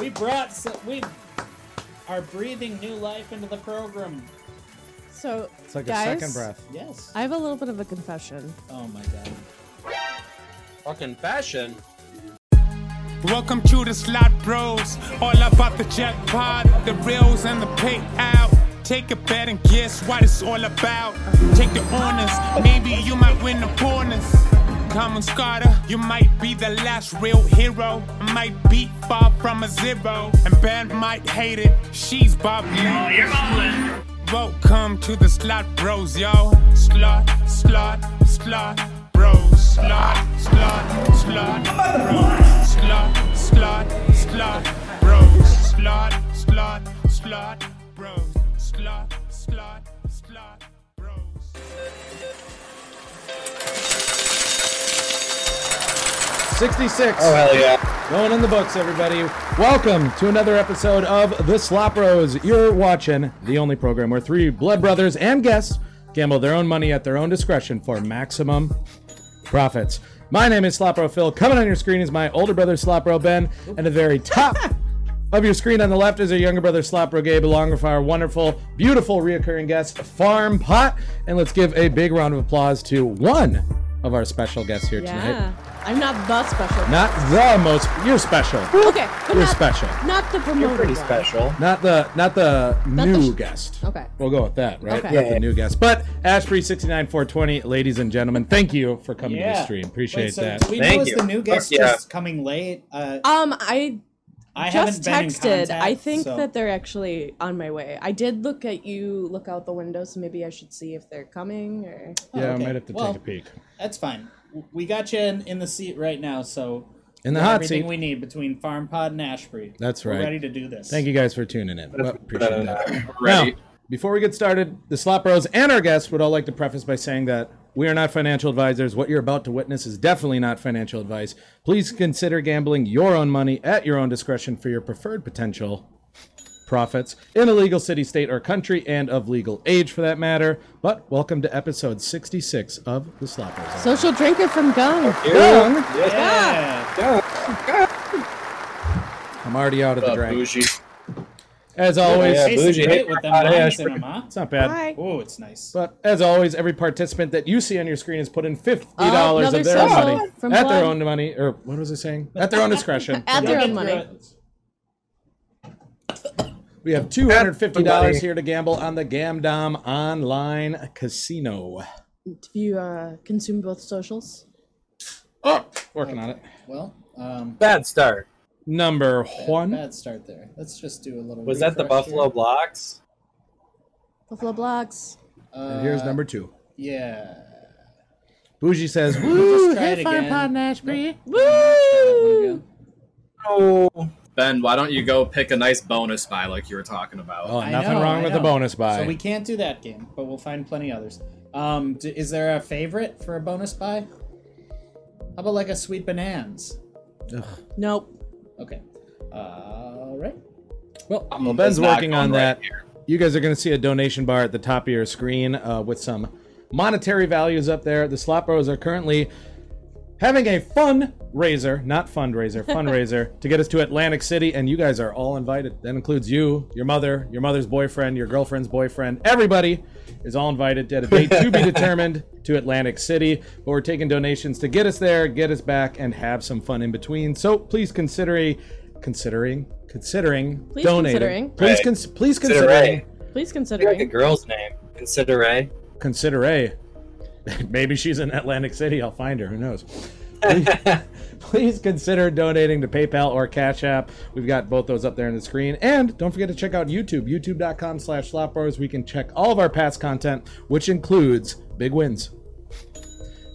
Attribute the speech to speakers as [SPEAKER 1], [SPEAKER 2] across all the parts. [SPEAKER 1] We brought so we are breathing new life into the program.
[SPEAKER 2] So,
[SPEAKER 3] It's like
[SPEAKER 2] guys,
[SPEAKER 3] a second breath.
[SPEAKER 1] Yes.
[SPEAKER 2] I have a little bit of a confession.
[SPEAKER 1] oh my god.
[SPEAKER 4] Fucking fashion.
[SPEAKER 5] Welcome to the Slot Bros, all about the jackpot, the reels and the payout. Take a bet and guess what it's all about. Take the honors, maybe you might win the bonus. Common Scarter, you might be the last real hero. Might be far from a zero, and Ben might hate it. She's Bob Lee. Welcome to the Slot Bros, yo. Slot, slot, slot, bros. Slot, slot, slot, bros. Slot, slot, slot, bros. Slot, slot, slot, bros. Slot, slot, slot, bros.
[SPEAKER 3] Sixty-six.
[SPEAKER 4] Oh hell yeah.
[SPEAKER 3] Going in the books, everybody. Welcome to another episode of The Slop Rose. You're watching the only program where three blood brothers and guests gamble their own money at their own discretion for maximum profits. My name is Slopro Phil. Coming on your screen is my older brother Slopro Ben, and at the very top of your screen on the left is our younger brother Slopro Gabe, along with our wonderful, beautiful, reoccurring guest Farm Pot. And let's give a big round of applause to one of our special guests here tonight.
[SPEAKER 2] I'm not the special.
[SPEAKER 3] Not the most. You're special.
[SPEAKER 2] okay, but
[SPEAKER 3] You're
[SPEAKER 2] not,
[SPEAKER 3] special.
[SPEAKER 2] not the promoter.
[SPEAKER 4] Pretty
[SPEAKER 2] one.
[SPEAKER 4] special.
[SPEAKER 3] Not the not the
[SPEAKER 2] the
[SPEAKER 3] new
[SPEAKER 2] sh-
[SPEAKER 3] guest.
[SPEAKER 2] Okay.
[SPEAKER 3] We'll go with that, right?
[SPEAKER 2] Okay.
[SPEAKER 3] Not
[SPEAKER 4] Yeah,
[SPEAKER 3] the
[SPEAKER 4] yeah.
[SPEAKER 3] new guest. But Ashbury 69420, ladies and gentlemen, thank you for coming to
[SPEAKER 1] Yeah.
[SPEAKER 3] the stream. Appreciate
[SPEAKER 1] Wait, so
[SPEAKER 3] that.
[SPEAKER 1] Do we
[SPEAKER 4] Thank
[SPEAKER 1] know is
[SPEAKER 4] you.
[SPEAKER 1] the new
[SPEAKER 4] Fuck
[SPEAKER 1] guest
[SPEAKER 4] yeah.
[SPEAKER 1] just coming late? Uh,
[SPEAKER 2] Um, I
[SPEAKER 1] I
[SPEAKER 2] just
[SPEAKER 1] haven't been in
[SPEAKER 2] texted.
[SPEAKER 1] contact,
[SPEAKER 2] I think
[SPEAKER 1] so-
[SPEAKER 2] that they're actually on my way. I did look at you, look out the window, so maybe I should see if they're coming or.
[SPEAKER 1] Oh,
[SPEAKER 3] yeah,
[SPEAKER 1] okay.
[SPEAKER 3] I might have to
[SPEAKER 1] Well,
[SPEAKER 3] take a peek.
[SPEAKER 1] That's fine. W- We got you in, in the seat right now, so
[SPEAKER 3] In the
[SPEAKER 1] we got
[SPEAKER 3] hot
[SPEAKER 1] everything
[SPEAKER 3] seat.
[SPEAKER 1] we need between Farm Pod and Ashbury.
[SPEAKER 3] That's
[SPEAKER 1] We're
[SPEAKER 3] right.
[SPEAKER 1] ready to do this.
[SPEAKER 3] Thank you guys for tuning in. Well, appreciate that.
[SPEAKER 4] Ready.
[SPEAKER 3] Now, before we get started, the Slop Bros and our guests would all like to preface by saying that we are not financial advisors. What you're about to witness is definitely not financial advice. Please consider gambling your own money at your own discretion for your preferred potential profits in a legal city, state, or country, and of legal age for that matter. But welcome to episode 66 of the Slop Bros.
[SPEAKER 2] Social drinker from Gung.
[SPEAKER 3] Young.
[SPEAKER 2] Ah!
[SPEAKER 1] Yeah.
[SPEAKER 3] I'm already out of the
[SPEAKER 4] Uh,
[SPEAKER 3] drink.
[SPEAKER 4] bougie.
[SPEAKER 3] As always, it's
[SPEAKER 4] Yeah,
[SPEAKER 1] Tastes
[SPEAKER 4] bougie.
[SPEAKER 1] great
[SPEAKER 4] Hey,
[SPEAKER 1] with them
[SPEAKER 4] Farm Pod, hey,
[SPEAKER 1] limes in
[SPEAKER 4] Ashbury.
[SPEAKER 1] them, huh?
[SPEAKER 3] not bad.
[SPEAKER 2] Hi.
[SPEAKER 1] Oh, it's nice.
[SPEAKER 3] But as always, every participant that you see on your screen has put in fifty
[SPEAKER 2] Oh,
[SPEAKER 3] dollars
[SPEAKER 2] another
[SPEAKER 3] of their
[SPEAKER 2] social
[SPEAKER 3] money
[SPEAKER 2] from
[SPEAKER 3] at their
[SPEAKER 2] Blood.
[SPEAKER 3] own money, or what was I saying? At their own discretion.
[SPEAKER 2] At their
[SPEAKER 1] Get
[SPEAKER 2] own
[SPEAKER 1] through
[SPEAKER 2] money.
[SPEAKER 1] it.
[SPEAKER 3] we have two hundred fifty dollars here to gamble on the Gamdom online casino.
[SPEAKER 2] Do you uh, consume both socials?
[SPEAKER 3] Working on it.
[SPEAKER 1] Well, um,
[SPEAKER 4] Bad start.
[SPEAKER 3] Number one.
[SPEAKER 1] bad start there. Let's just do a little.
[SPEAKER 4] Was that the
[SPEAKER 1] refresh here.
[SPEAKER 4] Buffalo Blocks?
[SPEAKER 2] Buffalo Blocks.
[SPEAKER 3] And here's number two.
[SPEAKER 1] Yeah.
[SPEAKER 3] Bougie says, "Woo,
[SPEAKER 1] try it
[SPEAKER 3] hey, Farm
[SPEAKER 1] again.
[SPEAKER 3] Pod and Ashbury."
[SPEAKER 2] Woo!
[SPEAKER 4] Oh.
[SPEAKER 6] Ben, why don't you go pick a nice bonus buy like you were talking about?
[SPEAKER 3] Oh,
[SPEAKER 1] I
[SPEAKER 3] nothing
[SPEAKER 1] know,
[SPEAKER 3] wrong
[SPEAKER 1] I
[SPEAKER 3] with
[SPEAKER 1] know.
[SPEAKER 3] a bonus buy.
[SPEAKER 1] So we can't do that game, but we'll find plenty others. Um, d- is there a favorite for a bonus buy? How about like a sweet bananas?
[SPEAKER 2] Nope.
[SPEAKER 1] Okay. All right.
[SPEAKER 3] Well,
[SPEAKER 6] I'm-
[SPEAKER 3] Ben's
[SPEAKER 6] it's not
[SPEAKER 3] working
[SPEAKER 6] going
[SPEAKER 3] on
[SPEAKER 6] right
[SPEAKER 3] that.
[SPEAKER 6] here.
[SPEAKER 3] You guys are going to see a donation bar at the top of your screen uh, with some monetary values up there. The Slop Bros are currently having a fundraiser, not fundraiser, fundraiser to get us to Atlantic City, and you guys are all invited. That includes you, your mother, your mother's boyfriend, your girlfriend's boyfriend. Everybody is all invited at a date to be determined to Atlantic City. But we're taking donations to get us there, get us back, and have some fun in between. So please consider a considering considering
[SPEAKER 2] Please
[SPEAKER 3] donating
[SPEAKER 2] considering.
[SPEAKER 3] please
[SPEAKER 4] Hey.
[SPEAKER 3] cons- please
[SPEAKER 4] Consider
[SPEAKER 3] considering
[SPEAKER 2] Please
[SPEAKER 4] You're like a
[SPEAKER 2] consider.
[SPEAKER 4] girl's name. Consider A.
[SPEAKER 3] consider a maybe she's in atlantic city i'll find her who knows please consider donating to paypal or cash app we've got both those up there on the screen and don't forget to check out youtube youtube.com slash slopbros we can check all of our past content which includes big wins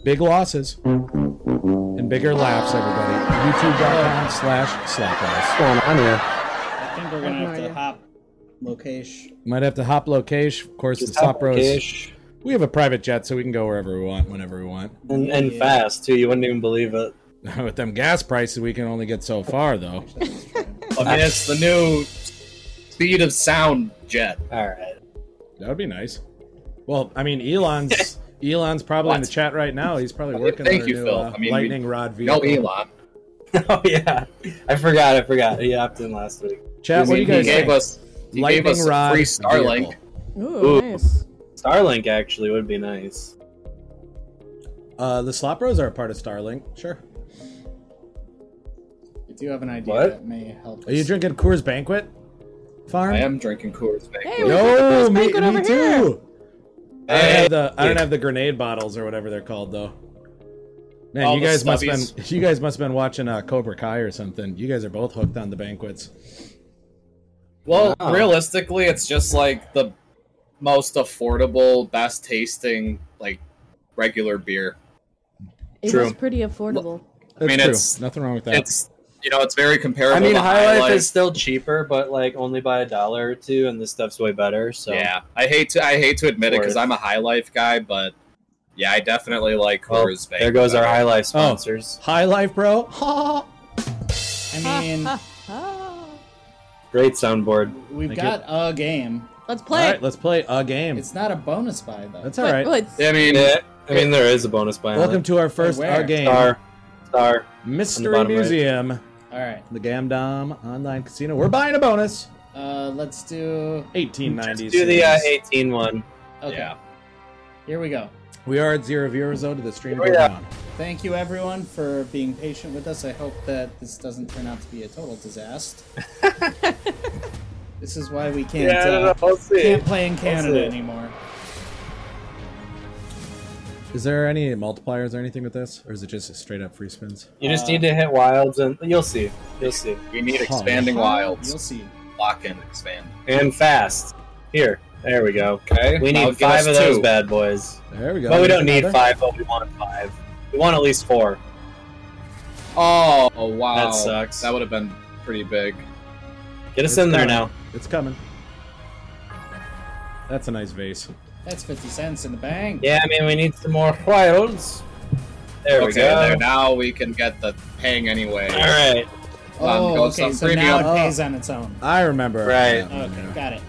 [SPEAKER 3] big losses and bigger laughs everybody youtube.com slash slopbros
[SPEAKER 4] going on here?
[SPEAKER 1] I think we're gonna
[SPEAKER 2] no
[SPEAKER 1] have to
[SPEAKER 2] idea.
[SPEAKER 1] hop location.
[SPEAKER 3] might have to hop location of course the slopbros
[SPEAKER 4] Ish.
[SPEAKER 3] we have a private jet so we can go wherever we want whenever we want
[SPEAKER 4] And, and fast, too. You wouldn't even believe it.
[SPEAKER 3] With them gas prices, we can only get so far, though.
[SPEAKER 6] I mean, it's the new speed of sound jet.
[SPEAKER 4] All right.
[SPEAKER 3] That would be nice. Well, I mean, Elon's Elon's probably in the
[SPEAKER 6] What?
[SPEAKER 3] chat right now. He's probably working
[SPEAKER 6] Thank
[SPEAKER 3] on a
[SPEAKER 6] you,
[SPEAKER 3] new
[SPEAKER 6] Phil.
[SPEAKER 3] uh,
[SPEAKER 6] I mean, we-
[SPEAKER 3] lightning rod
[SPEAKER 6] No
[SPEAKER 3] vehicle.
[SPEAKER 6] Elon.
[SPEAKER 4] Oh yeah, I forgot. I forgot. He opted in last week.
[SPEAKER 3] Chat, what do you
[SPEAKER 6] he
[SPEAKER 3] guys
[SPEAKER 6] gave
[SPEAKER 3] think?
[SPEAKER 6] us he gave us a free Starlink.
[SPEAKER 3] vehicle.
[SPEAKER 2] Ooh,
[SPEAKER 4] Ooh.
[SPEAKER 2] nice.
[SPEAKER 4] Starlink actually would be nice.
[SPEAKER 3] Uh, the Slop Bros are a part of Starlink. Sure.
[SPEAKER 1] I do have an idea
[SPEAKER 4] What?
[SPEAKER 1] that may help.
[SPEAKER 3] Are you
[SPEAKER 1] us.
[SPEAKER 3] drinking Coors Banquet? Farm.
[SPEAKER 6] I am drinking Coors Banquet.
[SPEAKER 2] Hey, we're-
[SPEAKER 3] Yo,
[SPEAKER 2] Coors
[SPEAKER 3] me,
[SPEAKER 2] Banquet
[SPEAKER 3] me
[SPEAKER 2] over
[SPEAKER 3] too.
[SPEAKER 2] here.
[SPEAKER 3] I don't
[SPEAKER 4] Hey.
[SPEAKER 3] have the I don't have the grenade bottles or whatever they're called though. Man,
[SPEAKER 6] All
[SPEAKER 3] you
[SPEAKER 6] the
[SPEAKER 3] guys must have
[SPEAKER 6] stubbies.
[SPEAKER 3] been you guys must have been watching uh, Cobra Kai or something. You guys are both hooked on the banquets.
[SPEAKER 6] Well,
[SPEAKER 4] Wow.
[SPEAKER 6] realistically, it's just like the most affordable, best tasting, like regular beer.
[SPEAKER 2] It
[SPEAKER 6] True.
[SPEAKER 2] was pretty affordable.
[SPEAKER 3] That's
[SPEAKER 6] mean,
[SPEAKER 3] true.
[SPEAKER 6] it's-
[SPEAKER 3] nothing wrong with that.
[SPEAKER 6] It's you know, it's very comparable.
[SPEAKER 4] I mean,
[SPEAKER 6] to
[SPEAKER 4] High Life, is still cheaper, but like only by a dollar or two, and this stuff's way better. So
[SPEAKER 6] Yeah, I hate to I hate to admit it
[SPEAKER 4] Worth.
[SPEAKER 6] because I'm a High Life guy, but yeah, I definitely like
[SPEAKER 4] Well,
[SPEAKER 6] Coors Banquet.
[SPEAKER 4] there goes our High Life
[SPEAKER 3] Oh.
[SPEAKER 4] sponsors.
[SPEAKER 3] High life, bro.
[SPEAKER 1] I mean,
[SPEAKER 2] Ah,
[SPEAKER 4] Great soundboard.
[SPEAKER 1] we've
[SPEAKER 3] Thank
[SPEAKER 1] got a game.
[SPEAKER 2] let's play.
[SPEAKER 3] All right, let's play a game.
[SPEAKER 1] It's not a bonus buy though.
[SPEAKER 3] That's
[SPEAKER 2] But-
[SPEAKER 3] all right.
[SPEAKER 2] oh, it's-
[SPEAKER 6] I mean,
[SPEAKER 4] Yeah, I mean there is a bonus plan.
[SPEAKER 3] Welcome to our first
[SPEAKER 1] Where?
[SPEAKER 3] a game.
[SPEAKER 4] Star, Star.
[SPEAKER 3] Mystery
[SPEAKER 4] bottom right.
[SPEAKER 3] Museum,
[SPEAKER 1] All right.
[SPEAKER 3] the Gamdom Online Casino. We're buying a bonus.
[SPEAKER 1] Uh, let's do.
[SPEAKER 3] 1890s.
[SPEAKER 4] Do the uh, 18 one.
[SPEAKER 1] Okay.
[SPEAKER 6] Yeah.
[SPEAKER 1] Here we go.
[SPEAKER 3] we are at zero viewers though to the stream
[SPEAKER 4] Here we
[SPEAKER 3] goes
[SPEAKER 4] are.
[SPEAKER 3] on.
[SPEAKER 1] Thank you everyone for being patient with us. I hope that this doesn't turn out to be a total disaster. this is why we can't
[SPEAKER 4] Yeah, I don't
[SPEAKER 1] uh,
[SPEAKER 4] know, I'll see.
[SPEAKER 1] can't play in
[SPEAKER 4] see.
[SPEAKER 1] Canada anymore.
[SPEAKER 3] Is there any multipliers or anything with this, or is it just straight up free spins?
[SPEAKER 4] You just need to hit wilds, and you'll see. You'll see.
[SPEAKER 6] we need
[SPEAKER 3] Huh.
[SPEAKER 6] expanding
[SPEAKER 1] You'll
[SPEAKER 6] wilds.
[SPEAKER 1] see.
[SPEAKER 6] Lock in expand.
[SPEAKER 4] And fast. Here. There we go.
[SPEAKER 6] Okay.
[SPEAKER 4] We
[SPEAKER 6] now
[SPEAKER 4] need
[SPEAKER 6] give
[SPEAKER 4] five
[SPEAKER 6] us
[SPEAKER 4] of those
[SPEAKER 6] two.
[SPEAKER 4] bad boys.
[SPEAKER 3] There we go.
[SPEAKER 4] But we
[SPEAKER 3] There's
[SPEAKER 4] don't need
[SPEAKER 3] another.
[SPEAKER 4] five, but we want five. We want at least four.
[SPEAKER 6] Oh, oh, wow.
[SPEAKER 4] That sucks.
[SPEAKER 6] That would have been pretty big.
[SPEAKER 4] Get us
[SPEAKER 3] It's
[SPEAKER 4] in there
[SPEAKER 3] coming.
[SPEAKER 4] now.
[SPEAKER 3] It's coming. That's a nice vase.
[SPEAKER 1] That's fifty cents in the bank.
[SPEAKER 4] Yeah, I mean, we need some more wilds. There we
[SPEAKER 6] okay,
[SPEAKER 4] go.
[SPEAKER 6] there now we can get the hang anyway.
[SPEAKER 4] All right.
[SPEAKER 1] Oh,
[SPEAKER 6] Um, go
[SPEAKER 1] okay.
[SPEAKER 6] some
[SPEAKER 1] So now
[SPEAKER 6] premium.
[SPEAKER 1] it pays on its own.
[SPEAKER 3] I remember.
[SPEAKER 4] Right.
[SPEAKER 3] that one,
[SPEAKER 1] Okay,
[SPEAKER 3] yeah.
[SPEAKER 1] got it.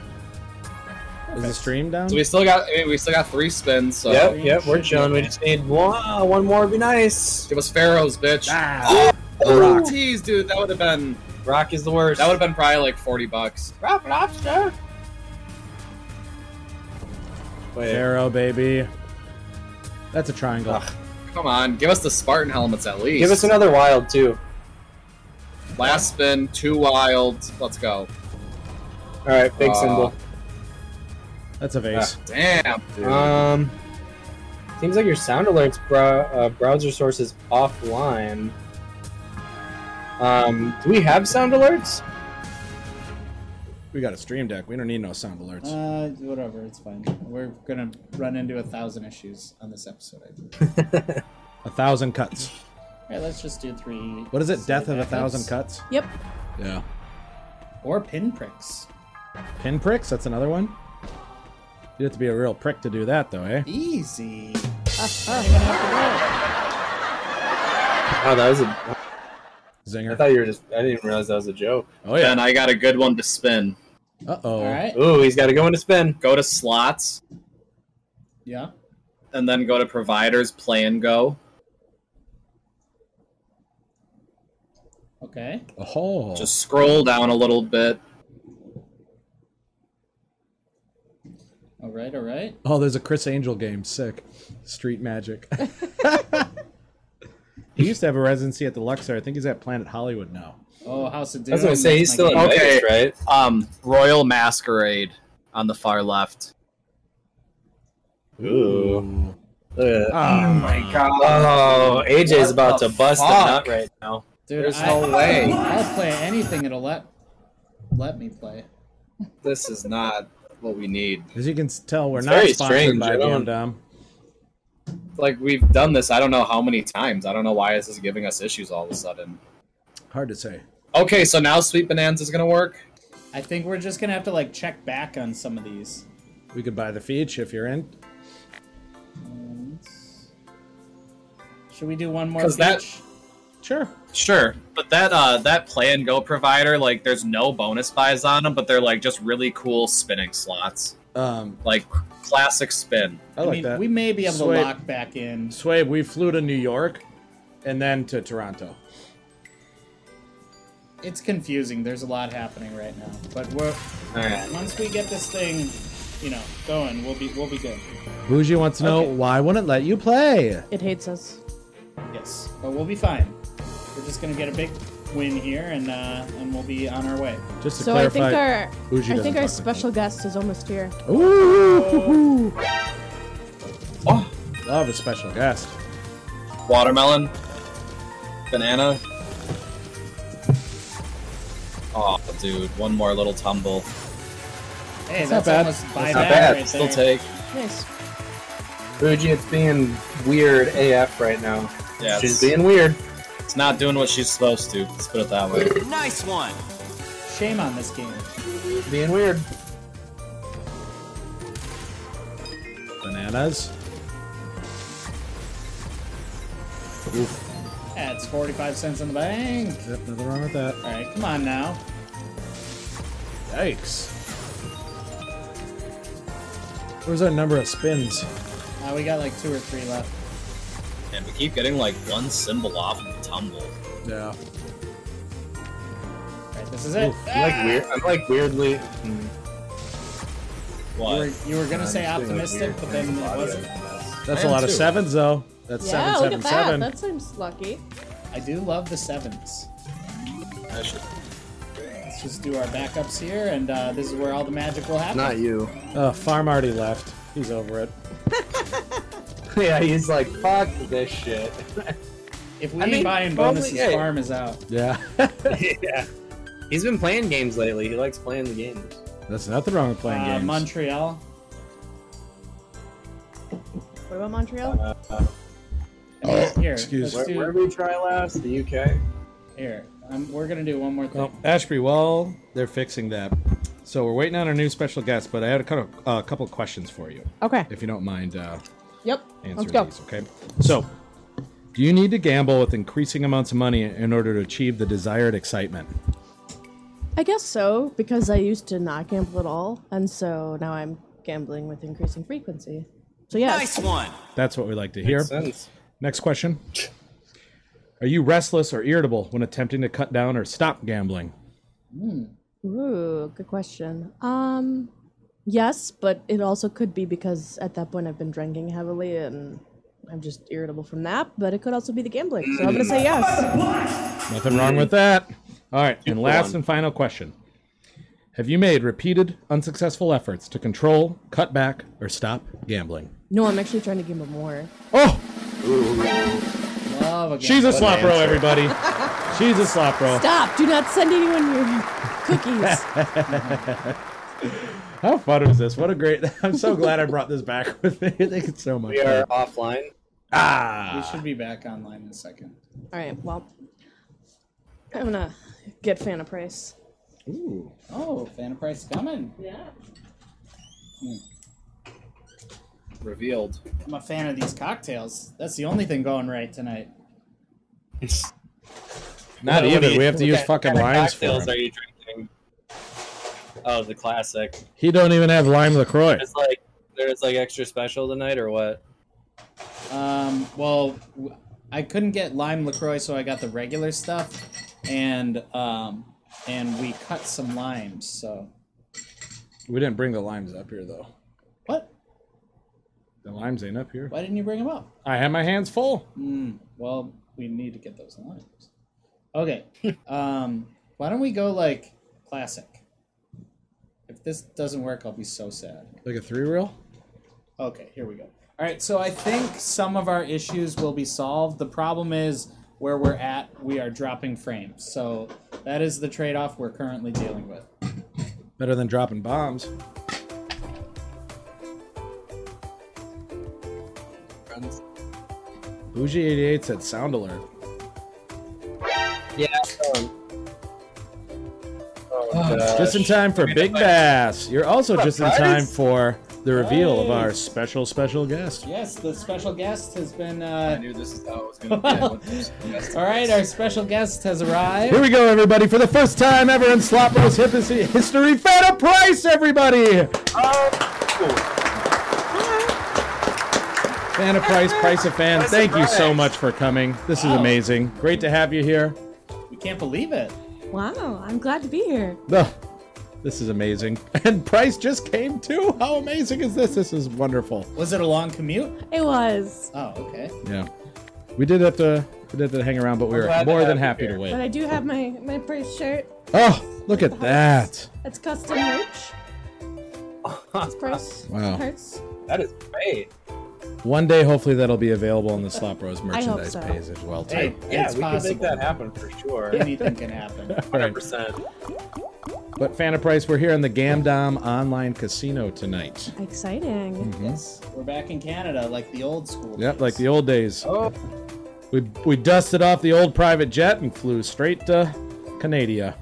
[SPEAKER 3] Is the stream down?
[SPEAKER 6] So we still got I mean, we still got three spins. So
[SPEAKER 4] yep,
[SPEAKER 1] we
[SPEAKER 4] yep,
[SPEAKER 1] should
[SPEAKER 4] we're
[SPEAKER 1] be
[SPEAKER 4] chilling. We
[SPEAKER 1] okay.
[SPEAKER 4] just need one. One more would be nice.
[SPEAKER 6] give us pharaohs, bitch.
[SPEAKER 3] Ah,
[SPEAKER 6] Oh,
[SPEAKER 3] rock.
[SPEAKER 6] Jeez, dude, that would have been
[SPEAKER 4] Rock is the worst.
[SPEAKER 6] that would have been probably like forty bucks.
[SPEAKER 4] Rock lobster. Wait.
[SPEAKER 3] Arrow, baby. That's a triangle.
[SPEAKER 4] Ugh.
[SPEAKER 6] Come on, give us the Spartan helmets at least.
[SPEAKER 4] Give us another wild too.
[SPEAKER 6] last spin, two wild. Let's go.
[SPEAKER 4] All right, big
[SPEAKER 6] Uh,
[SPEAKER 4] symbol.
[SPEAKER 3] That's a vase.
[SPEAKER 6] Damn, Uh, dude.
[SPEAKER 4] Um, seems like your sound alerts brow- uh, browser source is offline. Um, do we have sound alerts?
[SPEAKER 3] We got a stream deck. We don't need no sound alerts.
[SPEAKER 1] Uh, whatever. It's fine. We're gonna run into a thousand issues on this episode. I think.
[SPEAKER 3] a thousand cuts.
[SPEAKER 1] All right, let's just do three.
[SPEAKER 3] What is it? Death of a
[SPEAKER 1] slide
[SPEAKER 3] thousand
[SPEAKER 1] backups.
[SPEAKER 3] cuts?
[SPEAKER 2] Yep.
[SPEAKER 3] Yeah.
[SPEAKER 1] Or pinpricks.
[SPEAKER 3] Pinpricks? That's another one? You have to be a real prick to do that, though, eh?
[SPEAKER 1] Easy.
[SPEAKER 2] Ah,
[SPEAKER 4] Oh, that was a. I
[SPEAKER 3] Zinger.
[SPEAKER 4] thought you were just. I didn't even realize that was a joke.
[SPEAKER 3] Oh, yeah.
[SPEAKER 6] Then I got a good one to spin.
[SPEAKER 3] Uh oh.
[SPEAKER 1] All right.
[SPEAKER 4] Ooh, he's got to go into spin.
[SPEAKER 6] Go to slots,
[SPEAKER 1] Yeah.
[SPEAKER 6] and then go to providers, play and go.
[SPEAKER 1] Okay.
[SPEAKER 3] Oh.
[SPEAKER 6] Just scroll down a little bit.
[SPEAKER 1] All right. All right.
[SPEAKER 3] Oh, there's a Chris Angel game. Sick. Street Magic. he used to have a residency at the Luxor. I think he's at Planet Hollywood now.
[SPEAKER 1] Oh, House of Doom.
[SPEAKER 4] I was gonna say he's
[SPEAKER 1] that's
[SPEAKER 4] still
[SPEAKER 1] my
[SPEAKER 4] in
[SPEAKER 1] game.
[SPEAKER 6] Okay.
[SPEAKER 4] Vegas, right?
[SPEAKER 6] Um, Royal Masquerade on the far left.
[SPEAKER 4] Ooh. Look at that.
[SPEAKER 3] Oh,
[SPEAKER 4] Oh, AJ's about to
[SPEAKER 6] the
[SPEAKER 4] bust a
[SPEAKER 6] fuck?
[SPEAKER 4] nut right now.
[SPEAKER 1] Dude,
[SPEAKER 6] There's
[SPEAKER 1] I-
[SPEAKER 6] no way.
[SPEAKER 1] I'll play anything. It'll let let me play.
[SPEAKER 6] This is not what we need.
[SPEAKER 3] As you can s- tell, we're
[SPEAKER 4] It's
[SPEAKER 3] not
[SPEAKER 4] very
[SPEAKER 3] sponsored
[SPEAKER 4] strange.
[SPEAKER 3] by
[SPEAKER 4] I don't-
[SPEAKER 3] Gamdom.
[SPEAKER 6] Like we've done this, I don't know how many times. I don't know why this is giving us issues all of a sudden.
[SPEAKER 3] Hard to say.
[SPEAKER 6] Okay, so now Sweet Bonanza is gonna work.
[SPEAKER 1] I think we're just gonna have to like check back on some of these.
[SPEAKER 3] We could buy the feach if you're in.
[SPEAKER 1] Should we do one more?
[SPEAKER 6] 'Cause that-
[SPEAKER 1] each?
[SPEAKER 3] Sure.
[SPEAKER 6] Sure, but that uh that play and go provider, like there's no bonus buys on them, but they're like just really cool spinning slots,
[SPEAKER 3] Um,
[SPEAKER 6] like classic spin.
[SPEAKER 3] I, like
[SPEAKER 1] mean,
[SPEAKER 3] that.
[SPEAKER 1] we may be able
[SPEAKER 3] Sweet.
[SPEAKER 1] to lock back in.
[SPEAKER 3] Swabe, we flew to New York and then to Toronto.
[SPEAKER 1] it's confusing. There's a lot happening right now, but we're
[SPEAKER 4] All right.
[SPEAKER 1] once we get this thing, you know, going, we'll be we'll be good.
[SPEAKER 3] Bougie wants to know
[SPEAKER 1] Okay.
[SPEAKER 3] why won't it let you play?
[SPEAKER 2] It hates us.
[SPEAKER 1] Yes, but we'll be fine. We're just gonna get a big win here, and uh, and we'll be on our way.
[SPEAKER 3] Just to
[SPEAKER 2] So I
[SPEAKER 3] clarify.
[SPEAKER 2] think our
[SPEAKER 3] Bougie
[SPEAKER 2] I
[SPEAKER 3] doesn't
[SPEAKER 2] think
[SPEAKER 3] talk
[SPEAKER 2] our
[SPEAKER 3] like
[SPEAKER 2] special guest is almost here.
[SPEAKER 3] Ooh, hoo, hoo.
[SPEAKER 6] Oh,
[SPEAKER 3] love a special guest.
[SPEAKER 6] watermelon, banana. Oh, dude, one more little tumble.
[SPEAKER 1] Hey,
[SPEAKER 3] not
[SPEAKER 1] that's
[SPEAKER 3] bad.
[SPEAKER 1] almost buy back
[SPEAKER 6] It's not bad.
[SPEAKER 1] right
[SPEAKER 6] Still
[SPEAKER 1] there.
[SPEAKER 6] take.
[SPEAKER 2] Nice.
[SPEAKER 4] Fuji, it's being weird AF right now.
[SPEAKER 6] Yeah,
[SPEAKER 4] She's
[SPEAKER 6] it's,
[SPEAKER 4] being weird.
[SPEAKER 6] it's not doing what she's supposed to. Let's put it that way.
[SPEAKER 7] Nice one.
[SPEAKER 1] Shame on this game.
[SPEAKER 4] Being weird.
[SPEAKER 3] Bananas. Oof.
[SPEAKER 1] That's 45 cents in the bank.
[SPEAKER 3] Yep, nothing wrong with that.
[SPEAKER 1] All right, come on now.
[SPEAKER 3] Yikes. What was our number of spins?
[SPEAKER 1] Uh, we got like two or three left.
[SPEAKER 6] And we keep getting like one symbol off of the tumble.
[SPEAKER 3] Yeah.
[SPEAKER 1] All right, this is it.
[SPEAKER 3] Oof,
[SPEAKER 4] I'm like weird. I'm like weirdly.
[SPEAKER 1] You
[SPEAKER 6] What?
[SPEAKER 1] were, you were gonna say
[SPEAKER 4] I'm just being, like,
[SPEAKER 1] optimistic,
[SPEAKER 4] weird.
[SPEAKER 1] but then it
[SPEAKER 4] I'm
[SPEAKER 1] wasn't.
[SPEAKER 4] bothered.
[SPEAKER 3] That's
[SPEAKER 6] I
[SPEAKER 3] a
[SPEAKER 6] am
[SPEAKER 3] lot of
[SPEAKER 6] too.
[SPEAKER 3] sevens, though. That's
[SPEAKER 2] yeah,
[SPEAKER 3] seven,
[SPEAKER 2] look at
[SPEAKER 3] seven,
[SPEAKER 2] that.
[SPEAKER 3] seven.
[SPEAKER 2] That seems lucky.
[SPEAKER 1] I do love the sevens.
[SPEAKER 6] I should-
[SPEAKER 1] Let's just do our backups here, and uh, this is where all the magic will happen.
[SPEAKER 4] Not you.
[SPEAKER 3] Uh, farm already left. He's over it.
[SPEAKER 4] yeah, he's like fuck this shit.
[SPEAKER 1] If we
[SPEAKER 4] I
[SPEAKER 1] ain't
[SPEAKER 4] mean,
[SPEAKER 1] buying
[SPEAKER 4] probably-
[SPEAKER 1] bonuses,
[SPEAKER 4] yeah.
[SPEAKER 1] farm is out.
[SPEAKER 3] Yeah.
[SPEAKER 4] yeah. He's been playing games lately. He likes playing the games.
[SPEAKER 3] That's nothing wrong with playing
[SPEAKER 1] Uh,
[SPEAKER 3] games.
[SPEAKER 1] Montreal.
[SPEAKER 2] What about Montreal?
[SPEAKER 1] here,
[SPEAKER 3] Oh, excuse
[SPEAKER 1] let's
[SPEAKER 4] Uh, Where,
[SPEAKER 1] do-
[SPEAKER 4] where did we try last? The UK.
[SPEAKER 1] here, um, we're gonna do one more thing.
[SPEAKER 3] Well, Ashby, well, they're fixing that. So we're waiting on our new special guest, but I had a couple, uh, a couple questions for you,
[SPEAKER 2] Okay.
[SPEAKER 3] if you don't mind uh,
[SPEAKER 2] Yep. Let's
[SPEAKER 3] answering
[SPEAKER 2] go.
[SPEAKER 3] these. Okay. So, do you need to gamble with increasing amounts of money in order to achieve the desired excitement?
[SPEAKER 2] I guess so because I used to not gamble at all, and so now I'm gambling with increasing frequency. So yeah.
[SPEAKER 7] Nice one.
[SPEAKER 3] That's what we like to hear.
[SPEAKER 4] Sense.
[SPEAKER 3] Next question: Are you restless or irritable when attempting to cut down or stop gambling?
[SPEAKER 2] Ooh, good question. Um, yes, but it also could be because at that point I've been drinking heavily and I'm just irritable from that. But it could also be the gambling. So I'm gonna say yes.
[SPEAKER 3] Nothing wrong with that. All right, and last and final question. Have you made repeated unsuccessful efforts to control, cut back, or stop gambling?
[SPEAKER 2] No, I'm actually trying to gamble more.
[SPEAKER 3] Oh,
[SPEAKER 1] Love a game.
[SPEAKER 3] she's a slop row, everybody. She's a slop row.
[SPEAKER 2] Stop! Do not send anyone your cookies.
[SPEAKER 3] How fun was this? What a great. I'm so glad I brought this back with me. I think it's so much
[SPEAKER 4] We are offline.
[SPEAKER 1] we
[SPEAKER 3] Ah.
[SPEAKER 1] should be back online in a second.
[SPEAKER 2] all right. Well, I'm gonna get Fanta Price.
[SPEAKER 3] Ooh.
[SPEAKER 1] Oh, Fanta Price coming.
[SPEAKER 2] Yeah.
[SPEAKER 6] Revealed.
[SPEAKER 1] I'm a fan of these cocktails. That's the only thing going right tonight.
[SPEAKER 3] Not
[SPEAKER 6] What
[SPEAKER 3] either.
[SPEAKER 6] do you-
[SPEAKER 3] We have to
[SPEAKER 6] what
[SPEAKER 3] use
[SPEAKER 6] kind-
[SPEAKER 3] fucking
[SPEAKER 6] kind of
[SPEAKER 3] limes for
[SPEAKER 6] cocktails
[SPEAKER 3] him.
[SPEAKER 6] are you drinking? Oh, the classic.
[SPEAKER 3] He don't even have lime LaCroix.
[SPEAKER 4] It's like there's like extra special tonight or what?
[SPEAKER 1] Um, well, w- I couldn't get lime Lacroix, so I got the regular stuff, and um, and we cut some limes. So
[SPEAKER 3] We didn't bring the limes up here, though.
[SPEAKER 1] what?
[SPEAKER 3] The limes ain't up here.
[SPEAKER 1] Why didn't you bring them up?
[SPEAKER 3] I have my hands full.
[SPEAKER 1] Well, we need to get those limes. Okay. um, why don't we go like classic? If this doesn't work, I'll be so sad.
[SPEAKER 3] Like a three reel?
[SPEAKER 1] Okay, here we go. All right, so I think some of our issues will be solved. The problem is where we're at, we are dropping frames. So that is the trade off we're currently dealing with.
[SPEAKER 3] Better than dropping bombs. Bougie 88 said sound alert.
[SPEAKER 4] Yeah. Um, oh, gosh.
[SPEAKER 3] Just in time for Big Bass. You're also just in time for the reveal of our
[SPEAKER 1] Nice.
[SPEAKER 3] special, special guest.
[SPEAKER 1] Yes, the special guest has been.
[SPEAKER 6] I
[SPEAKER 1] Uh...
[SPEAKER 6] knew this is how it was going to be. I went first. Yes.
[SPEAKER 1] All right, our special guest has arrived.
[SPEAKER 3] Here we go, everybody. For the first time ever in Slop Rose History, history Fanta Price, everybody! Fanta Price, Price of Fan, thank you so much for coming. This is
[SPEAKER 1] Wow.
[SPEAKER 3] amazing. Great to have you here.
[SPEAKER 1] We can't believe it.
[SPEAKER 2] Wow, I'm glad to be here.
[SPEAKER 3] Ugh, this is amazing. And Price just came too. How amazing is this? This is wonderful.
[SPEAKER 1] Was it a long commute?
[SPEAKER 2] It was,
[SPEAKER 1] Oh, okay.
[SPEAKER 3] Yeah. We did have to we did have to hang around, but we were
[SPEAKER 4] glad to
[SPEAKER 3] more than
[SPEAKER 4] have
[SPEAKER 3] happy
[SPEAKER 4] you
[SPEAKER 3] to
[SPEAKER 4] here.
[SPEAKER 3] wait.
[SPEAKER 2] but I do have my my price shirt.
[SPEAKER 3] Oh, look at that.
[SPEAKER 2] That's custom merch. It's price.
[SPEAKER 3] Wow.
[SPEAKER 2] Hurts.
[SPEAKER 4] That is great.
[SPEAKER 3] One day hopefully that'll be available on the Slop Rose merchandise
[SPEAKER 2] so.
[SPEAKER 3] page as well too.
[SPEAKER 1] Hey,
[SPEAKER 4] Yeah,
[SPEAKER 1] it's
[SPEAKER 4] we
[SPEAKER 1] possible.
[SPEAKER 4] can make that happen for sure.
[SPEAKER 1] Anything can happen.
[SPEAKER 3] All right.
[SPEAKER 4] 100%.
[SPEAKER 3] But Fanta Price, we're here in the Gamdom online casino tonight.
[SPEAKER 2] Exciting.
[SPEAKER 4] Mm-hmm.
[SPEAKER 1] Yes, we're back in Canada, like the old school.
[SPEAKER 3] Yep,
[SPEAKER 1] days.
[SPEAKER 3] like the old days.
[SPEAKER 4] Oh,
[SPEAKER 3] We we dusted off the old private jet and flew straight to Canada.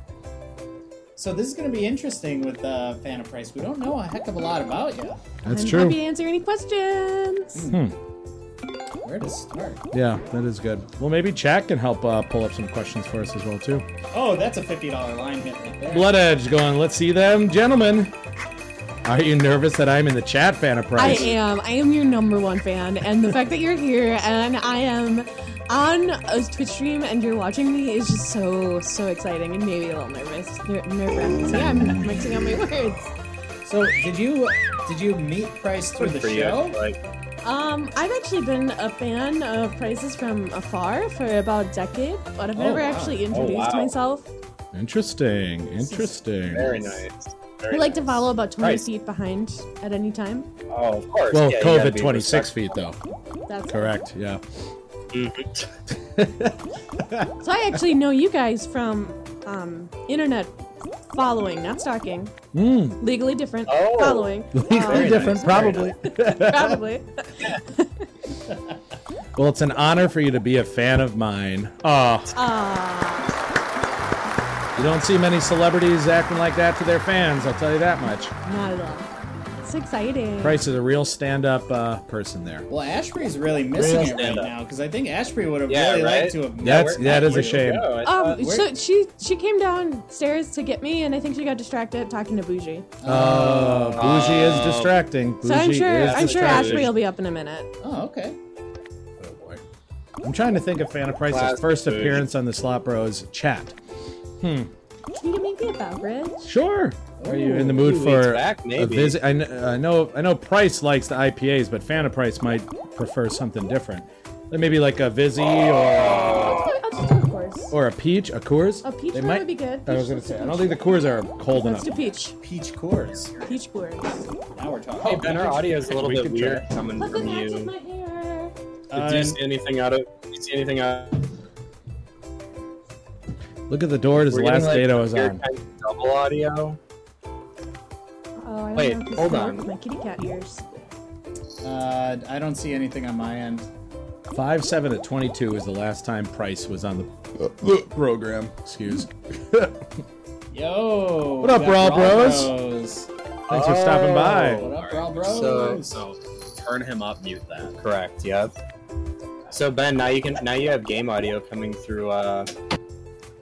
[SPEAKER 1] So this is going to be interesting with uh, Fanta Price. We don't know a heck of a lot about you.
[SPEAKER 3] That's
[SPEAKER 2] I'm
[SPEAKER 3] true.
[SPEAKER 2] happy to answer any
[SPEAKER 4] Mm-hmm.
[SPEAKER 2] questions.
[SPEAKER 1] Where to start?
[SPEAKER 3] Yeah, that is good. Well, maybe Chad can help uh, pull up some questions for us as well too.
[SPEAKER 1] Oh, that's a fifty dollar line hit right there.
[SPEAKER 3] Blood Edge going. Let's see them, gentlemen. Are you nervous that I'm in the chat, Fanta
[SPEAKER 2] I
[SPEAKER 3] Price?
[SPEAKER 2] am. I am your number one fan, and the fact that you're here and I am on a Twitch stream and you're watching me is just so so exciting and maybe a little nervous, ner- nerve wracking. So yeah, I'm mixing up my words.
[SPEAKER 1] So did you did you meet Price through
[SPEAKER 4] good
[SPEAKER 1] the
[SPEAKER 4] for you.
[SPEAKER 1] show?
[SPEAKER 4] Like,
[SPEAKER 2] Um, I've actually been a fan of Prices from Afar for about a decade, but I've never
[SPEAKER 1] wow.
[SPEAKER 2] actually introduced
[SPEAKER 4] Oh, wow.
[SPEAKER 2] myself.
[SPEAKER 3] Interesting, interesting.
[SPEAKER 4] very nice. Very
[SPEAKER 2] I like to
[SPEAKER 4] nice.
[SPEAKER 2] follow about 20
[SPEAKER 4] Price.
[SPEAKER 2] feet behind at any time.
[SPEAKER 4] Oh, of course.
[SPEAKER 3] Well,
[SPEAKER 4] yeah, you gotta
[SPEAKER 3] COVID
[SPEAKER 4] be
[SPEAKER 3] 26
[SPEAKER 4] respectful.
[SPEAKER 3] feet though.
[SPEAKER 2] That's
[SPEAKER 3] Correct. Yeah.
[SPEAKER 2] So I actually know you guys from um, internet following, not stalking. Legally different.
[SPEAKER 4] Oh.
[SPEAKER 2] Following.
[SPEAKER 3] Very
[SPEAKER 2] Um,
[SPEAKER 3] Hmm. different, probably.
[SPEAKER 2] probably.
[SPEAKER 3] Well, it's an honor for you to be a fan of mine. Ah,
[SPEAKER 2] Uh,
[SPEAKER 3] you don't see many celebrities acting like that to their fans. I'll tell you that much.
[SPEAKER 2] not at all. It's exciting.
[SPEAKER 3] Price is a real stand-up uh, person there.
[SPEAKER 1] Well, Ashbury's really missing
[SPEAKER 4] Real
[SPEAKER 1] it right
[SPEAKER 4] stand-up.
[SPEAKER 1] now because I think Ashbury would have
[SPEAKER 4] Yeah,
[SPEAKER 1] really
[SPEAKER 4] right?
[SPEAKER 1] liked to have.
[SPEAKER 3] That's-
[SPEAKER 1] met her.
[SPEAKER 3] that is a
[SPEAKER 4] Way to
[SPEAKER 3] shame.
[SPEAKER 4] go. I thought-
[SPEAKER 2] Um, so she she came downstairs to get me, and I think she got distracted talking to Bougie.
[SPEAKER 3] Uh, Bougie is
[SPEAKER 4] Oh.
[SPEAKER 3] distracting. Bougie
[SPEAKER 2] so I'm sure
[SPEAKER 3] is
[SPEAKER 2] I'm sure
[SPEAKER 3] distracting.
[SPEAKER 2] Ashbury will be up in a minute.
[SPEAKER 1] Oh, okay.
[SPEAKER 3] Oh boy. I'm trying to think of Fanta Price's
[SPEAKER 4] Classic
[SPEAKER 3] first
[SPEAKER 4] Bougie.
[SPEAKER 3] appearance on the Slop Bros chat.
[SPEAKER 2] Can you make me a beverage?
[SPEAKER 3] Sure. Are you in the
[SPEAKER 4] Ooh,
[SPEAKER 3] mood
[SPEAKER 4] two weeks
[SPEAKER 3] for
[SPEAKER 4] back,
[SPEAKER 3] a
[SPEAKER 4] maybe.
[SPEAKER 3] visit? I, kn- uh, I know I know Price likes the IPAs, but Fanta Price might prefer something different. Like Maybe like a Vizzy
[SPEAKER 4] Oh.
[SPEAKER 2] I'll just do of course.
[SPEAKER 3] or or a peach, a Coors.
[SPEAKER 2] A peach
[SPEAKER 3] They
[SPEAKER 2] one would be good.
[SPEAKER 3] I was
[SPEAKER 2] Peach
[SPEAKER 3] gonna
[SPEAKER 2] looks
[SPEAKER 3] say I
[SPEAKER 2] good.
[SPEAKER 3] don't think the Coors are cold
[SPEAKER 2] Let's do
[SPEAKER 3] enough.
[SPEAKER 2] peach.
[SPEAKER 1] Peach Coors.
[SPEAKER 2] Peach boards.
[SPEAKER 1] Now we're talking.
[SPEAKER 4] Hey, Ben, our audio is a little
[SPEAKER 3] We
[SPEAKER 4] bit
[SPEAKER 3] could
[SPEAKER 4] weird
[SPEAKER 3] try.
[SPEAKER 4] coming
[SPEAKER 2] Look
[SPEAKER 4] from
[SPEAKER 2] what
[SPEAKER 4] you.
[SPEAKER 2] matches my hair. Oh,
[SPEAKER 1] Uh,
[SPEAKER 4] Did you see anything out of? Did you see anything out?
[SPEAKER 3] Look at the door. It is the
[SPEAKER 4] We're getting,
[SPEAKER 3] last
[SPEAKER 4] like,
[SPEAKER 3] date I was
[SPEAKER 4] weird
[SPEAKER 3] on.
[SPEAKER 4] kind of double audio.
[SPEAKER 2] Oh, I don't
[SPEAKER 4] Wait,
[SPEAKER 2] know if this
[SPEAKER 4] hold
[SPEAKER 2] will work
[SPEAKER 4] on.
[SPEAKER 2] with My kitty cat ears.
[SPEAKER 1] Uh, I don't see anything on my end.
[SPEAKER 3] Five seven at twenty two is the last time Price was on the program. Excuse.
[SPEAKER 1] Yo.
[SPEAKER 3] What up,
[SPEAKER 1] we got
[SPEAKER 3] Raw Bros?
[SPEAKER 1] Bros?
[SPEAKER 3] Thanks for
[SPEAKER 4] Oh.
[SPEAKER 3] stopping
[SPEAKER 1] What
[SPEAKER 3] by.
[SPEAKER 1] up, Raw Bros?
[SPEAKER 4] So-
[SPEAKER 6] So turn him up, mute that.
[SPEAKER 4] Correct. Yep. So Ben, now you can now you have game audio coming through uh,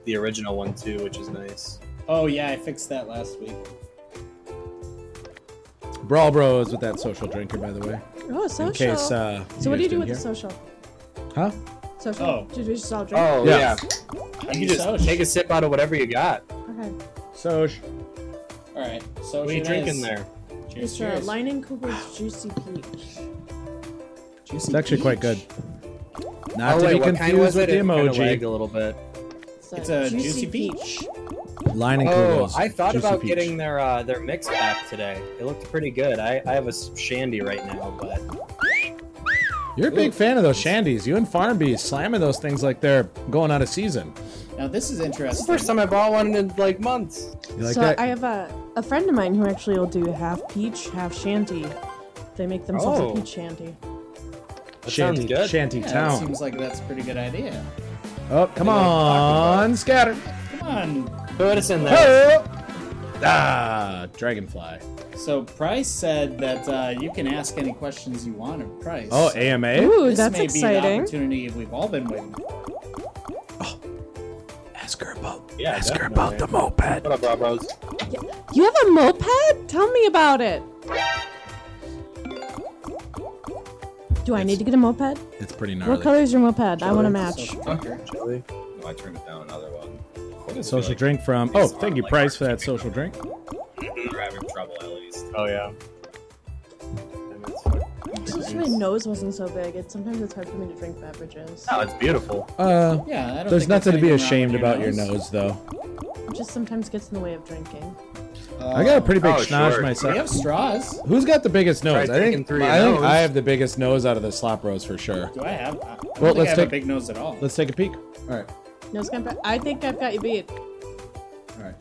[SPEAKER 4] the original one too, which is nice.
[SPEAKER 1] oh yeah, I fixed that last week.
[SPEAKER 3] Brawl Bros with that social drinker, by the way.
[SPEAKER 2] Oh, social.
[SPEAKER 3] In case. Uh,
[SPEAKER 2] so what do you
[SPEAKER 3] guys
[SPEAKER 2] do with the
[SPEAKER 3] didn't
[SPEAKER 2] social?
[SPEAKER 3] hear. Huh?
[SPEAKER 2] Social.
[SPEAKER 1] Oh.
[SPEAKER 2] Did we just all drink?
[SPEAKER 4] Oh
[SPEAKER 3] Yeah.
[SPEAKER 4] yeah.
[SPEAKER 1] How do
[SPEAKER 4] You just
[SPEAKER 1] soch?
[SPEAKER 4] take a sip out of whatever you got.
[SPEAKER 1] Oh.
[SPEAKER 2] Okay.
[SPEAKER 3] Soch.
[SPEAKER 1] All right. So
[SPEAKER 4] What are you drinking there?
[SPEAKER 1] Cheers.
[SPEAKER 2] It's uh,
[SPEAKER 1] cheers.
[SPEAKER 2] Lining Cooper's Juicy Peach.
[SPEAKER 1] Juicy
[SPEAKER 3] It's actually quite
[SPEAKER 1] peach.
[SPEAKER 3] good. Not
[SPEAKER 4] oh
[SPEAKER 3] to
[SPEAKER 4] wait,
[SPEAKER 3] be
[SPEAKER 4] what kind
[SPEAKER 3] confused
[SPEAKER 4] was
[SPEAKER 3] with
[SPEAKER 4] it?
[SPEAKER 3] the
[SPEAKER 4] It kinda lagged
[SPEAKER 3] emoji.
[SPEAKER 4] a little bit.
[SPEAKER 1] It's a Juicy
[SPEAKER 3] Line and
[SPEAKER 4] Oh,
[SPEAKER 3] Kudos,
[SPEAKER 4] I thought
[SPEAKER 3] Juicy
[SPEAKER 4] about
[SPEAKER 3] Peach.
[SPEAKER 4] getting their uh, their mix back today. It looked pretty good. I, I have a s- shandy right now, but
[SPEAKER 3] You're a big fan of those shandies. You and Farnby slamming those things like they're going out of season.
[SPEAKER 1] Now this is
[SPEAKER 4] it's
[SPEAKER 1] interesting.
[SPEAKER 4] the first time I bought one in like months.
[SPEAKER 3] You like
[SPEAKER 2] so
[SPEAKER 3] that?
[SPEAKER 2] I have a, a friend of mine who actually will do half peach, half shanty. They make themselves
[SPEAKER 4] Oh.
[SPEAKER 2] a peach shanty.
[SPEAKER 4] That sounds good.
[SPEAKER 3] Shanty
[SPEAKER 1] yeah, it
[SPEAKER 3] town.
[SPEAKER 1] seems like that's a pretty good idea.
[SPEAKER 3] oh, come
[SPEAKER 4] like Taco
[SPEAKER 3] on, scatter.
[SPEAKER 1] Come on.
[SPEAKER 4] Put us in there.
[SPEAKER 3] Oh! Ah, dragonfly.
[SPEAKER 1] So Price said that uh, you can ask any questions you want of Price.
[SPEAKER 3] Oh, AMA.
[SPEAKER 2] Ooh,
[SPEAKER 1] this
[SPEAKER 2] that's
[SPEAKER 1] may be an
[SPEAKER 2] exciting.
[SPEAKER 1] opportunity we've all been waiting. for.
[SPEAKER 3] Ask her about.
[SPEAKER 4] Yeah,
[SPEAKER 3] ask her
[SPEAKER 4] definitely.
[SPEAKER 3] about the moped.
[SPEAKER 4] What up, Rob Rose?
[SPEAKER 2] You have a moped? Tell me about it. Do I need to get a moped?
[SPEAKER 3] It's pretty
[SPEAKER 2] What color
[SPEAKER 3] gnarly.
[SPEAKER 2] is your moped? I want a match.
[SPEAKER 1] So, fucker.
[SPEAKER 4] Jelly.
[SPEAKER 6] No, I turned it down another one.
[SPEAKER 3] Social drink from. Oh, thank you, Price, for that social drink.
[SPEAKER 6] You're having trouble at least.
[SPEAKER 4] Oh yeah. And that's fine.
[SPEAKER 2] I wish my nose wasn't so big. It's sometimes it's hard for me to drink beverages.
[SPEAKER 4] Oh, it's beautiful.
[SPEAKER 3] Uh,
[SPEAKER 1] Yeah, I don't
[SPEAKER 3] there's
[SPEAKER 1] think
[SPEAKER 3] nothing to be
[SPEAKER 1] anything wrong
[SPEAKER 3] ashamed
[SPEAKER 1] with
[SPEAKER 3] about your nose, though.
[SPEAKER 2] It just sometimes gets in the way of drinking.
[SPEAKER 3] I got a pretty big
[SPEAKER 4] Oh,
[SPEAKER 3] schnoz
[SPEAKER 4] sure.
[SPEAKER 1] Uh, We have
[SPEAKER 3] myself.
[SPEAKER 1] straws.
[SPEAKER 3] Who's got the biggest nose?
[SPEAKER 4] Try
[SPEAKER 3] I
[SPEAKER 4] taking
[SPEAKER 3] think
[SPEAKER 4] through your
[SPEAKER 3] I think
[SPEAKER 4] nose.
[SPEAKER 3] I have the biggest nose out of the slop rows for sure.
[SPEAKER 1] Do I have? I don't
[SPEAKER 3] Well,
[SPEAKER 1] think
[SPEAKER 3] let's
[SPEAKER 1] I have
[SPEAKER 3] take-
[SPEAKER 1] a big nose at all.
[SPEAKER 3] Let's take a peek.
[SPEAKER 1] all right,
[SPEAKER 2] Nose compa- I think I've got you beat.
[SPEAKER 1] all right.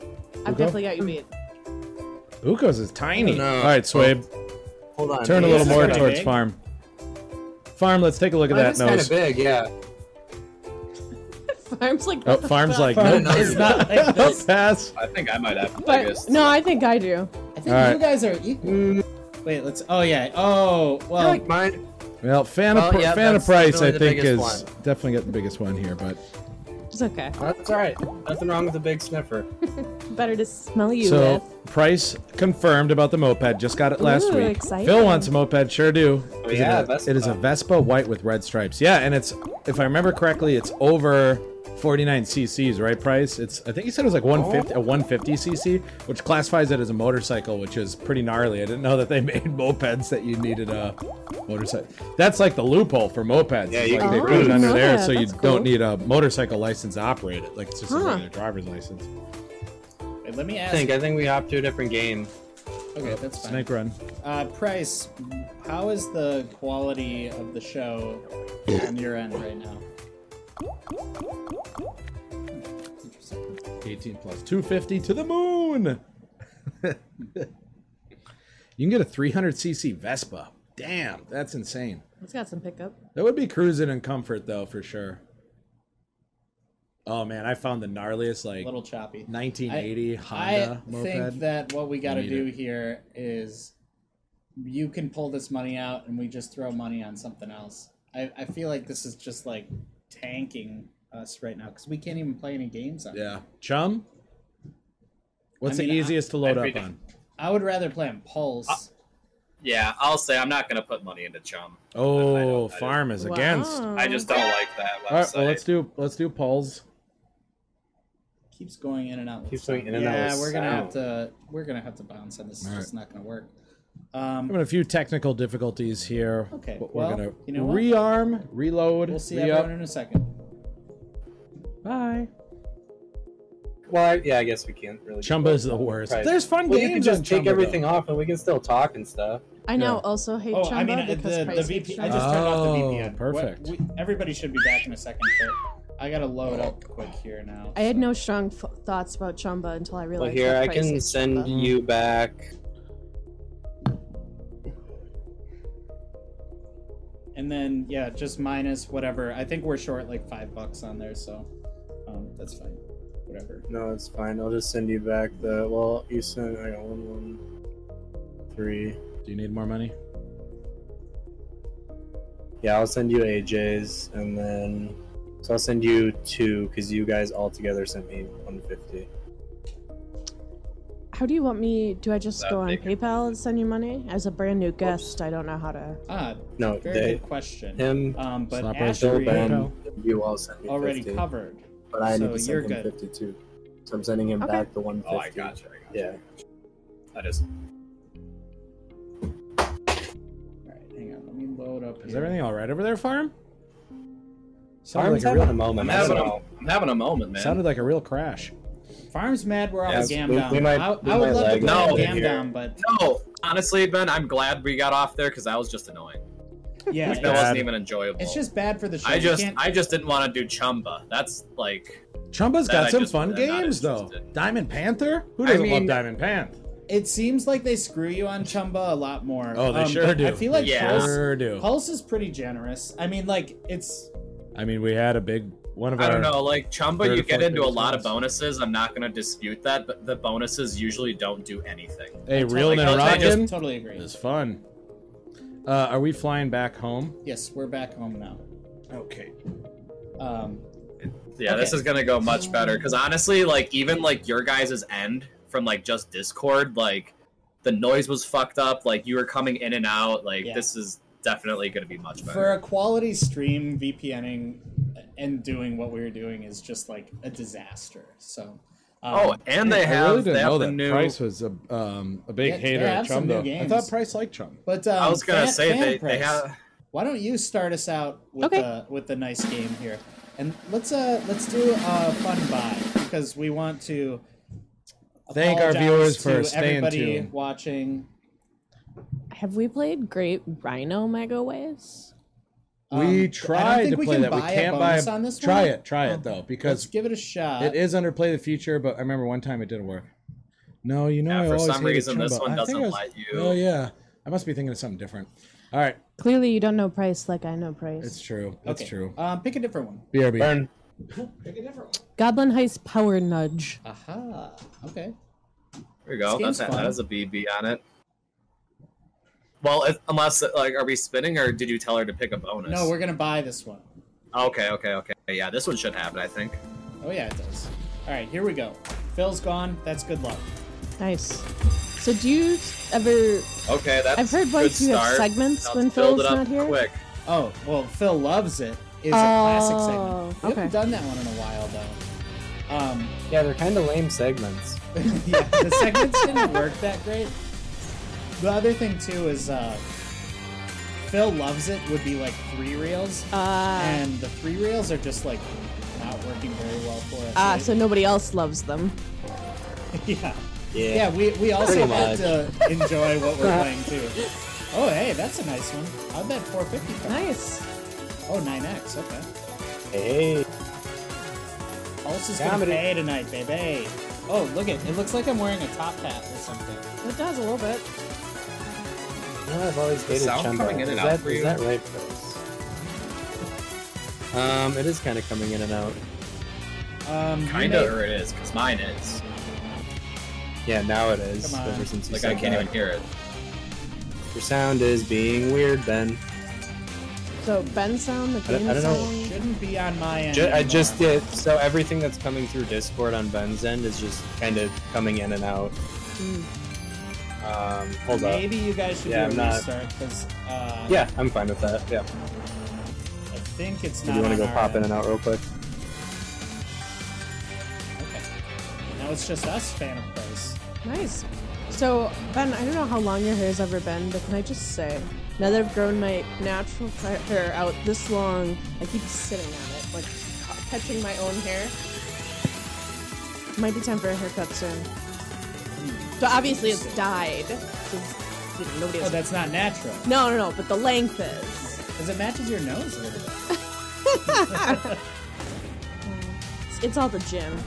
[SPEAKER 2] I've definitely got you beat.
[SPEAKER 3] Buko's is tiny.
[SPEAKER 4] No.
[SPEAKER 3] All right, Swabe,
[SPEAKER 4] Hold on.
[SPEAKER 3] turn a little
[SPEAKER 4] This is
[SPEAKER 3] more
[SPEAKER 1] kinda
[SPEAKER 4] kinda-
[SPEAKER 3] towards
[SPEAKER 1] big.
[SPEAKER 3] farm. Farm, let's take a look at
[SPEAKER 4] Mine
[SPEAKER 3] that
[SPEAKER 4] is kind
[SPEAKER 3] nose.
[SPEAKER 4] of big, yeah.
[SPEAKER 2] Farm's like.
[SPEAKER 3] Oh,
[SPEAKER 2] what the
[SPEAKER 3] farm's
[SPEAKER 2] fuck?
[SPEAKER 3] like
[SPEAKER 1] Farm
[SPEAKER 3] nope.
[SPEAKER 1] is not
[SPEAKER 3] Nope,
[SPEAKER 1] like this.
[SPEAKER 3] pass.
[SPEAKER 6] I think I might have the
[SPEAKER 2] But-
[SPEAKER 6] biggest.
[SPEAKER 2] no, I think I do.
[SPEAKER 1] I think
[SPEAKER 3] Alright. Mm.
[SPEAKER 1] you guys are equal. Wait, let's. Oh yeah. Oh
[SPEAKER 4] I
[SPEAKER 1] well.
[SPEAKER 4] like mine.
[SPEAKER 3] Well, Fanta,
[SPEAKER 4] Well,
[SPEAKER 3] Pri-
[SPEAKER 4] yeah,
[SPEAKER 3] Fanta
[SPEAKER 4] that's
[SPEAKER 3] Price,
[SPEAKER 4] definitely
[SPEAKER 3] I
[SPEAKER 4] the
[SPEAKER 3] think, is
[SPEAKER 4] biggest
[SPEAKER 3] definitely got the biggest one here. But
[SPEAKER 2] It's okay.
[SPEAKER 4] That's all right. Nothing wrong with a big sniffer.
[SPEAKER 2] Better to smell you
[SPEAKER 3] so
[SPEAKER 2] with.
[SPEAKER 3] Price confirmed about the moped. Just got it last
[SPEAKER 2] Ooh,
[SPEAKER 3] week.
[SPEAKER 2] exciting.
[SPEAKER 3] Phil wants a moped. Sure do.
[SPEAKER 4] Oh,
[SPEAKER 3] Is
[SPEAKER 4] yeah,
[SPEAKER 3] it, a,
[SPEAKER 4] Vespa.
[SPEAKER 3] it is a Vespa white with red stripes. Yeah, and it's if I remember correctly, it's over 49 cc's, right? Price. It's I think he said it was like 150 a 150 cc, which classifies it as a motorcycle, which is pretty gnarly. I didn't know that they made mopeds that you needed a motorcycle. That's like the loophole for mopeds.
[SPEAKER 4] Yeah,
[SPEAKER 3] It's
[SPEAKER 4] you
[SPEAKER 3] like
[SPEAKER 4] can
[SPEAKER 3] they
[SPEAKER 4] Oh,
[SPEAKER 3] put it
[SPEAKER 4] I
[SPEAKER 3] under
[SPEAKER 2] know
[SPEAKER 3] there,
[SPEAKER 2] that.
[SPEAKER 3] so you
[SPEAKER 2] That's cool.
[SPEAKER 3] don't need a motorcycle license to operate it. Like it's just a
[SPEAKER 2] Huh.
[SPEAKER 3] regular driver's license.
[SPEAKER 1] Wait, let me
[SPEAKER 4] I
[SPEAKER 1] ask.
[SPEAKER 4] think I think we hopped to a different game.
[SPEAKER 1] okay, that's fine.
[SPEAKER 3] Snake run.
[SPEAKER 1] Uh, Price, how is the quality of the show on your end right now?
[SPEAKER 3] 18 plus 250 to the moon. you can get a 300cc Vespa. Damn, that's insane.
[SPEAKER 2] It's got some pickup.
[SPEAKER 3] That would be cruising in comfort, though, for sure. Oh man, I found the gnarliest like
[SPEAKER 1] A little choppy.
[SPEAKER 3] 1980
[SPEAKER 1] I
[SPEAKER 3] Honda
[SPEAKER 1] think
[SPEAKER 3] moped.
[SPEAKER 1] that what we got to
[SPEAKER 3] Need
[SPEAKER 1] do here is you can pull this money out and we just throw money on something else. I, I feel like this is just like tanking us right now because we can't even play any games on it.
[SPEAKER 3] yeah, chum. What's
[SPEAKER 1] I
[SPEAKER 3] the
[SPEAKER 1] mean, I-
[SPEAKER 3] easiest to load
[SPEAKER 6] every
[SPEAKER 3] up
[SPEAKER 6] day.
[SPEAKER 3] on?
[SPEAKER 1] I would rather play on Pulse.
[SPEAKER 3] Ah.
[SPEAKER 6] Yeah, I'll say I'm not gonna put money into Chum. I
[SPEAKER 3] Oh,
[SPEAKER 6] don't- I
[SPEAKER 3] farm is
[SPEAKER 1] uh,
[SPEAKER 3] against. All
[SPEAKER 2] Wow.
[SPEAKER 6] I just don't like that website.
[SPEAKER 3] right, well let's do let's do polls.
[SPEAKER 1] keeps going in and out. with
[SPEAKER 4] Keeps going
[SPEAKER 1] sound.
[SPEAKER 4] in and out
[SPEAKER 1] Yeah,
[SPEAKER 4] with
[SPEAKER 1] we're gonna have
[SPEAKER 4] sound.
[SPEAKER 1] to we're gonna have to bounce on this. It's
[SPEAKER 3] All
[SPEAKER 1] just not gonna work.
[SPEAKER 3] I'm
[SPEAKER 1] Um,
[SPEAKER 3] having a few technical difficulties here.
[SPEAKER 1] Okay,
[SPEAKER 3] but
[SPEAKER 1] well,
[SPEAKER 3] we're gonna
[SPEAKER 1] you know what?
[SPEAKER 3] rearm, reload.
[SPEAKER 1] we'll see
[SPEAKER 3] re-up.
[SPEAKER 1] everyone in a second.
[SPEAKER 3] Bye.
[SPEAKER 4] Well, I, yeah, I guess we can't really. do
[SPEAKER 3] Chumba's the worst.
[SPEAKER 4] Right.
[SPEAKER 3] There's fun
[SPEAKER 4] Well, you
[SPEAKER 3] games
[SPEAKER 4] can just
[SPEAKER 3] on
[SPEAKER 4] take
[SPEAKER 3] Chumba,
[SPEAKER 4] everything
[SPEAKER 3] though.
[SPEAKER 4] off, and we can still talk and stuff.
[SPEAKER 2] I know.
[SPEAKER 3] Yeah.
[SPEAKER 2] Also hate
[SPEAKER 1] Oh,
[SPEAKER 2] Chumba
[SPEAKER 1] I mean
[SPEAKER 2] because
[SPEAKER 1] the, the
[SPEAKER 2] Price hates
[SPEAKER 1] VP. I
[SPEAKER 2] Chumba.
[SPEAKER 1] just turned off
[SPEAKER 3] Oh,
[SPEAKER 1] the VPN. What-
[SPEAKER 3] perfect.
[SPEAKER 1] we- everybody should be back in a second, but I gotta load up quick here now.
[SPEAKER 2] I had
[SPEAKER 1] so-
[SPEAKER 2] no strong f- thoughts about Chumba until I
[SPEAKER 4] Well,
[SPEAKER 2] realized.
[SPEAKER 4] here
[SPEAKER 2] that
[SPEAKER 4] I
[SPEAKER 2] Price
[SPEAKER 4] can
[SPEAKER 2] hates
[SPEAKER 4] send
[SPEAKER 2] Chumba.
[SPEAKER 4] you back.
[SPEAKER 1] And then yeah, just minus whatever. I think we're short like five bucks on there, so um, that's fine. Whatever.
[SPEAKER 4] No, it's fine. I'll just send you back the. Well, you sent. I got one, one, three.
[SPEAKER 3] Do you need more money?
[SPEAKER 4] Yeah, I'll send you AJ's, and then so I'll send you two because you guys all together sent me 150.
[SPEAKER 2] How do you want me? Do I just
[SPEAKER 6] That
[SPEAKER 2] go on
[SPEAKER 6] big.
[SPEAKER 2] PayPal and send you money? As a brand new guest, I don't know how to.
[SPEAKER 1] Ah,
[SPEAKER 4] No,
[SPEAKER 1] very
[SPEAKER 4] they,
[SPEAKER 1] good question.
[SPEAKER 4] him,
[SPEAKER 1] Um, but
[SPEAKER 3] Slap right
[SPEAKER 1] Ashley
[SPEAKER 4] Bill,
[SPEAKER 3] PayPal.
[SPEAKER 4] Ben, you all sent me
[SPEAKER 1] already
[SPEAKER 4] 50,
[SPEAKER 1] covered.
[SPEAKER 4] but
[SPEAKER 1] so
[SPEAKER 4] I need to
[SPEAKER 1] you're
[SPEAKER 4] send him
[SPEAKER 1] good.
[SPEAKER 4] 52. So I'm sending him
[SPEAKER 2] Okay.
[SPEAKER 4] back the 150.
[SPEAKER 6] Oh, I gotcha. I gotcha.
[SPEAKER 4] Yeah.
[SPEAKER 6] I just
[SPEAKER 1] All right, hang on. Let me load up.
[SPEAKER 3] Is
[SPEAKER 1] here.
[SPEAKER 3] everything all right over there, Farm? Sounded
[SPEAKER 4] Farm's
[SPEAKER 3] like a
[SPEAKER 4] having a
[SPEAKER 3] real,
[SPEAKER 4] moment.
[SPEAKER 6] I'm
[SPEAKER 4] I don't
[SPEAKER 6] having a,
[SPEAKER 4] know.
[SPEAKER 6] I'm having a moment, man.
[SPEAKER 3] sounded like a real crash.
[SPEAKER 1] Farm's mad we're off
[SPEAKER 4] Yes,
[SPEAKER 1] the gam
[SPEAKER 4] we-
[SPEAKER 1] down.
[SPEAKER 4] we might-
[SPEAKER 1] I,
[SPEAKER 4] we
[SPEAKER 1] I would
[SPEAKER 4] might
[SPEAKER 1] love to
[SPEAKER 4] lag
[SPEAKER 1] play
[SPEAKER 6] out
[SPEAKER 1] no,
[SPEAKER 6] a
[SPEAKER 4] bit
[SPEAKER 1] gam
[SPEAKER 4] here.
[SPEAKER 1] down, but
[SPEAKER 6] no, honestly, Ben, I'm glad we got off there because that was just annoying.
[SPEAKER 1] yeah,
[SPEAKER 6] That
[SPEAKER 1] it's,
[SPEAKER 3] bad.
[SPEAKER 6] wasn't even enjoyable.
[SPEAKER 1] it's just bad for the show.
[SPEAKER 6] I
[SPEAKER 1] We
[SPEAKER 6] just
[SPEAKER 1] can't-
[SPEAKER 6] I just didn't want to do Chumba. That's like
[SPEAKER 3] Chumba's
[SPEAKER 6] That
[SPEAKER 3] got
[SPEAKER 6] I
[SPEAKER 3] some
[SPEAKER 6] just-
[SPEAKER 3] fun
[SPEAKER 6] I'm not
[SPEAKER 3] games, though.
[SPEAKER 6] interested.
[SPEAKER 3] Diamond Panther? Who
[SPEAKER 6] I
[SPEAKER 3] doesn't
[SPEAKER 6] mean-
[SPEAKER 3] love Diamond Panther?
[SPEAKER 1] it seems like they screw you on Chumba a lot more.
[SPEAKER 3] Oh, they
[SPEAKER 1] Um,
[SPEAKER 3] sure
[SPEAKER 1] but
[SPEAKER 3] do.
[SPEAKER 1] I feel like
[SPEAKER 3] They
[SPEAKER 6] Yeah.
[SPEAKER 1] Pulse,
[SPEAKER 3] sure do.
[SPEAKER 1] Pulse is pretty generous. I mean, like it's
[SPEAKER 3] I mean, we had a big one of
[SPEAKER 6] I
[SPEAKER 3] our.
[SPEAKER 6] don't know, like Chumba,
[SPEAKER 3] third
[SPEAKER 6] you
[SPEAKER 3] or
[SPEAKER 6] get
[SPEAKER 3] fourth
[SPEAKER 6] into a
[SPEAKER 3] biggest
[SPEAKER 6] lot of
[SPEAKER 3] ones.
[SPEAKER 6] bonuses. I'm not gonna dispute that, but the bonuses usually don't do anything.
[SPEAKER 3] Hey, real
[SPEAKER 6] like, I
[SPEAKER 3] Narayan
[SPEAKER 6] just-
[SPEAKER 1] totally agree.
[SPEAKER 3] is fun. Uh, are we flying back home?
[SPEAKER 1] Yes, we're back home now.
[SPEAKER 3] Okay.
[SPEAKER 1] Um,
[SPEAKER 6] Yeah, this
[SPEAKER 1] Okay.
[SPEAKER 6] is gonna go much better because honestly, like even like your guys' end from like just Discord, like the noise was fucked up. Like you were coming in and out. Like
[SPEAKER 1] Yeah.
[SPEAKER 6] this is definitely gonna be much
[SPEAKER 1] for
[SPEAKER 6] better.
[SPEAKER 1] a quality stream, VPNing and doing what we were doing is just like a disaster. So um,
[SPEAKER 6] Oh, and they
[SPEAKER 3] I
[SPEAKER 6] have
[SPEAKER 3] really
[SPEAKER 6] they
[SPEAKER 3] didn't
[SPEAKER 6] have
[SPEAKER 3] know
[SPEAKER 6] the
[SPEAKER 3] that
[SPEAKER 6] new.
[SPEAKER 3] Price was a um, a big
[SPEAKER 1] Yeah, they
[SPEAKER 3] hater of
[SPEAKER 1] have some
[SPEAKER 3] Chum
[SPEAKER 1] new
[SPEAKER 3] though. I
[SPEAKER 1] games.
[SPEAKER 3] thought Price liked Chum.
[SPEAKER 1] But um,
[SPEAKER 6] I was gonna
[SPEAKER 1] fan-
[SPEAKER 6] say
[SPEAKER 1] fan
[SPEAKER 6] they, they
[SPEAKER 1] price.
[SPEAKER 6] have.
[SPEAKER 1] Why don't you start us out with
[SPEAKER 2] Okay.
[SPEAKER 1] the with the nice game here, and let's uh let's do a fun buy because we want to
[SPEAKER 3] Thank our
[SPEAKER 1] apologize
[SPEAKER 3] viewers for
[SPEAKER 1] to
[SPEAKER 3] staying
[SPEAKER 1] everybody
[SPEAKER 3] tuned.
[SPEAKER 1] watching.
[SPEAKER 2] Have we played Great Rhino Mega Ways?
[SPEAKER 1] Um, I
[SPEAKER 3] we
[SPEAKER 1] don't
[SPEAKER 3] tried
[SPEAKER 1] think
[SPEAKER 3] to
[SPEAKER 1] we
[SPEAKER 3] play
[SPEAKER 1] can
[SPEAKER 3] that. We
[SPEAKER 1] buy a
[SPEAKER 3] can't buy.
[SPEAKER 1] bonus on this
[SPEAKER 3] try
[SPEAKER 1] one?
[SPEAKER 3] it. Try it though,
[SPEAKER 1] Let's
[SPEAKER 3] because
[SPEAKER 1] give it a shot.
[SPEAKER 3] it is under Play the Future. But I remember one time it didn't work. No, you know
[SPEAKER 6] Yeah,
[SPEAKER 3] I
[SPEAKER 6] for
[SPEAKER 3] always
[SPEAKER 6] some
[SPEAKER 3] hated
[SPEAKER 6] reason, this
[SPEAKER 3] Chumbo.
[SPEAKER 6] one
[SPEAKER 3] I think I
[SPEAKER 6] doesn't
[SPEAKER 3] was-
[SPEAKER 6] let you.
[SPEAKER 3] Oh yeah, I must be thinking of something different. All right,
[SPEAKER 2] Clearly, you don't know price like I know price.
[SPEAKER 3] it's true. It's
[SPEAKER 1] okay.
[SPEAKER 3] true.
[SPEAKER 1] Um, pick a different one.
[SPEAKER 3] BRB.
[SPEAKER 4] Burn.
[SPEAKER 1] Pick a different
[SPEAKER 2] Goblin Heist Power Nudge.
[SPEAKER 1] one. Aha. Okay.
[SPEAKER 6] There we go.
[SPEAKER 1] This game's
[SPEAKER 6] That's, that
[SPEAKER 1] fun.
[SPEAKER 6] has a BB on it. Well, if, unless uh, like, are we spinning or did you tell her to pick a bonus?
[SPEAKER 1] No, we're gonna buy this one.
[SPEAKER 6] Okay, okay, okay. Yeah, this one should happen. I think.
[SPEAKER 1] Oh yeah, it does. All right, here we go. Phil's gone. That's good luck.
[SPEAKER 2] Nice. So, do you ever?
[SPEAKER 6] Okay, that's.
[SPEAKER 2] I've heard
[SPEAKER 6] good
[SPEAKER 2] once you have
[SPEAKER 6] start.
[SPEAKER 2] segments
[SPEAKER 6] Now
[SPEAKER 2] when
[SPEAKER 6] let's build
[SPEAKER 2] Phil's
[SPEAKER 6] it up
[SPEAKER 2] not here.
[SPEAKER 6] Quick.
[SPEAKER 1] Oh well, Phil loves it. Is a classic
[SPEAKER 2] Oh,
[SPEAKER 1] segment. We
[SPEAKER 2] okay.
[SPEAKER 1] haven't done that one in a while though. Um,
[SPEAKER 4] Yeah, they're kind of lame segments.
[SPEAKER 1] yeah, the segments didn't work that great. The other thing too is uh, Phil loves it would be like three reels,
[SPEAKER 2] Uh,
[SPEAKER 1] and the three reels are just like not working very well for us.
[SPEAKER 2] ah,
[SPEAKER 1] right?
[SPEAKER 2] so nobody else loves them.
[SPEAKER 1] yeah,
[SPEAKER 4] Yeah.
[SPEAKER 1] yeah. We we also
[SPEAKER 4] Pretty
[SPEAKER 1] had
[SPEAKER 4] much.
[SPEAKER 1] to enjoy what we're playing too. Oh hey, that's a nice one. How'd that 450 come?
[SPEAKER 2] Nice.
[SPEAKER 1] Oh 9x. Okay.
[SPEAKER 4] Hey.
[SPEAKER 1] Pulse is gonna
[SPEAKER 4] Comedy.
[SPEAKER 1] pay tonight, baby. Oh, look at it looks like I'm wearing a top hat or something.
[SPEAKER 2] It does a little bit.
[SPEAKER 4] You know, I've always hated
[SPEAKER 6] sound
[SPEAKER 4] Chumbo.
[SPEAKER 6] coming in and
[SPEAKER 4] is
[SPEAKER 6] out
[SPEAKER 4] that,
[SPEAKER 6] for
[SPEAKER 4] is
[SPEAKER 6] you.
[SPEAKER 4] that right, Chris? Um, it is kind of coming in and out.
[SPEAKER 1] Um, you
[SPEAKER 6] Kinda,
[SPEAKER 1] may-
[SPEAKER 6] or it is, because mine is.
[SPEAKER 4] Yeah, now it is.
[SPEAKER 1] Come on.
[SPEAKER 4] Ever since you
[SPEAKER 6] Like
[SPEAKER 4] said
[SPEAKER 6] I can't
[SPEAKER 4] that.
[SPEAKER 6] even hear it.
[SPEAKER 4] Your sound is being weird, Ben.
[SPEAKER 2] So Ben sound, the
[SPEAKER 4] I don't-
[SPEAKER 2] game
[SPEAKER 4] I don't know.
[SPEAKER 2] sound.
[SPEAKER 1] Shouldn't be on my end.
[SPEAKER 4] Ju- I
[SPEAKER 1] anymore.
[SPEAKER 4] just did. So everything that's coming through Discord on Ben's end is just kind of coming in and out.
[SPEAKER 2] Mm.
[SPEAKER 4] Um, hold up.
[SPEAKER 1] Hmm. Maybe you guys should
[SPEAKER 4] Yeah,
[SPEAKER 1] do
[SPEAKER 4] I'm
[SPEAKER 1] a
[SPEAKER 4] not-
[SPEAKER 1] restart because uh,
[SPEAKER 4] Yeah, I'm fine with that. Yeah.
[SPEAKER 1] I think it's
[SPEAKER 4] Do
[SPEAKER 1] not.
[SPEAKER 4] you want to
[SPEAKER 1] on
[SPEAKER 4] go
[SPEAKER 1] our
[SPEAKER 4] pop in
[SPEAKER 1] end.
[SPEAKER 4] and out real quick?
[SPEAKER 1] Okay. Now it's just us, Phantom Price.
[SPEAKER 2] Nice. So Ben, I don't know how long your hair's ever been, but can I just say, now that I've grown my natural fri- hair out this long, I keep sitting on it, like ca- catching my own hair. Might be time for a haircut soon. So obviously it's dyed. Since, you know, nobody
[SPEAKER 1] Oh,
[SPEAKER 2] has-
[SPEAKER 1] that's not natural
[SPEAKER 2] no, no, no. But the length is.
[SPEAKER 1] because it matches your nose a little bit.
[SPEAKER 2] It's, it's all the gym.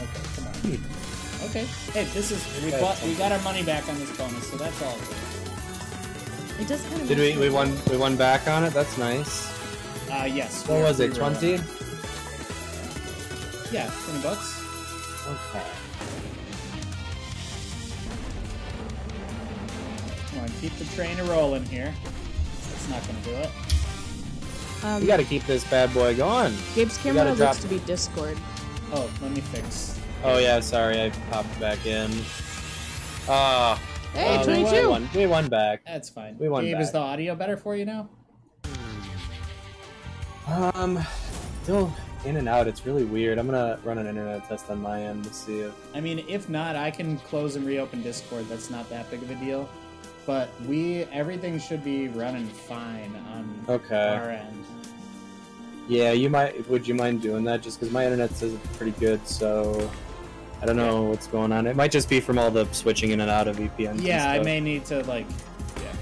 [SPEAKER 1] Okay, come on. Okay. Hey, this is we bought, we got our money back on this bonus, so that's all. Good.
[SPEAKER 2] It does kind of.
[SPEAKER 4] Did we? We won. We won back on it. That's nice.
[SPEAKER 1] Uh, yes.
[SPEAKER 4] What
[SPEAKER 1] we're-
[SPEAKER 4] was it?
[SPEAKER 1] we were right.
[SPEAKER 4] Twenty.
[SPEAKER 1] Yeah, twenty bucks.
[SPEAKER 4] Okay.
[SPEAKER 1] Come on, keep the train a rolling here. It's not gonna do it.
[SPEAKER 2] Um,
[SPEAKER 4] We got to keep this bad boy going.
[SPEAKER 2] Gabe's
[SPEAKER 4] gotta
[SPEAKER 2] camera
[SPEAKER 4] drop-
[SPEAKER 2] looks to be Discord.
[SPEAKER 1] Oh, let me fix.
[SPEAKER 4] Oh yeah, sorry, I popped back in. Ah.
[SPEAKER 2] Hey,
[SPEAKER 4] uh, we won-
[SPEAKER 2] 22.
[SPEAKER 4] won- We won back.
[SPEAKER 1] That's fine.
[SPEAKER 4] We won
[SPEAKER 1] Gabe, is
[SPEAKER 4] back.
[SPEAKER 1] the audio better for you now?
[SPEAKER 4] Um, still in and out. It's really weird. I'm gonna run an internet test on my end to see if.
[SPEAKER 1] I mean, if not, I can close and reopen Discord. That's not that big of a deal. But we everything should be running fine on
[SPEAKER 4] Okay.
[SPEAKER 1] our end.
[SPEAKER 4] Yeah, you might. Would you mind doing that? Just because my internet says it's pretty good, so I don't know what's going on. It might just be from all the switching in and out of VPN.
[SPEAKER 1] Yeah, I may need to like. Yeah.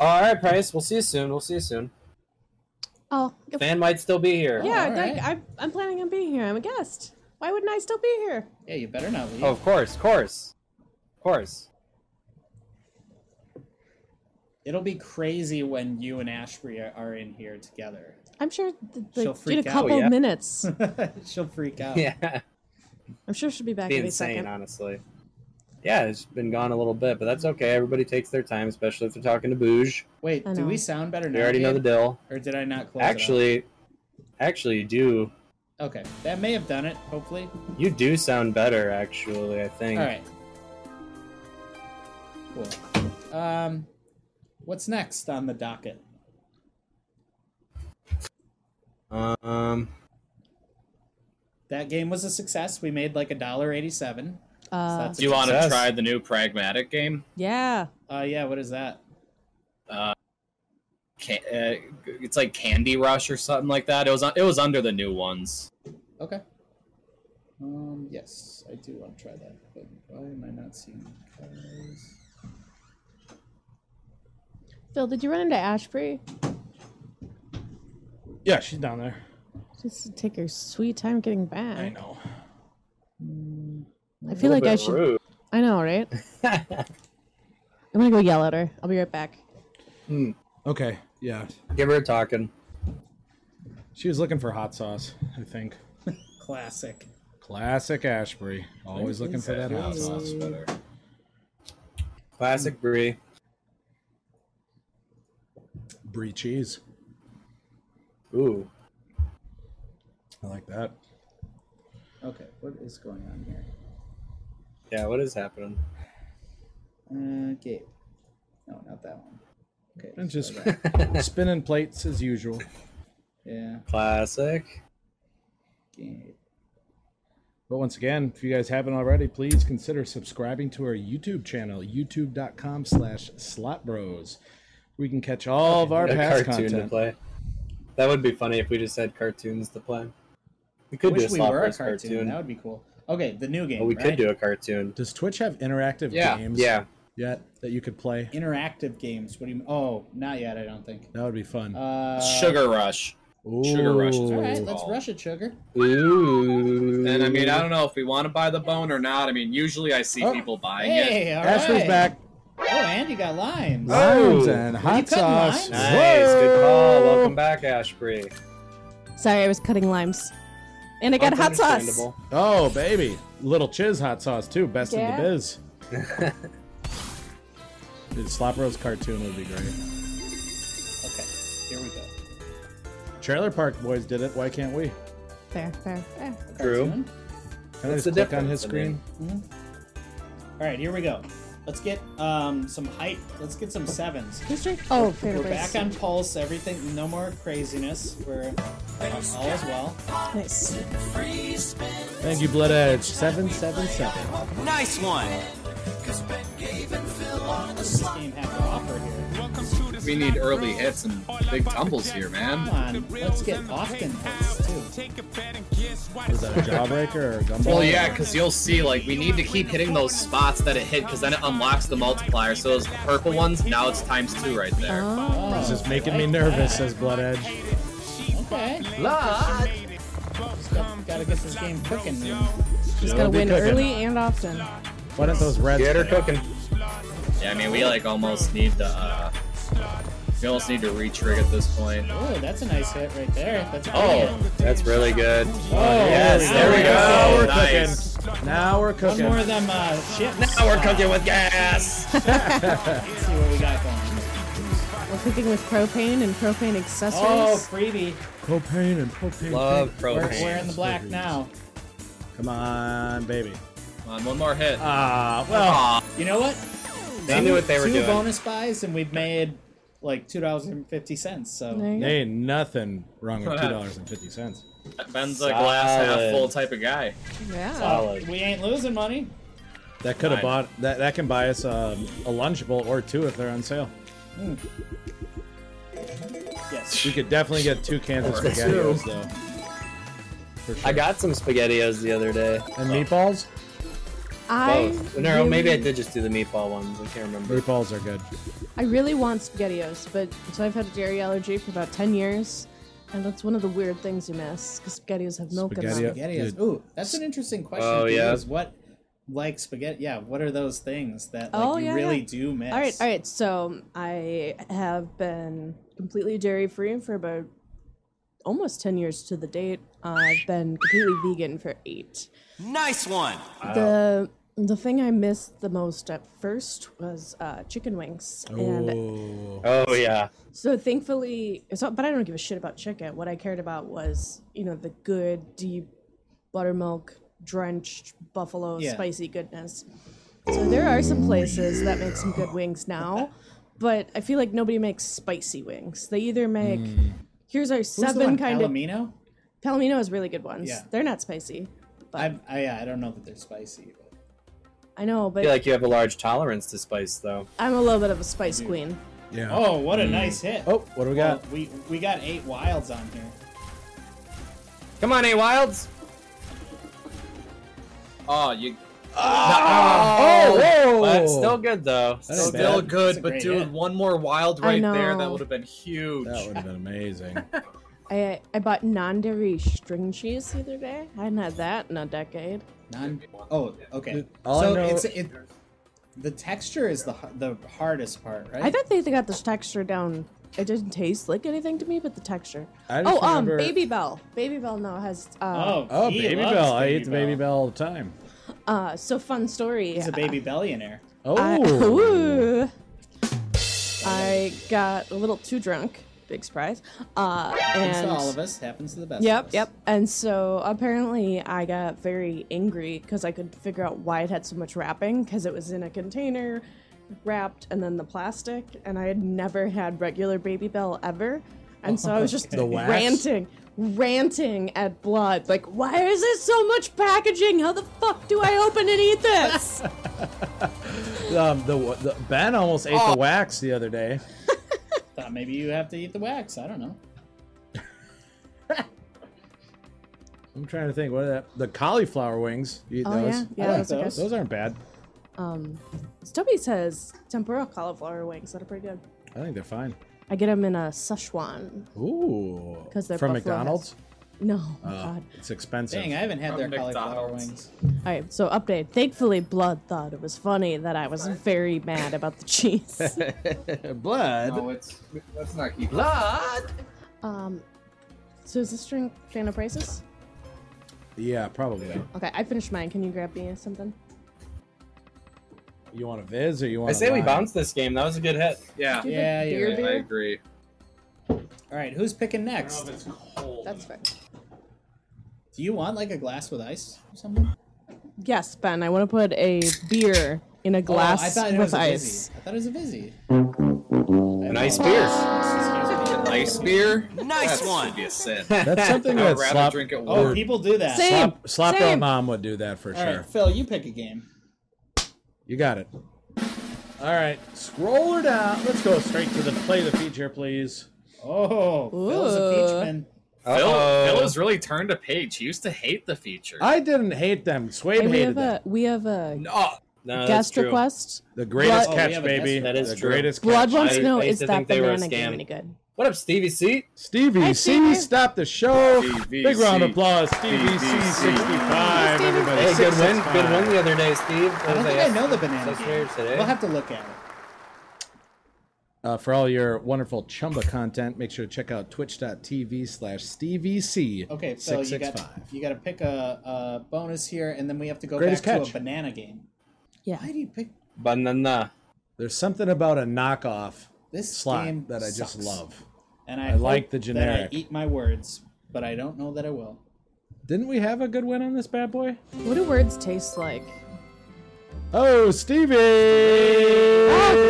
[SPEAKER 4] all right, Price. We'll see you soon. We'll see you soon.
[SPEAKER 2] Oh,
[SPEAKER 4] Fan might still be here.
[SPEAKER 2] yeah.
[SPEAKER 1] all right.
[SPEAKER 2] I, I, I'm planning on being here. I'm a guest. Why wouldn't I still be here?
[SPEAKER 1] Yeah, you better not leave.
[SPEAKER 4] Oh, of course, of course, of course.
[SPEAKER 1] It'll be crazy when you and Ashbury are- are in here together.
[SPEAKER 2] I'm sure th-
[SPEAKER 1] She'll
[SPEAKER 2] like, in a
[SPEAKER 1] freak out.
[SPEAKER 2] couple
[SPEAKER 4] Oh, yeah.
[SPEAKER 2] minutes.
[SPEAKER 1] She'll freak out.
[SPEAKER 4] Yeah.
[SPEAKER 2] I'm sure she'll be back
[SPEAKER 4] be
[SPEAKER 2] any
[SPEAKER 4] insane,
[SPEAKER 2] second.
[SPEAKER 4] honestly. Yeah, it's been gone a little bit, but that's okay. Everybody takes their time, especially if they're talking to Booge.
[SPEAKER 1] Wait,
[SPEAKER 2] I
[SPEAKER 1] do
[SPEAKER 2] know.
[SPEAKER 1] we sound better now?
[SPEAKER 4] We already know the
[SPEAKER 1] Gabe?
[SPEAKER 4] deal.
[SPEAKER 1] Or did I not close? it up?
[SPEAKER 4] Actually, actually, you do.
[SPEAKER 1] okay, that may have done it. Hopefully,
[SPEAKER 4] You do sound better, actually. I think.
[SPEAKER 1] all right. Cool. Um, what's next on the docket?
[SPEAKER 4] Um,
[SPEAKER 1] That game was a success. We made like a dollar eighty-seven. so
[SPEAKER 2] Uh,
[SPEAKER 1] that's a
[SPEAKER 6] Do you want to
[SPEAKER 4] Success.
[SPEAKER 6] try the new pragmatic game?
[SPEAKER 2] yeah.
[SPEAKER 1] Uh, yeah, what is that?
[SPEAKER 6] Can- uh, it's like Candy Rush or something like that. It was it was under the new ones.
[SPEAKER 1] Okay. Um, yes, I do want to try that, but why am I not seeing colors?
[SPEAKER 2] Phil, did you run into Ashbury?
[SPEAKER 3] Yeah, she's down there.
[SPEAKER 2] Just take your sweet time getting back.
[SPEAKER 3] I know.
[SPEAKER 2] I feel like I
[SPEAKER 4] bit
[SPEAKER 2] should.
[SPEAKER 4] rude.
[SPEAKER 2] I know, right? I'm gonna go yell at her. I'll be right back.
[SPEAKER 3] Okay, yeah.
[SPEAKER 4] Give her a talking.
[SPEAKER 3] She was looking for hot sauce, I think.
[SPEAKER 1] Classic.
[SPEAKER 3] Classic Ashbury. Always looking for that hot sauce.
[SPEAKER 6] better.
[SPEAKER 4] Classic Brie.
[SPEAKER 3] Brie cheese.
[SPEAKER 4] Ooh.
[SPEAKER 3] I like that.
[SPEAKER 1] Okay, what is going on here?
[SPEAKER 4] Yeah, what is happening?
[SPEAKER 1] Uh, Gabe. No, not that one. Okay.
[SPEAKER 3] And
[SPEAKER 1] let's
[SPEAKER 3] just
[SPEAKER 1] go back.
[SPEAKER 3] spinning plates as usual.
[SPEAKER 1] yeah,
[SPEAKER 4] Classic.
[SPEAKER 1] Gabe.
[SPEAKER 3] But once again, if you guys haven't already, please consider subscribing to our YouTube channel, youtube.com slash slotbros. We can catch all of our
[SPEAKER 4] a
[SPEAKER 3] past
[SPEAKER 4] cartoon to
[SPEAKER 3] content.
[SPEAKER 4] play. That would be funny if we just had cartoons to play. We could do a
[SPEAKER 1] Wish we
[SPEAKER 4] slot
[SPEAKER 1] were a
[SPEAKER 4] Bros
[SPEAKER 1] cartoon. That would be cool. Okay, the new game.
[SPEAKER 4] Well, we
[SPEAKER 1] right?
[SPEAKER 4] could do a cartoon.
[SPEAKER 3] Does Twitch have interactive
[SPEAKER 6] Yeah,
[SPEAKER 3] games
[SPEAKER 4] Yeah.
[SPEAKER 3] yet that you could play?
[SPEAKER 1] interactive games. What do you? mean? Oh, not yet. I don't think.
[SPEAKER 3] That would be fun.
[SPEAKER 1] Uh,
[SPEAKER 6] Sugar Rush. Sugar Rush is
[SPEAKER 3] Ooh.
[SPEAKER 1] All right, let's
[SPEAKER 6] Oh.
[SPEAKER 1] rush it, sugar.
[SPEAKER 4] Ooh.
[SPEAKER 6] And I mean, I don't know if we want to buy the bone or not. I mean, usually I see
[SPEAKER 3] Oh.
[SPEAKER 6] people buying it.
[SPEAKER 1] Hey, all right.
[SPEAKER 3] Ashley's back.
[SPEAKER 1] Oh, and you got
[SPEAKER 6] Oh.
[SPEAKER 1] limes.
[SPEAKER 3] Limes and
[SPEAKER 1] you
[SPEAKER 3] hot
[SPEAKER 1] cutting
[SPEAKER 3] sauce.
[SPEAKER 1] limes?
[SPEAKER 4] Nice. Good call. Welcome back, Ashbury.
[SPEAKER 2] Sorry, I was cutting limes, and I got hot sauce.
[SPEAKER 4] Understandable.
[SPEAKER 3] Oh, baby. Little Chiz hot sauce, too. Best in
[SPEAKER 2] Yeah.
[SPEAKER 3] the biz. Dude, Slop Rose cartoon would be great.
[SPEAKER 1] Okay, here we go.
[SPEAKER 3] Trailer Park Boys did it. Why can't we?
[SPEAKER 2] Fair, fair, fair.
[SPEAKER 4] True.
[SPEAKER 1] Cartoon.
[SPEAKER 3] Can I
[SPEAKER 4] What's
[SPEAKER 3] just
[SPEAKER 4] the
[SPEAKER 3] click on his
[SPEAKER 4] difference? I mean-
[SPEAKER 3] screen?
[SPEAKER 1] All right, here we go. Let's get um, some hype. Let's get some sevens.
[SPEAKER 2] Who's drink? Oh,
[SPEAKER 1] We're
[SPEAKER 2] favorite
[SPEAKER 1] back on pulse. Everything, no more craziness. We're um, all as well.
[SPEAKER 2] Nice.
[SPEAKER 3] Thank you, Blood Edge. 777.
[SPEAKER 1] This game has to offer here.
[SPEAKER 6] We need early hits and big tumbles here, man.
[SPEAKER 1] Come on, let's get often hits too.
[SPEAKER 3] Is that a jawbreaker or a gumball?
[SPEAKER 6] Well, yeah, because you'll see, like, we need to keep hitting those spots that it hit, because then it unlocks the multiplier. So those purple ones, now it's times two right there.
[SPEAKER 2] Oh,
[SPEAKER 1] Oh,
[SPEAKER 3] This is making
[SPEAKER 1] I
[SPEAKER 3] me
[SPEAKER 1] like
[SPEAKER 3] nervous,
[SPEAKER 1] that.
[SPEAKER 3] says Blood Edge.
[SPEAKER 1] Okay, gotta get this game cooking. man.
[SPEAKER 2] just
[SPEAKER 3] It'll
[SPEAKER 2] gotta
[SPEAKER 3] be
[SPEAKER 2] win
[SPEAKER 3] cooking.
[SPEAKER 2] early and often.
[SPEAKER 3] Why don't those reds?
[SPEAKER 4] Get her
[SPEAKER 3] play?
[SPEAKER 4] cooking.
[SPEAKER 6] Yeah, I mean, we, like, almost need to, uh, we almost need to re-trig at this point.
[SPEAKER 1] Oh, that's a nice hit right there. That's a
[SPEAKER 6] Oh.
[SPEAKER 1] good hit.
[SPEAKER 4] That's really good.
[SPEAKER 3] Oh,
[SPEAKER 1] yes,
[SPEAKER 4] there we
[SPEAKER 3] Now
[SPEAKER 4] go.
[SPEAKER 3] we're
[SPEAKER 6] Nice.
[SPEAKER 3] cooking. Now we're
[SPEAKER 1] One
[SPEAKER 3] cooking.
[SPEAKER 1] more of them uh, chips.
[SPEAKER 6] Now we're cooking with gas!
[SPEAKER 1] Let's see what we got going.
[SPEAKER 2] We're cooking with propane and propane accessories.
[SPEAKER 1] Oh, freebie.
[SPEAKER 3] propane and propane.
[SPEAKER 4] Love
[SPEAKER 1] We're,
[SPEAKER 4] propane.
[SPEAKER 1] we're in the black now.
[SPEAKER 3] Come on, baby.
[SPEAKER 6] Come on, one more hit.
[SPEAKER 3] Ah, well.
[SPEAKER 1] You know what?
[SPEAKER 4] They knew what they were
[SPEAKER 1] two
[SPEAKER 4] doing.
[SPEAKER 1] bonus buys, and we've made like two dollars and fifty cents. So
[SPEAKER 2] There you go.
[SPEAKER 3] Ain't nothing wrong with two dollars and fifty cents.
[SPEAKER 6] Ben's a glass half full type of guy.
[SPEAKER 2] Yeah.
[SPEAKER 1] Uh,
[SPEAKER 4] Solid.
[SPEAKER 1] we ain't losing money.
[SPEAKER 3] That could have
[SPEAKER 6] Fine.
[SPEAKER 3] bought that. That can buy us um, a lunchable or two if they're on sale.
[SPEAKER 1] Yes.
[SPEAKER 3] We could definitely get two cans of
[SPEAKER 6] Or
[SPEAKER 3] spaghettios though. For sure.
[SPEAKER 4] I got some spaghettios the other day.
[SPEAKER 3] and meatballs.
[SPEAKER 2] I
[SPEAKER 4] Both. No, maybe I
[SPEAKER 2] really-
[SPEAKER 4] did just do the meatball ones. I can't remember.
[SPEAKER 3] Meatballs are good.
[SPEAKER 2] I really want SpaghettiOs, but so I've had a dairy allergy for about ten years, and that's one of the weird things you miss because SpaghettiOs have milk in
[SPEAKER 3] Spaghetti-
[SPEAKER 2] them.
[SPEAKER 1] Spaghettios.
[SPEAKER 3] Dude.
[SPEAKER 1] Ooh, that's an interesting question.
[SPEAKER 4] Oh,
[SPEAKER 1] Pete,
[SPEAKER 4] yeah.
[SPEAKER 1] is What, like spaghetti? Yeah. What are those things that like,
[SPEAKER 2] Oh,
[SPEAKER 1] you
[SPEAKER 2] yeah,
[SPEAKER 1] really
[SPEAKER 2] yeah.
[SPEAKER 1] do miss?
[SPEAKER 2] All right, all right. So I have been completely dairy free for about almost ten years to the date. I've been completely vegan for eight.
[SPEAKER 7] Nice one.
[SPEAKER 2] The the thing I missed the most at first was uh, chicken wings, and
[SPEAKER 3] Ooh.
[SPEAKER 4] Oh yeah.
[SPEAKER 2] so thankfully, so, but I don't give a shit about chicken. What I cared about was you know the good deep buttermilk drenched buffalo
[SPEAKER 1] Yeah.
[SPEAKER 2] spicy goodness. So there are some places that make some good wings now, but I feel like nobody makes spicy wings. They either make Here's our
[SPEAKER 1] Hmm. Who's the
[SPEAKER 2] seven
[SPEAKER 1] one,
[SPEAKER 2] kind of
[SPEAKER 1] Palomino?
[SPEAKER 2] Palomino has really good ones.
[SPEAKER 1] Yeah.
[SPEAKER 2] They're not spicy. But
[SPEAKER 1] I, I I don't know that they're spicy. But
[SPEAKER 2] I know,
[SPEAKER 4] I
[SPEAKER 2] but
[SPEAKER 4] feel like you have a large tolerance to spice, though.
[SPEAKER 2] I'm a little bit of a spice queen.
[SPEAKER 3] Yeah.
[SPEAKER 1] oh, what a nice hit!
[SPEAKER 3] Oh, what do we
[SPEAKER 1] Well,
[SPEAKER 3] got?
[SPEAKER 1] we we got eight wilds on here.
[SPEAKER 4] Come on, A Wilds.
[SPEAKER 6] Oh, you
[SPEAKER 3] Oh, whoa!
[SPEAKER 4] But still good though.
[SPEAKER 3] That's
[SPEAKER 4] Still
[SPEAKER 3] ain't
[SPEAKER 6] still
[SPEAKER 3] bad.
[SPEAKER 1] That's a great
[SPEAKER 6] good, but dude,
[SPEAKER 1] hit.
[SPEAKER 6] one more wild
[SPEAKER 2] I
[SPEAKER 6] right there, that
[SPEAKER 2] know.
[SPEAKER 6] would have been huge.
[SPEAKER 3] That would have been amazing.
[SPEAKER 2] I I bought non-dairy string cheese the other day. I hadn't had that in a decade.
[SPEAKER 1] Non. Oh, okay.
[SPEAKER 3] All I
[SPEAKER 1] so
[SPEAKER 3] know-
[SPEAKER 1] it's it. The texture is the h- the hardest part, right?
[SPEAKER 2] I thought they got this texture down. It didn't taste like anything to me, but the texture.
[SPEAKER 3] I just
[SPEAKER 2] Oh, um,
[SPEAKER 3] remember-
[SPEAKER 2] Baby Bell. Baby Bell now has. Uh,
[SPEAKER 1] Oh,
[SPEAKER 3] Oh,
[SPEAKER 1] he
[SPEAKER 3] baby
[SPEAKER 1] loves
[SPEAKER 3] bell! I ate the baby bell all the time.
[SPEAKER 2] uh so fun story.
[SPEAKER 1] He's Oh. a baby billionaire.
[SPEAKER 3] Oh,
[SPEAKER 2] I, Ooh. I got a little too drunk. Big surprise. Uh, and
[SPEAKER 1] Happens to all of us. Happens to the best.
[SPEAKER 2] Yep,
[SPEAKER 1] of us.
[SPEAKER 2] yep. And so apparently I got very angry because I could figure out why it had so much wrapping because it was in a container, wrapped, and then the plastic. And I had never had regular Baby Bell ever. And so I was just
[SPEAKER 3] The wax?
[SPEAKER 2] ranting, ranting at Blood. Like, why is there so much packaging? How the fuck do I open and eat this?
[SPEAKER 3] Um, the, the Ben almost ate the wax the other day.
[SPEAKER 1] Thought maybe you have to eat the wax. I don't know.
[SPEAKER 3] I'm trying to think. What are that? The cauliflower wings. You eat
[SPEAKER 2] Oh,
[SPEAKER 3] those?
[SPEAKER 2] yeah. Yeah,
[SPEAKER 1] I like
[SPEAKER 2] those are good.
[SPEAKER 1] those.
[SPEAKER 3] Those aren't bad.
[SPEAKER 2] Toby says tempura cauliflower wings that are pretty good.
[SPEAKER 3] I think they're fine.
[SPEAKER 2] I get them in a Szechuan.
[SPEAKER 3] Ooh.
[SPEAKER 2] 'Cause they're
[SPEAKER 3] from
[SPEAKER 2] buffalo
[SPEAKER 3] McDonald's.
[SPEAKER 2] No, my
[SPEAKER 3] Uh,
[SPEAKER 2] God.
[SPEAKER 3] It's expensive.
[SPEAKER 1] Dang, I haven't had
[SPEAKER 6] From
[SPEAKER 1] their cauliflower
[SPEAKER 6] McDonald's.
[SPEAKER 1] wings.
[SPEAKER 2] All right, so update. Thankfully, Blood thought it was funny that I was very mad about the cheese.
[SPEAKER 3] Blood.
[SPEAKER 6] Oh,
[SPEAKER 7] No, it's let's not keep.
[SPEAKER 4] Blood.
[SPEAKER 2] um, so is this drink fan of prices?
[SPEAKER 3] Yeah, probably.
[SPEAKER 2] Okay, I finished mine. Can you grab me something?
[SPEAKER 3] You want a viz or you want?
[SPEAKER 4] I
[SPEAKER 3] a
[SPEAKER 4] say we
[SPEAKER 3] lime?
[SPEAKER 4] bounce this game. That was a good hit.
[SPEAKER 6] Yeah,
[SPEAKER 2] Do you
[SPEAKER 1] Yeah,
[SPEAKER 2] have beer
[SPEAKER 1] you're right.
[SPEAKER 6] I
[SPEAKER 2] beer?
[SPEAKER 6] agree.
[SPEAKER 1] All right, who's picking next?
[SPEAKER 6] It's cold.
[SPEAKER 2] That's fair.
[SPEAKER 1] Do you want like a glass with ice or something? Oh,
[SPEAKER 2] Yes, Ben. I want to put a beer in a glass
[SPEAKER 1] oh, I thought it
[SPEAKER 2] with
[SPEAKER 1] was a
[SPEAKER 2] ice.
[SPEAKER 1] Vizzy. I thought it was a Vizzy.
[SPEAKER 4] An ice beer.
[SPEAKER 1] Excuse me.
[SPEAKER 6] Ice beer? Nice one. Should be a sin.
[SPEAKER 3] That's something
[SPEAKER 6] I
[SPEAKER 3] that
[SPEAKER 6] would rather
[SPEAKER 3] slop,
[SPEAKER 6] drink it
[SPEAKER 1] Oh,
[SPEAKER 6] warm.
[SPEAKER 1] people do that.
[SPEAKER 2] Same.
[SPEAKER 3] slop, slop
[SPEAKER 2] Same.
[SPEAKER 3] mom would do that for
[SPEAKER 1] All
[SPEAKER 3] sure.
[SPEAKER 1] right, Phil, you pick a game.
[SPEAKER 3] You got it. All right, scroll her down. Let's go straight to the play the feature, please.
[SPEAKER 1] Oh, Phil's a
[SPEAKER 2] Ooh.
[SPEAKER 1] peachman.
[SPEAKER 6] Phil,
[SPEAKER 4] Uh-oh.
[SPEAKER 6] Phil has really turned a page. He used to hate the feature.
[SPEAKER 3] I didn't hate them. Swabe
[SPEAKER 2] Hey, we
[SPEAKER 3] hated
[SPEAKER 2] have
[SPEAKER 3] them.
[SPEAKER 2] a we have a
[SPEAKER 6] No.
[SPEAKER 4] No, that's
[SPEAKER 2] guest
[SPEAKER 4] true.
[SPEAKER 2] request.
[SPEAKER 3] The greatest
[SPEAKER 1] Blood- Oh, we
[SPEAKER 3] catch,
[SPEAKER 1] have a
[SPEAKER 3] baby.
[SPEAKER 1] guest-
[SPEAKER 4] That is
[SPEAKER 3] the
[SPEAKER 4] true.
[SPEAKER 3] greatest
[SPEAKER 2] Blood
[SPEAKER 3] catch.
[SPEAKER 2] wants to
[SPEAKER 4] I-
[SPEAKER 2] know
[SPEAKER 4] I
[SPEAKER 2] is
[SPEAKER 4] used to
[SPEAKER 2] that
[SPEAKER 4] think they were a
[SPEAKER 2] banana game
[SPEAKER 4] scam.
[SPEAKER 2] any good?
[SPEAKER 4] What up, Stevie C?
[SPEAKER 3] Stevie
[SPEAKER 2] Hi,
[SPEAKER 3] C,
[SPEAKER 2] Stevie.
[SPEAKER 3] stop the show.
[SPEAKER 6] Stevie
[SPEAKER 3] Big round of
[SPEAKER 6] C.
[SPEAKER 3] applause, Stevie C,
[SPEAKER 6] Stevie C.
[SPEAKER 3] 65. Everybody,
[SPEAKER 4] Hey, good win.
[SPEAKER 3] 665.
[SPEAKER 4] Good win the other day, Steve.
[SPEAKER 1] I don't think I know the banana
[SPEAKER 4] That's
[SPEAKER 1] game.
[SPEAKER 4] weird today.
[SPEAKER 1] We'll have to look at it.
[SPEAKER 3] Uh, for all your wonderful Chumba content, make sure to check out twitch.tv slash Stevie C.
[SPEAKER 1] Okay, Phil, you got
[SPEAKER 3] 665.
[SPEAKER 1] you got to pick a, a bonus here, and then we have to go
[SPEAKER 3] Greatest
[SPEAKER 1] back
[SPEAKER 3] catch.
[SPEAKER 1] to a banana game.
[SPEAKER 2] Yeah.
[SPEAKER 1] Why do you pick
[SPEAKER 4] Banana.
[SPEAKER 3] There's something about a knockoff
[SPEAKER 1] This
[SPEAKER 3] slot
[SPEAKER 1] game
[SPEAKER 3] that I just
[SPEAKER 1] sucks.
[SPEAKER 3] love.
[SPEAKER 1] And I,
[SPEAKER 3] I like
[SPEAKER 1] hope
[SPEAKER 3] the
[SPEAKER 1] that
[SPEAKER 3] generic.
[SPEAKER 1] I eat my words, but I don't know that I will.
[SPEAKER 3] Didn't we have a good win on this bad boy?
[SPEAKER 2] What do words taste like?
[SPEAKER 3] Oh, Stevie!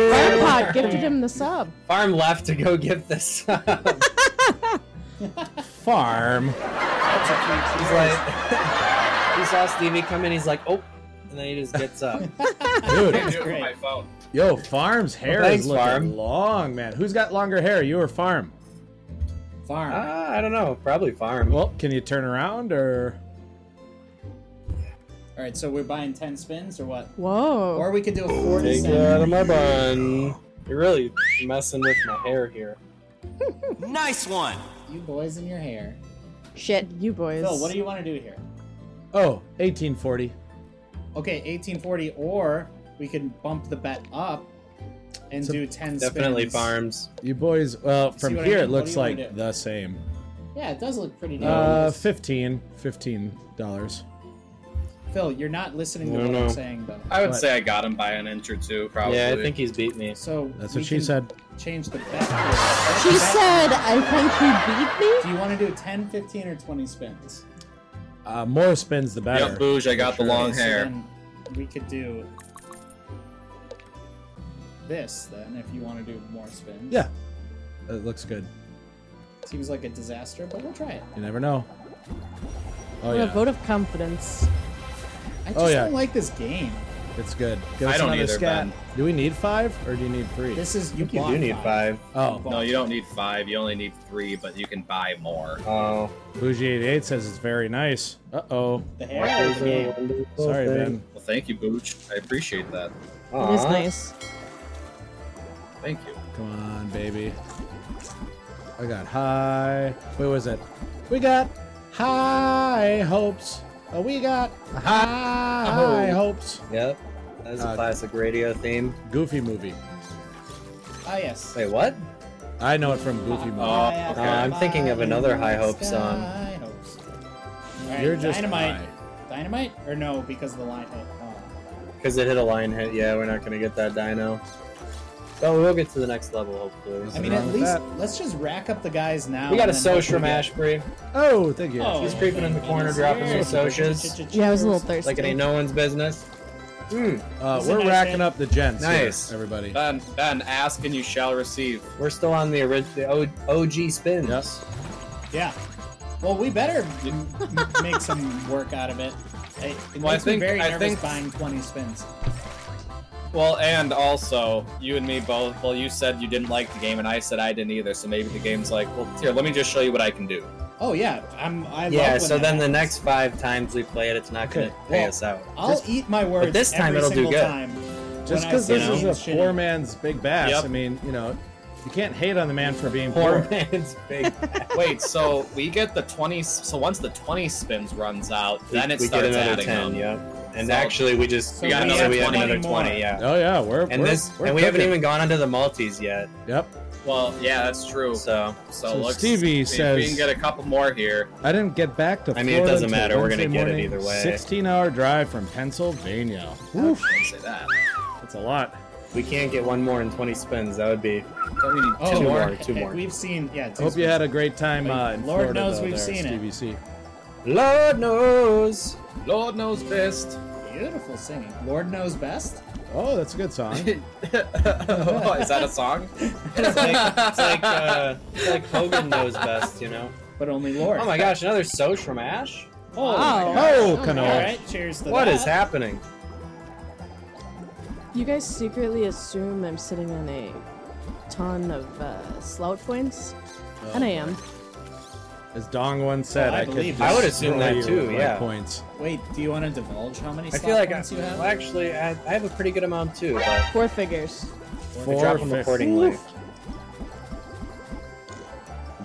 [SPEAKER 2] Grandpa gifted him the sub.
[SPEAKER 4] Farm left to go get this. He's
[SPEAKER 3] Farm.
[SPEAKER 4] like, he saw Stevie come in. He's like, oh, and then he just gets up.
[SPEAKER 3] Dude,
[SPEAKER 6] Do it with my phone.
[SPEAKER 3] yo, Farm's hair
[SPEAKER 4] thanks,
[SPEAKER 3] is looking
[SPEAKER 4] Farm.
[SPEAKER 3] long, man. Who's got longer hair, you or Farm?
[SPEAKER 1] Farm.
[SPEAKER 4] Ah, I don't know. Probably farm.
[SPEAKER 3] Well, can you turn around or.
[SPEAKER 1] All right, so we're buying ten spins or what?
[SPEAKER 2] Whoa.
[SPEAKER 1] Or we could do a forty
[SPEAKER 4] Take it
[SPEAKER 1] cent.
[SPEAKER 4] out of my bun. You're really messing with my hair here.
[SPEAKER 1] You boys in your hair.
[SPEAKER 2] Shit, you boys.
[SPEAKER 1] Phil, what do you want to do here?
[SPEAKER 3] Oh, 1840.
[SPEAKER 1] Okay, 1840, or we can bump the bet up and do 10
[SPEAKER 4] Definitely
[SPEAKER 1] spins.
[SPEAKER 4] farms.
[SPEAKER 3] You boys, well, from
[SPEAKER 1] what I
[SPEAKER 3] here
[SPEAKER 1] mean?
[SPEAKER 3] it
[SPEAKER 1] What
[SPEAKER 3] looks
[SPEAKER 1] do you wanna
[SPEAKER 3] like
[SPEAKER 1] do?
[SPEAKER 3] the same.
[SPEAKER 1] Yeah, it does look pretty
[SPEAKER 3] Uh,
[SPEAKER 1] nice.
[SPEAKER 3] 15 $15. dollars.
[SPEAKER 1] Phil, you're not listening to
[SPEAKER 4] No,
[SPEAKER 1] what
[SPEAKER 4] no.
[SPEAKER 1] I'm saying, though.
[SPEAKER 6] I would
[SPEAKER 3] What?
[SPEAKER 6] say I got him by an inch or two, probably.
[SPEAKER 4] Yeah, I think he's beat me.
[SPEAKER 1] So
[SPEAKER 3] That's
[SPEAKER 1] we
[SPEAKER 3] what she
[SPEAKER 1] can
[SPEAKER 3] said.
[SPEAKER 1] Change the bet.
[SPEAKER 2] She said, I think you beat
[SPEAKER 1] Do
[SPEAKER 2] me?
[SPEAKER 1] you want to do 10, 15, or 20 spins?
[SPEAKER 3] Uh, more spins, the better.
[SPEAKER 6] Yep, Booge, I got the long
[SPEAKER 1] Okay, so
[SPEAKER 6] hair.
[SPEAKER 1] then we could do this then, if you want to do more spins.
[SPEAKER 3] Yeah. It looks good.
[SPEAKER 1] seems like a disaster, but we'll try it.
[SPEAKER 3] You never know. Oh
[SPEAKER 2] What a
[SPEAKER 3] yeah,
[SPEAKER 2] vote of confidence.
[SPEAKER 1] I just
[SPEAKER 3] Oh, yeah.
[SPEAKER 1] don't like this game.
[SPEAKER 3] it's good. Give
[SPEAKER 6] I
[SPEAKER 3] us
[SPEAKER 6] don't
[SPEAKER 3] another
[SPEAKER 6] either,
[SPEAKER 3] scat.
[SPEAKER 6] Ben.
[SPEAKER 3] Do we need five or do you need three?
[SPEAKER 1] This is you,
[SPEAKER 4] You
[SPEAKER 1] bought
[SPEAKER 4] do need five.
[SPEAKER 3] oh,
[SPEAKER 6] No, you don't need five. You only need three, but you can buy more.
[SPEAKER 4] Oh,
[SPEAKER 3] Bougie 88 says it's very nice. Uh oh.
[SPEAKER 1] The hair of the game.
[SPEAKER 3] Sorry, Ben.
[SPEAKER 6] Well, thank you, Booch. I appreciate that.
[SPEAKER 2] It is nice.
[SPEAKER 6] Thank you.
[SPEAKER 3] Come on, baby. I got high. Wait, what was it? We got high hopes. Uh, we got high
[SPEAKER 6] Oh.
[SPEAKER 3] hopes.
[SPEAKER 4] Yep. That was a
[SPEAKER 3] Uh,
[SPEAKER 4] classic radio theme.
[SPEAKER 3] Goofy movie.
[SPEAKER 1] Ah, yes.
[SPEAKER 4] Wait, what?
[SPEAKER 3] I know it from Goofy movie.
[SPEAKER 6] Oh, okay.
[SPEAKER 4] I'm thinking of another High Hopes song.
[SPEAKER 1] High Hopes. Alright,
[SPEAKER 3] You're just
[SPEAKER 1] dynamite.
[SPEAKER 3] high.
[SPEAKER 1] Dynamite or no? Because of the line hit. Oh.
[SPEAKER 4] Because it hit a line hit. Yeah, we're not gonna get that dino. So we'll get to the next level, hopefully.
[SPEAKER 1] I mean,
[SPEAKER 3] wrong
[SPEAKER 1] at
[SPEAKER 3] with
[SPEAKER 1] least
[SPEAKER 3] that?
[SPEAKER 1] let's just rack up the guys now.
[SPEAKER 4] we got a
[SPEAKER 1] and then
[SPEAKER 4] Soch from
[SPEAKER 1] hopefully
[SPEAKER 4] Ashbury.
[SPEAKER 3] Oh, thank you.
[SPEAKER 1] get- Oh,
[SPEAKER 4] He's creeping in the corner,
[SPEAKER 1] goodness.
[SPEAKER 4] dropping some
[SPEAKER 1] Cheers.
[SPEAKER 4] socias.
[SPEAKER 2] Yeah, I was a little thirsty.
[SPEAKER 4] Like it ain't no one's business. Mm,
[SPEAKER 3] Uh,
[SPEAKER 1] This is
[SPEAKER 3] we're
[SPEAKER 1] a nice eh?
[SPEAKER 3] racking
[SPEAKER 1] thing.
[SPEAKER 3] up the gents. here,
[SPEAKER 4] Nice.
[SPEAKER 3] everybody.
[SPEAKER 6] Ben, Ben, ask and you shall receive.
[SPEAKER 4] we're still on the original OG spin.
[SPEAKER 3] Yep.
[SPEAKER 1] Yeah. Well, we better m- make some work out of it. It, it
[SPEAKER 6] Well, I
[SPEAKER 1] makes me
[SPEAKER 6] think-
[SPEAKER 1] very
[SPEAKER 6] I
[SPEAKER 1] nervous
[SPEAKER 6] think-
[SPEAKER 1] buying 20 spins.
[SPEAKER 6] Well, and also, you and me both. Well, you said you didn't like the game, and I said I didn't either. So maybe the game's like, well, here, let me just show you what I can do.
[SPEAKER 1] Oh yeah, I'm. I love
[SPEAKER 4] Yeah.
[SPEAKER 1] when
[SPEAKER 4] So
[SPEAKER 1] that
[SPEAKER 4] then the
[SPEAKER 1] happens.
[SPEAKER 4] next five times we play it, it's not gonna
[SPEAKER 3] Okay,
[SPEAKER 4] pay
[SPEAKER 1] well,
[SPEAKER 4] us out.
[SPEAKER 1] I'll
[SPEAKER 4] Just-
[SPEAKER 1] eat my words.
[SPEAKER 4] this time
[SPEAKER 1] every
[SPEAKER 4] it'll do
[SPEAKER 1] single
[SPEAKER 4] good.
[SPEAKER 1] Time
[SPEAKER 3] Just
[SPEAKER 1] when I
[SPEAKER 3] because
[SPEAKER 1] say
[SPEAKER 3] this is a
[SPEAKER 1] it's shitty.
[SPEAKER 3] poor man's big bass,
[SPEAKER 6] Yep.
[SPEAKER 3] I mean, you know, you can't hate on the man for being
[SPEAKER 4] Poor
[SPEAKER 3] poor.
[SPEAKER 4] man's big.
[SPEAKER 6] Wait, so we get the twenty. So once the twenty spins runs out, then it
[SPEAKER 4] we
[SPEAKER 6] starts
[SPEAKER 4] get another
[SPEAKER 6] adding
[SPEAKER 4] ten.
[SPEAKER 6] them.
[SPEAKER 4] Yep. And
[SPEAKER 6] So-
[SPEAKER 4] actually, we just
[SPEAKER 1] So
[SPEAKER 6] we got
[SPEAKER 4] so
[SPEAKER 6] another
[SPEAKER 4] we have
[SPEAKER 6] 20
[SPEAKER 4] another
[SPEAKER 1] more.
[SPEAKER 4] twenty. Yeah.
[SPEAKER 3] Oh yeah, we're
[SPEAKER 4] And
[SPEAKER 3] we're,
[SPEAKER 4] this,
[SPEAKER 3] we're
[SPEAKER 4] and we haven't
[SPEAKER 3] cooking.
[SPEAKER 4] even gone onto the Maltese yet.
[SPEAKER 3] Yep.
[SPEAKER 6] Well, yeah, that's true. So,
[SPEAKER 4] So
[SPEAKER 3] So
[SPEAKER 6] looks,
[SPEAKER 3] Stevie
[SPEAKER 6] if we
[SPEAKER 3] says-
[SPEAKER 6] can get a couple more here.
[SPEAKER 3] I didn't get back to.
[SPEAKER 4] I mean, it
[SPEAKER 3] Florida
[SPEAKER 4] doesn't
[SPEAKER 3] until
[SPEAKER 4] matter, we're gonna
[SPEAKER 3] Wednesday
[SPEAKER 4] get it
[SPEAKER 3] morning.
[SPEAKER 4] either way.
[SPEAKER 3] Sixteen-hour drive from Pennsylvania.
[SPEAKER 6] Don't
[SPEAKER 3] Oof,
[SPEAKER 6] say that.
[SPEAKER 3] that's a lot.
[SPEAKER 4] we can't get one more in 20 spins. That would be.
[SPEAKER 6] Don't we need
[SPEAKER 1] Oh,
[SPEAKER 6] two more?
[SPEAKER 4] more, two more.
[SPEAKER 1] We've seen. Yeah. Two
[SPEAKER 3] Hope you had a great time uh, in
[SPEAKER 1] Lord
[SPEAKER 3] Florida.
[SPEAKER 1] knows
[SPEAKER 3] though,
[SPEAKER 1] we've
[SPEAKER 3] there,
[SPEAKER 1] seen it.
[SPEAKER 3] Stevie C.
[SPEAKER 4] Lord knows.
[SPEAKER 6] Lord knows best.
[SPEAKER 1] beautiful singing. Lord knows best.
[SPEAKER 3] Oh, that's a good song.
[SPEAKER 6] oh, is that a song?
[SPEAKER 4] It's like, it's like, uh, it's like Hogan knows best, you know.
[SPEAKER 1] But only Lord.
[SPEAKER 4] Oh my gosh, another Soch from Ash.
[SPEAKER 1] Oh,
[SPEAKER 2] Wow.
[SPEAKER 1] my
[SPEAKER 3] oh,
[SPEAKER 2] Oh,
[SPEAKER 1] All
[SPEAKER 3] canola.
[SPEAKER 1] right. Cheers to
[SPEAKER 4] What
[SPEAKER 1] that.
[SPEAKER 4] is happening?
[SPEAKER 2] You guys secretly assume I'm sitting on a ton of uh, slout points,
[SPEAKER 4] Oh,
[SPEAKER 2] and I am.
[SPEAKER 3] As Dong once said,
[SPEAKER 1] Oh, I
[SPEAKER 3] could.
[SPEAKER 1] believe
[SPEAKER 3] destroy
[SPEAKER 1] it. I would
[SPEAKER 4] assume that
[SPEAKER 3] you
[SPEAKER 4] too,
[SPEAKER 3] with my
[SPEAKER 4] yeah.
[SPEAKER 3] Points.
[SPEAKER 1] Wait. Do you want to divulge how many?
[SPEAKER 4] I
[SPEAKER 1] slot
[SPEAKER 4] feel like I,
[SPEAKER 1] points you have?
[SPEAKER 4] well, actually I, I have a pretty good amount too. But
[SPEAKER 2] Four figures.
[SPEAKER 3] Four
[SPEAKER 4] I drop them
[SPEAKER 3] fif-
[SPEAKER 4] accordingly.
[SPEAKER 2] Oof.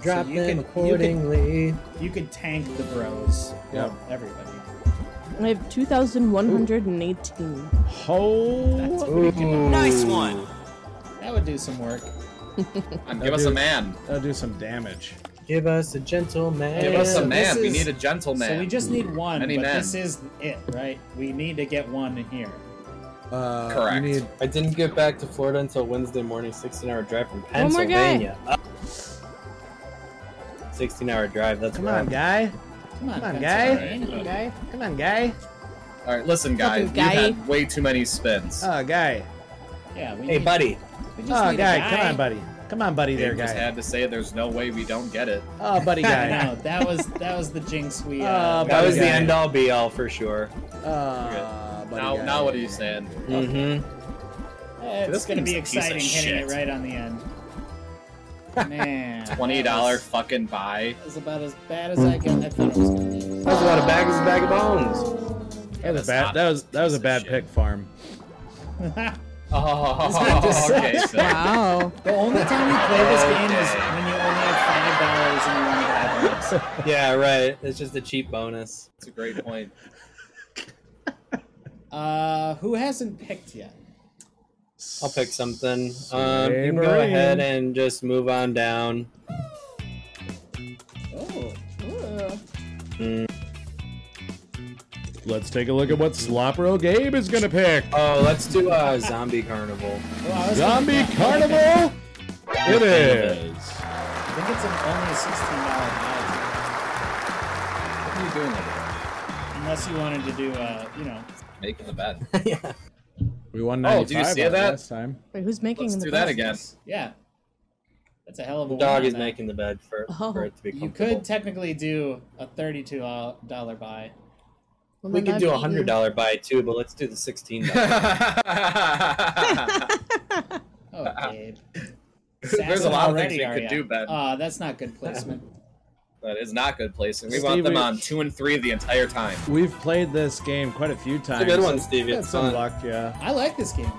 [SPEAKER 4] Drop
[SPEAKER 1] So you could-
[SPEAKER 4] them
[SPEAKER 1] you could-
[SPEAKER 4] accordingly.
[SPEAKER 1] You could tank the bros.
[SPEAKER 3] Yeah.
[SPEAKER 1] Well, everybody.
[SPEAKER 2] I have 2,118.
[SPEAKER 1] That's
[SPEAKER 3] Oh,
[SPEAKER 1] pretty good.
[SPEAKER 4] Nice one.
[SPEAKER 1] That would do some work.
[SPEAKER 6] Um, give us a
[SPEAKER 3] dude.
[SPEAKER 6] man.
[SPEAKER 3] that'll do some damage.
[SPEAKER 4] Give us a gentleman.
[SPEAKER 6] Give us
[SPEAKER 1] so
[SPEAKER 6] a man.
[SPEAKER 1] this
[SPEAKER 6] We
[SPEAKER 1] is-
[SPEAKER 6] need a gentleman.
[SPEAKER 1] So we just need one,
[SPEAKER 6] Many
[SPEAKER 1] but
[SPEAKER 6] men.
[SPEAKER 1] this is it, right? We need to get one in here.
[SPEAKER 3] Uh,
[SPEAKER 6] Correct.
[SPEAKER 3] You need
[SPEAKER 4] I didn't get back to Florida until Wednesday morning, 16 hour drive from
[SPEAKER 2] One more guy.
[SPEAKER 4] Pennsylvania. Up. 16 hour drive, that's
[SPEAKER 3] Come
[SPEAKER 4] rough.
[SPEAKER 3] on, guy.
[SPEAKER 1] Come on,
[SPEAKER 3] Come on,
[SPEAKER 1] Pennsylvania.
[SPEAKER 2] Okay.
[SPEAKER 3] Come on, guy.
[SPEAKER 6] All right, listen, guys.
[SPEAKER 2] Fucking
[SPEAKER 6] We've
[SPEAKER 2] guy.
[SPEAKER 6] had way too many spins.
[SPEAKER 3] Oh, guy.
[SPEAKER 1] Yeah, we
[SPEAKER 4] Hey,
[SPEAKER 1] need,
[SPEAKER 4] buddy.
[SPEAKER 1] we just
[SPEAKER 3] Oh,
[SPEAKER 1] need
[SPEAKER 3] guy.
[SPEAKER 1] a guy.
[SPEAKER 3] Come on, buddy. Come on, buddy.
[SPEAKER 6] Dave
[SPEAKER 3] There,
[SPEAKER 6] just
[SPEAKER 3] guy.
[SPEAKER 6] had to say there's no way we don't get it.
[SPEAKER 3] Oh, buddy, guy.
[SPEAKER 1] No, that was that was the jinx we. Uh,
[SPEAKER 3] Uh,
[SPEAKER 1] we-
[SPEAKER 4] Oh, That was the
[SPEAKER 3] guy.
[SPEAKER 4] end all be all for sure.
[SPEAKER 3] Uh, buddy
[SPEAKER 6] now,
[SPEAKER 3] guy.
[SPEAKER 6] now what are you saying?
[SPEAKER 4] Mm-hmm.
[SPEAKER 1] it's
[SPEAKER 6] this
[SPEAKER 1] gonna be
[SPEAKER 6] game's a piece of
[SPEAKER 1] exciting hitting it
[SPEAKER 6] shit.
[SPEAKER 1] right on the end. Man,
[SPEAKER 6] Twenty
[SPEAKER 1] that
[SPEAKER 6] dollar
[SPEAKER 1] was-
[SPEAKER 6] fucking buy.
[SPEAKER 1] that was about as bad as I got. I thought it was gonna be.
[SPEAKER 4] That's about a bag, it's a bag of bones.
[SPEAKER 3] That was a
[SPEAKER 6] That's
[SPEAKER 3] bad.
[SPEAKER 6] not
[SPEAKER 3] That was that was a
[SPEAKER 6] piece of
[SPEAKER 3] bad
[SPEAKER 6] shit.
[SPEAKER 3] pick, farm.
[SPEAKER 6] Oh, okay. So,
[SPEAKER 2] Wow.
[SPEAKER 1] The only time you play this game is when you only have five dollars and you want to buy bonus.
[SPEAKER 4] Yeah, right. It's just a cheap bonus.
[SPEAKER 6] that's a great point.
[SPEAKER 1] Uh, who hasn't picked yet?
[SPEAKER 4] I'll pick something. Um, you can go ahead and just move on down.
[SPEAKER 1] Oh,
[SPEAKER 3] Let's take a look at what Slopro Gabe is gonna pick.
[SPEAKER 4] Oh, let's do uh, Zombie Carnival.
[SPEAKER 1] Well, I was
[SPEAKER 3] Zombie
[SPEAKER 1] thinking-
[SPEAKER 3] Carnival. It
[SPEAKER 4] Definitive.
[SPEAKER 3] is.
[SPEAKER 1] I think it's an only a sixteen dollar buy,
[SPEAKER 6] What are you doing there?
[SPEAKER 1] unless you wanted to do, uh, you know,
[SPEAKER 6] Making the bet.
[SPEAKER 3] We won
[SPEAKER 6] Oh, do you
[SPEAKER 3] 95
[SPEAKER 6] see
[SPEAKER 3] on it
[SPEAKER 6] that?
[SPEAKER 3] last time.
[SPEAKER 2] Wait, who's making
[SPEAKER 6] Let's
[SPEAKER 2] the
[SPEAKER 6] do that
[SPEAKER 2] best?
[SPEAKER 6] again.
[SPEAKER 1] yeah. That's a hell of a
[SPEAKER 4] Dog
[SPEAKER 1] win
[SPEAKER 4] is
[SPEAKER 1] on that.
[SPEAKER 4] making the bed for,
[SPEAKER 2] Oh.
[SPEAKER 4] for it to be
[SPEAKER 1] You
[SPEAKER 4] comfortable.
[SPEAKER 1] could technically do a thirty-two dollar buy.
[SPEAKER 2] Well,
[SPEAKER 4] we
[SPEAKER 2] then
[SPEAKER 4] could
[SPEAKER 2] I've
[SPEAKER 4] do a
[SPEAKER 2] eaten-
[SPEAKER 4] hundred dollar buy too, but let's do the sixteen. dollar.
[SPEAKER 1] Oh, Gabe.
[SPEAKER 6] Uh-uh. There's a
[SPEAKER 1] Sassing
[SPEAKER 6] lot of
[SPEAKER 1] already,
[SPEAKER 6] things we
[SPEAKER 1] are ya?
[SPEAKER 6] could do, Ben.
[SPEAKER 1] Ah, that's not good placement.
[SPEAKER 6] That is not good placing. We want
[SPEAKER 3] Steve,
[SPEAKER 6] them
[SPEAKER 3] we-
[SPEAKER 6] on two and three the entire time.
[SPEAKER 3] We've played this game quite a few times.
[SPEAKER 4] a good one, Stevie.
[SPEAKER 3] Had
[SPEAKER 4] It's
[SPEAKER 3] some
[SPEAKER 4] fun.
[SPEAKER 3] luck, yeah.
[SPEAKER 1] I like this game.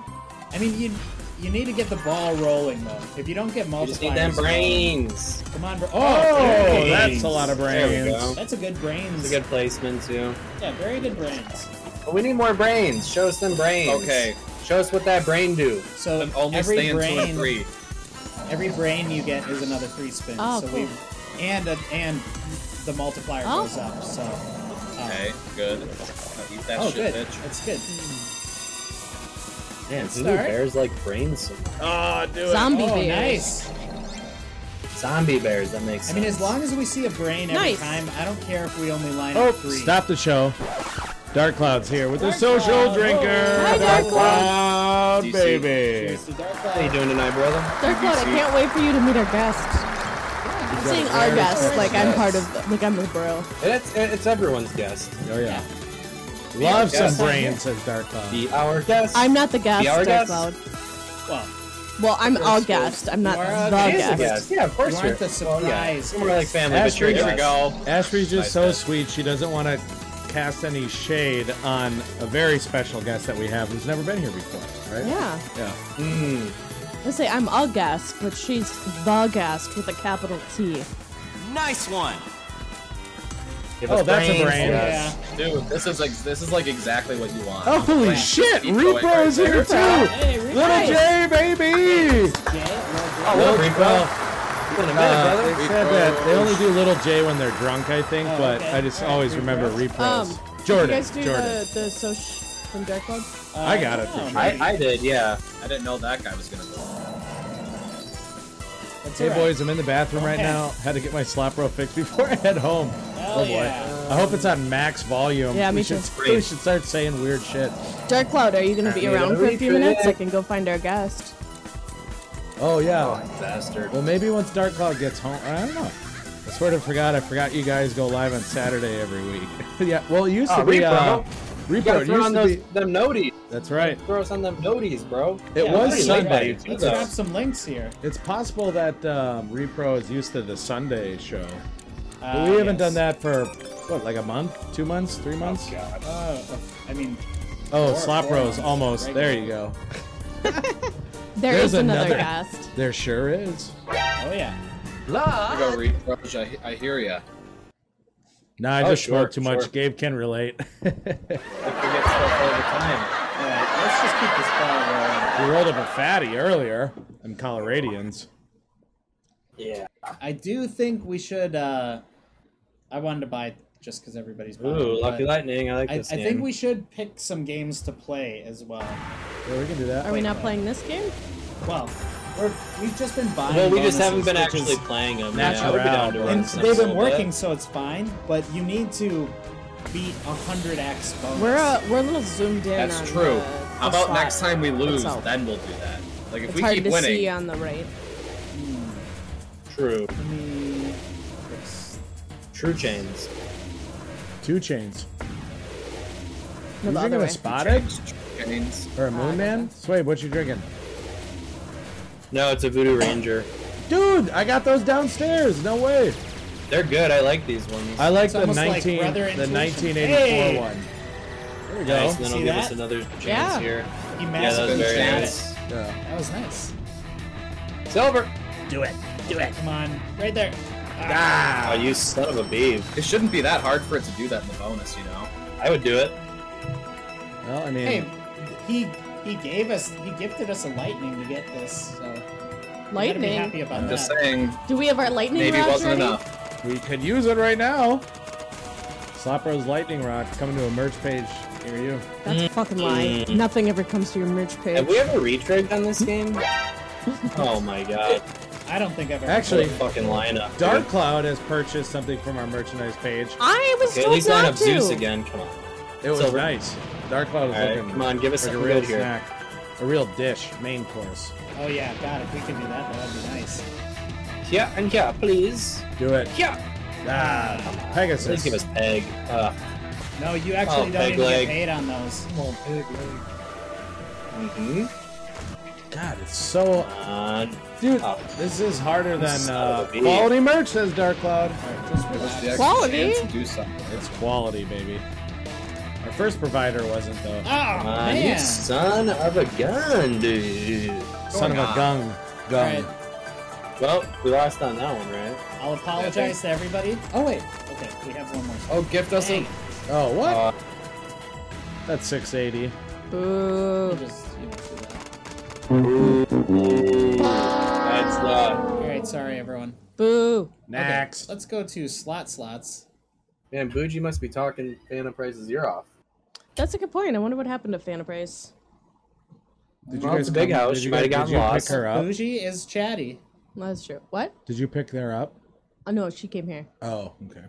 [SPEAKER 1] I mean, you you need to get the ball rolling though. If you don't get multipliers,
[SPEAKER 4] you just need them brains.
[SPEAKER 1] Come on, bro.
[SPEAKER 3] Oh,
[SPEAKER 1] Oh,
[SPEAKER 4] Brains.
[SPEAKER 3] that's a lot of
[SPEAKER 4] There we
[SPEAKER 3] brains.
[SPEAKER 4] go.
[SPEAKER 1] that's a good brains.
[SPEAKER 4] It's a good placement too.
[SPEAKER 1] Yeah, very good brains.
[SPEAKER 4] But we need more brains. Show us them brains.
[SPEAKER 6] Okay.
[SPEAKER 4] Show us what that brain do.
[SPEAKER 1] So
[SPEAKER 6] I'm only
[SPEAKER 1] every
[SPEAKER 6] staying two and
[SPEAKER 1] brain,
[SPEAKER 6] three.
[SPEAKER 1] every brain you get is another three spins.
[SPEAKER 2] Oh,
[SPEAKER 1] so
[SPEAKER 2] cool.
[SPEAKER 1] we and a, and the multiplier
[SPEAKER 2] Oh.
[SPEAKER 1] goes up. So uh,
[SPEAKER 6] Okay, good. Now eat that
[SPEAKER 1] Oh,
[SPEAKER 6] shit,
[SPEAKER 1] good.
[SPEAKER 6] bitch.
[SPEAKER 1] That's good.
[SPEAKER 4] Man, who
[SPEAKER 1] Start.
[SPEAKER 4] bears like brains? so much?
[SPEAKER 3] Oh, do
[SPEAKER 2] Zombie
[SPEAKER 1] oh,
[SPEAKER 2] bears.
[SPEAKER 1] nice.
[SPEAKER 4] Zombie bears. That makes.
[SPEAKER 1] I
[SPEAKER 4] Sense.
[SPEAKER 1] mean, as long as we see a brain every
[SPEAKER 2] Nice.
[SPEAKER 1] time, I don't care if we only line
[SPEAKER 3] Oh,
[SPEAKER 1] up three.
[SPEAKER 3] stop the show. Dark Cloud's here with
[SPEAKER 1] Dark
[SPEAKER 3] the social
[SPEAKER 1] Cloud.
[SPEAKER 3] drinker.
[SPEAKER 1] Hi,
[SPEAKER 2] Dark
[SPEAKER 3] Cloud,
[SPEAKER 6] DC.
[SPEAKER 3] baby.
[SPEAKER 1] Cheers to Dark
[SPEAKER 4] How you
[SPEAKER 1] Cloud.
[SPEAKER 4] doing tonight, brother?
[SPEAKER 2] Third Cloud, I
[SPEAKER 6] BBC.
[SPEAKER 2] can't wait for you to meet our guests. I'm saying our guests, like I'm part of, the, like I'm the bro.
[SPEAKER 4] It's it's everyone's guest.
[SPEAKER 3] Oh yeah.
[SPEAKER 4] our
[SPEAKER 3] Love some
[SPEAKER 4] guest.
[SPEAKER 3] brains, says Dark Cloud.
[SPEAKER 4] Be our guest.
[SPEAKER 2] I'm not the guest,
[SPEAKER 4] Be our
[SPEAKER 2] Dark
[SPEAKER 4] guest?
[SPEAKER 2] Cloud.
[SPEAKER 1] Well,
[SPEAKER 2] Well, I'm our
[SPEAKER 4] supposed-
[SPEAKER 2] guest. I'm not
[SPEAKER 1] You are a
[SPEAKER 2] the
[SPEAKER 1] guest.
[SPEAKER 4] He is a
[SPEAKER 2] guest.
[SPEAKER 4] guest. Yeah, of course
[SPEAKER 1] You
[SPEAKER 4] you're.
[SPEAKER 3] Oh,
[SPEAKER 1] aren't the
[SPEAKER 4] Well, yeah.
[SPEAKER 1] surprise
[SPEAKER 4] You're more like family,
[SPEAKER 3] guest.
[SPEAKER 4] but you're a
[SPEAKER 3] Ashby,
[SPEAKER 6] Here
[SPEAKER 4] guest.
[SPEAKER 6] we go.
[SPEAKER 3] Ashby's just
[SPEAKER 6] Nice
[SPEAKER 3] so
[SPEAKER 6] guy.
[SPEAKER 3] sweet. She doesn't want to cast any shade on a very special guest that we have who's never been here before, right?
[SPEAKER 2] Yeah.
[SPEAKER 3] Yeah.
[SPEAKER 4] Mm.
[SPEAKER 2] I say I'm a guest, but she's the guest with a capital T.
[SPEAKER 7] Nice one.
[SPEAKER 4] Give
[SPEAKER 3] Oh,
[SPEAKER 4] us
[SPEAKER 3] that's a
[SPEAKER 4] brains,
[SPEAKER 3] brain.
[SPEAKER 4] yes.
[SPEAKER 6] Dude, this is like this is like exactly what you want.
[SPEAKER 3] Oh, holy
[SPEAKER 6] Yeah.
[SPEAKER 3] shit!
[SPEAKER 6] Keep going right
[SPEAKER 3] Repo's
[SPEAKER 6] there.
[SPEAKER 3] here too!
[SPEAKER 1] hey, Rico.
[SPEAKER 3] Little J, baby!
[SPEAKER 1] Jay, well,
[SPEAKER 4] Oh,
[SPEAKER 3] Little-
[SPEAKER 4] Repo.
[SPEAKER 3] well,
[SPEAKER 4] You in a minute,
[SPEAKER 3] Uh,
[SPEAKER 4] brother.
[SPEAKER 3] they said that they only do Little J when they're drunk, I think,
[SPEAKER 1] Oh,
[SPEAKER 3] but
[SPEAKER 1] okay.
[SPEAKER 3] I just
[SPEAKER 1] All right,
[SPEAKER 3] always
[SPEAKER 1] free
[SPEAKER 3] remember
[SPEAKER 1] throws.
[SPEAKER 3] repos.
[SPEAKER 2] Um,
[SPEAKER 3] Jordan,
[SPEAKER 2] you guys do
[SPEAKER 3] Jordan.
[SPEAKER 2] the the soch from Dark Cloud?
[SPEAKER 1] uh,
[SPEAKER 3] I got it for
[SPEAKER 1] no.
[SPEAKER 3] sure.
[SPEAKER 4] Oh, I, I did, yeah.
[SPEAKER 6] I didn't know that guy was gonna go.
[SPEAKER 1] That's
[SPEAKER 3] Hey
[SPEAKER 1] all right.
[SPEAKER 3] boys, I'm in the bathroom right
[SPEAKER 1] Okay.
[SPEAKER 3] now. Had to get my slap row fixed before I head home. Oh,
[SPEAKER 1] Hell yeah.
[SPEAKER 3] I hope it's on max volume.
[SPEAKER 2] Yeah,
[SPEAKER 3] we
[SPEAKER 2] me
[SPEAKER 3] should,
[SPEAKER 2] too.
[SPEAKER 3] We should start saying weird shit.
[SPEAKER 2] Dark Cloud, are you gonna be
[SPEAKER 4] Yeah,
[SPEAKER 2] around for a
[SPEAKER 4] we
[SPEAKER 2] few
[SPEAKER 4] could-
[SPEAKER 2] minutes? I can go find our guest.
[SPEAKER 3] Oh
[SPEAKER 4] Oh,
[SPEAKER 3] yeah.
[SPEAKER 4] you bastard.
[SPEAKER 3] Well, maybe once Dark Cloud gets home, I don't know. I sort of forgot. I forgot you guys go live on Saturday every week. yeah. Well, it used
[SPEAKER 4] Oh,
[SPEAKER 3] to be.
[SPEAKER 4] Repo.
[SPEAKER 3] Uh,
[SPEAKER 4] You
[SPEAKER 3] Repo.
[SPEAKER 4] gotta
[SPEAKER 3] It
[SPEAKER 4] throw
[SPEAKER 3] used
[SPEAKER 4] on
[SPEAKER 3] to
[SPEAKER 4] those
[SPEAKER 3] be.
[SPEAKER 4] them noties.
[SPEAKER 3] That's right.
[SPEAKER 4] Throw us on them noties, bro.
[SPEAKER 3] It
[SPEAKER 1] Yeah,
[SPEAKER 3] was
[SPEAKER 1] pretty late
[SPEAKER 4] by
[SPEAKER 3] Sunday.
[SPEAKER 4] you too,
[SPEAKER 1] Let's
[SPEAKER 4] though.
[SPEAKER 1] drop some links here.
[SPEAKER 3] It's possible that um, Repro is used to the Sunday show, but
[SPEAKER 1] Uh,
[SPEAKER 3] we haven't
[SPEAKER 1] yes.
[SPEAKER 3] done that for what, like a month, two months, three months? Oh,
[SPEAKER 1] Uh, I mean, Four-
[SPEAKER 3] Slop
[SPEAKER 1] four
[SPEAKER 3] Rose,
[SPEAKER 1] months.
[SPEAKER 3] almost.
[SPEAKER 1] Right.
[SPEAKER 3] There you go.
[SPEAKER 2] There
[SPEAKER 3] There's
[SPEAKER 2] is another,
[SPEAKER 3] another.
[SPEAKER 2] guest.
[SPEAKER 3] There sure is.
[SPEAKER 1] oh yeah.
[SPEAKER 6] Here go, Reproach. I, I hear ya.
[SPEAKER 3] No, I
[SPEAKER 4] Oh,
[SPEAKER 3] just
[SPEAKER 4] sure,
[SPEAKER 3] spoke too much.
[SPEAKER 4] sure.
[SPEAKER 3] Gabe can relate.
[SPEAKER 4] I forget stuff all the time.
[SPEAKER 1] All right, let's just keep this ball rolling.
[SPEAKER 3] we rolled up a fatty earlier. I'm Coloradians.
[SPEAKER 4] Yeah.
[SPEAKER 1] I do think we should. uh I wanted to buy just because everybody's buying.
[SPEAKER 4] Ooh, Lucky
[SPEAKER 1] but
[SPEAKER 4] Lightning. I like
[SPEAKER 1] I, I
[SPEAKER 4] this game.
[SPEAKER 1] think we should pick some games to play as well.
[SPEAKER 3] Yeah, we can do that.
[SPEAKER 2] Are we not playing this game?
[SPEAKER 1] Well, we're, we've just been buying.
[SPEAKER 4] Well, we just
[SPEAKER 1] bonuses,
[SPEAKER 4] haven't been
[SPEAKER 1] which is-
[SPEAKER 4] actually playing them.
[SPEAKER 3] Natural
[SPEAKER 4] Yeah, I would be down
[SPEAKER 3] round,
[SPEAKER 4] to
[SPEAKER 3] bro.
[SPEAKER 4] it.
[SPEAKER 1] And
[SPEAKER 3] It's
[SPEAKER 1] they've
[SPEAKER 4] A
[SPEAKER 1] been
[SPEAKER 4] little bit.
[SPEAKER 1] working, so it's fine. But you need to beat 100x bonus.
[SPEAKER 2] We're uh, we're a little zoomed in.
[SPEAKER 6] That's
[SPEAKER 2] on
[SPEAKER 6] true.
[SPEAKER 2] The, the
[SPEAKER 6] How about
[SPEAKER 2] slot
[SPEAKER 6] next time we lose,
[SPEAKER 2] itself.
[SPEAKER 6] then we'll do that. Like if
[SPEAKER 2] It's
[SPEAKER 6] we
[SPEAKER 2] hard
[SPEAKER 6] keep
[SPEAKER 2] to
[SPEAKER 6] winning,
[SPEAKER 2] see uh, on the right.
[SPEAKER 4] True.
[SPEAKER 1] Let me fix-
[SPEAKER 4] True chains.
[SPEAKER 3] Two chains.
[SPEAKER 2] No, the
[SPEAKER 3] you
[SPEAKER 2] other
[SPEAKER 3] drinking a
[SPEAKER 2] way.
[SPEAKER 3] spotted
[SPEAKER 6] Chains.
[SPEAKER 3] or a moon man? Sway, what you drinking?
[SPEAKER 4] No, it's a Voodoo Ranger.
[SPEAKER 3] Dude, I got those downstairs. No way.
[SPEAKER 4] They're good. I like these ones.
[SPEAKER 3] I like
[SPEAKER 1] It's
[SPEAKER 3] the
[SPEAKER 1] almost like
[SPEAKER 3] 19,
[SPEAKER 1] brother
[SPEAKER 3] the
[SPEAKER 1] intuition.
[SPEAKER 3] 1984
[SPEAKER 1] Hey!
[SPEAKER 3] one. There we go.
[SPEAKER 4] Nice. And then
[SPEAKER 1] See
[SPEAKER 4] I'll give
[SPEAKER 1] that?
[SPEAKER 4] us another chance
[SPEAKER 2] Yeah.
[SPEAKER 4] here.
[SPEAKER 1] He
[SPEAKER 4] Yeah, that was
[SPEAKER 1] massively
[SPEAKER 4] very
[SPEAKER 1] shot
[SPEAKER 4] nice.
[SPEAKER 3] Yeah.
[SPEAKER 1] it. That was nice.
[SPEAKER 4] Silver.
[SPEAKER 1] Come on, right there. Ah,
[SPEAKER 4] Oh, you son of a beef.
[SPEAKER 6] It shouldn't be that hard for it to do that in the bonus, you know.
[SPEAKER 4] I would do it.
[SPEAKER 3] Well, I mean,
[SPEAKER 1] Hey, he he gave us he gifted us a lightning to get this. So we gotta Be happy
[SPEAKER 2] Lightning.
[SPEAKER 1] about
[SPEAKER 6] I'm
[SPEAKER 1] that.
[SPEAKER 6] just saying,
[SPEAKER 2] Do we have our lightning
[SPEAKER 6] maybe
[SPEAKER 2] rods
[SPEAKER 6] wasn't
[SPEAKER 2] Uh, ready?
[SPEAKER 6] enough.
[SPEAKER 3] we could use it right now. Slapro's Lightning Rock coming to a merch page near you.
[SPEAKER 2] That's a fucking
[SPEAKER 6] Mm.
[SPEAKER 2] lie. Nothing ever comes to your merch page.
[SPEAKER 4] Have we ever retrigged on this game? oh my god.
[SPEAKER 1] I don't think I've ever.
[SPEAKER 4] What
[SPEAKER 3] Actually,
[SPEAKER 4] a fucking lineup. dude.
[SPEAKER 3] Dark Cloud has purchased something from our merchandise page.
[SPEAKER 2] I was
[SPEAKER 4] Okay, at
[SPEAKER 2] told
[SPEAKER 4] least line
[SPEAKER 2] not
[SPEAKER 4] up
[SPEAKER 2] to.
[SPEAKER 4] Zeus again. Come on.
[SPEAKER 3] It was
[SPEAKER 4] Silver.
[SPEAKER 3] nice. Dark Cloud is
[SPEAKER 4] All right,
[SPEAKER 3] looking
[SPEAKER 4] come on, give us
[SPEAKER 3] like a
[SPEAKER 4] something
[SPEAKER 3] real
[SPEAKER 4] good here.
[SPEAKER 3] snack, a real dish, main course.
[SPEAKER 1] Oh yeah, God, if we could do that, that would be nice.
[SPEAKER 4] Yeah, and yeah, please.
[SPEAKER 3] Do it.
[SPEAKER 4] Yeah.
[SPEAKER 3] Ah,
[SPEAKER 4] Please
[SPEAKER 3] Pegasus.
[SPEAKER 4] give us peg. Uh,
[SPEAKER 1] No, you actually
[SPEAKER 4] Oh,
[SPEAKER 1] don't
[SPEAKER 4] peg
[SPEAKER 1] even get
[SPEAKER 4] leg.
[SPEAKER 1] paid on those.
[SPEAKER 4] mm-hmm.
[SPEAKER 3] God, it's so.
[SPEAKER 4] Uh,
[SPEAKER 3] Dude,
[SPEAKER 4] Oh.
[SPEAKER 3] this is harder than
[SPEAKER 4] Son
[SPEAKER 3] uh,
[SPEAKER 4] of a bee.
[SPEAKER 3] quality merch, says Dark Cloud.
[SPEAKER 2] Quality?
[SPEAKER 6] To do something.
[SPEAKER 3] It's quality, baby. Our first provider wasn't though.
[SPEAKER 1] Oh,
[SPEAKER 4] uh,
[SPEAKER 1] man.
[SPEAKER 4] you son of a gun, dude.
[SPEAKER 3] Son of a
[SPEAKER 6] God.
[SPEAKER 3] gung.
[SPEAKER 1] All
[SPEAKER 3] Gung.
[SPEAKER 1] right,
[SPEAKER 4] Well, we lost on that one, right?
[SPEAKER 1] I'll apologize to everybody. Oh wait, okay, we have one more.
[SPEAKER 6] Oh, gift us
[SPEAKER 1] Dang,
[SPEAKER 6] a.
[SPEAKER 3] Oh, what?
[SPEAKER 4] Uh,
[SPEAKER 3] That's 680.
[SPEAKER 1] we'll
[SPEAKER 2] Boo.
[SPEAKER 1] just, you know, do that.
[SPEAKER 4] that's uh,
[SPEAKER 1] All right, sorry everyone.
[SPEAKER 2] Boo.
[SPEAKER 1] Okay,
[SPEAKER 3] Next.
[SPEAKER 1] let's go to slot slots.
[SPEAKER 4] man. Bougie must be talking Phantom Price's ear off.
[SPEAKER 2] That's a good point. I wonder what happened to Fanapraise.
[SPEAKER 3] Did
[SPEAKER 4] Well, it's a big house.
[SPEAKER 3] Did
[SPEAKER 4] She
[SPEAKER 3] you,
[SPEAKER 4] might
[SPEAKER 3] guys,
[SPEAKER 4] have
[SPEAKER 3] did
[SPEAKER 4] gotten
[SPEAKER 3] you pick
[SPEAKER 4] lost.
[SPEAKER 3] her up?
[SPEAKER 1] Bougie is chatty.
[SPEAKER 2] That's true. What?
[SPEAKER 3] Did you pick her up?
[SPEAKER 2] Oh no, she came here.
[SPEAKER 3] Oh, okay.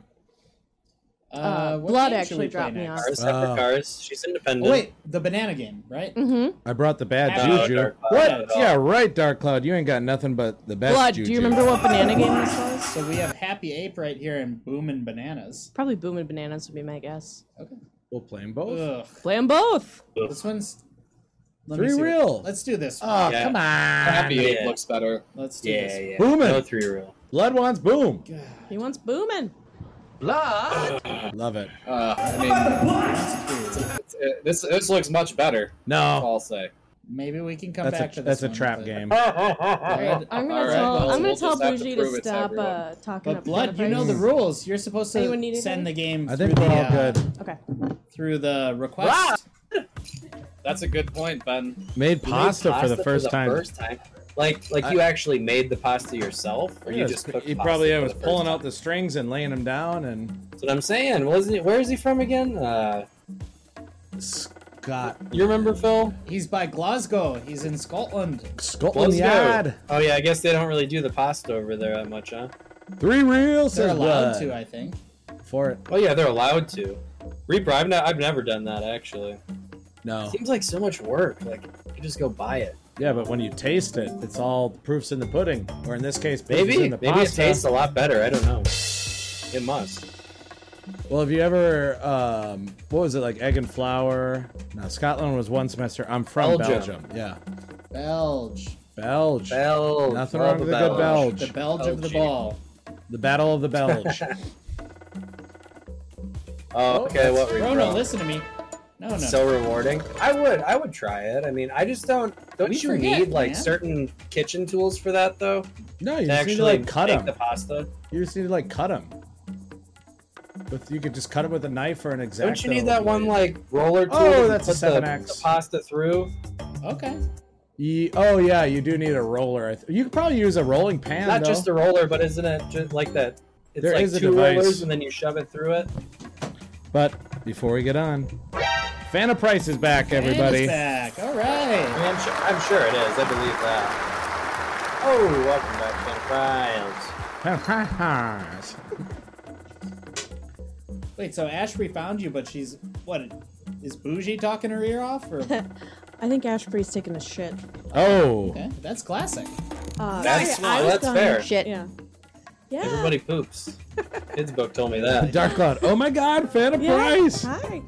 [SPEAKER 1] Uh,
[SPEAKER 2] Uh,
[SPEAKER 1] what
[SPEAKER 2] Blood
[SPEAKER 1] game should we
[SPEAKER 2] actually
[SPEAKER 1] play
[SPEAKER 2] dropped me
[SPEAKER 1] next?
[SPEAKER 2] off.
[SPEAKER 4] Cars, separate
[SPEAKER 3] Oh.
[SPEAKER 4] cars. She's independent.
[SPEAKER 1] Oh, wait, the banana game, right?
[SPEAKER 2] Mm-hmm.
[SPEAKER 3] I brought the bad
[SPEAKER 1] No,
[SPEAKER 3] juju.
[SPEAKER 4] Dark Cloud, not
[SPEAKER 3] what?
[SPEAKER 4] at all.
[SPEAKER 3] Yeah, right, Dark Cloud. You ain't got nothing but the best
[SPEAKER 2] Blood.
[SPEAKER 3] juju.
[SPEAKER 2] Do you remember what banana game this was?
[SPEAKER 1] So we have Happy Ape right here and Boomin' Bananas.
[SPEAKER 2] Probably Boom and Bananas would be my guess.
[SPEAKER 1] Okay.
[SPEAKER 3] We'll play 'em both.
[SPEAKER 1] Ugh.
[SPEAKER 2] Play them both.
[SPEAKER 1] This one's let
[SPEAKER 3] Three
[SPEAKER 1] see what-
[SPEAKER 3] real.
[SPEAKER 1] Let's do this. one.
[SPEAKER 3] Oh,
[SPEAKER 4] Yeah.
[SPEAKER 3] come on.
[SPEAKER 6] Happy Eight
[SPEAKER 4] Ah, Yeah.
[SPEAKER 6] looks better.
[SPEAKER 1] Let's do
[SPEAKER 4] Yeah,
[SPEAKER 1] this.
[SPEAKER 4] yeah.
[SPEAKER 3] Boomin'.
[SPEAKER 4] No three rule.
[SPEAKER 3] Blood wants boom.
[SPEAKER 2] He wants booming.
[SPEAKER 3] Love it.
[SPEAKER 6] Uh, I mean, it's- it- this this looks much better.
[SPEAKER 4] Oh.
[SPEAKER 3] No.
[SPEAKER 6] I'll say.
[SPEAKER 1] Maybe we can come
[SPEAKER 3] That's
[SPEAKER 1] back
[SPEAKER 3] a
[SPEAKER 1] to this.
[SPEAKER 3] that's a
[SPEAKER 1] one,
[SPEAKER 3] trap
[SPEAKER 1] but-
[SPEAKER 3] game.
[SPEAKER 1] Alright,
[SPEAKER 2] I'm gonna
[SPEAKER 6] All right,
[SPEAKER 2] tell.
[SPEAKER 6] well,
[SPEAKER 2] I'm gonna
[SPEAKER 6] we'll
[SPEAKER 2] tell
[SPEAKER 6] just have to
[SPEAKER 2] Bougie to,
[SPEAKER 6] prove it to
[SPEAKER 2] stop uh,
[SPEAKER 6] everyone.
[SPEAKER 2] talking
[SPEAKER 1] But
[SPEAKER 2] up
[SPEAKER 1] blood, you know the
[SPEAKER 2] Fanapraise.
[SPEAKER 1] rules. You're supposed to
[SPEAKER 2] Anyone need
[SPEAKER 1] send the game.
[SPEAKER 3] I think
[SPEAKER 1] through
[SPEAKER 3] we're
[SPEAKER 1] the,
[SPEAKER 3] all
[SPEAKER 1] uh,
[SPEAKER 3] good. Ah!
[SPEAKER 2] Okay.
[SPEAKER 1] through the request.
[SPEAKER 6] That's a good point, Ben.
[SPEAKER 3] Made
[SPEAKER 4] You made
[SPEAKER 3] pasta, for the first time.
[SPEAKER 4] first time. Like, like you actually made the pasta yourself, or you
[SPEAKER 3] Yes,
[SPEAKER 4] just cooked
[SPEAKER 3] he
[SPEAKER 4] pasta
[SPEAKER 3] probably
[SPEAKER 4] for
[SPEAKER 3] was
[SPEAKER 4] the first
[SPEAKER 3] pulling
[SPEAKER 4] time?
[SPEAKER 3] out the strings and laying them down and
[SPEAKER 4] That's what I'm saying. Wasn't he, where is he from again? Uh,
[SPEAKER 3] Scott
[SPEAKER 4] you remember Phil?
[SPEAKER 1] He's by Glasgow. He's in Scotland.
[SPEAKER 3] Scotland
[SPEAKER 4] Glasgow.
[SPEAKER 3] Yard.
[SPEAKER 4] Oh yeah, I guess they don't really do the pasta over there that much, huh?
[SPEAKER 3] Three reels
[SPEAKER 1] They're
[SPEAKER 3] says
[SPEAKER 1] allowed
[SPEAKER 3] blood.
[SPEAKER 1] to, I think.
[SPEAKER 3] for it.
[SPEAKER 4] Oh yeah, they're allowed to. Reaper, I've, not, I've never done that actually.
[SPEAKER 3] No.
[SPEAKER 4] Seems like so much work. Like you just go buy it.
[SPEAKER 3] Yeah, but when you taste it, it's all the proofs in the pudding, or in this case, proofs
[SPEAKER 4] Maybe
[SPEAKER 3] in the
[SPEAKER 4] maybe it
[SPEAKER 3] pasta.
[SPEAKER 4] tastes a lot better. I don't know. It must.
[SPEAKER 3] Well, have you ever? Um, what was it like? Egg and flour. Now Scotland was one semester. I'm from
[SPEAKER 4] Belgium.
[SPEAKER 3] Belgium. Yeah,
[SPEAKER 1] Belge.
[SPEAKER 3] Belge.
[SPEAKER 4] Bell.
[SPEAKER 3] Nothing
[SPEAKER 4] love
[SPEAKER 3] wrong with a good
[SPEAKER 4] Belge.
[SPEAKER 1] The
[SPEAKER 3] Belge.
[SPEAKER 1] Belge of the
[SPEAKER 4] Belge.
[SPEAKER 1] ball.
[SPEAKER 3] The Battle of the Belge.
[SPEAKER 4] Oh, okay. What Reaper?
[SPEAKER 1] Bro, no, listen to me. Oh, No, no.
[SPEAKER 4] so rewarding. I would, I would try it. I mean, I just don't. Don't
[SPEAKER 1] We
[SPEAKER 4] you
[SPEAKER 1] forget,
[SPEAKER 4] need like
[SPEAKER 1] man.
[SPEAKER 4] certain kitchen tools for that though?
[SPEAKER 3] no, you just need
[SPEAKER 4] To
[SPEAKER 3] to
[SPEAKER 4] actually
[SPEAKER 3] like cut
[SPEAKER 4] make
[SPEAKER 3] them.
[SPEAKER 4] the pasta.
[SPEAKER 3] You just need to like cut them. With you could just cut them with a knife or an exacto.
[SPEAKER 4] Don't you need that one like roller tool?
[SPEAKER 3] Oh,
[SPEAKER 4] to
[SPEAKER 3] that's a
[SPEAKER 4] put the,
[SPEAKER 3] 7X.
[SPEAKER 4] the pasta through.
[SPEAKER 1] okay.
[SPEAKER 3] Ye- oh yeah, you do need a roller. I th- you could probably use a rolling pan.
[SPEAKER 4] Not
[SPEAKER 3] though.
[SPEAKER 4] just a roller, but isn't it just like that? It's
[SPEAKER 3] There
[SPEAKER 4] like
[SPEAKER 3] is a
[SPEAKER 4] two
[SPEAKER 3] device.
[SPEAKER 4] rollers and then you shove it through it.
[SPEAKER 3] But before we get on, Fanta Price is back, everybody.
[SPEAKER 1] And it's back. All
[SPEAKER 4] I
[SPEAKER 1] right.
[SPEAKER 4] mean, I'm, su- I'm sure it is. I believe that. Oh, welcome back, Santa Fries.
[SPEAKER 3] Oh, Fanta Price.
[SPEAKER 1] Wait, so Ashby found you, but she's what? Is Bougie talking her ear off? Or
[SPEAKER 2] I think Ashbury's taking a shit.
[SPEAKER 3] Oh,
[SPEAKER 1] okay, eh, that's classic.
[SPEAKER 2] Uh,
[SPEAKER 4] That's-
[SPEAKER 2] sorry,
[SPEAKER 4] well,
[SPEAKER 2] I was
[SPEAKER 4] that's
[SPEAKER 2] gone
[SPEAKER 4] fair.
[SPEAKER 2] Shit. Yeah. Yeah.
[SPEAKER 4] Everybody poops. Kids book told me
[SPEAKER 3] the
[SPEAKER 4] that.
[SPEAKER 3] Dark Cloud. Oh my God, Fanta
[SPEAKER 2] Yeah.
[SPEAKER 3] Price.
[SPEAKER 2] Hi.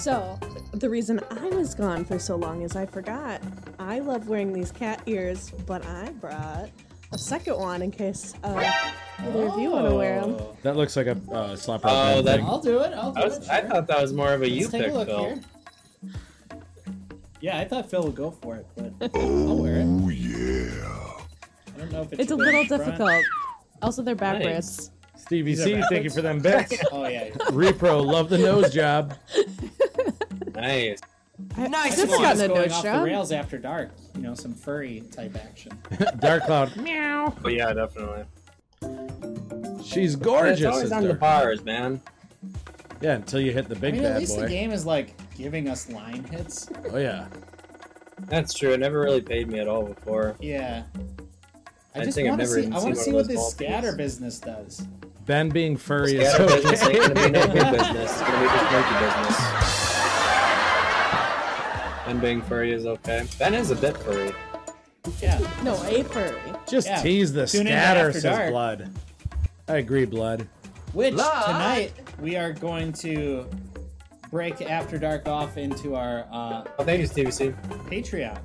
[SPEAKER 2] So, the reason I was gone for so long is I forgot. I love wearing these cat ears, but I brought a second one in case uh, either of you want to wear them.
[SPEAKER 1] Oh.
[SPEAKER 3] That looks like a uh, slap.
[SPEAKER 4] Oh,
[SPEAKER 3] rock band
[SPEAKER 4] that-
[SPEAKER 3] thing.
[SPEAKER 1] I'll do it. I'll do
[SPEAKER 4] I, was,
[SPEAKER 1] it.
[SPEAKER 4] I
[SPEAKER 1] sure.
[SPEAKER 4] thought that was more of a you
[SPEAKER 1] Let's take
[SPEAKER 4] pick,
[SPEAKER 1] a look
[SPEAKER 4] Phil.
[SPEAKER 1] here. Yeah, I thought Phil would go for it, but I'll wear it.
[SPEAKER 7] Oh yeah.
[SPEAKER 1] I don't know if it's
[SPEAKER 2] It's a
[SPEAKER 1] good
[SPEAKER 2] little
[SPEAKER 1] in front.
[SPEAKER 2] difficult. Also, they're backwards.
[SPEAKER 3] Stevie
[SPEAKER 1] These are
[SPEAKER 3] C, thank you
[SPEAKER 1] backwards.
[SPEAKER 3] for them bits.
[SPEAKER 1] Oh yeah.
[SPEAKER 3] Repro, love the nose job.
[SPEAKER 4] Nice.
[SPEAKER 2] Nice. I
[SPEAKER 1] This
[SPEAKER 2] just
[SPEAKER 1] one
[SPEAKER 2] got
[SPEAKER 1] is
[SPEAKER 2] a
[SPEAKER 1] going
[SPEAKER 2] nose
[SPEAKER 1] off the
[SPEAKER 2] job.
[SPEAKER 1] rails after dark. You know, some furry type action.
[SPEAKER 3] Dark Cloud.
[SPEAKER 4] But yeah, definitely.
[SPEAKER 3] She's
[SPEAKER 4] It's
[SPEAKER 3] gorgeous.
[SPEAKER 4] always
[SPEAKER 3] is
[SPEAKER 4] on the
[SPEAKER 3] Dark-
[SPEAKER 4] bars, man.
[SPEAKER 3] Yeah, until you hit the
[SPEAKER 1] I
[SPEAKER 3] big
[SPEAKER 1] mean, at
[SPEAKER 3] bad
[SPEAKER 1] least the
[SPEAKER 3] boy.
[SPEAKER 1] game is like giving us line hits.
[SPEAKER 3] Oh yeah.
[SPEAKER 4] That's true. It never really paid me at all before.
[SPEAKER 1] Yeah. I
[SPEAKER 4] I
[SPEAKER 1] just
[SPEAKER 4] think I've
[SPEAKER 1] want to
[SPEAKER 4] never
[SPEAKER 1] see.
[SPEAKER 4] even
[SPEAKER 1] I want to see
[SPEAKER 4] seen one of
[SPEAKER 1] what
[SPEAKER 4] those
[SPEAKER 1] this
[SPEAKER 4] ball
[SPEAKER 1] scatter
[SPEAKER 4] fields.
[SPEAKER 1] business does.
[SPEAKER 3] Ben being furry is
[SPEAKER 4] Scatter business ain't
[SPEAKER 3] okay.
[SPEAKER 4] gonna be no good business. It's gonna be just monkey business. Ben being furry is okay. Ben is a bit furry.
[SPEAKER 1] Yeah.
[SPEAKER 2] No, Avery.
[SPEAKER 3] Just
[SPEAKER 1] Yeah.
[SPEAKER 3] tease the
[SPEAKER 1] Tune in to
[SPEAKER 3] scatter,
[SPEAKER 1] After
[SPEAKER 3] says
[SPEAKER 1] Dark.
[SPEAKER 3] Blood. I agree, Blood.
[SPEAKER 1] Which tonight we are going to break After Dark off into our uh,
[SPEAKER 4] Oh, thank you, Stevie C.
[SPEAKER 1] Patreon.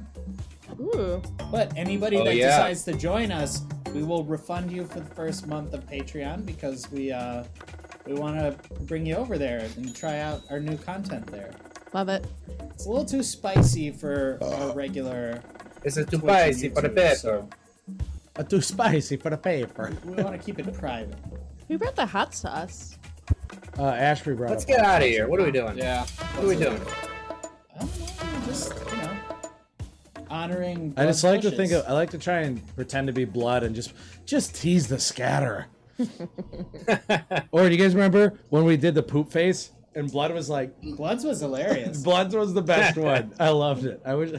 [SPEAKER 2] Ooh.
[SPEAKER 1] But anybody
[SPEAKER 4] Oh,
[SPEAKER 1] that
[SPEAKER 4] yeah.
[SPEAKER 1] decides to join us, we will refund you for the first month of Patreon because we uh, we want to bring you over there and try out our new content there.
[SPEAKER 2] Love it.
[SPEAKER 1] It's a little too spicy for our regular.
[SPEAKER 4] This is too
[SPEAKER 1] Twitch and
[SPEAKER 4] spicy for the
[SPEAKER 1] YouTube,
[SPEAKER 4] pepper.
[SPEAKER 1] so
[SPEAKER 3] Uh, too spicy for the paper.
[SPEAKER 1] We want to keep it private.
[SPEAKER 2] Who brought the hot sauce?
[SPEAKER 3] Uh, Ashby brought
[SPEAKER 4] Let's
[SPEAKER 3] up
[SPEAKER 4] get out of here. What are we doing?
[SPEAKER 6] Yeah.
[SPEAKER 4] What are we doing?
[SPEAKER 1] I don't know, just you know, honoring.
[SPEAKER 3] I just
[SPEAKER 1] Blood
[SPEAKER 3] like to
[SPEAKER 1] Wishes.
[SPEAKER 3] think of. I like to try and pretend to be blood and just just tease the scatter. or do you guys remember when we did the poop face and blood was like
[SPEAKER 1] Bloods was hilarious.
[SPEAKER 3] blood was the best one. I loved it. I wish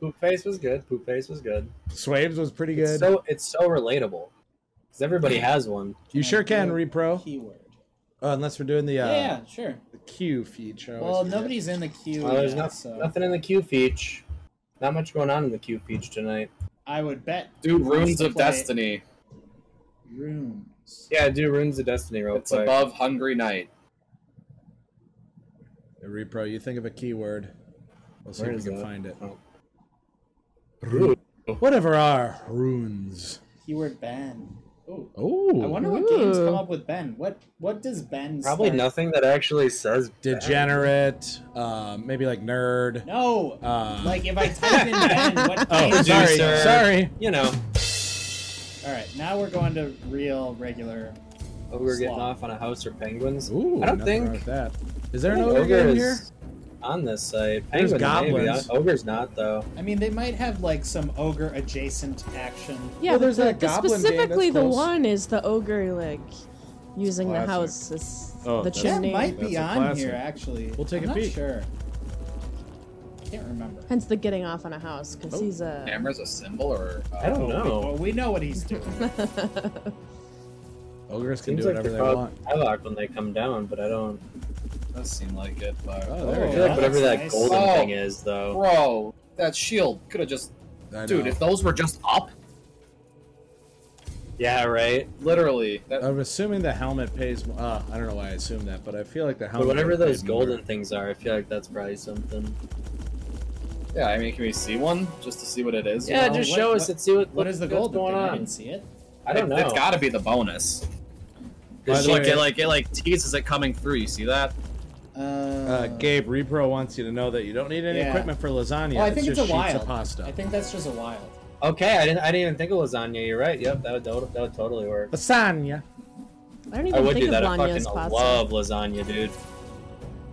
[SPEAKER 4] Poop face was good. Poop face was good.
[SPEAKER 3] Swaves was pretty
[SPEAKER 4] It's
[SPEAKER 3] good.
[SPEAKER 4] so it's so relatable because everybody has one.
[SPEAKER 3] you sure can
[SPEAKER 1] Keyword.
[SPEAKER 3] repro
[SPEAKER 1] Keyword.
[SPEAKER 3] uh, unless we're doing the uh,
[SPEAKER 1] Yeah, yeah, sure.
[SPEAKER 3] the Q feature.
[SPEAKER 1] Well, nobody's in the queue.
[SPEAKER 4] Well, there's
[SPEAKER 1] yet,
[SPEAKER 4] not,
[SPEAKER 1] so
[SPEAKER 4] nothing in the Q feature. Not much going on in the Q feature tonight.
[SPEAKER 1] I would bet.
[SPEAKER 6] Do
[SPEAKER 1] wants
[SPEAKER 6] Runes
[SPEAKER 1] to
[SPEAKER 6] of
[SPEAKER 1] play
[SPEAKER 6] Destiny.
[SPEAKER 1] Runes.
[SPEAKER 4] Yeah, do Runes of Destiny real
[SPEAKER 6] It's
[SPEAKER 4] quick.
[SPEAKER 6] above Hungry Knight.
[SPEAKER 3] repro. You think of a keyword. We'll see
[SPEAKER 4] Where
[SPEAKER 3] if we
[SPEAKER 4] is
[SPEAKER 3] can
[SPEAKER 4] that?
[SPEAKER 3] find it.
[SPEAKER 4] Oh.
[SPEAKER 3] Whatever are runes?
[SPEAKER 1] Keyword Ben. Ooh.
[SPEAKER 3] Oh,
[SPEAKER 1] I wonder what games
[SPEAKER 2] Ooh.
[SPEAKER 1] come up with Ben. What What does Ben?
[SPEAKER 4] Probably
[SPEAKER 1] start?
[SPEAKER 4] nothing that actually says
[SPEAKER 3] degenerate. Uh, maybe like nerd.
[SPEAKER 1] No.
[SPEAKER 3] Uh,
[SPEAKER 1] like if I type in Ben, what?
[SPEAKER 3] Oh,
[SPEAKER 1] games-
[SPEAKER 3] sorry,
[SPEAKER 4] Producer.
[SPEAKER 3] sorry.
[SPEAKER 4] You know,
[SPEAKER 1] All right, now we're going to real regular.
[SPEAKER 4] oh, we were getting
[SPEAKER 1] Slot.
[SPEAKER 4] off on a house or penguins.
[SPEAKER 3] Ooh,
[SPEAKER 4] I don't
[SPEAKER 3] nothing
[SPEAKER 4] think
[SPEAKER 3] wrong with that. Is there an
[SPEAKER 4] think
[SPEAKER 3] ogre game
[SPEAKER 4] is
[SPEAKER 3] here?
[SPEAKER 4] on this site.
[SPEAKER 3] There's
[SPEAKER 4] Penguin maybe.
[SPEAKER 3] goblins.
[SPEAKER 4] Ogre's not though.
[SPEAKER 1] I mean, they might have like some ogre adjacent action.
[SPEAKER 2] Yeah,
[SPEAKER 3] Well,
[SPEAKER 2] but
[SPEAKER 3] there's
[SPEAKER 2] the,
[SPEAKER 3] that
[SPEAKER 2] the
[SPEAKER 3] goblin game
[SPEAKER 2] specifically
[SPEAKER 3] that's
[SPEAKER 2] the
[SPEAKER 3] close.
[SPEAKER 2] one is the ogre like using the
[SPEAKER 3] Classic.
[SPEAKER 2] house as
[SPEAKER 3] Oh,
[SPEAKER 2] the
[SPEAKER 3] that's-
[SPEAKER 1] That
[SPEAKER 2] chimney.
[SPEAKER 1] might be
[SPEAKER 3] That's a
[SPEAKER 1] on
[SPEAKER 3] classic.
[SPEAKER 1] here actually.
[SPEAKER 3] We'll take
[SPEAKER 1] I'm
[SPEAKER 3] a
[SPEAKER 1] not
[SPEAKER 3] peek.
[SPEAKER 1] Sure. Can't remember.
[SPEAKER 2] Hence the getting off on a house
[SPEAKER 4] Oh,
[SPEAKER 2] because he's a
[SPEAKER 6] Hammer's a symbol or. oh,
[SPEAKER 4] I don't know.
[SPEAKER 1] Well, we know what he's doing.
[SPEAKER 3] Ogres can
[SPEAKER 4] Seems
[SPEAKER 3] do
[SPEAKER 4] like
[SPEAKER 3] whatever
[SPEAKER 4] they
[SPEAKER 3] they
[SPEAKER 4] cause
[SPEAKER 3] want.
[SPEAKER 4] havoc when they come down, but I don't.
[SPEAKER 6] Does seem like it, but.
[SPEAKER 3] Oh, there
[SPEAKER 1] Oh,
[SPEAKER 4] I
[SPEAKER 3] we
[SPEAKER 4] feel
[SPEAKER 3] go.
[SPEAKER 4] like whatever that
[SPEAKER 1] nice.
[SPEAKER 4] golden
[SPEAKER 6] Oh.
[SPEAKER 4] thing is though.
[SPEAKER 6] Bro, that shield could have just.
[SPEAKER 3] I
[SPEAKER 6] Dude,
[SPEAKER 3] know.
[SPEAKER 6] if those were just up,
[SPEAKER 4] Yeah, right.
[SPEAKER 6] literally. That,
[SPEAKER 3] I'm assuming the helmet pays. mo- Uh, I don't know why I assume that, but I feel like the helmet.
[SPEAKER 4] But whatever
[SPEAKER 3] would
[SPEAKER 4] those
[SPEAKER 3] pay more.
[SPEAKER 4] golden things are, I feel like that's probably something.
[SPEAKER 6] yeah, I mean, can we see one just to see what it is?
[SPEAKER 4] Yeah,
[SPEAKER 1] Well,
[SPEAKER 4] just
[SPEAKER 1] what-
[SPEAKER 4] show
[SPEAKER 1] what-
[SPEAKER 4] us and see what,
[SPEAKER 1] what is the
[SPEAKER 4] what's
[SPEAKER 1] gold
[SPEAKER 4] going
[SPEAKER 1] thing? I
[SPEAKER 4] on.
[SPEAKER 1] didn't see it.
[SPEAKER 4] I don't know.
[SPEAKER 6] It, has got to be the bonus.
[SPEAKER 3] By
[SPEAKER 6] It's
[SPEAKER 3] the
[SPEAKER 6] like
[SPEAKER 3] way-
[SPEAKER 6] it, like it, like teases it coming through. You see that?
[SPEAKER 1] Uh,
[SPEAKER 3] Uh, Gabe Repro wants you to know that you don't need any
[SPEAKER 1] Yeah.
[SPEAKER 3] equipment for lasagna.
[SPEAKER 1] oh, I
[SPEAKER 3] it's,
[SPEAKER 1] think it's,
[SPEAKER 3] just
[SPEAKER 1] a
[SPEAKER 3] sheets
[SPEAKER 1] wild.
[SPEAKER 3] of pasta.
[SPEAKER 1] I think that's just a wild.
[SPEAKER 4] Okay, I didn't. I didn't even think of lasagna. You're right. Yep, that would that would, that would totally work.
[SPEAKER 3] lasagna.
[SPEAKER 2] I don't
[SPEAKER 4] I
[SPEAKER 2] even
[SPEAKER 4] would
[SPEAKER 2] think
[SPEAKER 4] do
[SPEAKER 2] of
[SPEAKER 4] that. I
[SPEAKER 2] Lanya
[SPEAKER 4] fucking
[SPEAKER 2] as pasta.
[SPEAKER 4] love lasagna, dude.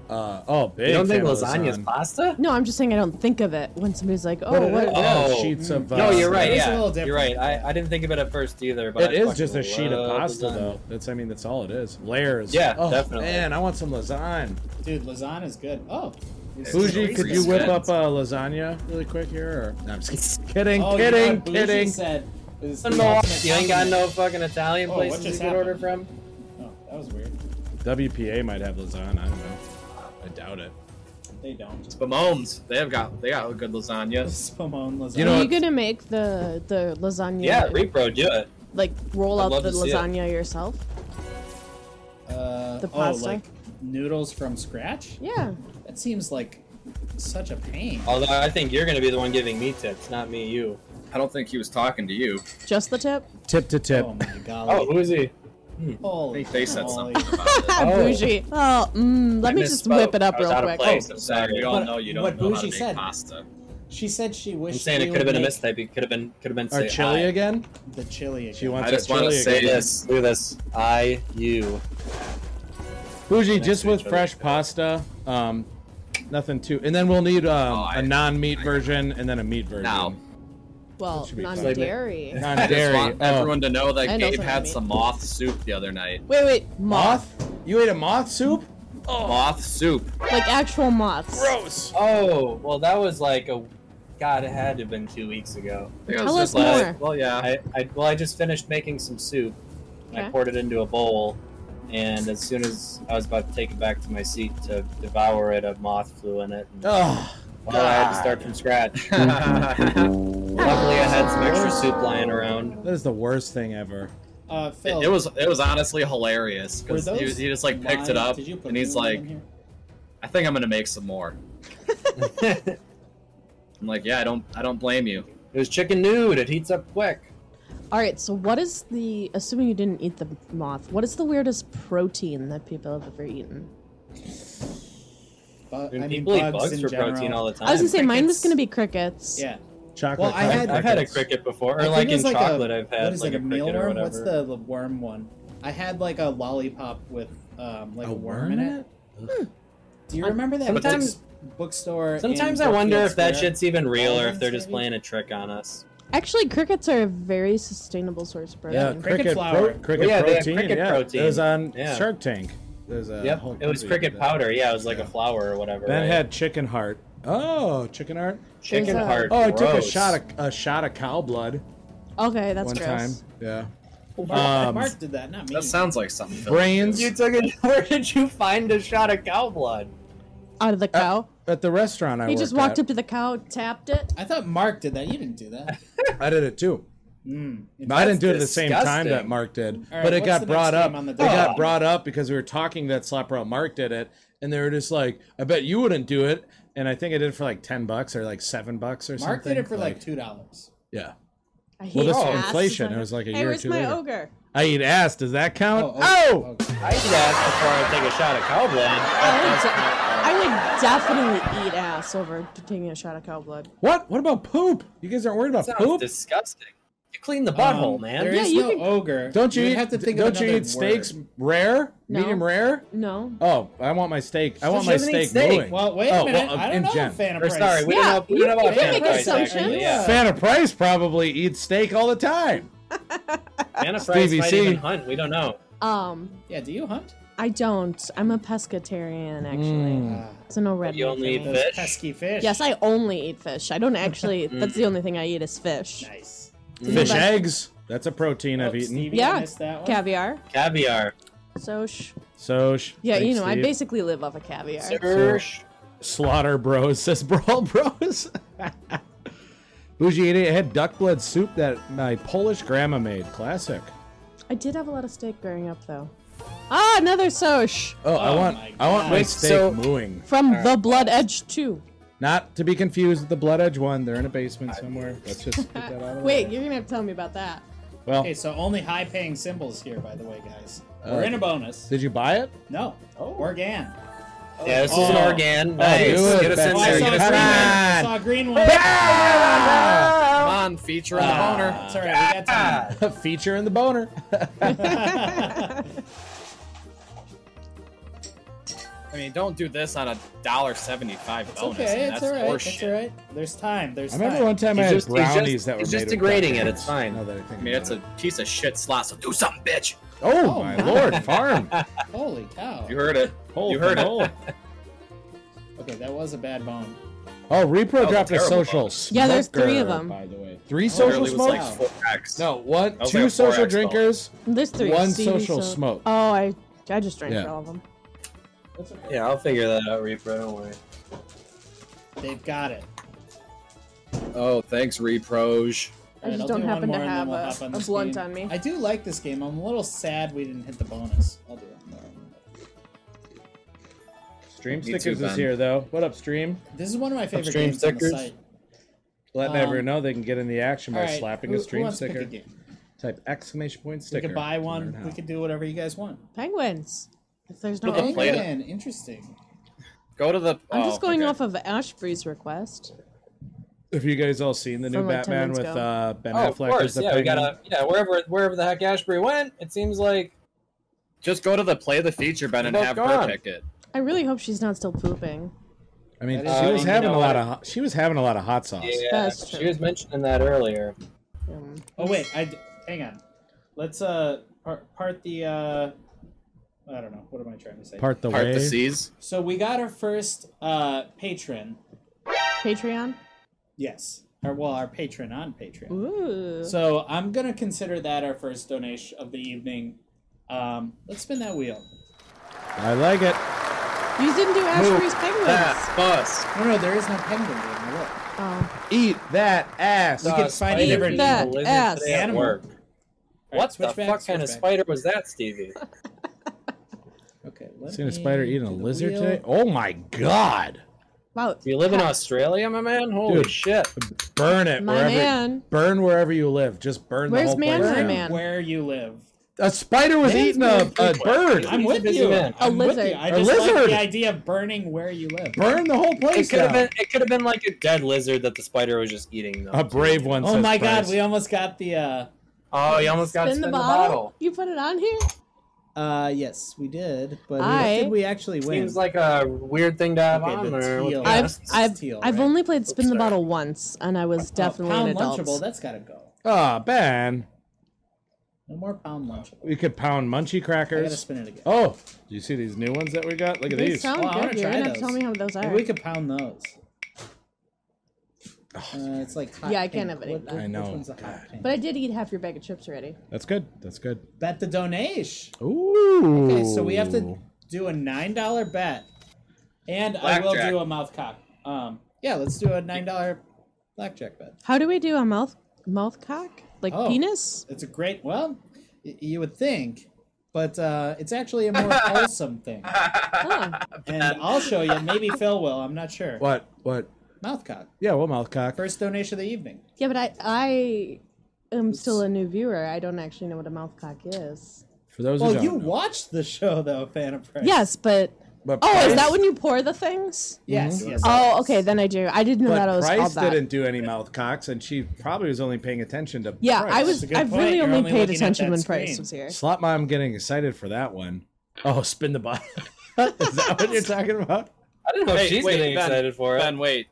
[SPEAKER 3] Uh, oh, big.
[SPEAKER 4] you don't think
[SPEAKER 3] fan of
[SPEAKER 4] lasagna is
[SPEAKER 3] lasagna.
[SPEAKER 4] pasta?
[SPEAKER 2] No, I'm just saying I don't think of it when somebody's like,
[SPEAKER 4] But
[SPEAKER 2] oh,
[SPEAKER 4] it
[SPEAKER 2] what?
[SPEAKER 4] is.
[SPEAKER 3] Yeah,
[SPEAKER 4] Oh.
[SPEAKER 3] sheets of. Uh,
[SPEAKER 4] No, you're right.
[SPEAKER 1] It is a
[SPEAKER 4] Yeah,
[SPEAKER 1] little different.
[SPEAKER 4] you're right. I, I didn't think of it at first either, but
[SPEAKER 3] It
[SPEAKER 4] I
[SPEAKER 3] is
[SPEAKER 4] fucking
[SPEAKER 3] just a sheet of
[SPEAKER 4] love
[SPEAKER 3] pasta,
[SPEAKER 4] lasagna.
[SPEAKER 3] though. That's, I mean, that's all it is. Layers.
[SPEAKER 4] Yeah,
[SPEAKER 3] oh,
[SPEAKER 4] definitely.
[SPEAKER 3] Man, I want some lasagna.
[SPEAKER 1] Dude, lasagna is good. Oh,
[SPEAKER 6] It's
[SPEAKER 3] Bougie,
[SPEAKER 6] just
[SPEAKER 3] could you
[SPEAKER 6] crazy.
[SPEAKER 3] whip up uh, lasagna really quick here? Or... No, I'm just kidding,
[SPEAKER 1] oh, you know
[SPEAKER 3] kidding,
[SPEAKER 1] what Bougie
[SPEAKER 3] kidding.
[SPEAKER 1] Said is the
[SPEAKER 4] No,
[SPEAKER 1] ultimate
[SPEAKER 4] You ain't got
[SPEAKER 1] compliment.
[SPEAKER 4] no fucking Italian
[SPEAKER 1] Oh, what
[SPEAKER 4] places you
[SPEAKER 1] just
[SPEAKER 4] could order from.
[SPEAKER 1] happened? Oh, that was weird.
[SPEAKER 3] WPA might have lasagna. I don't know. I doubt it.
[SPEAKER 1] They don't.
[SPEAKER 6] Spamones, they have got they got good lasagna.
[SPEAKER 1] Spumone lasagna.
[SPEAKER 3] You
[SPEAKER 2] Are
[SPEAKER 3] know-
[SPEAKER 2] you gonna make the the lasagna?
[SPEAKER 4] Yeah, repro, do it.
[SPEAKER 2] like roll
[SPEAKER 4] I'd
[SPEAKER 2] out
[SPEAKER 4] love
[SPEAKER 2] the
[SPEAKER 4] to see it.
[SPEAKER 2] lasagna yourself.
[SPEAKER 1] uh,
[SPEAKER 2] The
[SPEAKER 1] Oh,
[SPEAKER 2] pasta?
[SPEAKER 1] like noodles from scratch?
[SPEAKER 2] Yeah,
[SPEAKER 1] That seems like such a pain.
[SPEAKER 4] Although I think you're gonna be the one giving me tips, not me, you.
[SPEAKER 6] I don't think he was talking to you.
[SPEAKER 2] just the tip.
[SPEAKER 3] Tip to tip.
[SPEAKER 1] Oh my golly.
[SPEAKER 4] Oh, who is he?
[SPEAKER 6] I
[SPEAKER 1] Holy
[SPEAKER 6] think they said
[SPEAKER 1] moly.
[SPEAKER 6] something about it.
[SPEAKER 2] Ah,
[SPEAKER 4] Oh.
[SPEAKER 2] Bougie. Oh, mm, let
[SPEAKER 4] I
[SPEAKER 2] me just
[SPEAKER 4] misspoke.
[SPEAKER 2] whip it up
[SPEAKER 4] I was
[SPEAKER 2] real
[SPEAKER 4] out of
[SPEAKER 2] quick.
[SPEAKER 4] place.
[SPEAKER 6] I'm sorry, we all
[SPEAKER 1] What-
[SPEAKER 6] know you don't
[SPEAKER 1] what
[SPEAKER 6] know how to
[SPEAKER 1] Bougie
[SPEAKER 6] make
[SPEAKER 1] said.
[SPEAKER 6] pasta.
[SPEAKER 1] She said she wished
[SPEAKER 4] I'm saying
[SPEAKER 1] she
[SPEAKER 4] it could have
[SPEAKER 1] would
[SPEAKER 4] been a
[SPEAKER 1] make
[SPEAKER 4] mistype. It could have been could have been
[SPEAKER 3] Or
[SPEAKER 4] say
[SPEAKER 3] chili
[SPEAKER 4] I.
[SPEAKER 3] again?
[SPEAKER 1] The chili again.
[SPEAKER 3] She wants
[SPEAKER 6] I
[SPEAKER 3] her
[SPEAKER 6] just want to
[SPEAKER 3] chili
[SPEAKER 6] say
[SPEAKER 3] again.
[SPEAKER 6] this.
[SPEAKER 4] Look at this. I you.
[SPEAKER 3] Bougie,
[SPEAKER 4] Next
[SPEAKER 3] just
[SPEAKER 4] to
[SPEAKER 3] with
[SPEAKER 4] each other.
[SPEAKER 3] fresh pasta. Um, nothing too. And then we'll need um,
[SPEAKER 6] Oh, I-
[SPEAKER 3] a non-meat version and then a meat version.
[SPEAKER 6] Now,
[SPEAKER 2] Oh, Well,
[SPEAKER 3] should be fine.
[SPEAKER 2] non-dairy.
[SPEAKER 6] I just
[SPEAKER 3] Non-dairy.
[SPEAKER 6] want
[SPEAKER 3] Oh.
[SPEAKER 6] everyone to know that
[SPEAKER 2] I know
[SPEAKER 6] Gabe
[SPEAKER 2] some
[SPEAKER 6] had
[SPEAKER 2] meat.
[SPEAKER 6] some moth soup the other night.
[SPEAKER 2] Wait, wait, moth?
[SPEAKER 3] Moth? You ate a moth soup?
[SPEAKER 2] Oh.
[SPEAKER 6] Moth soup.
[SPEAKER 2] Like actual moths.
[SPEAKER 3] Gross.
[SPEAKER 4] Oh, well, that was like a. God, it had to have been two weeks ago.
[SPEAKER 6] I think it
[SPEAKER 2] Tell
[SPEAKER 6] was just
[SPEAKER 2] us
[SPEAKER 6] last-
[SPEAKER 2] more.
[SPEAKER 6] Well, yeah.
[SPEAKER 4] I, I well, I just finished making some soup. And I
[SPEAKER 2] Okay.
[SPEAKER 4] poured it into a bowl, and as soon as I was about to take it back to my seat to devour it, a moth flew in it. And
[SPEAKER 3] Oh,
[SPEAKER 4] Well, I had to start from scratch. Luckily, I had some extra soup lying around.
[SPEAKER 3] That is the worst thing ever.
[SPEAKER 1] Uh,
[SPEAKER 6] It,
[SPEAKER 1] Phil,
[SPEAKER 6] it was it was honestly hilarious
[SPEAKER 1] were
[SPEAKER 6] because he,
[SPEAKER 1] those
[SPEAKER 6] he just like picked
[SPEAKER 1] lines-
[SPEAKER 6] it up
[SPEAKER 1] did you put
[SPEAKER 6] and he's
[SPEAKER 1] glue in
[SPEAKER 6] like,
[SPEAKER 1] here?
[SPEAKER 6] I think I'm gonna make some more.
[SPEAKER 4] it
[SPEAKER 6] I'm like, yeah, I don't I don't blame you.
[SPEAKER 4] was chicken nude. It heats up quick.
[SPEAKER 2] All right, so what is the assuming you didn't eat the moth? What is the weirdest protein that people have ever eaten?
[SPEAKER 1] bu-
[SPEAKER 4] I mean,
[SPEAKER 1] I mean,
[SPEAKER 4] people eat
[SPEAKER 1] bugs,
[SPEAKER 4] bugs
[SPEAKER 1] in
[SPEAKER 4] for
[SPEAKER 1] general.
[SPEAKER 4] protein all the time.
[SPEAKER 2] I was gonna say mine was
[SPEAKER 1] crickets.
[SPEAKER 2] gonna be crickets.
[SPEAKER 1] Yeah.
[SPEAKER 3] Chocolate.
[SPEAKER 1] Well, I
[SPEAKER 3] covered
[SPEAKER 1] had-
[SPEAKER 4] I've had a
[SPEAKER 3] crickets.
[SPEAKER 4] cricket before,
[SPEAKER 1] I
[SPEAKER 4] or
[SPEAKER 1] think
[SPEAKER 4] like
[SPEAKER 1] it was
[SPEAKER 4] in chocolate,
[SPEAKER 1] a,
[SPEAKER 4] I've
[SPEAKER 1] what
[SPEAKER 4] had
[SPEAKER 1] is
[SPEAKER 4] like,
[SPEAKER 1] it,
[SPEAKER 4] a
[SPEAKER 1] a
[SPEAKER 4] cricket or
[SPEAKER 1] mealworm?
[SPEAKER 4] whatever.
[SPEAKER 1] What's the the worm one? I had like a lollipop with um, like a,
[SPEAKER 3] a
[SPEAKER 1] worm, in it.
[SPEAKER 3] Hmm.
[SPEAKER 1] Do you remember that
[SPEAKER 4] Sometimes-
[SPEAKER 1] books- bookstore? in
[SPEAKER 4] Sometimes I wonder
[SPEAKER 1] Brookfield
[SPEAKER 4] if that
[SPEAKER 1] Square?
[SPEAKER 4] shit's even real or if they're
[SPEAKER 1] Almonds,
[SPEAKER 4] just
[SPEAKER 1] maybe?
[SPEAKER 4] playing a trick on us.
[SPEAKER 2] Actually, crickets are a very sustainable source of
[SPEAKER 3] Yeah,
[SPEAKER 2] protein.
[SPEAKER 1] cricket
[SPEAKER 3] cricket,
[SPEAKER 1] flour.
[SPEAKER 3] pro- cricket
[SPEAKER 4] Yeah, they have
[SPEAKER 3] protein.
[SPEAKER 4] cricket
[SPEAKER 3] yeah,
[SPEAKER 4] protein.
[SPEAKER 3] it was on
[SPEAKER 4] Yeah.
[SPEAKER 3] Shark Tank. There's a
[SPEAKER 4] Yep,
[SPEAKER 3] whole
[SPEAKER 4] it was
[SPEAKER 3] movie
[SPEAKER 4] cricket
[SPEAKER 3] about that.
[SPEAKER 4] powder. Yeah, it was like
[SPEAKER 3] Yeah.
[SPEAKER 4] a flower or whatever.
[SPEAKER 3] Ben
[SPEAKER 4] right?
[SPEAKER 3] had chicken heart. Oh, chicken heart.
[SPEAKER 4] chicken
[SPEAKER 2] There's a-
[SPEAKER 4] heart.
[SPEAKER 3] Oh, I took a
[SPEAKER 4] gross.
[SPEAKER 3] shot of a shot of cow blood
[SPEAKER 2] Okay, that's
[SPEAKER 3] one
[SPEAKER 2] gross.
[SPEAKER 3] time. Yeah.
[SPEAKER 1] Well, Mark,
[SPEAKER 3] Um,
[SPEAKER 1] Mark did that, not me.
[SPEAKER 6] That sounds like something. Phil would
[SPEAKER 3] Brains.
[SPEAKER 6] do.
[SPEAKER 4] You took a. Where did you find a shot of cow blood?
[SPEAKER 2] Out of the cow.
[SPEAKER 3] At the restaurant Uh, I
[SPEAKER 2] he just
[SPEAKER 3] worked
[SPEAKER 2] walked
[SPEAKER 3] at.
[SPEAKER 2] up to the cow, tapped it.
[SPEAKER 1] I thought Mark did that. You didn't do that.
[SPEAKER 3] I did it too.
[SPEAKER 1] Mm.
[SPEAKER 3] But I didn't do it at the same time
[SPEAKER 4] disgusting.
[SPEAKER 3] that Mark did.
[SPEAKER 1] All right,
[SPEAKER 3] but it
[SPEAKER 1] what's
[SPEAKER 3] got
[SPEAKER 1] the
[SPEAKER 3] brought
[SPEAKER 1] next
[SPEAKER 3] up.
[SPEAKER 1] game on the
[SPEAKER 3] It got
[SPEAKER 4] docket?
[SPEAKER 3] brought up because we were talking that slap bro Mark did it, and they were just like, "I bet you wouldn't do it." And I think I did it for like ten bucks or like seven bucks or
[SPEAKER 1] Mark
[SPEAKER 3] something.
[SPEAKER 1] did it for like two dollars.
[SPEAKER 3] yeah.
[SPEAKER 2] I hate
[SPEAKER 3] Well, this is
[SPEAKER 2] ass.
[SPEAKER 3] inflation. It was like a
[SPEAKER 2] hey,
[SPEAKER 3] year or
[SPEAKER 2] where's
[SPEAKER 3] two
[SPEAKER 2] my
[SPEAKER 3] later.
[SPEAKER 2] ogre?
[SPEAKER 3] I eat ass. Does that count?
[SPEAKER 1] Oh,
[SPEAKER 3] Oh,
[SPEAKER 1] oh, okay.
[SPEAKER 4] I should ask before I take a shot of cow blood.
[SPEAKER 2] I would, de- I would definitely eat ass over t- taking a shot of cow blood.
[SPEAKER 3] what? What about poop? You guys aren't worried about
[SPEAKER 4] Sounds
[SPEAKER 3] poop?
[SPEAKER 4] disgusting. You clean the butthole,
[SPEAKER 1] Um,
[SPEAKER 4] man.
[SPEAKER 1] There
[SPEAKER 2] Yeah,
[SPEAKER 1] is
[SPEAKER 2] you
[SPEAKER 1] no
[SPEAKER 2] can-
[SPEAKER 1] ogre.
[SPEAKER 3] don't you
[SPEAKER 1] You'd
[SPEAKER 3] eat?
[SPEAKER 1] have to think of
[SPEAKER 3] don't you
[SPEAKER 1] another
[SPEAKER 3] eat steaks
[SPEAKER 1] word.
[SPEAKER 3] rare,
[SPEAKER 2] No.
[SPEAKER 3] medium rare?
[SPEAKER 2] No.
[SPEAKER 3] Oh, I want my steak. I want
[SPEAKER 4] she
[SPEAKER 3] my
[SPEAKER 4] doesn't eat
[SPEAKER 3] steak,
[SPEAKER 4] steak.
[SPEAKER 3] moving.
[SPEAKER 1] Well, wait a
[SPEAKER 3] Oh,
[SPEAKER 1] minute.
[SPEAKER 3] well,
[SPEAKER 1] I
[SPEAKER 3] in
[SPEAKER 1] don't know
[SPEAKER 3] gen.
[SPEAKER 1] if Fanta
[SPEAKER 4] Or
[SPEAKER 1] Price.
[SPEAKER 4] sorry, we
[SPEAKER 2] Yeah,
[SPEAKER 4] don't know. We don't know
[SPEAKER 2] you
[SPEAKER 4] about
[SPEAKER 2] can
[SPEAKER 4] Fanta
[SPEAKER 2] make
[SPEAKER 4] Price,
[SPEAKER 2] assumptions.
[SPEAKER 4] actually,
[SPEAKER 1] uh,
[SPEAKER 4] Yeah.
[SPEAKER 3] Fanta Price probably eats steak all the time.
[SPEAKER 4] Fanta Price might
[SPEAKER 3] Stevie C.
[SPEAKER 4] even hunt. We don't know.
[SPEAKER 2] Um,
[SPEAKER 1] yeah, do you hunt?
[SPEAKER 2] I don't. I'm a pescatarian, actually.
[SPEAKER 3] Mm.
[SPEAKER 1] Ah,
[SPEAKER 2] So no red.
[SPEAKER 4] You
[SPEAKER 2] meat
[SPEAKER 4] only
[SPEAKER 2] for
[SPEAKER 4] eat
[SPEAKER 2] me.
[SPEAKER 1] those
[SPEAKER 4] fish.
[SPEAKER 1] pesky fish.
[SPEAKER 2] Yes, I only eat fish. I don't actually. that's the only thing I eat is fish.
[SPEAKER 1] Nice.
[SPEAKER 3] Fish
[SPEAKER 2] Mm.
[SPEAKER 3] eggs. That's a protein
[SPEAKER 1] Oh,
[SPEAKER 3] I've eaten.
[SPEAKER 1] Stevie,
[SPEAKER 2] Yeah,
[SPEAKER 1] I missed that one.
[SPEAKER 2] Caviar.
[SPEAKER 4] Caviar.
[SPEAKER 2] So sh-
[SPEAKER 3] So sh-
[SPEAKER 2] yeah, you
[SPEAKER 3] thanks,
[SPEAKER 2] know, I
[SPEAKER 3] Steve.
[SPEAKER 2] basically live off of caviar.
[SPEAKER 4] Sirsh.
[SPEAKER 3] slaughter bros says brawl bros. Bougie idiot I had duck blood soup that my Polish grandma made. Classic.
[SPEAKER 2] I did have a lot of steak growing up, though. Ah, another sosh
[SPEAKER 3] Oh, I
[SPEAKER 1] Oh
[SPEAKER 3] want
[SPEAKER 1] my
[SPEAKER 3] I want my
[SPEAKER 4] God.
[SPEAKER 3] steak
[SPEAKER 4] So-
[SPEAKER 3] mooing.
[SPEAKER 2] from the Blood Edge Two.
[SPEAKER 3] Not to be confused with the Blood Edge one. They're in a basement somewhere. Let's just get that out of the
[SPEAKER 2] Wait,
[SPEAKER 3] way.
[SPEAKER 2] you're gonna have to tell me about that.
[SPEAKER 3] Well,
[SPEAKER 1] Okay, so only high-paying symbols here, by the way, guys.
[SPEAKER 3] Oh. Uh,
[SPEAKER 1] We're in a bonus.
[SPEAKER 3] did you buy it?
[SPEAKER 1] No,
[SPEAKER 3] Oh.
[SPEAKER 1] Organ.
[SPEAKER 4] Yeah, this is
[SPEAKER 1] Oh.
[SPEAKER 4] an organ.
[SPEAKER 3] do
[SPEAKER 4] Nice.
[SPEAKER 3] it,
[SPEAKER 4] Get us
[SPEAKER 3] Ben.
[SPEAKER 4] in
[SPEAKER 1] Oh, I
[SPEAKER 4] there.
[SPEAKER 1] saw,
[SPEAKER 4] Get
[SPEAKER 1] a green
[SPEAKER 4] us in
[SPEAKER 1] one.
[SPEAKER 4] there.
[SPEAKER 1] I
[SPEAKER 3] in.
[SPEAKER 1] saw a green one.
[SPEAKER 2] Oh.
[SPEAKER 6] Come on, feature in the
[SPEAKER 1] Uh,
[SPEAKER 6] boner.
[SPEAKER 1] Ah, It's all right, we got time.
[SPEAKER 3] Feature in the boner.
[SPEAKER 6] I mean, don't do this on a dollar seventy-five
[SPEAKER 1] It's
[SPEAKER 6] bonus.
[SPEAKER 1] okay,
[SPEAKER 6] That's
[SPEAKER 1] it's all right.
[SPEAKER 6] horseshit.
[SPEAKER 1] It's all right. There's time. There's
[SPEAKER 3] I
[SPEAKER 1] time.
[SPEAKER 3] remember one time I
[SPEAKER 4] He's
[SPEAKER 3] had
[SPEAKER 4] just- he's just-
[SPEAKER 3] brownies that were
[SPEAKER 4] he's
[SPEAKER 3] made
[SPEAKER 4] just
[SPEAKER 3] with
[SPEAKER 4] degrading
[SPEAKER 3] duck
[SPEAKER 4] it,
[SPEAKER 3] eggs.
[SPEAKER 4] it's fine.
[SPEAKER 3] Now that I think
[SPEAKER 6] I mean,
[SPEAKER 3] about
[SPEAKER 6] it's a piece of shit slot. So do something, bitch.
[SPEAKER 3] it. Oh,
[SPEAKER 1] Oh,
[SPEAKER 3] my
[SPEAKER 1] my.
[SPEAKER 3] lord, farm.
[SPEAKER 1] Holy cow.
[SPEAKER 6] You heard it.
[SPEAKER 3] Holy
[SPEAKER 6] you heard it.
[SPEAKER 3] moly.
[SPEAKER 1] Okay, that was a bad bone.
[SPEAKER 3] Oh, repro
[SPEAKER 6] was
[SPEAKER 3] dropped
[SPEAKER 6] a
[SPEAKER 3] a
[SPEAKER 6] terrible
[SPEAKER 3] social.
[SPEAKER 6] bonus.
[SPEAKER 2] Yeah, there's
[SPEAKER 3] smoker,
[SPEAKER 2] three of 'em.
[SPEAKER 3] By the way, three
[SPEAKER 6] Literally
[SPEAKER 3] social
[SPEAKER 6] was
[SPEAKER 3] smokers.
[SPEAKER 6] like four X.
[SPEAKER 3] no, one,
[SPEAKER 6] That was
[SPEAKER 3] two
[SPEAKER 6] like a 4X
[SPEAKER 3] social
[SPEAKER 6] bonus.
[SPEAKER 3] drinkers.
[SPEAKER 2] There's three.
[SPEAKER 3] One
[SPEAKER 2] Stevie,
[SPEAKER 3] social
[SPEAKER 2] so-
[SPEAKER 3] smoke.
[SPEAKER 2] Oh, I I just drank
[SPEAKER 3] Yeah.
[SPEAKER 2] all of them.
[SPEAKER 4] Yeah, I'll figure that out, Reaper. Don't worry.
[SPEAKER 1] They've got it.
[SPEAKER 6] Oh, thanks, Reproge.
[SPEAKER 2] I
[SPEAKER 1] Alright,
[SPEAKER 2] just don't
[SPEAKER 1] I'll do one
[SPEAKER 2] happen to
[SPEAKER 1] more and then
[SPEAKER 2] have
[SPEAKER 1] we'll
[SPEAKER 2] a-
[SPEAKER 1] hop on
[SPEAKER 2] a
[SPEAKER 1] this
[SPEAKER 2] blunt
[SPEAKER 1] game.
[SPEAKER 2] on me.
[SPEAKER 1] I do like this game. I'm a little sad we didn't hit the bonus. I'll do it.
[SPEAKER 3] Stream
[SPEAKER 6] Me
[SPEAKER 3] Stickers
[SPEAKER 6] too,
[SPEAKER 3] is
[SPEAKER 6] Ben.
[SPEAKER 3] here though. What up, Stream?
[SPEAKER 1] This is one of my favorite
[SPEAKER 4] Upstream
[SPEAKER 1] games
[SPEAKER 4] stickers?
[SPEAKER 1] on the site.
[SPEAKER 3] Letting
[SPEAKER 1] Um,
[SPEAKER 3] everyone know they can get in the action by
[SPEAKER 1] Alright,
[SPEAKER 3] slapping
[SPEAKER 1] who-
[SPEAKER 3] a
[SPEAKER 1] who
[SPEAKER 3] Stream
[SPEAKER 1] wants to pick
[SPEAKER 3] Sticker.
[SPEAKER 1] a game?
[SPEAKER 3] Type exclamation point
[SPEAKER 1] We
[SPEAKER 3] sticker.
[SPEAKER 1] could buy
[SPEAKER 3] to learn
[SPEAKER 1] one.
[SPEAKER 3] how.
[SPEAKER 1] We could do whatever you guys want.
[SPEAKER 2] Penguins. If there's no,
[SPEAKER 6] Don't
[SPEAKER 2] I'm
[SPEAKER 6] play it.
[SPEAKER 1] Man, interesting.
[SPEAKER 6] Go to the. oh,
[SPEAKER 2] just going
[SPEAKER 6] okay.
[SPEAKER 2] off of Ashbury's request.
[SPEAKER 3] Have you guys all seen the new
[SPEAKER 2] From, like, 10
[SPEAKER 3] Batman
[SPEAKER 2] minutes
[SPEAKER 3] with
[SPEAKER 2] ago.
[SPEAKER 3] uh, Ben
[SPEAKER 4] Oh, of
[SPEAKER 3] Affleck as
[SPEAKER 4] course.
[SPEAKER 3] the
[SPEAKER 4] Yeah, we
[SPEAKER 3] penguin?
[SPEAKER 4] gotta. Yeah, wherever wherever the heck Ashbury went, it seems like
[SPEAKER 6] Just go to the play the feature, Ben, and
[SPEAKER 4] Look
[SPEAKER 6] have her
[SPEAKER 4] on.
[SPEAKER 6] pick it.
[SPEAKER 2] I really hope she's not still pooping.
[SPEAKER 3] I mean,
[SPEAKER 1] That
[SPEAKER 3] she
[SPEAKER 1] is-
[SPEAKER 4] Uh,
[SPEAKER 3] was
[SPEAKER 4] you
[SPEAKER 3] having
[SPEAKER 4] know
[SPEAKER 3] a lot
[SPEAKER 4] what?
[SPEAKER 3] of hot, she was having a lot of hot sauce.
[SPEAKER 4] yeah.
[SPEAKER 2] That's true.
[SPEAKER 4] She was mentioning that earlier.
[SPEAKER 2] Um,
[SPEAKER 1] Oh wait, I d- hang on. Let's uh part, part the uh I don't know. What am I trying to say?
[SPEAKER 3] Part the
[SPEAKER 6] Part
[SPEAKER 3] way.
[SPEAKER 6] the seas.
[SPEAKER 1] so we got our first uh patron.
[SPEAKER 2] Patreon.
[SPEAKER 1] Yes. Our well, our patron on Patreon.
[SPEAKER 2] Ooh.
[SPEAKER 1] So I'm gonna consider that our first donation of the evening. Um, let's spin that wheel.
[SPEAKER 3] I like it.
[SPEAKER 2] You didn't do Ashbury's penguins.
[SPEAKER 6] Ah,
[SPEAKER 4] That bus.
[SPEAKER 1] No, no, there is no penguin in the world.
[SPEAKER 2] Oh,
[SPEAKER 3] Eat that ass.
[SPEAKER 1] You can find a
[SPEAKER 4] Spider
[SPEAKER 1] different
[SPEAKER 4] people
[SPEAKER 2] that
[SPEAKER 4] isn't today
[SPEAKER 2] ass.
[SPEAKER 4] at
[SPEAKER 1] Animal.
[SPEAKER 4] work. What
[SPEAKER 1] switch
[SPEAKER 4] the
[SPEAKER 1] back,
[SPEAKER 4] fuck
[SPEAKER 1] switch
[SPEAKER 4] kind of
[SPEAKER 1] back.
[SPEAKER 4] spider was that, Stevie?
[SPEAKER 1] Okay. let
[SPEAKER 3] Seen a
[SPEAKER 1] me
[SPEAKER 3] spider eating a
[SPEAKER 1] do the
[SPEAKER 3] lizard
[SPEAKER 1] wheel.
[SPEAKER 3] today? Oh my god!
[SPEAKER 2] wow.
[SPEAKER 4] Do you live in Australia, my man? Holy
[SPEAKER 3] Dude.
[SPEAKER 4] shit.
[SPEAKER 3] Burn it
[SPEAKER 2] My
[SPEAKER 3] wherever.
[SPEAKER 2] man.
[SPEAKER 3] Burn wherever you live. Just burn
[SPEAKER 2] Where's
[SPEAKER 3] the whole
[SPEAKER 2] man,
[SPEAKER 3] place
[SPEAKER 2] my
[SPEAKER 3] down.
[SPEAKER 2] man?
[SPEAKER 1] Where you live.
[SPEAKER 3] A spider was
[SPEAKER 1] Man's
[SPEAKER 3] eating a, a bird.
[SPEAKER 1] I'm with
[SPEAKER 4] busy
[SPEAKER 1] you.
[SPEAKER 4] man.
[SPEAKER 1] I'm
[SPEAKER 2] A
[SPEAKER 1] with
[SPEAKER 2] lizard.
[SPEAKER 1] you. I
[SPEAKER 3] A
[SPEAKER 1] just like
[SPEAKER 3] lizard.
[SPEAKER 1] the idea of burning where you live.
[SPEAKER 3] Burn the whole
[SPEAKER 4] It
[SPEAKER 3] place
[SPEAKER 4] could have
[SPEAKER 3] down.
[SPEAKER 4] been. It could have been like a dead lizard that the spider was just eating. Though.
[SPEAKER 3] A brave one.
[SPEAKER 1] Oh
[SPEAKER 3] says
[SPEAKER 1] my
[SPEAKER 3] Bryce.
[SPEAKER 1] god, we almost got the uh
[SPEAKER 4] Oh, you almost got
[SPEAKER 2] Spin,
[SPEAKER 4] spin
[SPEAKER 2] the, bottle? You put it on here?
[SPEAKER 1] uh yes, we did, but
[SPEAKER 2] I-
[SPEAKER 1] did we actually win?
[SPEAKER 4] Seems like a weird thing to have
[SPEAKER 1] Okay,
[SPEAKER 4] on
[SPEAKER 1] the
[SPEAKER 4] there.
[SPEAKER 1] teal.
[SPEAKER 4] with
[SPEAKER 1] Yeah,
[SPEAKER 2] I've
[SPEAKER 1] this is
[SPEAKER 2] I've,
[SPEAKER 1] teal,
[SPEAKER 2] I've
[SPEAKER 1] right?
[SPEAKER 2] only played spin the
[SPEAKER 4] sorry.
[SPEAKER 2] bottle once, and I was definitely
[SPEAKER 1] oh,
[SPEAKER 2] an adult.
[SPEAKER 1] pound lunchable, that's got to go.
[SPEAKER 3] Ah, Ben.
[SPEAKER 1] No more pound lunchable.
[SPEAKER 3] We could pound munchie
[SPEAKER 1] I got to
[SPEAKER 3] crackers.
[SPEAKER 1] spin it again.
[SPEAKER 3] Oh, do you see these new ones that we got? Look at
[SPEAKER 2] They
[SPEAKER 3] these.
[SPEAKER 2] sound
[SPEAKER 1] Well, I wanna
[SPEAKER 2] good. You're
[SPEAKER 1] try
[SPEAKER 2] gonna have
[SPEAKER 1] those.
[SPEAKER 2] to tell me how those
[SPEAKER 1] Maybe
[SPEAKER 2] are.
[SPEAKER 1] we could pound those. Uh, it's like hot
[SPEAKER 2] Yeah, I
[SPEAKER 1] pink.
[SPEAKER 2] can't have any of
[SPEAKER 1] What-
[SPEAKER 2] that.
[SPEAKER 1] which
[SPEAKER 3] I know.
[SPEAKER 1] one's the hot pink?
[SPEAKER 2] But I did eat half your bag of chips already.
[SPEAKER 3] That's good. That's good.
[SPEAKER 1] Bet the donation.
[SPEAKER 3] Ooh.
[SPEAKER 1] Okay, so we have to do a nine dollar bet, and I will
[SPEAKER 6] Blackjack.
[SPEAKER 1] do a mouth cock. Um, yeah, let's do a nine dollar blackjack bet.
[SPEAKER 2] How do we do a mouth mouth cock? Like
[SPEAKER 1] Oh.
[SPEAKER 2] penis?
[SPEAKER 1] It's a great. Well, y- you would think, but uh, it's actually a more wholesome thing.
[SPEAKER 2] Huh.
[SPEAKER 1] And I'll show you. Maybe Phil will. I'm not sure.
[SPEAKER 3] What? What?
[SPEAKER 1] Mouth cock.
[SPEAKER 3] Yeah, well, mouth cock.
[SPEAKER 1] First donation of the evening.
[SPEAKER 2] Yeah, but I I am still a new viewer. I don't actually know what a mouth cock is.
[SPEAKER 3] For those who
[SPEAKER 1] Well,
[SPEAKER 3] don't
[SPEAKER 1] you
[SPEAKER 3] know.
[SPEAKER 1] watched the show though, Fan of Price.
[SPEAKER 2] Yes, but
[SPEAKER 3] But
[SPEAKER 2] oh, is
[SPEAKER 3] Price-
[SPEAKER 2] that when you pour the things?
[SPEAKER 1] Yes.
[SPEAKER 3] Mm-hmm.
[SPEAKER 1] Yes.
[SPEAKER 2] Oh, okay, then I do. I didn't know
[SPEAKER 3] But
[SPEAKER 2] that I was
[SPEAKER 3] Price
[SPEAKER 2] called that.
[SPEAKER 3] didn't do any mouth cocks, and she probably was only paying attention to.
[SPEAKER 2] Yeah,
[SPEAKER 3] Price.
[SPEAKER 2] I was.
[SPEAKER 1] a good
[SPEAKER 2] I
[SPEAKER 1] point.
[SPEAKER 2] really
[SPEAKER 1] You're
[SPEAKER 2] only,
[SPEAKER 1] only
[SPEAKER 2] paid
[SPEAKER 1] looking at
[SPEAKER 2] attention
[SPEAKER 1] that
[SPEAKER 2] when Price
[SPEAKER 1] screen.
[SPEAKER 2] was here.
[SPEAKER 3] Slot mom getting excited for that one. Oh, spin the bottle. is that what you're talking about?
[SPEAKER 4] I don't know if
[SPEAKER 6] Wait,
[SPEAKER 4] she's
[SPEAKER 6] wait,
[SPEAKER 4] getting
[SPEAKER 6] Ben,
[SPEAKER 4] excited for it.
[SPEAKER 6] Ben, wait.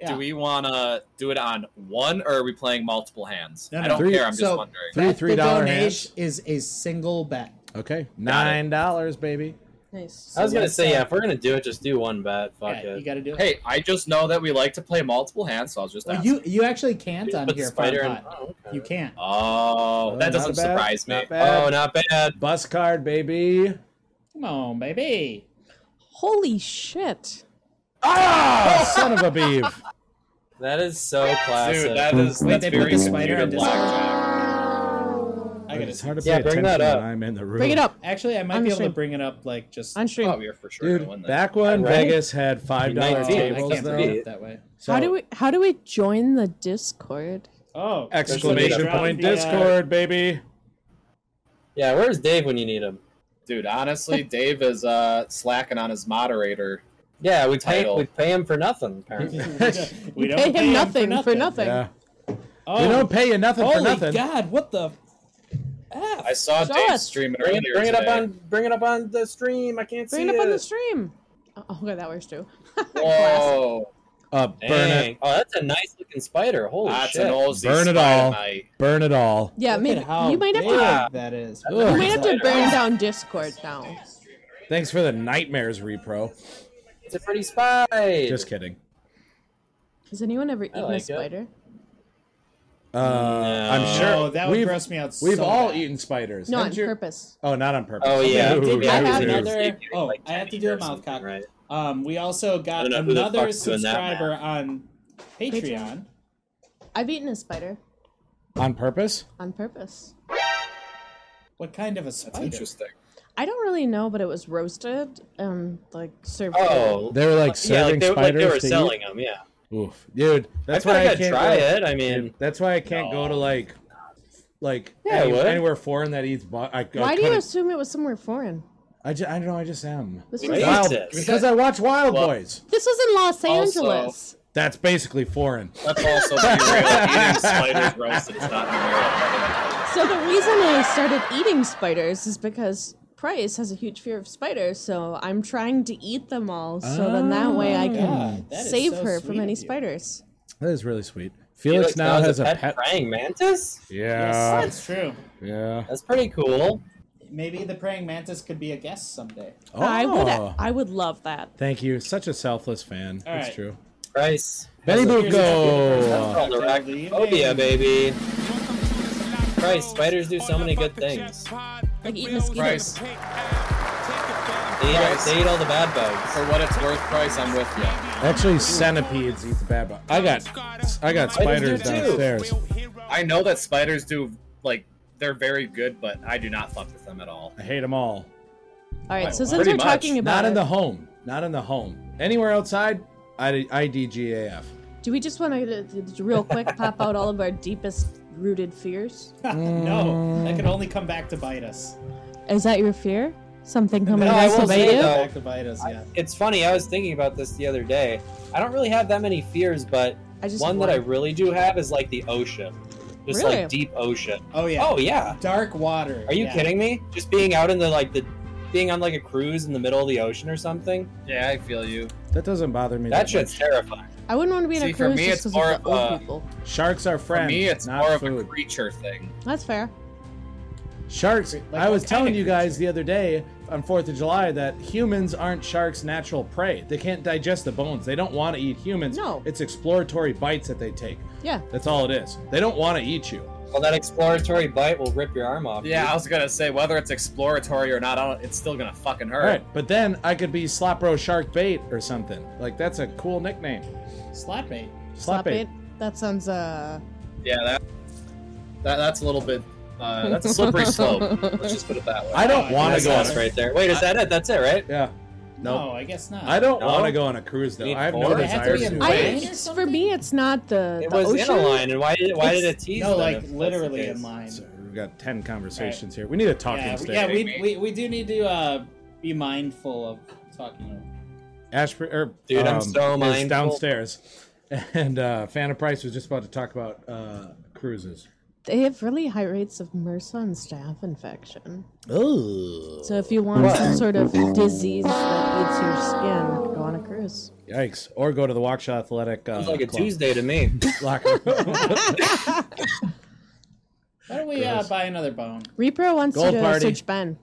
[SPEAKER 1] Yeah.
[SPEAKER 6] Do we want to do it on one, or are we playing multiple hands?
[SPEAKER 1] No, no.
[SPEAKER 6] I don't
[SPEAKER 3] Three-
[SPEAKER 6] care. I'm just
[SPEAKER 1] so-
[SPEAKER 6] wondering.
[SPEAKER 3] Three
[SPEAKER 1] Bet
[SPEAKER 3] three
[SPEAKER 1] the
[SPEAKER 3] dollar hands.
[SPEAKER 1] donation is a single bet.
[SPEAKER 3] Okay, nine dollars, baby.
[SPEAKER 2] Nice.
[SPEAKER 4] I was gonna
[SPEAKER 1] let's,
[SPEAKER 4] say
[SPEAKER 1] uh,
[SPEAKER 4] yeah. If we're gonna do it, just do one bet. Fuck
[SPEAKER 1] Yeah,
[SPEAKER 4] it.
[SPEAKER 1] you got to do it.
[SPEAKER 6] Hey, I just know that we like to play multiple hands, so I was just
[SPEAKER 1] Well,
[SPEAKER 6] asking.
[SPEAKER 1] you you actually can't
[SPEAKER 4] Just
[SPEAKER 1] on
[SPEAKER 4] put
[SPEAKER 1] here.
[SPEAKER 4] spider
[SPEAKER 1] Fun
[SPEAKER 4] and-
[SPEAKER 1] Pot.
[SPEAKER 4] oh, okay.
[SPEAKER 1] You can't.
[SPEAKER 6] Oh,
[SPEAKER 3] Not
[SPEAKER 6] that doesn't
[SPEAKER 3] bad,
[SPEAKER 6] surprise me.
[SPEAKER 3] not bad.
[SPEAKER 4] Oh, not bad.
[SPEAKER 3] Bus card, baby.
[SPEAKER 1] Come on, baby.
[SPEAKER 2] Holy shit!
[SPEAKER 3] Ah, son of a beeve.
[SPEAKER 4] That is so classic.
[SPEAKER 6] Dude, that is
[SPEAKER 1] Wait,
[SPEAKER 6] Uh, that's
[SPEAKER 1] they put
[SPEAKER 6] very
[SPEAKER 1] the spider on
[SPEAKER 6] computer blackjack.
[SPEAKER 1] I gotta
[SPEAKER 3] It's hard to pay
[SPEAKER 4] Yeah, bring
[SPEAKER 3] attention
[SPEAKER 4] that up.
[SPEAKER 3] when I'm in the room.
[SPEAKER 2] Bring it up
[SPEAKER 1] Actually, I might
[SPEAKER 2] On
[SPEAKER 1] be
[SPEAKER 2] the
[SPEAKER 1] able to
[SPEAKER 2] stream.
[SPEAKER 1] bring it up like just.
[SPEAKER 2] on stream.
[SPEAKER 6] Oh, we were for sure gonna win
[SPEAKER 3] Dude,
[SPEAKER 6] that.
[SPEAKER 3] back when
[SPEAKER 4] Right?
[SPEAKER 3] Vegas had five dollar
[SPEAKER 4] Nineteen.
[SPEAKER 1] Oh, I
[SPEAKER 4] tables,
[SPEAKER 1] can't
[SPEAKER 3] tables,
[SPEAKER 1] bring it
[SPEAKER 3] though.
[SPEAKER 1] up that way.
[SPEAKER 3] So,
[SPEAKER 2] how do we how do we join the Discord?
[SPEAKER 1] Oh,
[SPEAKER 3] exclamation
[SPEAKER 1] Drop
[SPEAKER 3] point
[SPEAKER 1] the, uh,
[SPEAKER 3] Discord, baby?
[SPEAKER 4] Yeah, where's Dave when you need him?
[SPEAKER 6] Dude, honestly, Dave is uh, slacking on his moderator.
[SPEAKER 4] Yeah, we pay
[SPEAKER 6] Title.
[SPEAKER 4] we pay him for nothing. Apparently,
[SPEAKER 1] uh, we don't
[SPEAKER 2] Pay him nothing
[SPEAKER 1] for
[SPEAKER 2] for nothing.
[SPEAKER 3] Yeah,
[SPEAKER 1] Oh,
[SPEAKER 3] we don't pay you nothing
[SPEAKER 1] holy
[SPEAKER 3] for nothing.
[SPEAKER 1] God! What the? F?
[SPEAKER 6] I saw
[SPEAKER 2] Show
[SPEAKER 6] Dave
[SPEAKER 2] us.
[SPEAKER 6] streaming
[SPEAKER 4] bring,
[SPEAKER 6] earlier.
[SPEAKER 4] it, bring it up
[SPEAKER 6] today.
[SPEAKER 4] on bring it up on the stream. I can't
[SPEAKER 2] Bring
[SPEAKER 4] see
[SPEAKER 2] it up on the stream. Oh, okay, that works too.
[SPEAKER 6] Whoa,
[SPEAKER 3] Uh, burn
[SPEAKER 4] Dang.
[SPEAKER 3] it,
[SPEAKER 4] Oh, that's a nice looking spider. Holy
[SPEAKER 6] that's
[SPEAKER 4] shit!
[SPEAKER 6] an old
[SPEAKER 3] Burn it all. burn it all.
[SPEAKER 2] Yeah,
[SPEAKER 1] Look
[SPEAKER 2] maybe
[SPEAKER 1] at how
[SPEAKER 2] you might have
[SPEAKER 1] big
[SPEAKER 2] to
[SPEAKER 1] that is.
[SPEAKER 2] you
[SPEAKER 3] Ugh.
[SPEAKER 2] might have to burn down Discord now.
[SPEAKER 3] Thanks for the nightmares, repro.
[SPEAKER 4] It's a pretty spider.
[SPEAKER 3] Just kidding.
[SPEAKER 2] Has anyone ever eaten
[SPEAKER 4] like
[SPEAKER 2] a
[SPEAKER 4] it.
[SPEAKER 2] spider?
[SPEAKER 3] Uh, I'm sure
[SPEAKER 1] Oh, that would
[SPEAKER 3] we've,
[SPEAKER 1] gross me out.
[SPEAKER 3] We've
[SPEAKER 1] so
[SPEAKER 3] all
[SPEAKER 1] bad.
[SPEAKER 3] eaten spiders.
[SPEAKER 2] No, on
[SPEAKER 3] Haven't you-
[SPEAKER 2] purpose.
[SPEAKER 3] Oh, not on purpose.
[SPEAKER 4] Oh, yeah.
[SPEAKER 3] Ooh,
[SPEAKER 1] Did we
[SPEAKER 3] yeah,
[SPEAKER 1] have
[SPEAKER 3] we did.
[SPEAKER 1] another- Oh,
[SPEAKER 4] Like
[SPEAKER 1] I have to
[SPEAKER 4] 10
[SPEAKER 1] do a
[SPEAKER 4] years or
[SPEAKER 1] mouth cock.
[SPEAKER 4] something, right?
[SPEAKER 1] Um, we also got
[SPEAKER 4] don't know who the
[SPEAKER 1] another
[SPEAKER 4] fuck's doing that
[SPEAKER 1] subscriber on Patreon.
[SPEAKER 2] Patreon. I've eaten a spider
[SPEAKER 3] on purpose?
[SPEAKER 2] on purpose.
[SPEAKER 1] What kind of a
[SPEAKER 6] That's
[SPEAKER 1] spider?
[SPEAKER 6] interesting.
[SPEAKER 2] I don't really know, but it was roasted and like served.
[SPEAKER 4] Oh,
[SPEAKER 3] They were like
[SPEAKER 4] yeah, like
[SPEAKER 3] serving
[SPEAKER 4] they, like
[SPEAKER 3] spiders
[SPEAKER 4] they
[SPEAKER 3] to
[SPEAKER 4] were selling them. Yeah,
[SPEAKER 3] eat. Oof, dude. That's
[SPEAKER 4] I feel
[SPEAKER 3] why
[SPEAKER 4] like
[SPEAKER 3] I
[SPEAKER 4] I'd
[SPEAKER 3] can't
[SPEAKER 4] try
[SPEAKER 3] go,
[SPEAKER 4] it. I mean,
[SPEAKER 3] Dude, that's why I can't go to like, like
[SPEAKER 4] Yeah, I
[SPEAKER 3] any-
[SPEAKER 4] would.
[SPEAKER 3] anywhere foreign that eats. Bu- I, I
[SPEAKER 2] Why do you
[SPEAKER 3] couldn't-
[SPEAKER 2] assume it was somewhere foreign?
[SPEAKER 3] I, ju- I don't know. I just am.
[SPEAKER 2] This
[SPEAKER 4] We
[SPEAKER 2] was
[SPEAKER 4] made
[SPEAKER 3] Wild,
[SPEAKER 4] Jesus.
[SPEAKER 3] because I watch Wild
[SPEAKER 6] Well-
[SPEAKER 3] Boys.
[SPEAKER 2] this was in Los
[SPEAKER 6] Also-
[SPEAKER 2] Angeles.
[SPEAKER 3] That's basically foreign.
[SPEAKER 6] Let's also be real. Eating spiders roasted is not American.
[SPEAKER 2] So the reason I started eating spiders is because Price has a huge fear of spiders, so I'm trying to eat them all, so then that way I can
[SPEAKER 1] Oh God, that is
[SPEAKER 2] save
[SPEAKER 1] so
[SPEAKER 2] her from
[SPEAKER 1] sweet
[SPEAKER 2] any
[SPEAKER 1] of you.
[SPEAKER 2] spiders.
[SPEAKER 3] That is really sweet. Felix,
[SPEAKER 4] Felix
[SPEAKER 3] now has a pet.
[SPEAKER 4] praying mantis.
[SPEAKER 3] Yeah,
[SPEAKER 1] That's true.
[SPEAKER 3] yeah.
[SPEAKER 4] That's pretty cool.
[SPEAKER 1] Maybe the praying mantis could be a guest someday.
[SPEAKER 2] I would
[SPEAKER 3] Oh.
[SPEAKER 2] I would love that.
[SPEAKER 3] Thank you. Such a selfless fan.
[SPEAKER 1] All
[SPEAKER 3] That's
[SPEAKER 1] right.
[SPEAKER 3] true.
[SPEAKER 4] Price.
[SPEAKER 3] Benny
[SPEAKER 1] Here's the
[SPEAKER 3] Boo
[SPEAKER 1] beautiful-
[SPEAKER 4] Oh, Arachnophobia, baby.
[SPEAKER 5] Christ, spiders do so many good things.
[SPEAKER 2] Like eat mosquitoes.
[SPEAKER 5] Christ.
[SPEAKER 4] They eat, all,
[SPEAKER 6] price,
[SPEAKER 4] they eat all the bad bugs.
[SPEAKER 6] for what it's worth price, I'm with you.
[SPEAKER 3] Actually, centipedes eat the bad bug. I got, I got spiders
[SPEAKER 6] do too.
[SPEAKER 3] downstairs.
[SPEAKER 6] I know that spiders do like they're very good, but I do not fuck with them at all.
[SPEAKER 3] I hate them all.
[SPEAKER 2] All right, so
[SPEAKER 6] Pretty
[SPEAKER 2] since we're
[SPEAKER 6] much.
[SPEAKER 2] talking about
[SPEAKER 3] Not in
[SPEAKER 2] it,
[SPEAKER 3] the home. Not in the home. Anywhere outside, I, IDGAF.
[SPEAKER 2] do we just want to real quick pop out all of our deepest rooted fears?
[SPEAKER 1] no, that could only come back to bite us.
[SPEAKER 2] Is that your fear? Something coming
[SPEAKER 4] No, I
[SPEAKER 2] back to
[SPEAKER 4] will
[SPEAKER 2] bite
[SPEAKER 4] say,
[SPEAKER 2] you?
[SPEAKER 4] though-
[SPEAKER 1] Back to bite us, yeah.
[SPEAKER 4] It's funny. I was thinking about this the other day. I don't really have that many fears, but
[SPEAKER 2] I just
[SPEAKER 4] one that I
[SPEAKER 2] want-
[SPEAKER 4] really do have is like the ocean, just
[SPEAKER 2] Really?
[SPEAKER 4] like deep ocean.
[SPEAKER 1] Oh yeah.
[SPEAKER 4] Oh yeah.
[SPEAKER 1] Dark water.
[SPEAKER 4] Are you
[SPEAKER 1] yeah.
[SPEAKER 4] kidding me? Just being out in the like the, being on like a cruise in the middle of the ocean or something.
[SPEAKER 6] Yeah, I feel you.
[SPEAKER 3] That doesn't bother me.
[SPEAKER 4] That
[SPEAKER 3] That,
[SPEAKER 4] shit's
[SPEAKER 3] much.
[SPEAKER 4] terrifying.
[SPEAKER 2] I wouldn't want to be in
[SPEAKER 6] See,
[SPEAKER 2] a
[SPEAKER 6] for
[SPEAKER 2] cruise
[SPEAKER 6] me,
[SPEAKER 2] just
[SPEAKER 6] it's
[SPEAKER 2] because of the
[SPEAKER 6] more of
[SPEAKER 2] old
[SPEAKER 6] a-
[SPEAKER 2] people.
[SPEAKER 3] Sharks are
[SPEAKER 6] For
[SPEAKER 3] friends.
[SPEAKER 6] me, it's
[SPEAKER 3] not
[SPEAKER 6] more of a
[SPEAKER 3] food.
[SPEAKER 6] creature thing.
[SPEAKER 2] That's fair.
[SPEAKER 3] Sharks.
[SPEAKER 1] like
[SPEAKER 3] I
[SPEAKER 1] what
[SPEAKER 3] was
[SPEAKER 1] kind
[SPEAKER 3] telling
[SPEAKER 1] of
[SPEAKER 3] you guys the other day on Fourth of July that humans aren't sharks' natural prey. They can't digest the bones. They don't want to eat humans.
[SPEAKER 2] No.
[SPEAKER 3] It's exploratory bites that they take.
[SPEAKER 2] Yeah.
[SPEAKER 3] That's all it is. They don't want to eat you.
[SPEAKER 4] Well, that exploratory bite will rip your arm off.
[SPEAKER 6] Yeah, I
[SPEAKER 4] dude.
[SPEAKER 6] was gonna say whether it's exploratory or not, I don't, it's still gonna fucking hurt.
[SPEAKER 3] All right. But then I could be Slopro Shark Bait or something. Like that's a cool nickname.
[SPEAKER 1] Slap bait.
[SPEAKER 3] Slop Bait.
[SPEAKER 2] That sounds uh
[SPEAKER 6] Yeah, that, that that's a little bit. Uh, that's a slippery slope. Let's just put it that way.
[SPEAKER 3] I don't
[SPEAKER 1] Oh,
[SPEAKER 3] want
[SPEAKER 4] That's
[SPEAKER 3] to go on
[SPEAKER 4] us
[SPEAKER 3] a
[SPEAKER 4] right there. Wait, is that it? That's it, right?
[SPEAKER 3] yeah. Nope.
[SPEAKER 1] No, I guess not.
[SPEAKER 3] I don't
[SPEAKER 4] No?
[SPEAKER 3] want to go on a cruise though.
[SPEAKER 4] Need
[SPEAKER 3] I have no
[SPEAKER 4] four?
[SPEAKER 1] It had to
[SPEAKER 3] desire
[SPEAKER 1] be in
[SPEAKER 3] to.
[SPEAKER 2] I
[SPEAKER 1] line or
[SPEAKER 2] it's, for
[SPEAKER 1] something?
[SPEAKER 2] me it's not the
[SPEAKER 4] It
[SPEAKER 2] the
[SPEAKER 4] was
[SPEAKER 2] ocean.
[SPEAKER 4] in a line, and why did why did it
[SPEAKER 1] It's-
[SPEAKER 4] tease?
[SPEAKER 1] No,
[SPEAKER 4] them
[SPEAKER 1] like
[SPEAKER 4] if that's the
[SPEAKER 1] literally in
[SPEAKER 4] case?
[SPEAKER 1] line.
[SPEAKER 3] So we've got ten conversations here. We need a talking
[SPEAKER 1] Yeah, we-
[SPEAKER 3] stick.
[SPEAKER 1] yeah we,
[SPEAKER 6] Kidding
[SPEAKER 1] we, we do need to uh, be mindful of talking. over-
[SPEAKER 3] Ashford, er,
[SPEAKER 4] Dude, I'm
[SPEAKER 3] um,
[SPEAKER 4] so
[SPEAKER 3] is
[SPEAKER 4] mindful.
[SPEAKER 3] downstairs, and uh, Fanta Price was just about to talk about uh, cruises.
[SPEAKER 2] They have really high rates of MRSA and staph infection.
[SPEAKER 3] Oh,
[SPEAKER 2] So if you want some sort of disease that eats your skin, go on a cruise.
[SPEAKER 3] yikes! Or go to the Waukesha Athletic. Uh,
[SPEAKER 4] Sounds like a
[SPEAKER 3] club.
[SPEAKER 4] Tuesday to me.
[SPEAKER 3] Locker room.
[SPEAKER 1] Why don't we uh,
[SPEAKER 3] Gross.
[SPEAKER 1] buy another bone?
[SPEAKER 2] Repro wants
[SPEAKER 3] Gold
[SPEAKER 2] to
[SPEAKER 3] party.
[SPEAKER 2] search Ben.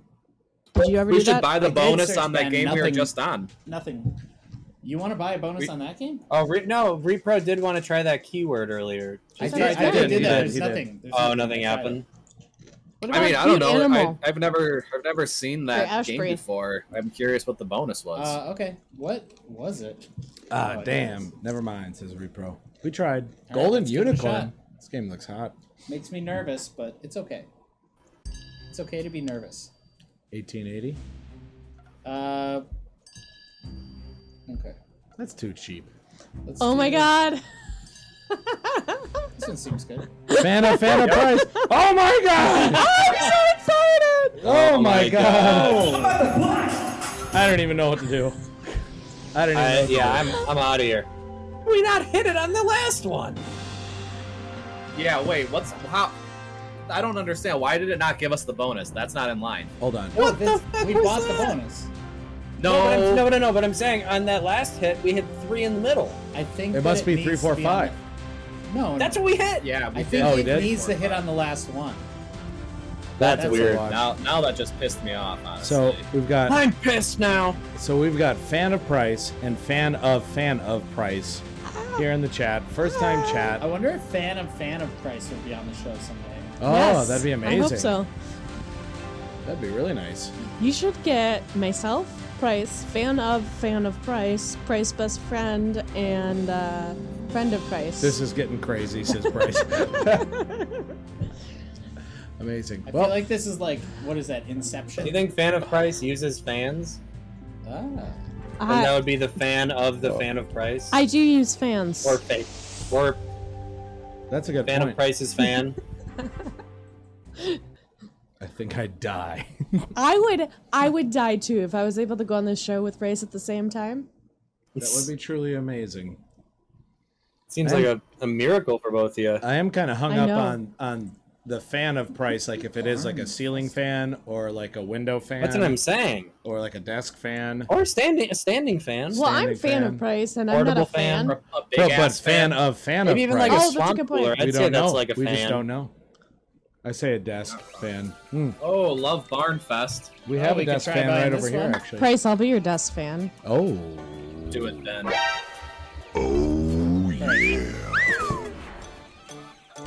[SPEAKER 2] Did you ever
[SPEAKER 6] we
[SPEAKER 2] do
[SPEAKER 6] should
[SPEAKER 2] that?
[SPEAKER 6] buy
[SPEAKER 1] I
[SPEAKER 6] the
[SPEAKER 1] did
[SPEAKER 6] bonus
[SPEAKER 1] search
[SPEAKER 6] on that
[SPEAKER 1] Ben,
[SPEAKER 6] game we were
[SPEAKER 1] nothing-
[SPEAKER 6] just on.
[SPEAKER 1] Nothing. You want to buy a bonus
[SPEAKER 6] We-
[SPEAKER 1] on that game?
[SPEAKER 4] Oh re- no, Repro did want to try that keyword earlier.
[SPEAKER 1] I
[SPEAKER 4] Just-
[SPEAKER 1] did.
[SPEAKER 2] tried
[SPEAKER 1] I
[SPEAKER 2] that.
[SPEAKER 1] did,
[SPEAKER 3] He
[SPEAKER 1] that.
[SPEAKER 3] did,
[SPEAKER 1] There's
[SPEAKER 3] he did.
[SPEAKER 1] nothing. There's
[SPEAKER 4] Oh, nothing
[SPEAKER 1] I tried it.
[SPEAKER 4] happened.
[SPEAKER 2] What
[SPEAKER 6] I
[SPEAKER 2] about
[SPEAKER 6] mean,
[SPEAKER 2] a
[SPEAKER 6] I don't
[SPEAKER 2] cute
[SPEAKER 6] know.
[SPEAKER 2] Animal?
[SPEAKER 6] I, I've never, I've never seen
[SPEAKER 2] Hey,
[SPEAKER 6] that game
[SPEAKER 2] Ashbury.
[SPEAKER 6] before. I'm curious what the bonus was.
[SPEAKER 1] Uh, okay. What was it?
[SPEAKER 3] ah,
[SPEAKER 1] Oh,
[SPEAKER 3] damn.
[SPEAKER 1] yes.
[SPEAKER 3] Never mind. Says Repro. We tried
[SPEAKER 1] right,
[SPEAKER 3] Golden
[SPEAKER 1] let's give it a
[SPEAKER 3] Unicorn.
[SPEAKER 1] shot.
[SPEAKER 3] This game looks hot.
[SPEAKER 1] Makes me nervous, but it's okay. It's okay to be nervous.
[SPEAKER 3] 1880.
[SPEAKER 1] Uh, okay.
[SPEAKER 3] That's too cheap.
[SPEAKER 1] Let's
[SPEAKER 2] Oh
[SPEAKER 1] do
[SPEAKER 2] my
[SPEAKER 1] this.
[SPEAKER 2] god.
[SPEAKER 1] This one seems good.
[SPEAKER 3] Fanta Fanta Price. Oh my god!
[SPEAKER 2] I'm so excited!
[SPEAKER 3] Oh, my
[SPEAKER 4] my
[SPEAKER 3] god. I don't even know what to do. I don't even know.
[SPEAKER 4] I,
[SPEAKER 3] what to
[SPEAKER 4] yeah,
[SPEAKER 3] do.
[SPEAKER 4] I'm I'm out of here. We not hit it on the last one.
[SPEAKER 6] yeah. Wait. What's how? I don't understand. Why did it not give us the bonus? That's not in line.
[SPEAKER 3] Hold on.
[SPEAKER 1] No,
[SPEAKER 4] What the
[SPEAKER 1] Oh, this-
[SPEAKER 4] fuck
[SPEAKER 1] We
[SPEAKER 4] was
[SPEAKER 1] bought the
[SPEAKER 4] that?
[SPEAKER 1] bonus.
[SPEAKER 4] No, but
[SPEAKER 6] No.
[SPEAKER 4] I'm, no, no, no. But I'm saying on that last hit, we hit three in the middle.
[SPEAKER 1] I think
[SPEAKER 3] It
[SPEAKER 1] that
[SPEAKER 3] must be
[SPEAKER 1] needs
[SPEAKER 3] three,
[SPEAKER 1] to
[SPEAKER 3] four,
[SPEAKER 1] on
[SPEAKER 3] five.
[SPEAKER 1] the- No,
[SPEAKER 4] That's what we hit.
[SPEAKER 6] Yeah. We
[SPEAKER 1] I
[SPEAKER 6] did.
[SPEAKER 1] think
[SPEAKER 3] Oh, we
[SPEAKER 1] it
[SPEAKER 3] did?
[SPEAKER 1] needs to hit on the last one.
[SPEAKER 4] That's,
[SPEAKER 1] That's a
[SPEAKER 4] weird.
[SPEAKER 3] lot.
[SPEAKER 6] Now, now that just pissed me off. Honestly.
[SPEAKER 3] So we've got
[SPEAKER 4] I'm pissed now.
[SPEAKER 3] so we've got fan of price and fan of fan of price
[SPEAKER 2] Ah.
[SPEAKER 3] here in the chat. First time
[SPEAKER 1] I
[SPEAKER 3] chat.
[SPEAKER 1] wonder if fan of fan of Price would be on the show someday.
[SPEAKER 3] Oh,
[SPEAKER 2] Yes,
[SPEAKER 3] that'd be amazing.
[SPEAKER 2] I hope so.
[SPEAKER 3] That'd be really nice.
[SPEAKER 2] You should get myself, Price, fan of fan of Price, Price best friend, and uh, friend of Price.
[SPEAKER 3] This is getting crazy, says Price. amazing.
[SPEAKER 1] I
[SPEAKER 3] Well,
[SPEAKER 1] feel like this is like what is that? Inception.
[SPEAKER 4] Do you think Fan of Price uses fans?
[SPEAKER 1] Ah.
[SPEAKER 4] And that
[SPEAKER 2] I,
[SPEAKER 4] would be the fan of
[SPEAKER 6] Oh.
[SPEAKER 4] the fan of Price.
[SPEAKER 2] I do use fans.
[SPEAKER 4] or fake. Or
[SPEAKER 3] that's a good
[SPEAKER 4] fan
[SPEAKER 3] point.
[SPEAKER 4] of Price's fan.
[SPEAKER 3] I think I'd die.
[SPEAKER 2] I would, I would die too if I was able to go on this show with Price at the same time.
[SPEAKER 3] that would be truly amazing.
[SPEAKER 4] Seems like a, a miracle for both of you.
[SPEAKER 3] I am kind of hung
[SPEAKER 2] I
[SPEAKER 3] up
[SPEAKER 2] know.
[SPEAKER 3] on on the fan of price, like if it is like a ceiling fan or like a window fan
[SPEAKER 4] That's what I'm Oh, saying.
[SPEAKER 3] or like a desk fan.
[SPEAKER 4] Or standing a standing fan.
[SPEAKER 2] Well, I'm
[SPEAKER 3] Standing
[SPEAKER 2] fan,
[SPEAKER 3] fan.
[SPEAKER 2] of Price, and I'm
[SPEAKER 4] Portable
[SPEAKER 2] not a fan.
[SPEAKER 4] fan.
[SPEAKER 6] a big
[SPEAKER 3] But, but
[SPEAKER 6] ass
[SPEAKER 3] fan of fan
[SPEAKER 4] Maybe
[SPEAKER 3] of
[SPEAKER 4] even
[SPEAKER 3] price.
[SPEAKER 4] like
[SPEAKER 2] Oh,
[SPEAKER 4] a
[SPEAKER 2] that's a
[SPEAKER 4] swamp
[SPEAKER 2] good point.
[SPEAKER 4] cooler. I'd
[SPEAKER 3] we
[SPEAKER 4] say
[SPEAKER 3] don't know.
[SPEAKER 4] that's like a
[SPEAKER 3] we
[SPEAKER 4] fan.
[SPEAKER 3] just don't know. I say a desk fan. Hmm.
[SPEAKER 6] Oh, love Barnfest.
[SPEAKER 3] Oh, We have
[SPEAKER 1] we
[SPEAKER 3] a
[SPEAKER 1] could
[SPEAKER 3] desk
[SPEAKER 1] try
[SPEAKER 3] fan
[SPEAKER 1] buying
[SPEAKER 3] right
[SPEAKER 1] this
[SPEAKER 3] over here,
[SPEAKER 1] one.
[SPEAKER 3] actually.
[SPEAKER 2] Price, I'll be your desk fan.
[SPEAKER 3] Oh.
[SPEAKER 6] Do it then.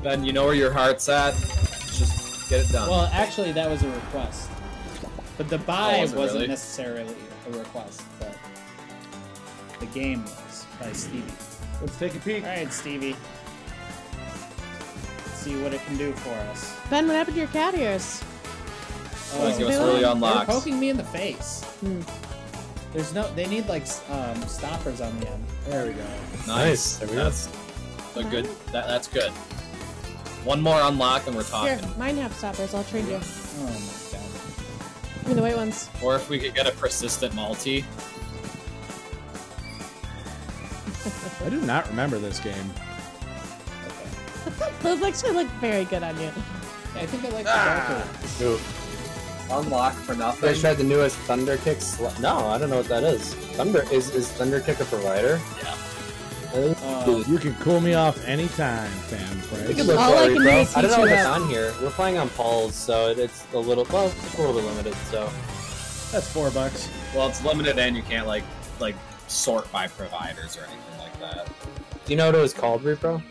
[SPEAKER 6] Ben, you know where your heart's at. Just get it done.
[SPEAKER 1] Well, actually, that was a request, but the buy
[SPEAKER 6] Oh, was it
[SPEAKER 1] wasn't
[SPEAKER 6] really?
[SPEAKER 1] necessarily a request that the game was by Stevie.
[SPEAKER 3] Let's take a peek.
[SPEAKER 1] All right, Stevie. see what it can do for us.
[SPEAKER 2] Ben, what happened to your cat ears?
[SPEAKER 1] Oh,
[SPEAKER 6] Like, it was
[SPEAKER 2] Bill,
[SPEAKER 6] really
[SPEAKER 2] they're
[SPEAKER 1] they're
[SPEAKER 6] unlocked.
[SPEAKER 1] poking me in the face. There's no. They need like s- um, stoppers on the end.
[SPEAKER 3] There we go.
[SPEAKER 4] Nice,
[SPEAKER 6] Nice.
[SPEAKER 4] there we go.
[SPEAKER 6] That's a good. That, that's good. One more unlock and we're talking.
[SPEAKER 2] Here, mine have stoppers. I'll trade you.
[SPEAKER 1] Oh my god.
[SPEAKER 2] Give me the white ones.
[SPEAKER 6] Or if we could get a persistent multi.
[SPEAKER 3] I do not remember this game.
[SPEAKER 2] Those actually look very good on you.
[SPEAKER 1] Yeah, I think I like
[SPEAKER 6] Ah!
[SPEAKER 1] the darker.
[SPEAKER 4] Ooh.
[SPEAKER 6] Unlock for
[SPEAKER 4] You
[SPEAKER 6] nothing.
[SPEAKER 4] guys tried the newest Thunder Kick? Sla- no, I don't know what that is. Thunder is is Thunder Kick a provider?
[SPEAKER 6] Yeah.
[SPEAKER 4] Uh,
[SPEAKER 1] Oh.
[SPEAKER 3] You can cool me off anytime, fam.
[SPEAKER 4] we
[SPEAKER 3] Price.
[SPEAKER 4] could look
[SPEAKER 2] All
[SPEAKER 4] for
[SPEAKER 2] I
[SPEAKER 4] it,
[SPEAKER 2] can do
[SPEAKER 4] bro.
[SPEAKER 2] is
[SPEAKER 4] I don't
[SPEAKER 2] teach
[SPEAKER 4] know
[SPEAKER 2] you
[SPEAKER 4] what's
[SPEAKER 2] that.
[SPEAKER 4] on here. We're playing on Paul's, so it, it's a little well, it's a little bit limited. So
[SPEAKER 3] That's four bucks.
[SPEAKER 6] Well, it's limited and you can't like like sort by providers or anything like that.
[SPEAKER 4] do you know what it was called, Repro?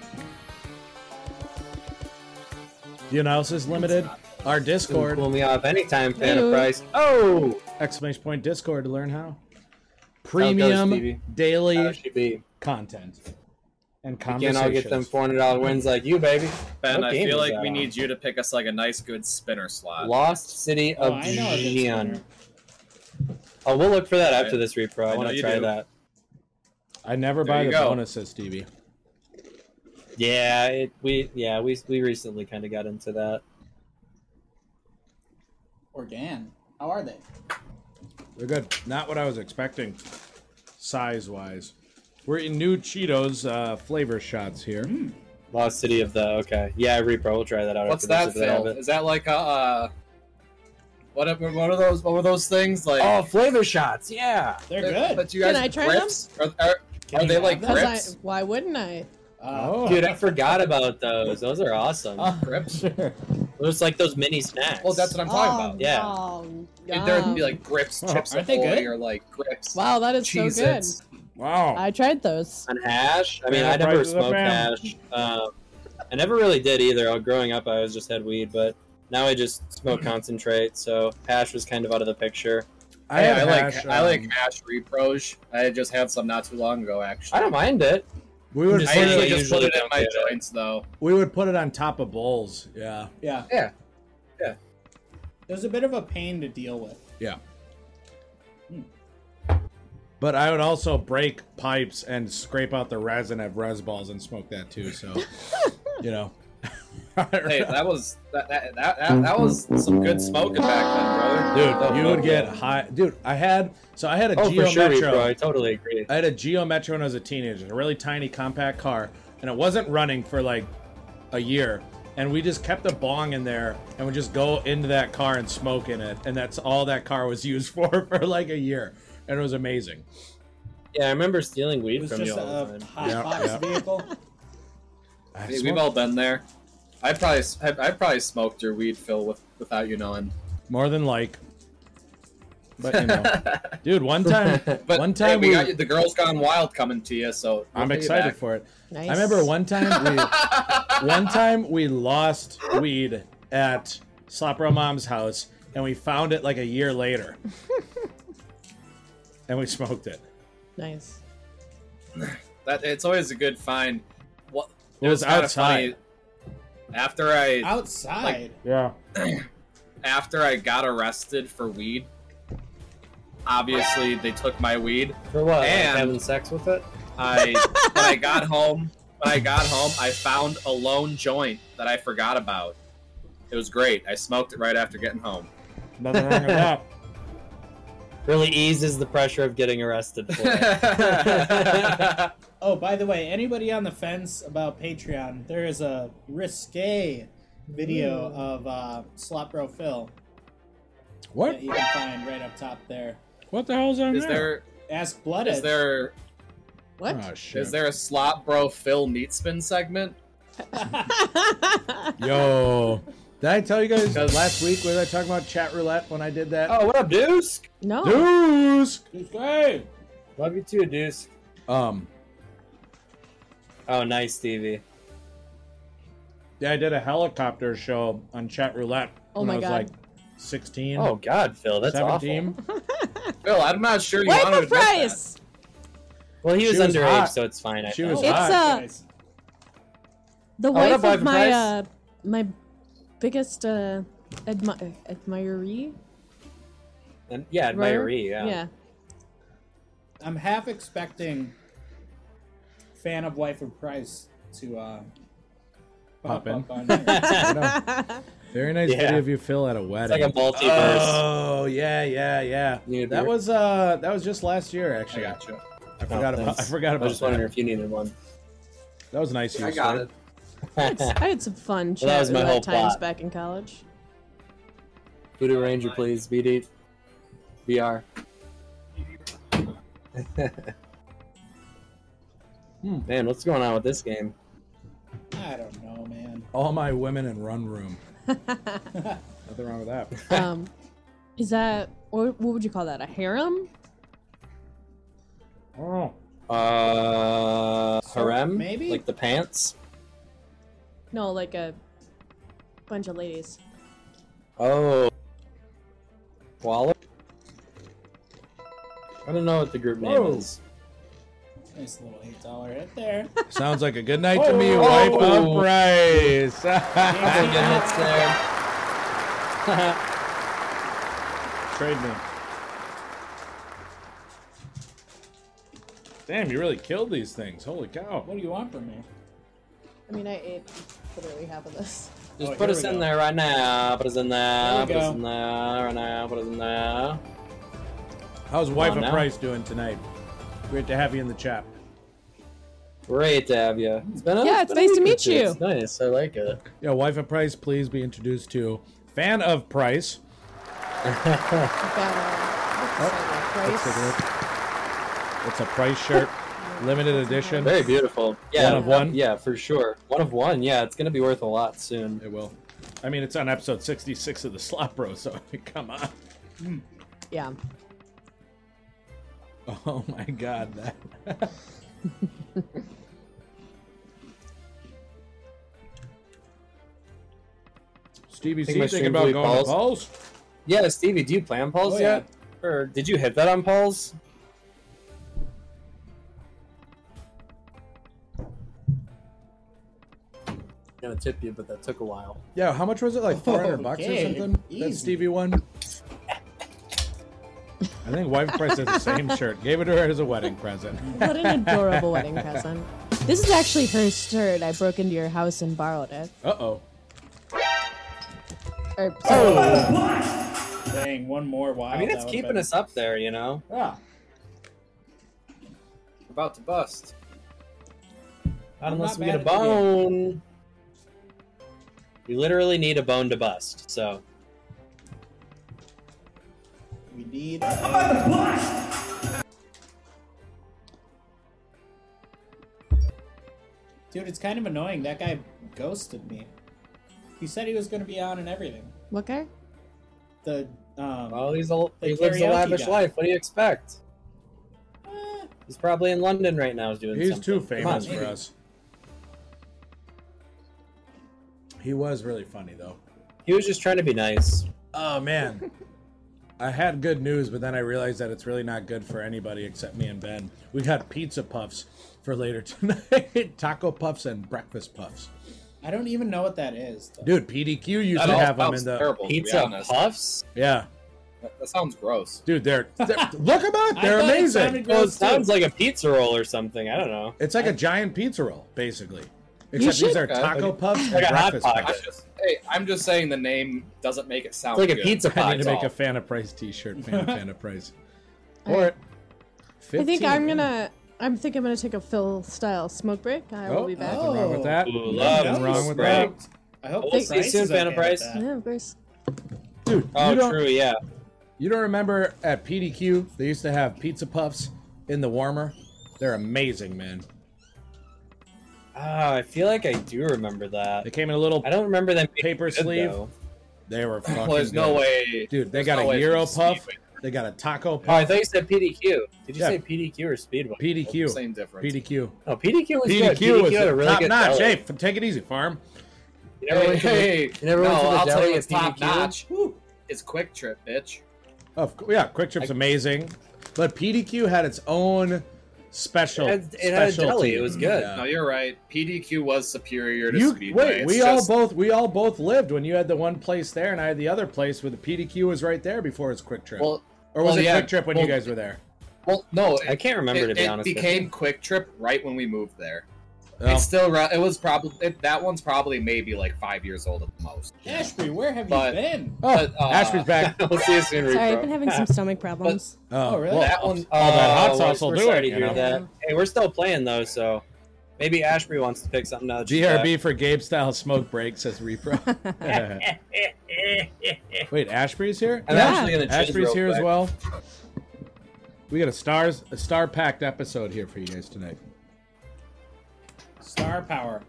[SPEAKER 3] You know, this is limited. Our
[SPEAKER 4] You can
[SPEAKER 3] Discord.
[SPEAKER 4] Cool me off anytime, fan of
[SPEAKER 2] Ew.
[SPEAKER 4] price. Oh,
[SPEAKER 3] Exclamation point Discord to learn how.
[SPEAKER 4] goes,
[SPEAKER 3] Premium
[SPEAKER 4] Stevie.
[SPEAKER 3] daily
[SPEAKER 4] how should be?
[SPEAKER 3] content and
[SPEAKER 4] Can
[SPEAKER 3] conversations.
[SPEAKER 4] all get them four hundred dollar wins like you, baby?
[SPEAKER 6] Ben,
[SPEAKER 4] What
[SPEAKER 6] I
[SPEAKER 4] game
[SPEAKER 6] feel
[SPEAKER 4] is
[SPEAKER 6] like
[SPEAKER 4] that
[SPEAKER 6] we
[SPEAKER 4] on?
[SPEAKER 6] need you to pick us like a nice good spinner slot.
[SPEAKER 4] Lost City
[SPEAKER 1] Oh,
[SPEAKER 4] of
[SPEAKER 1] I know. it's
[SPEAKER 4] Gian.
[SPEAKER 1] better.
[SPEAKER 4] Oh, we'll look for that
[SPEAKER 6] Alright.
[SPEAKER 4] after this repro. I
[SPEAKER 6] I know
[SPEAKER 4] want to
[SPEAKER 6] you
[SPEAKER 4] try
[SPEAKER 6] do.
[SPEAKER 4] that.
[SPEAKER 3] I never
[SPEAKER 6] There
[SPEAKER 3] buy
[SPEAKER 6] you
[SPEAKER 3] the
[SPEAKER 6] go.
[SPEAKER 3] bonuses, Stevie.
[SPEAKER 4] Yeah, it, we yeah we we recently kind of got into that.
[SPEAKER 1] Organ. How are they?
[SPEAKER 3] They're good. Not what I was expecting, size wise. We're eating new Cheetos uh, flavor shots here.
[SPEAKER 4] Lost City of the okay. Yeah, repro. We'll try that out. after
[SPEAKER 6] What's that,
[SPEAKER 4] this if they have
[SPEAKER 6] Phil?
[SPEAKER 4] it.
[SPEAKER 6] Is that like a uh, what? are- What are those? What were those things like?
[SPEAKER 4] Oh, flavor shots. Yeah.
[SPEAKER 1] They're good.
[SPEAKER 6] But you
[SPEAKER 2] Can
[SPEAKER 6] guys
[SPEAKER 2] I try
[SPEAKER 6] grips? Are, are,
[SPEAKER 1] Can
[SPEAKER 6] are
[SPEAKER 1] you
[SPEAKER 6] they
[SPEAKER 1] have
[SPEAKER 6] like
[SPEAKER 1] them?
[SPEAKER 2] Because I,
[SPEAKER 6] grips?
[SPEAKER 2] why wouldn't I?
[SPEAKER 3] Oh,
[SPEAKER 1] Uh,
[SPEAKER 4] Dude, I forgot about those. Those are awesome.
[SPEAKER 1] oh,
[SPEAKER 6] grips?
[SPEAKER 1] Sure.
[SPEAKER 4] Those like those mini snacks.
[SPEAKER 6] Well, that's what I'm talking about.
[SPEAKER 4] yeah.
[SPEAKER 2] Oh,
[SPEAKER 6] If There would be
[SPEAKER 2] yum.
[SPEAKER 6] like grips,
[SPEAKER 3] Oh,
[SPEAKER 6] chips,
[SPEAKER 1] aren't they
[SPEAKER 6] Ahoy,
[SPEAKER 1] good?
[SPEAKER 6] or like grips.
[SPEAKER 2] wow, that is so good.
[SPEAKER 6] Cheez-Its.
[SPEAKER 3] Wow.
[SPEAKER 2] I tried those.
[SPEAKER 4] on hash. I mean,
[SPEAKER 3] Yeah,
[SPEAKER 4] I never
[SPEAKER 3] prices up,
[SPEAKER 4] smoked
[SPEAKER 3] man.
[SPEAKER 4] hash. Um, I never really did either. Uh, Growing up, I was just had weed, but now I just smoke
[SPEAKER 3] Mm-hmm.
[SPEAKER 4] concentrate. So hash was kind of out of the picture.
[SPEAKER 6] I,
[SPEAKER 3] had
[SPEAKER 6] I like
[SPEAKER 3] hash,
[SPEAKER 6] I
[SPEAKER 3] um,
[SPEAKER 6] like hash repros. I just had some not too long ago,
[SPEAKER 4] I
[SPEAKER 6] actually.
[SPEAKER 4] don't mind it.
[SPEAKER 3] We would
[SPEAKER 4] Just
[SPEAKER 6] I
[SPEAKER 3] put it,
[SPEAKER 6] usually
[SPEAKER 4] I
[SPEAKER 6] just put
[SPEAKER 4] usually
[SPEAKER 6] it in
[SPEAKER 4] don't
[SPEAKER 6] my
[SPEAKER 4] get it.
[SPEAKER 6] joints, though.
[SPEAKER 3] we would put it on top of bowls. Yeah.
[SPEAKER 1] Yeah.
[SPEAKER 4] Yeah.
[SPEAKER 6] Yeah.
[SPEAKER 1] It was a bit of a pain to deal with.
[SPEAKER 3] Yeah. But I would also break pipes and scrape out the resin of res balls and smoke that too. So, you know.
[SPEAKER 6] Hey, that was that that, that, that, that was some good smoking back then, brother.
[SPEAKER 3] dude, you would get high. Dude, I had so I had a
[SPEAKER 4] Oh,
[SPEAKER 3] Geo
[SPEAKER 4] for sure,
[SPEAKER 3] Metro.
[SPEAKER 4] bro. I totally agree. Uh,
[SPEAKER 3] I had a Geo Metro when I was a teenager, a really tiny compact car, and it wasn't running for like a year. And we just kept a bong in there and would just go into that car and smoke in it. And that's all that car was used for for like a year. And it was amazing.
[SPEAKER 4] Yeah, I remember stealing
[SPEAKER 1] It
[SPEAKER 4] weed
[SPEAKER 1] was
[SPEAKER 4] from
[SPEAKER 1] just
[SPEAKER 4] you all the
[SPEAKER 3] uh,
[SPEAKER 1] a
[SPEAKER 4] time.
[SPEAKER 1] hot
[SPEAKER 3] Yeah,
[SPEAKER 1] box
[SPEAKER 3] yeah.
[SPEAKER 1] vehicle.
[SPEAKER 3] I
[SPEAKER 6] Hey, we've
[SPEAKER 3] smoked
[SPEAKER 6] all been there. I probably s- I, I probably smoked your weed, Phil, with, without you knowing.
[SPEAKER 3] more than like. But you know, dude, one time,
[SPEAKER 6] But
[SPEAKER 3] one time
[SPEAKER 6] hey, we,
[SPEAKER 3] we,
[SPEAKER 6] got you, the girls gone wild coming to you, so we'll
[SPEAKER 3] I'm
[SPEAKER 6] pay you
[SPEAKER 3] excited
[SPEAKER 6] back.
[SPEAKER 3] for it.
[SPEAKER 2] Nice.
[SPEAKER 3] I remember one time we one time we lost weed at Slopro Mom's house and we found it like a year later. and we smoked it.
[SPEAKER 2] Nice.
[SPEAKER 6] that. It's always a good find. What
[SPEAKER 3] It was
[SPEAKER 6] kinda
[SPEAKER 3] outside.
[SPEAKER 6] funny, After I
[SPEAKER 1] Outside.
[SPEAKER 3] Yeah.
[SPEAKER 6] after I got arrested for weed, obviously they took my weed.
[SPEAKER 4] For what? like
[SPEAKER 6] And-
[SPEAKER 4] having sex with it?
[SPEAKER 6] I when I got home, when I got home, I found a lone joint that I forgot about. It was great. I smoked it right after getting home.
[SPEAKER 3] Nothing wrong with that.
[SPEAKER 4] Really eases the pressure of getting arrested for it.
[SPEAKER 1] Oh, by the way, anybody on the fence about Patreon, there is a risque video of uh, Slot Bro Phil
[SPEAKER 3] What?
[SPEAKER 1] that you can find right up top there.
[SPEAKER 3] What the hell's on
[SPEAKER 6] is there
[SPEAKER 1] Ask Blooded.
[SPEAKER 6] is there
[SPEAKER 2] What?
[SPEAKER 3] Oh shit.
[SPEAKER 6] is there a slop bro Phil Meatspin segment?
[SPEAKER 3] Yo. Did I tell you guys
[SPEAKER 6] Because-
[SPEAKER 3] last week where I talking about chat roulette when I did that?
[SPEAKER 4] oh, what up, Deuce?
[SPEAKER 6] Oh.
[SPEAKER 2] no.
[SPEAKER 3] Deuce.
[SPEAKER 1] Risque!
[SPEAKER 4] Love you too, Deuce.
[SPEAKER 3] Um
[SPEAKER 4] Oh, nice, Stevie.
[SPEAKER 3] yeah, I did a helicopter show on chat roulette
[SPEAKER 2] Oh
[SPEAKER 3] when
[SPEAKER 2] my
[SPEAKER 3] I was
[SPEAKER 2] God.
[SPEAKER 3] like 16.
[SPEAKER 4] Oh God, Phil, that's
[SPEAKER 3] 17.
[SPEAKER 6] Bill, I'm not sure you want to
[SPEAKER 2] Wafer
[SPEAKER 6] admit that.
[SPEAKER 2] fries.
[SPEAKER 4] Well, he was,
[SPEAKER 3] She was
[SPEAKER 4] underage,
[SPEAKER 3] hot.
[SPEAKER 4] so it's fine. I
[SPEAKER 3] She
[SPEAKER 4] felt.
[SPEAKER 3] was
[SPEAKER 2] It's
[SPEAKER 3] hot.
[SPEAKER 2] uh,
[SPEAKER 1] Guys.
[SPEAKER 2] The
[SPEAKER 4] what
[SPEAKER 2] wife
[SPEAKER 4] about
[SPEAKER 2] of my
[SPEAKER 4] Vice?
[SPEAKER 2] uh, my biggest uh, admi- uh, admiree.
[SPEAKER 4] And, yeah,
[SPEAKER 2] Royer?
[SPEAKER 4] admiree. Yeah.
[SPEAKER 2] yeah.
[SPEAKER 1] I'm half expecting fan of Wife of Price to uh,
[SPEAKER 3] Pop in.
[SPEAKER 1] up on here.
[SPEAKER 3] Very nice
[SPEAKER 4] Yeah.
[SPEAKER 3] video of you, Phil, at a
[SPEAKER 4] It's
[SPEAKER 3] wedding.
[SPEAKER 4] like a multiverse.
[SPEAKER 3] oh yeah, yeah, yeah.
[SPEAKER 4] Need a
[SPEAKER 3] that
[SPEAKER 4] beer?
[SPEAKER 3] was uh, that was just last year
[SPEAKER 6] I
[SPEAKER 3] actually.
[SPEAKER 6] got you.
[SPEAKER 3] I forgot
[SPEAKER 4] Oh,
[SPEAKER 3] about. I
[SPEAKER 4] thanks.
[SPEAKER 3] forgot
[SPEAKER 4] I
[SPEAKER 3] about.
[SPEAKER 4] was just wondering
[SPEAKER 3] That.
[SPEAKER 4] if you needed one.
[SPEAKER 3] that was nice. of you,
[SPEAKER 7] I got
[SPEAKER 3] sir.
[SPEAKER 7] it.
[SPEAKER 2] I had some fun chat
[SPEAKER 4] Well, that was my
[SPEAKER 2] about
[SPEAKER 4] whole
[SPEAKER 2] times
[SPEAKER 4] plot.
[SPEAKER 2] back in college.
[SPEAKER 4] Voodoo Ranger, please. BD. VR. Man, what's going on with this game?
[SPEAKER 1] I don't know, man.
[SPEAKER 3] All my women in run room. Nothing wrong with that.
[SPEAKER 2] Um, is that or what would you call that? A harem?
[SPEAKER 3] Oh,
[SPEAKER 4] Uh, harem?
[SPEAKER 1] maybe?
[SPEAKER 4] Like the pants?
[SPEAKER 2] No, like a bunch of ladies.
[SPEAKER 4] Oh. Wallet? I don't know what the group name
[SPEAKER 3] Whoa.
[SPEAKER 4] is.
[SPEAKER 1] Nice little eight dollar hit there.
[SPEAKER 3] sounds like a good night
[SPEAKER 4] Oh,
[SPEAKER 3] to me, wife of price.
[SPEAKER 4] Couple good hits there.
[SPEAKER 3] Trade me. Damn, you really killed these things. Holy cow.
[SPEAKER 1] What do you want from me?
[SPEAKER 2] I mean, I ate literally half of this.
[SPEAKER 4] Just
[SPEAKER 1] Oh, here
[SPEAKER 4] put us
[SPEAKER 1] we
[SPEAKER 4] in
[SPEAKER 1] go.
[SPEAKER 4] there right now. Put us in
[SPEAKER 1] There
[SPEAKER 4] there.
[SPEAKER 1] we
[SPEAKER 4] Put us
[SPEAKER 1] go.
[SPEAKER 4] in there right now. Put us in there.
[SPEAKER 3] How's wife
[SPEAKER 4] on
[SPEAKER 3] of
[SPEAKER 4] now.
[SPEAKER 3] price doing tonight? Great to have you in the chat.
[SPEAKER 4] Great to have you. It's been a,
[SPEAKER 2] Yeah, it's
[SPEAKER 4] been a
[SPEAKER 2] nice to
[SPEAKER 4] week or
[SPEAKER 2] meet
[SPEAKER 4] two.
[SPEAKER 2] you.
[SPEAKER 4] It's nice. I like it.
[SPEAKER 3] Yeah, wife of price, please be introduced to fan of price.
[SPEAKER 2] I've got
[SPEAKER 4] Oh,
[SPEAKER 2] a
[SPEAKER 3] Let's take a look. It's a price shirt, limited edition.
[SPEAKER 4] Very beautiful. Yeah,
[SPEAKER 3] One of one?
[SPEAKER 4] Yeah, for sure. One of one. Yeah, it's gonna be worth a lot soon.
[SPEAKER 3] It will. I mean, it's on episode 66 of the Slop Bro, so I mean, come on.
[SPEAKER 2] Yeah.
[SPEAKER 3] Oh my god, that. Stevie
[SPEAKER 4] Think
[SPEAKER 3] C
[SPEAKER 4] my
[SPEAKER 3] thinking
[SPEAKER 4] stream
[SPEAKER 3] about
[SPEAKER 4] blew
[SPEAKER 3] going to
[SPEAKER 4] balls?
[SPEAKER 3] Paul's?
[SPEAKER 4] Yeah, Stevie, do you play on Paul's
[SPEAKER 1] Oh, yeah.
[SPEAKER 4] yet? Or did you hit that on Paul's? Gonna tip you, but that took a while.
[SPEAKER 3] Yeah, how much was it? Like 400
[SPEAKER 4] Oh,
[SPEAKER 3] bucks or
[SPEAKER 1] Okay,
[SPEAKER 3] something?
[SPEAKER 1] easy.
[SPEAKER 3] That Stevie one? I think Wife Price has the same shirt. Gave it to her as a wedding present.
[SPEAKER 2] What an adorable wedding present. This is actually her shirt. I broke into your house and borrowed it.
[SPEAKER 3] Uh oh.
[SPEAKER 2] Or,
[SPEAKER 1] Dang, one more wild.
[SPEAKER 4] I mean, it's
[SPEAKER 1] that would've
[SPEAKER 4] keeping
[SPEAKER 1] been- Ah,
[SPEAKER 4] us up there, you know.
[SPEAKER 1] Yeah.
[SPEAKER 4] About to bust. Not
[SPEAKER 1] I'm
[SPEAKER 4] unless
[SPEAKER 1] not
[SPEAKER 4] we get a
[SPEAKER 1] mad at the game.
[SPEAKER 4] bone. We literally need a bone to bust, so.
[SPEAKER 1] We need. Dude, it's kind of annoying. That guy ghosted me. He said he was going to be on and everything.
[SPEAKER 2] what guy?
[SPEAKER 1] The um,
[SPEAKER 4] Well, he's a, he
[SPEAKER 1] The
[SPEAKER 4] lives a
[SPEAKER 1] karaoke
[SPEAKER 4] lavish
[SPEAKER 1] guy. Eh.
[SPEAKER 4] life. What do you expect? He's probably in London right now. Doing
[SPEAKER 3] He's
[SPEAKER 4] something.
[SPEAKER 3] too
[SPEAKER 4] Come
[SPEAKER 3] famous
[SPEAKER 4] on.
[SPEAKER 3] for us. He was really funny, though.
[SPEAKER 4] He was just trying to be nice.
[SPEAKER 3] Oh man. I had good news, but then I realized that it's really not good for anybody except me and Ben. We got pizza puffs for later tonight. Taco puffs and breakfast puffs.
[SPEAKER 1] I don't even know what that is. though.
[SPEAKER 3] Dude, PDQ used
[SPEAKER 6] That
[SPEAKER 3] to
[SPEAKER 6] all
[SPEAKER 3] have them
[SPEAKER 6] sounds
[SPEAKER 3] in the
[SPEAKER 6] terrible. to
[SPEAKER 4] Pizza
[SPEAKER 6] be honest.
[SPEAKER 4] puffs?
[SPEAKER 3] Yeah.
[SPEAKER 6] That, that sounds gross.
[SPEAKER 3] Dude, they're, they're- look them up.
[SPEAKER 1] I
[SPEAKER 3] They're
[SPEAKER 1] thought it
[SPEAKER 3] amazing.
[SPEAKER 1] sounded
[SPEAKER 4] Well, it
[SPEAKER 1] gross, too.
[SPEAKER 4] sounds like a pizza roll or something. I don't know.
[SPEAKER 3] it's like a giant pizza roll, basically. Except
[SPEAKER 2] should-
[SPEAKER 3] these are taco puffs and
[SPEAKER 4] Like a Hot
[SPEAKER 3] breakfast
[SPEAKER 4] Pocket.
[SPEAKER 6] I'm
[SPEAKER 3] puffs.
[SPEAKER 6] just, hey, I'm just saying the name doesn't make it sound
[SPEAKER 4] It's like a
[SPEAKER 6] good.
[SPEAKER 4] pizza
[SPEAKER 3] I
[SPEAKER 4] pie.
[SPEAKER 3] need to make a fan of price T-shirt. Fan of fan of price. Or
[SPEAKER 2] I think
[SPEAKER 3] 15,
[SPEAKER 2] I'm
[SPEAKER 3] man.
[SPEAKER 2] gonna. I'm think I'm gonna take a Phil style smoke break. I will
[SPEAKER 3] Oh,
[SPEAKER 2] be back.
[SPEAKER 3] nothing wrong with that.
[SPEAKER 4] Ooh, love
[SPEAKER 3] nothing
[SPEAKER 4] it.
[SPEAKER 3] wrong with that.
[SPEAKER 4] Right.
[SPEAKER 1] I hope
[SPEAKER 4] We'll see you
[SPEAKER 1] Price
[SPEAKER 4] soon,
[SPEAKER 1] is
[SPEAKER 4] Phantom
[SPEAKER 1] okay with
[SPEAKER 4] Price.
[SPEAKER 1] that.
[SPEAKER 2] Yeah, of course.
[SPEAKER 3] Dude, you
[SPEAKER 4] Oh,
[SPEAKER 3] don't,
[SPEAKER 4] true, yeah.
[SPEAKER 3] You don't remember at PDQ they used to have pizza puffs in the warmer? They're amazing, man.
[SPEAKER 4] Ah, I feel like I do remember that.
[SPEAKER 3] They came in a little.
[SPEAKER 4] I don't remember them being
[SPEAKER 3] Paper
[SPEAKER 4] good,
[SPEAKER 3] sleeve?
[SPEAKER 4] though.
[SPEAKER 3] They were fucking.
[SPEAKER 6] Well, there's no
[SPEAKER 3] good.
[SPEAKER 6] way.
[SPEAKER 3] Dude, they
[SPEAKER 6] there's
[SPEAKER 3] got
[SPEAKER 6] no
[SPEAKER 3] a
[SPEAKER 6] way
[SPEAKER 3] gyro
[SPEAKER 6] Speedway-
[SPEAKER 3] puff. They got a taco
[SPEAKER 4] Oh, I
[SPEAKER 3] puff.
[SPEAKER 4] thought you said PDQ. Did you
[SPEAKER 3] Yeah.
[SPEAKER 4] say PDQ or Speedway?
[SPEAKER 3] PDQ.
[SPEAKER 6] Same difference.
[SPEAKER 3] PDQ.
[SPEAKER 4] No, PDQ was good.
[SPEAKER 3] PDQ was
[SPEAKER 4] had a really
[SPEAKER 3] top
[SPEAKER 4] good
[SPEAKER 3] notch.
[SPEAKER 4] deli.
[SPEAKER 3] Hey, f- take it easy, farm.
[SPEAKER 4] You never
[SPEAKER 6] Hey,
[SPEAKER 4] went to the-
[SPEAKER 6] hey,
[SPEAKER 4] you never
[SPEAKER 6] no,
[SPEAKER 4] went to the
[SPEAKER 6] I'll tell
[SPEAKER 4] deli
[SPEAKER 6] you
[SPEAKER 4] at
[SPEAKER 6] it's top
[SPEAKER 4] PDQ?
[SPEAKER 6] notch. Woo. It's Quick Trip, bitch.
[SPEAKER 3] Of cou- Oh, yeah, Quick Trip's amazing, but PDQ had its own special.
[SPEAKER 4] It had- it had a
[SPEAKER 3] specialty.
[SPEAKER 4] deli, it was good.
[SPEAKER 3] Yeah.
[SPEAKER 6] No, you're right. PDQ was superior to
[SPEAKER 3] You
[SPEAKER 6] Speedway.
[SPEAKER 3] wait.
[SPEAKER 6] It's
[SPEAKER 3] We
[SPEAKER 6] just-
[SPEAKER 3] all both we all both lived when you had the one place there, and I had the other place where the PDQ was right there before his Quick Trip.
[SPEAKER 6] Well,
[SPEAKER 3] or was
[SPEAKER 6] well,
[SPEAKER 3] it
[SPEAKER 6] yeah,
[SPEAKER 3] Quick Trip when you
[SPEAKER 6] well,
[SPEAKER 3] guys were there?
[SPEAKER 6] well, no, it,
[SPEAKER 4] I can't remember
[SPEAKER 6] it,
[SPEAKER 4] to be
[SPEAKER 6] it
[SPEAKER 4] honest. with
[SPEAKER 6] became
[SPEAKER 4] you.
[SPEAKER 6] Quick Trip right when we moved there.
[SPEAKER 3] Oh.
[SPEAKER 6] It's still ra- it was probably it, that one's probably maybe like five years old at the most.
[SPEAKER 1] Ashby, where have
[SPEAKER 6] But-
[SPEAKER 1] you been?
[SPEAKER 3] Oh,
[SPEAKER 6] but, uh,
[SPEAKER 3] Ashby's back.
[SPEAKER 4] We'll see you soon,
[SPEAKER 2] Sorry, I've
[SPEAKER 4] Rico.
[SPEAKER 2] been having some stomach problems.
[SPEAKER 3] Oh,
[SPEAKER 1] Oh, really?
[SPEAKER 3] well,
[SPEAKER 4] that one,
[SPEAKER 3] all that hot
[SPEAKER 4] uh,
[SPEAKER 3] sauce
[SPEAKER 4] we're-
[SPEAKER 3] will
[SPEAKER 4] we're
[SPEAKER 3] do
[SPEAKER 4] sorry
[SPEAKER 3] it,
[SPEAKER 4] to
[SPEAKER 3] you
[SPEAKER 4] hear
[SPEAKER 3] know.
[SPEAKER 4] that. Hey, we're still playing though, so maybe Ashbury wants to pick something out.
[SPEAKER 3] GRB for Gabe style smoke break says repro. Wait, Ashbury's here.
[SPEAKER 4] I'm
[SPEAKER 2] Yeah.
[SPEAKER 4] actually gonna change
[SPEAKER 3] Ashbury's
[SPEAKER 4] real
[SPEAKER 3] here as
[SPEAKER 4] quick.
[SPEAKER 3] well. We got a stars a star packed episode here for you guys tonight,
[SPEAKER 1] Star power.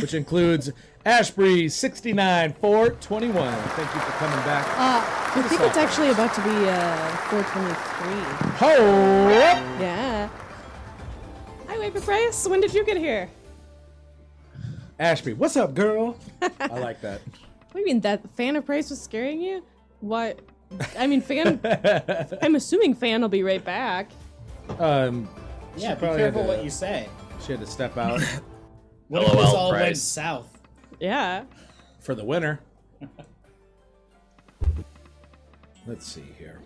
[SPEAKER 3] which includes Ashbury sixty nine four twenty one. Thank you for coming back.
[SPEAKER 4] Ah.
[SPEAKER 2] Uh, I think it's actually about to be uh, 423.
[SPEAKER 3] Ho up!
[SPEAKER 2] Yeah. Hi, Wafer Price. When did you get here?
[SPEAKER 3] Ashby, what's up, girl? I like that.
[SPEAKER 2] What do you mean that fan of Price was scaring you? What? I mean, fan. I'm assuming fan will be right back.
[SPEAKER 3] Um,
[SPEAKER 1] Yeah, be
[SPEAKER 3] probably
[SPEAKER 1] careful
[SPEAKER 3] had to-
[SPEAKER 1] what you say.
[SPEAKER 3] she had to step out
[SPEAKER 1] When
[SPEAKER 6] LOL
[SPEAKER 1] this all went
[SPEAKER 6] price.
[SPEAKER 1] south.
[SPEAKER 2] Yeah.
[SPEAKER 3] for the winner. Let's see here.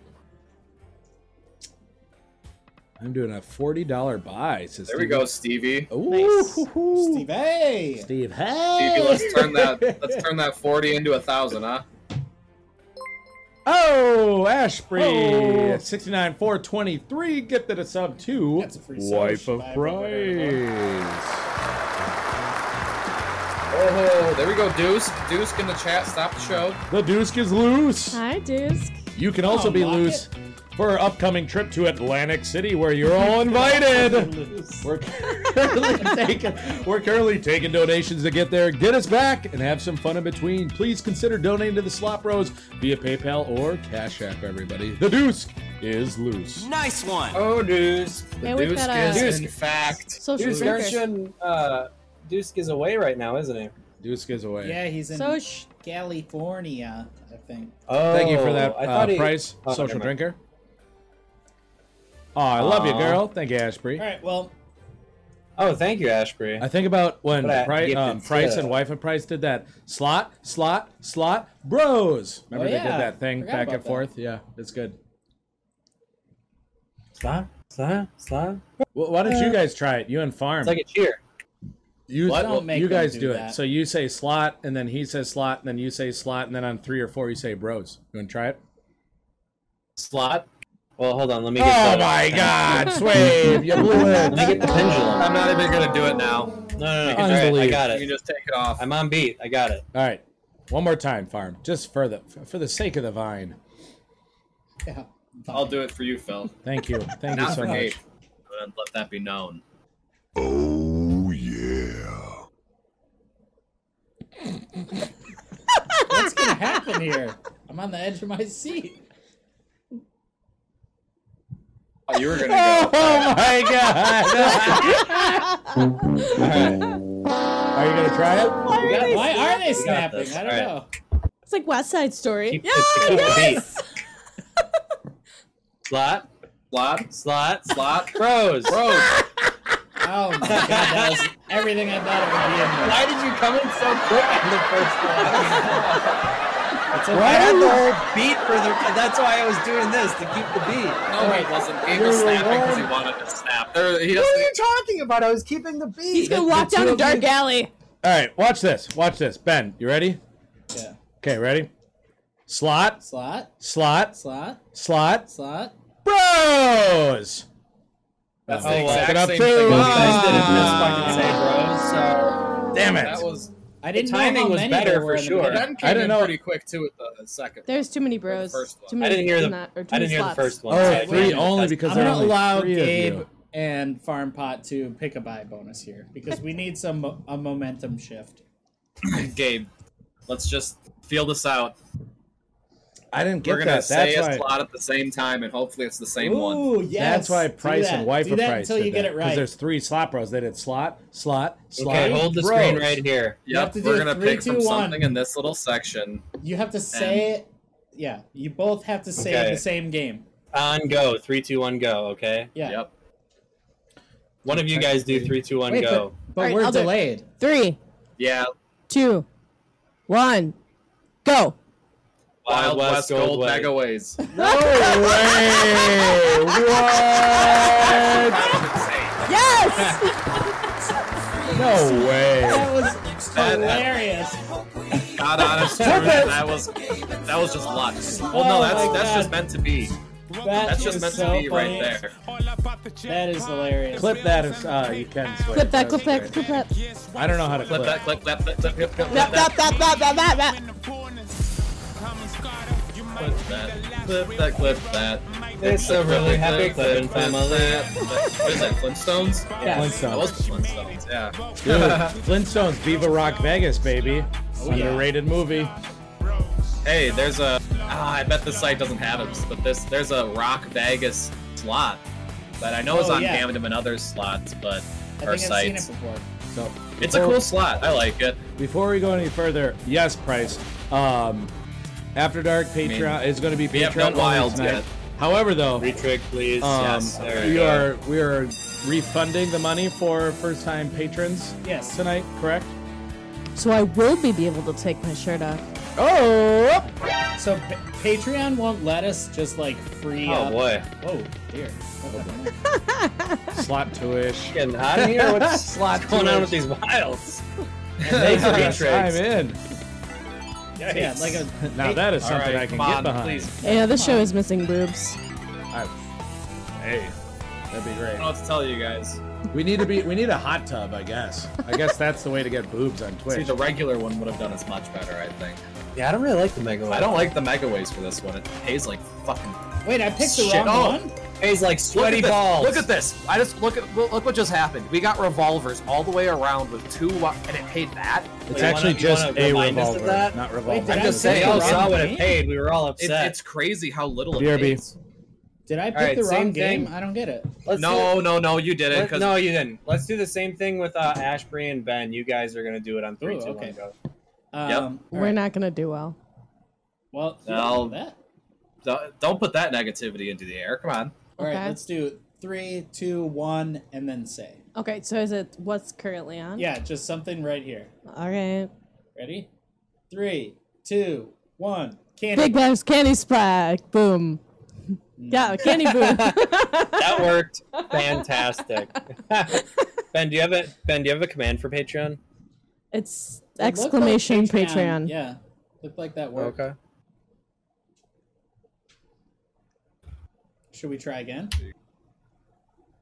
[SPEAKER 3] I'm doing a forty dollar buy. Says
[SPEAKER 6] There we
[SPEAKER 3] Steve.
[SPEAKER 6] go, Stevie.
[SPEAKER 3] Ooh,
[SPEAKER 2] Nice.
[SPEAKER 3] hoo, hoo.
[SPEAKER 1] Steve, hey!
[SPEAKER 3] Steve,
[SPEAKER 6] Stevie,
[SPEAKER 3] hey!
[SPEAKER 6] let's turn that let's turn that forty into a thousand, huh?
[SPEAKER 3] Oh, Ashbury,
[SPEAKER 2] Oh.
[SPEAKER 3] sixty-nine four twenty-three. Gifted a sub two.
[SPEAKER 1] That's a free sub, five or whatever.
[SPEAKER 6] Oh, there we go, Deuce. Deuce in the chat. Stop the show.
[SPEAKER 3] The Dusk is loose.
[SPEAKER 2] Hi, Dusk.
[SPEAKER 3] You can also
[SPEAKER 1] Oh,
[SPEAKER 3] be
[SPEAKER 1] lock
[SPEAKER 3] loose
[SPEAKER 1] it.
[SPEAKER 3] for our upcoming trip to Atlantic City, where you're all invited.
[SPEAKER 1] Loose.
[SPEAKER 3] We're currently, taking, we're currently taking donations to get there, get us back, and have some fun in between. Please consider donating to the Slop Bros via PayPal or Cash App, everybody. The Deuce is loose.
[SPEAKER 7] Nice one.
[SPEAKER 4] Oh, Deuce.
[SPEAKER 6] The
[SPEAKER 2] Yeah, we've
[SPEAKER 6] Deuce
[SPEAKER 2] got a-
[SPEAKER 6] is in fact.
[SPEAKER 2] uh, Social
[SPEAKER 4] Deuce, aren't you
[SPEAKER 2] drinker.
[SPEAKER 4] in, uh, Deuce is away right now, isn't he?
[SPEAKER 3] Deuce is away.
[SPEAKER 1] Yeah, he's in
[SPEAKER 2] So sh-
[SPEAKER 1] California, I think.
[SPEAKER 4] Oh,
[SPEAKER 3] Thank you for that, uh,
[SPEAKER 4] I thought he-
[SPEAKER 3] Price,
[SPEAKER 4] Oh,
[SPEAKER 3] social
[SPEAKER 4] never mind.
[SPEAKER 3] drinker. Oh, I love you,
[SPEAKER 4] Aw.
[SPEAKER 3] girl. Thank you, Ashbury.
[SPEAKER 1] All right, well,
[SPEAKER 4] Oh, thank you, Ashbury.
[SPEAKER 3] I think about when
[SPEAKER 4] But I
[SPEAKER 3] Pri-
[SPEAKER 4] gifted
[SPEAKER 3] um, Price
[SPEAKER 4] stuff.
[SPEAKER 3] and Wife of Price did that slot, slot, slot, bros. Remember
[SPEAKER 1] Oh,
[SPEAKER 3] they did
[SPEAKER 1] yeah.
[SPEAKER 3] that thing
[SPEAKER 1] Forgot
[SPEAKER 3] back
[SPEAKER 1] about
[SPEAKER 3] and
[SPEAKER 1] that.
[SPEAKER 3] forth? Yeah, it's good.
[SPEAKER 4] Slap, slap, slap.
[SPEAKER 3] Well, why don't you guys try it? You and Farm.
[SPEAKER 4] It's like a cheer.
[SPEAKER 3] you,
[SPEAKER 1] Why don't make
[SPEAKER 3] you
[SPEAKER 1] them
[SPEAKER 3] guys
[SPEAKER 1] do
[SPEAKER 3] do, it.
[SPEAKER 1] that?
[SPEAKER 3] So you say slot, and then he says slot, and then you say slot, and then on three or four you say bros. You want to try it?
[SPEAKER 4] Slot. Well, hold on. Let me get
[SPEAKER 3] Oh
[SPEAKER 4] the,
[SPEAKER 3] my God, Swave, you blew it.
[SPEAKER 4] Let me get the pendulum.
[SPEAKER 6] I'm not even gonna do it now.
[SPEAKER 4] No, no,
[SPEAKER 3] can
[SPEAKER 4] no. it's all right, I
[SPEAKER 3] believe.
[SPEAKER 4] got
[SPEAKER 6] You can
[SPEAKER 4] it.
[SPEAKER 6] just take it off.
[SPEAKER 4] I'm on beat. I got it.
[SPEAKER 3] All right, one more time, Farm, just for the for the sake of the vine.
[SPEAKER 1] yeah.
[SPEAKER 6] I'll do it for you, Phil.
[SPEAKER 3] Thank you, thank you
[SPEAKER 6] Not
[SPEAKER 3] so
[SPEAKER 6] for Gabe.
[SPEAKER 3] much.
[SPEAKER 6] Let- Let that be known.
[SPEAKER 1] What's going to happen here? I'm on the edge of my seat.
[SPEAKER 6] Oh, you were gonna
[SPEAKER 3] Oh
[SPEAKER 6] go.
[SPEAKER 3] my God!
[SPEAKER 4] All right.
[SPEAKER 3] Are you gonna try it?
[SPEAKER 2] Why are they
[SPEAKER 1] Why are they
[SPEAKER 4] We got
[SPEAKER 1] snapping?
[SPEAKER 4] this.
[SPEAKER 1] I don't
[SPEAKER 4] All
[SPEAKER 1] know.
[SPEAKER 2] It's like West Side Story.
[SPEAKER 4] Keep-
[SPEAKER 2] yeah,
[SPEAKER 4] keep the
[SPEAKER 2] yes.
[SPEAKER 4] Slot, slot,
[SPEAKER 6] Slot,
[SPEAKER 4] slot.
[SPEAKER 6] slot,
[SPEAKER 4] Bros.
[SPEAKER 6] bro.
[SPEAKER 1] Oh my god, that was everything I thought
[SPEAKER 6] Why did you come in so quick on the first one?
[SPEAKER 1] it would be in there. It's
[SPEAKER 4] I
[SPEAKER 1] okay.
[SPEAKER 4] had the whole beat for the. That's why I was doing this to keep the beat.
[SPEAKER 6] No, he wasn't. Gabe was snapping because he wanted to snap. There, he
[SPEAKER 4] What are
[SPEAKER 6] doesn't.
[SPEAKER 4] you talking about? I was keeping the beat.
[SPEAKER 2] He's gonna walk down a dark alley.
[SPEAKER 3] All right, watch this. Watch this. Ben, you ready?
[SPEAKER 1] Yeah.
[SPEAKER 3] Okay, ready? Slot,
[SPEAKER 1] Slot,
[SPEAKER 3] slot,
[SPEAKER 1] slot,
[SPEAKER 3] slot,
[SPEAKER 1] slot.
[SPEAKER 3] bros.
[SPEAKER 6] That's
[SPEAKER 4] Oh, well,
[SPEAKER 6] the exact
[SPEAKER 3] fuck it up
[SPEAKER 6] same
[SPEAKER 3] too.
[SPEAKER 6] thing.
[SPEAKER 3] You
[SPEAKER 4] You guys didn't just
[SPEAKER 6] Ah.
[SPEAKER 4] fucking say, bro.
[SPEAKER 3] Damn it!
[SPEAKER 6] That was.
[SPEAKER 1] I didn't know
[SPEAKER 4] timing
[SPEAKER 1] how
[SPEAKER 4] was
[SPEAKER 1] many
[SPEAKER 4] better
[SPEAKER 1] there were
[SPEAKER 4] for
[SPEAKER 1] in the
[SPEAKER 4] sure.
[SPEAKER 1] beginning.
[SPEAKER 6] Ben came
[SPEAKER 3] I didn't
[SPEAKER 6] in
[SPEAKER 3] know-
[SPEAKER 6] pretty quick too with the second.
[SPEAKER 2] There's too many bros.
[SPEAKER 6] first one.
[SPEAKER 2] Too
[SPEAKER 4] So
[SPEAKER 2] many
[SPEAKER 4] I didn't hear
[SPEAKER 2] not- or
[SPEAKER 4] the.
[SPEAKER 2] too
[SPEAKER 4] I didn't
[SPEAKER 2] many slots.
[SPEAKER 4] hear the first
[SPEAKER 3] Oh,
[SPEAKER 4] one. so I
[SPEAKER 3] three
[SPEAKER 4] didn't
[SPEAKER 3] only
[SPEAKER 4] test
[SPEAKER 3] because
[SPEAKER 4] it.
[SPEAKER 1] I'm
[SPEAKER 3] there
[SPEAKER 1] gonna
[SPEAKER 3] are only
[SPEAKER 1] allow
[SPEAKER 3] three of
[SPEAKER 1] Gabe
[SPEAKER 3] you.
[SPEAKER 1] and Farm Pot to pick a buy bonus here because we need some mo- a momentum shift.
[SPEAKER 6] one. Gabe, let's just feel this out.
[SPEAKER 3] I didn't
[SPEAKER 6] We're
[SPEAKER 3] get
[SPEAKER 6] gonna
[SPEAKER 3] that.
[SPEAKER 6] say
[SPEAKER 3] That's
[SPEAKER 6] a
[SPEAKER 3] why.
[SPEAKER 6] slot at the same time, and hopefully it's the same one.
[SPEAKER 1] Ooh, yes.
[SPEAKER 3] That's why
[SPEAKER 1] do
[SPEAKER 3] Price
[SPEAKER 1] that.
[SPEAKER 3] and Wife
[SPEAKER 1] do
[SPEAKER 3] of
[SPEAKER 1] that
[SPEAKER 3] Price
[SPEAKER 1] until you
[SPEAKER 3] did
[SPEAKER 1] get
[SPEAKER 3] that,
[SPEAKER 1] it right.
[SPEAKER 3] there's three slot bros. They did slot, slot, slot.
[SPEAKER 4] Okay, hold the
[SPEAKER 3] bros.
[SPEAKER 4] screen right here.
[SPEAKER 1] You have
[SPEAKER 6] Yep,
[SPEAKER 1] to do
[SPEAKER 6] we're gonna
[SPEAKER 1] three,
[SPEAKER 6] pick
[SPEAKER 1] two,
[SPEAKER 6] from
[SPEAKER 1] one.
[SPEAKER 6] something in this little section.
[SPEAKER 1] You have to say it yeah, you both have to say
[SPEAKER 4] Okay.
[SPEAKER 1] the same game.
[SPEAKER 4] On go. Three, two, one, go. Okay.
[SPEAKER 1] Yeah.
[SPEAKER 6] Yep.
[SPEAKER 4] One of you guys do three, two, one,
[SPEAKER 1] Wait,
[SPEAKER 4] go.
[SPEAKER 1] but, but
[SPEAKER 2] All right,
[SPEAKER 1] we're
[SPEAKER 2] I'll do it.
[SPEAKER 1] delayed.
[SPEAKER 2] Three,
[SPEAKER 6] Yeah.
[SPEAKER 2] two, one, go.
[SPEAKER 6] Wild, West, Gold Megaways.
[SPEAKER 2] Yes!
[SPEAKER 3] No way.
[SPEAKER 1] That was hilarious.
[SPEAKER 6] God honest truth, that was that was just luck. Well
[SPEAKER 1] Oh
[SPEAKER 6] no, that's
[SPEAKER 1] my
[SPEAKER 6] that's
[SPEAKER 1] God.
[SPEAKER 6] just meant to be. That's just
[SPEAKER 1] is
[SPEAKER 6] meant
[SPEAKER 1] so
[SPEAKER 6] to be
[SPEAKER 1] funny.
[SPEAKER 6] right there.
[SPEAKER 1] That is hilarious.
[SPEAKER 3] Clip that if uh, you can. Switch.
[SPEAKER 2] Clip that, clip that, clip that.
[SPEAKER 3] I don't know how to clip
[SPEAKER 6] Clip
[SPEAKER 3] that.
[SPEAKER 6] that, click that, click clip, clip, clip, clip
[SPEAKER 2] Bop, bop,
[SPEAKER 6] that.
[SPEAKER 2] bop, bop, bop, bop, bop.
[SPEAKER 6] Clip that, clip that, clip that.
[SPEAKER 4] It's a really happy clipping family.
[SPEAKER 6] What is that, Flintstones?
[SPEAKER 1] Yes.
[SPEAKER 6] That was the Flintstones, yeah.
[SPEAKER 3] Dude, Flintstones, Viva Rock Vegas, baby.
[SPEAKER 6] Oh,
[SPEAKER 1] yeah.
[SPEAKER 3] Underrated movie.
[SPEAKER 6] Hey, there's
[SPEAKER 4] uh,
[SPEAKER 6] a. Ah, I bet this site doesn't have it, but this there's a Rock Vegas slot that I know is
[SPEAKER 1] Oh,
[SPEAKER 6] on
[SPEAKER 1] yeah.
[SPEAKER 6] Camden and other slots, but
[SPEAKER 1] I
[SPEAKER 6] or
[SPEAKER 1] think I've seen it
[SPEAKER 6] sites.
[SPEAKER 1] before.
[SPEAKER 3] So
[SPEAKER 6] It's a cool slot. I like it.
[SPEAKER 3] Before we go any further, yes, Price. Um, After Dark Patreon
[SPEAKER 6] I
[SPEAKER 3] is going to be
[SPEAKER 6] we
[SPEAKER 3] Patreon
[SPEAKER 6] have no
[SPEAKER 3] only
[SPEAKER 6] wilds
[SPEAKER 3] tonight.
[SPEAKER 6] yet.
[SPEAKER 3] However, though,
[SPEAKER 4] Retrick, please.
[SPEAKER 3] um,
[SPEAKER 4] yes. There we
[SPEAKER 3] we
[SPEAKER 4] go.
[SPEAKER 3] are we are refunding the money for first time patrons
[SPEAKER 1] Yes.
[SPEAKER 3] tonight. Correct?
[SPEAKER 2] So I will be be able to take my shirt off.
[SPEAKER 3] Oh,
[SPEAKER 1] So pa- Patreon won't let us just like free
[SPEAKER 4] Oh
[SPEAKER 1] up.
[SPEAKER 4] boy.
[SPEAKER 1] Whoa, dear. What the heck?
[SPEAKER 3] slot tuish.
[SPEAKER 4] Getting hot in here. What's
[SPEAKER 3] Slot
[SPEAKER 4] going on
[SPEAKER 3] tuition.
[SPEAKER 4] with these wilds?
[SPEAKER 6] Thanks,
[SPEAKER 3] Yes, I'm
[SPEAKER 6] Retrix.
[SPEAKER 3] in.
[SPEAKER 1] yeah, like a.
[SPEAKER 3] Now
[SPEAKER 1] Hey,
[SPEAKER 3] that is
[SPEAKER 6] All
[SPEAKER 3] something
[SPEAKER 6] right,
[SPEAKER 3] I can
[SPEAKER 6] come
[SPEAKER 3] get
[SPEAKER 6] on,
[SPEAKER 3] behind.
[SPEAKER 6] Please.
[SPEAKER 2] Yeah, this show is missing boobs.
[SPEAKER 3] I- hey, that'd be
[SPEAKER 6] I don't know
[SPEAKER 3] great.
[SPEAKER 6] what to tell you guys.
[SPEAKER 3] We need to be. We need a hot tub, I guess. I guess that's the way to get boobs on
[SPEAKER 6] See,
[SPEAKER 3] Twitch.
[SPEAKER 6] the regular one would have done us much better, I think.
[SPEAKER 4] Yeah, I don't really like the mega.
[SPEAKER 6] I don't like the mega waves for this one. It pays like fucking
[SPEAKER 1] Wait, I picked the
[SPEAKER 6] Shit.
[SPEAKER 1] wrong
[SPEAKER 6] Oh.
[SPEAKER 1] one.
[SPEAKER 4] He's like
[SPEAKER 6] Look
[SPEAKER 4] sweaty
[SPEAKER 6] at this.
[SPEAKER 4] balls.
[SPEAKER 6] Look at this. I just look at look, look what just happened. We got revolvers all the way around with two, wa- and it paid that.
[SPEAKER 3] It's
[SPEAKER 4] Wait,
[SPEAKER 3] actually
[SPEAKER 4] wanna- you
[SPEAKER 3] just
[SPEAKER 4] wanna
[SPEAKER 3] a
[SPEAKER 4] remind us of
[SPEAKER 3] revolver,
[SPEAKER 4] that?
[SPEAKER 3] not revolver.
[SPEAKER 1] did
[SPEAKER 4] I'm
[SPEAKER 1] I
[SPEAKER 4] just
[SPEAKER 1] pick
[SPEAKER 4] saying.
[SPEAKER 1] the
[SPEAKER 4] We all
[SPEAKER 1] wrong
[SPEAKER 4] saw what
[SPEAKER 1] game?
[SPEAKER 4] it paid. We were all
[SPEAKER 6] It,
[SPEAKER 4] upset.
[SPEAKER 6] it's crazy how little it
[SPEAKER 3] BRB.
[SPEAKER 6] pays.
[SPEAKER 1] Did I pick
[SPEAKER 4] right,
[SPEAKER 1] the wrong
[SPEAKER 4] same
[SPEAKER 1] game?
[SPEAKER 4] thing.
[SPEAKER 1] I don't get it.
[SPEAKER 4] Let's
[SPEAKER 6] No, no, no, you
[SPEAKER 4] do-
[SPEAKER 6] didn't.
[SPEAKER 4] let-
[SPEAKER 6] Cause
[SPEAKER 4] no, you didn't. Let's do the same thing with uh, Ashbury and Ben. You guys are gonna do it on three,
[SPEAKER 1] Ooh,
[SPEAKER 4] two, one,
[SPEAKER 1] okay.
[SPEAKER 4] go.
[SPEAKER 1] Um,
[SPEAKER 6] Yep.
[SPEAKER 1] all
[SPEAKER 2] We're
[SPEAKER 1] right.
[SPEAKER 2] not gonna do well.
[SPEAKER 1] Well,
[SPEAKER 6] No.
[SPEAKER 1] that.
[SPEAKER 6] don't- don't put that negativity into the air. Come on.
[SPEAKER 1] All right,
[SPEAKER 2] Okay.
[SPEAKER 1] let's do three, two, one, and then say.
[SPEAKER 2] Okay, so is it what's currently on?
[SPEAKER 1] Yeah, just something right here.
[SPEAKER 2] All right.
[SPEAKER 1] Ready? Three, two, one. Candy.
[SPEAKER 2] Big Bang's candy spike. Boom. Yeah, candy boom.
[SPEAKER 4] That worked. Fantastic. ben, do you have a Ben? Do you have a command for Patreon?
[SPEAKER 2] it's
[SPEAKER 1] It looked like
[SPEAKER 2] exclamation Patreon.
[SPEAKER 1] Yeah, looked like that worked. Should we try again?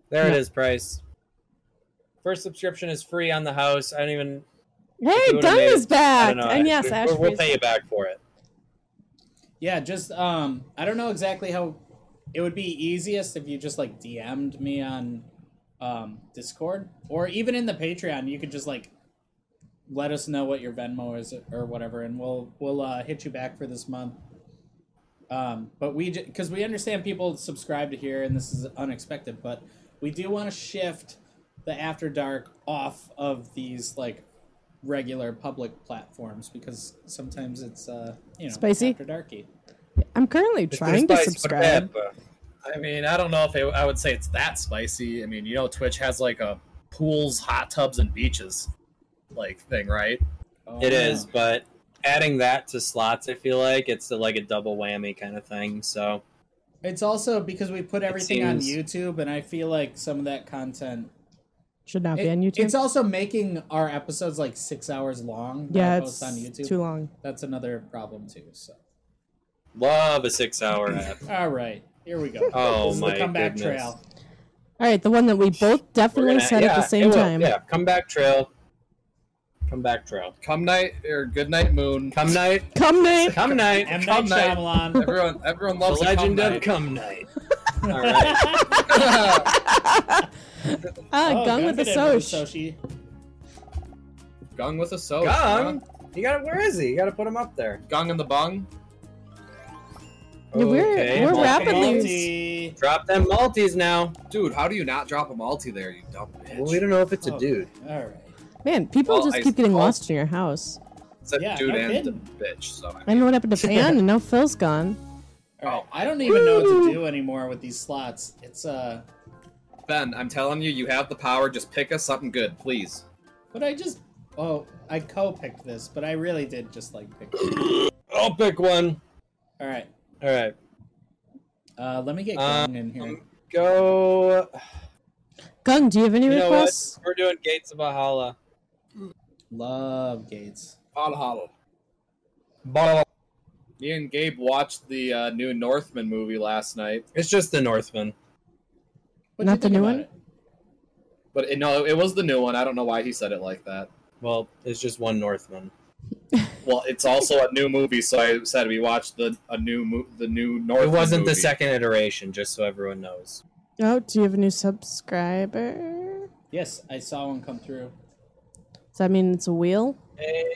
[SPEAKER 4] There it is. Price. First subscription is free on the house. I don't even.
[SPEAKER 2] Hey,
[SPEAKER 4] do it
[SPEAKER 2] Dunn
[SPEAKER 4] amazing.
[SPEAKER 2] is back.
[SPEAKER 4] I don't know,
[SPEAKER 2] and yes,
[SPEAKER 4] Ashbury.
[SPEAKER 2] Ashby's
[SPEAKER 4] We'll, we'll pay you back for it.
[SPEAKER 1] Yeah, just um, I don't know exactly how. It would be easiest if you just like DM'd me on um, Discord or even in the Patreon. You could just like let us know what your Venmo is or whatever, and we'll we'll uh, hit you back for this month. Um, but we because we understand people subscribe to here, and this is unexpected, but we do want to shift the After Dark off of these like regular public platforms because sometimes it's uh you know
[SPEAKER 2] Spicy?
[SPEAKER 1] after darky
[SPEAKER 2] I'm currently trying to
[SPEAKER 4] Spice, but
[SPEAKER 2] subscribe.
[SPEAKER 4] Peppa.
[SPEAKER 6] I mean, I don't know if it, I would say it's that spicy. I mean, you know, Twitch has like a pools, hot tubs, and beaches like thing, right?
[SPEAKER 1] Oh,
[SPEAKER 4] It
[SPEAKER 1] no.
[SPEAKER 4] is, but adding that to slots, I feel like it's like a double whammy kind of thing. So
[SPEAKER 1] It's also because we put everything on
[SPEAKER 4] seems-
[SPEAKER 1] YouTube, and I feel like some of that content.
[SPEAKER 2] Should not be
[SPEAKER 1] It-
[SPEAKER 2] on YouTube.
[SPEAKER 1] It's also making our episodes like six hours long. that
[SPEAKER 2] yeah,
[SPEAKER 1] I
[SPEAKER 2] it's
[SPEAKER 1] post on YouTube.
[SPEAKER 2] too long.
[SPEAKER 1] That's another problem too. So,
[SPEAKER 4] love a six-hour app.
[SPEAKER 1] all right, here we go.
[SPEAKER 4] Oh,
[SPEAKER 1] this is
[SPEAKER 4] my
[SPEAKER 1] the comeback
[SPEAKER 4] goodness.
[SPEAKER 1] trail.
[SPEAKER 2] All right, the one that we both
[SPEAKER 4] We're
[SPEAKER 2] definitely
[SPEAKER 4] gonna-
[SPEAKER 2] said at
[SPEAKER 4] yeah,
[SPEAKER 2] the
[SPEAKER 4] it
[SPEAKER 2] same
[SPEAKER 4] will.
[SPEAKER 2] time.
[SPEAKER 4] Yeah, come back trail. Come back trail.
[SPEAKER 6] Come night or good night moon.
[SPEAKER 4] Come night.
[SPEAKER 2] Come name.
[SPEAKER 4] Come night.
[SPEAKER 1] M Night
[SPEAKER 6] Come night.
[SPEAKER 1] Shyamalan.
[SPEAKER 6] Everyone, everyone
[SPEAKER 4] the
[SPEAKER 6] loves a
[SPEAKER 4] legend
[SPEAKER 6] cum
[SPEAKER 4] of come
[SPEAKER 6] night.
[SPEAKER 4] night. All right.
[SPEAKER 2] Ah,
[SPEAKER 1] Oh,
[SPEAKER 2] gone uh, with the
[SPEAKER 1] good at
[SPEAKER 2] soch.
[SPEAKER 1] Sochi.
[SPEAKER 6] Gung with a soap.
[SPEAKER 4] Gong. You got to Where is he? You got to put him up there.
[SPEAKER 6] Gong in the bung.
[SPEAKER 2] Yeah, we're- we're
[SPEAKER 4] multi-
[SPEAKER 2] rapidly-
[SPEAKER 1] Multi.
[SPEAKER 4] Drop them multis now.
[SPEAKER 6] Dude, how do you not drop a multi there, you dumb bitch?
[SPEAKER 4] Well, we don't know if it's
[SPEAKER 1] Oh.
[SPEAKER 4] a dude.
[SPEAKER 1] All right.
[SPEAKER 2] Man, people
[SPEAKER 6] Well,
[SPEAKER 2] just
[SPEAKER 6] I-
[SPEAKER 2] keep getting
[SPEAKER 6] well-
[SPEAKER 2] lost in your house.
[SPEAKER 6] Except
[SPEAKER 1] Yeah,
[SPEAKER 6] dude
[SPEAKER 1] no
[SPEAKER 6] and
[SPEAKER 1] kidding.
[SPEAKER 6] the bitch. So I
[SPEAKER 2] I know what happened to Fan, and now Phil's gone.
[SPEAKER 4] Oh.
[SPEAKER 1] All right, I don't even know what to do anymore with these slots. It's uh,
[SPEAKER 6] Ben, I'm telling you, you have the power. Just pick us something good, please.
[SPEAKER 1] but I just oh, I co-picked this, but I really did just like pick.
[SPEAKER 4] I'll pick one.
[SPEAKER 1] All right,
[SPEAKER 4] All right.
[SPEAKER 1] uh, let me get
[SPEAKER 4] Um,
[SPEAKER 1] Kong in here.
[SPEAKER 4] Go.
[SPEAKER 2] Gung, do you have any
[SPEAKER 4] You know what?
[SPEAKER 2] requests?
[SPEAKER 4] We're doing Gates of Valhalla.
[SPEAKER 1] Love Gates.
[SPEAKER 6] Holla holla. Me and Gabe watched the uh, new Northman movie last night,
[SPEAKER 4] It's just the Northman.
[SPEAKER 1] What'd
[SPEAKER 2] Not
[SPEAKER 1] you
[SPEAKER 2] the
[SPEAKER 1] think
[SPEAKER 2] new
[SPEAKER 1] about
[SPEAKER 2] one?
[SPEAKER 1] it?
[SPEAKER 6] but it, no, it was the new one. I don't know why he said it like that.
[SPEAKER 4] Well, it's just one Northman.
[SPEAKER 6] Well, it's also a new movie, so I said we watched the a new mo- the new
[SPEAKER 4] It
[SPEAKER 6] Northman.
[SPEAKER 4] wasn't the
[SPEAKER 6] movie.
[SPEAKER 4] second iteration, just so everyone knows.
[SPEAKER 2] Oh, do you have a new subscriber?
[SPEAKER 1] Yes, I saw one come through.
[SPEAKER 2] Does that mean it's a wheel?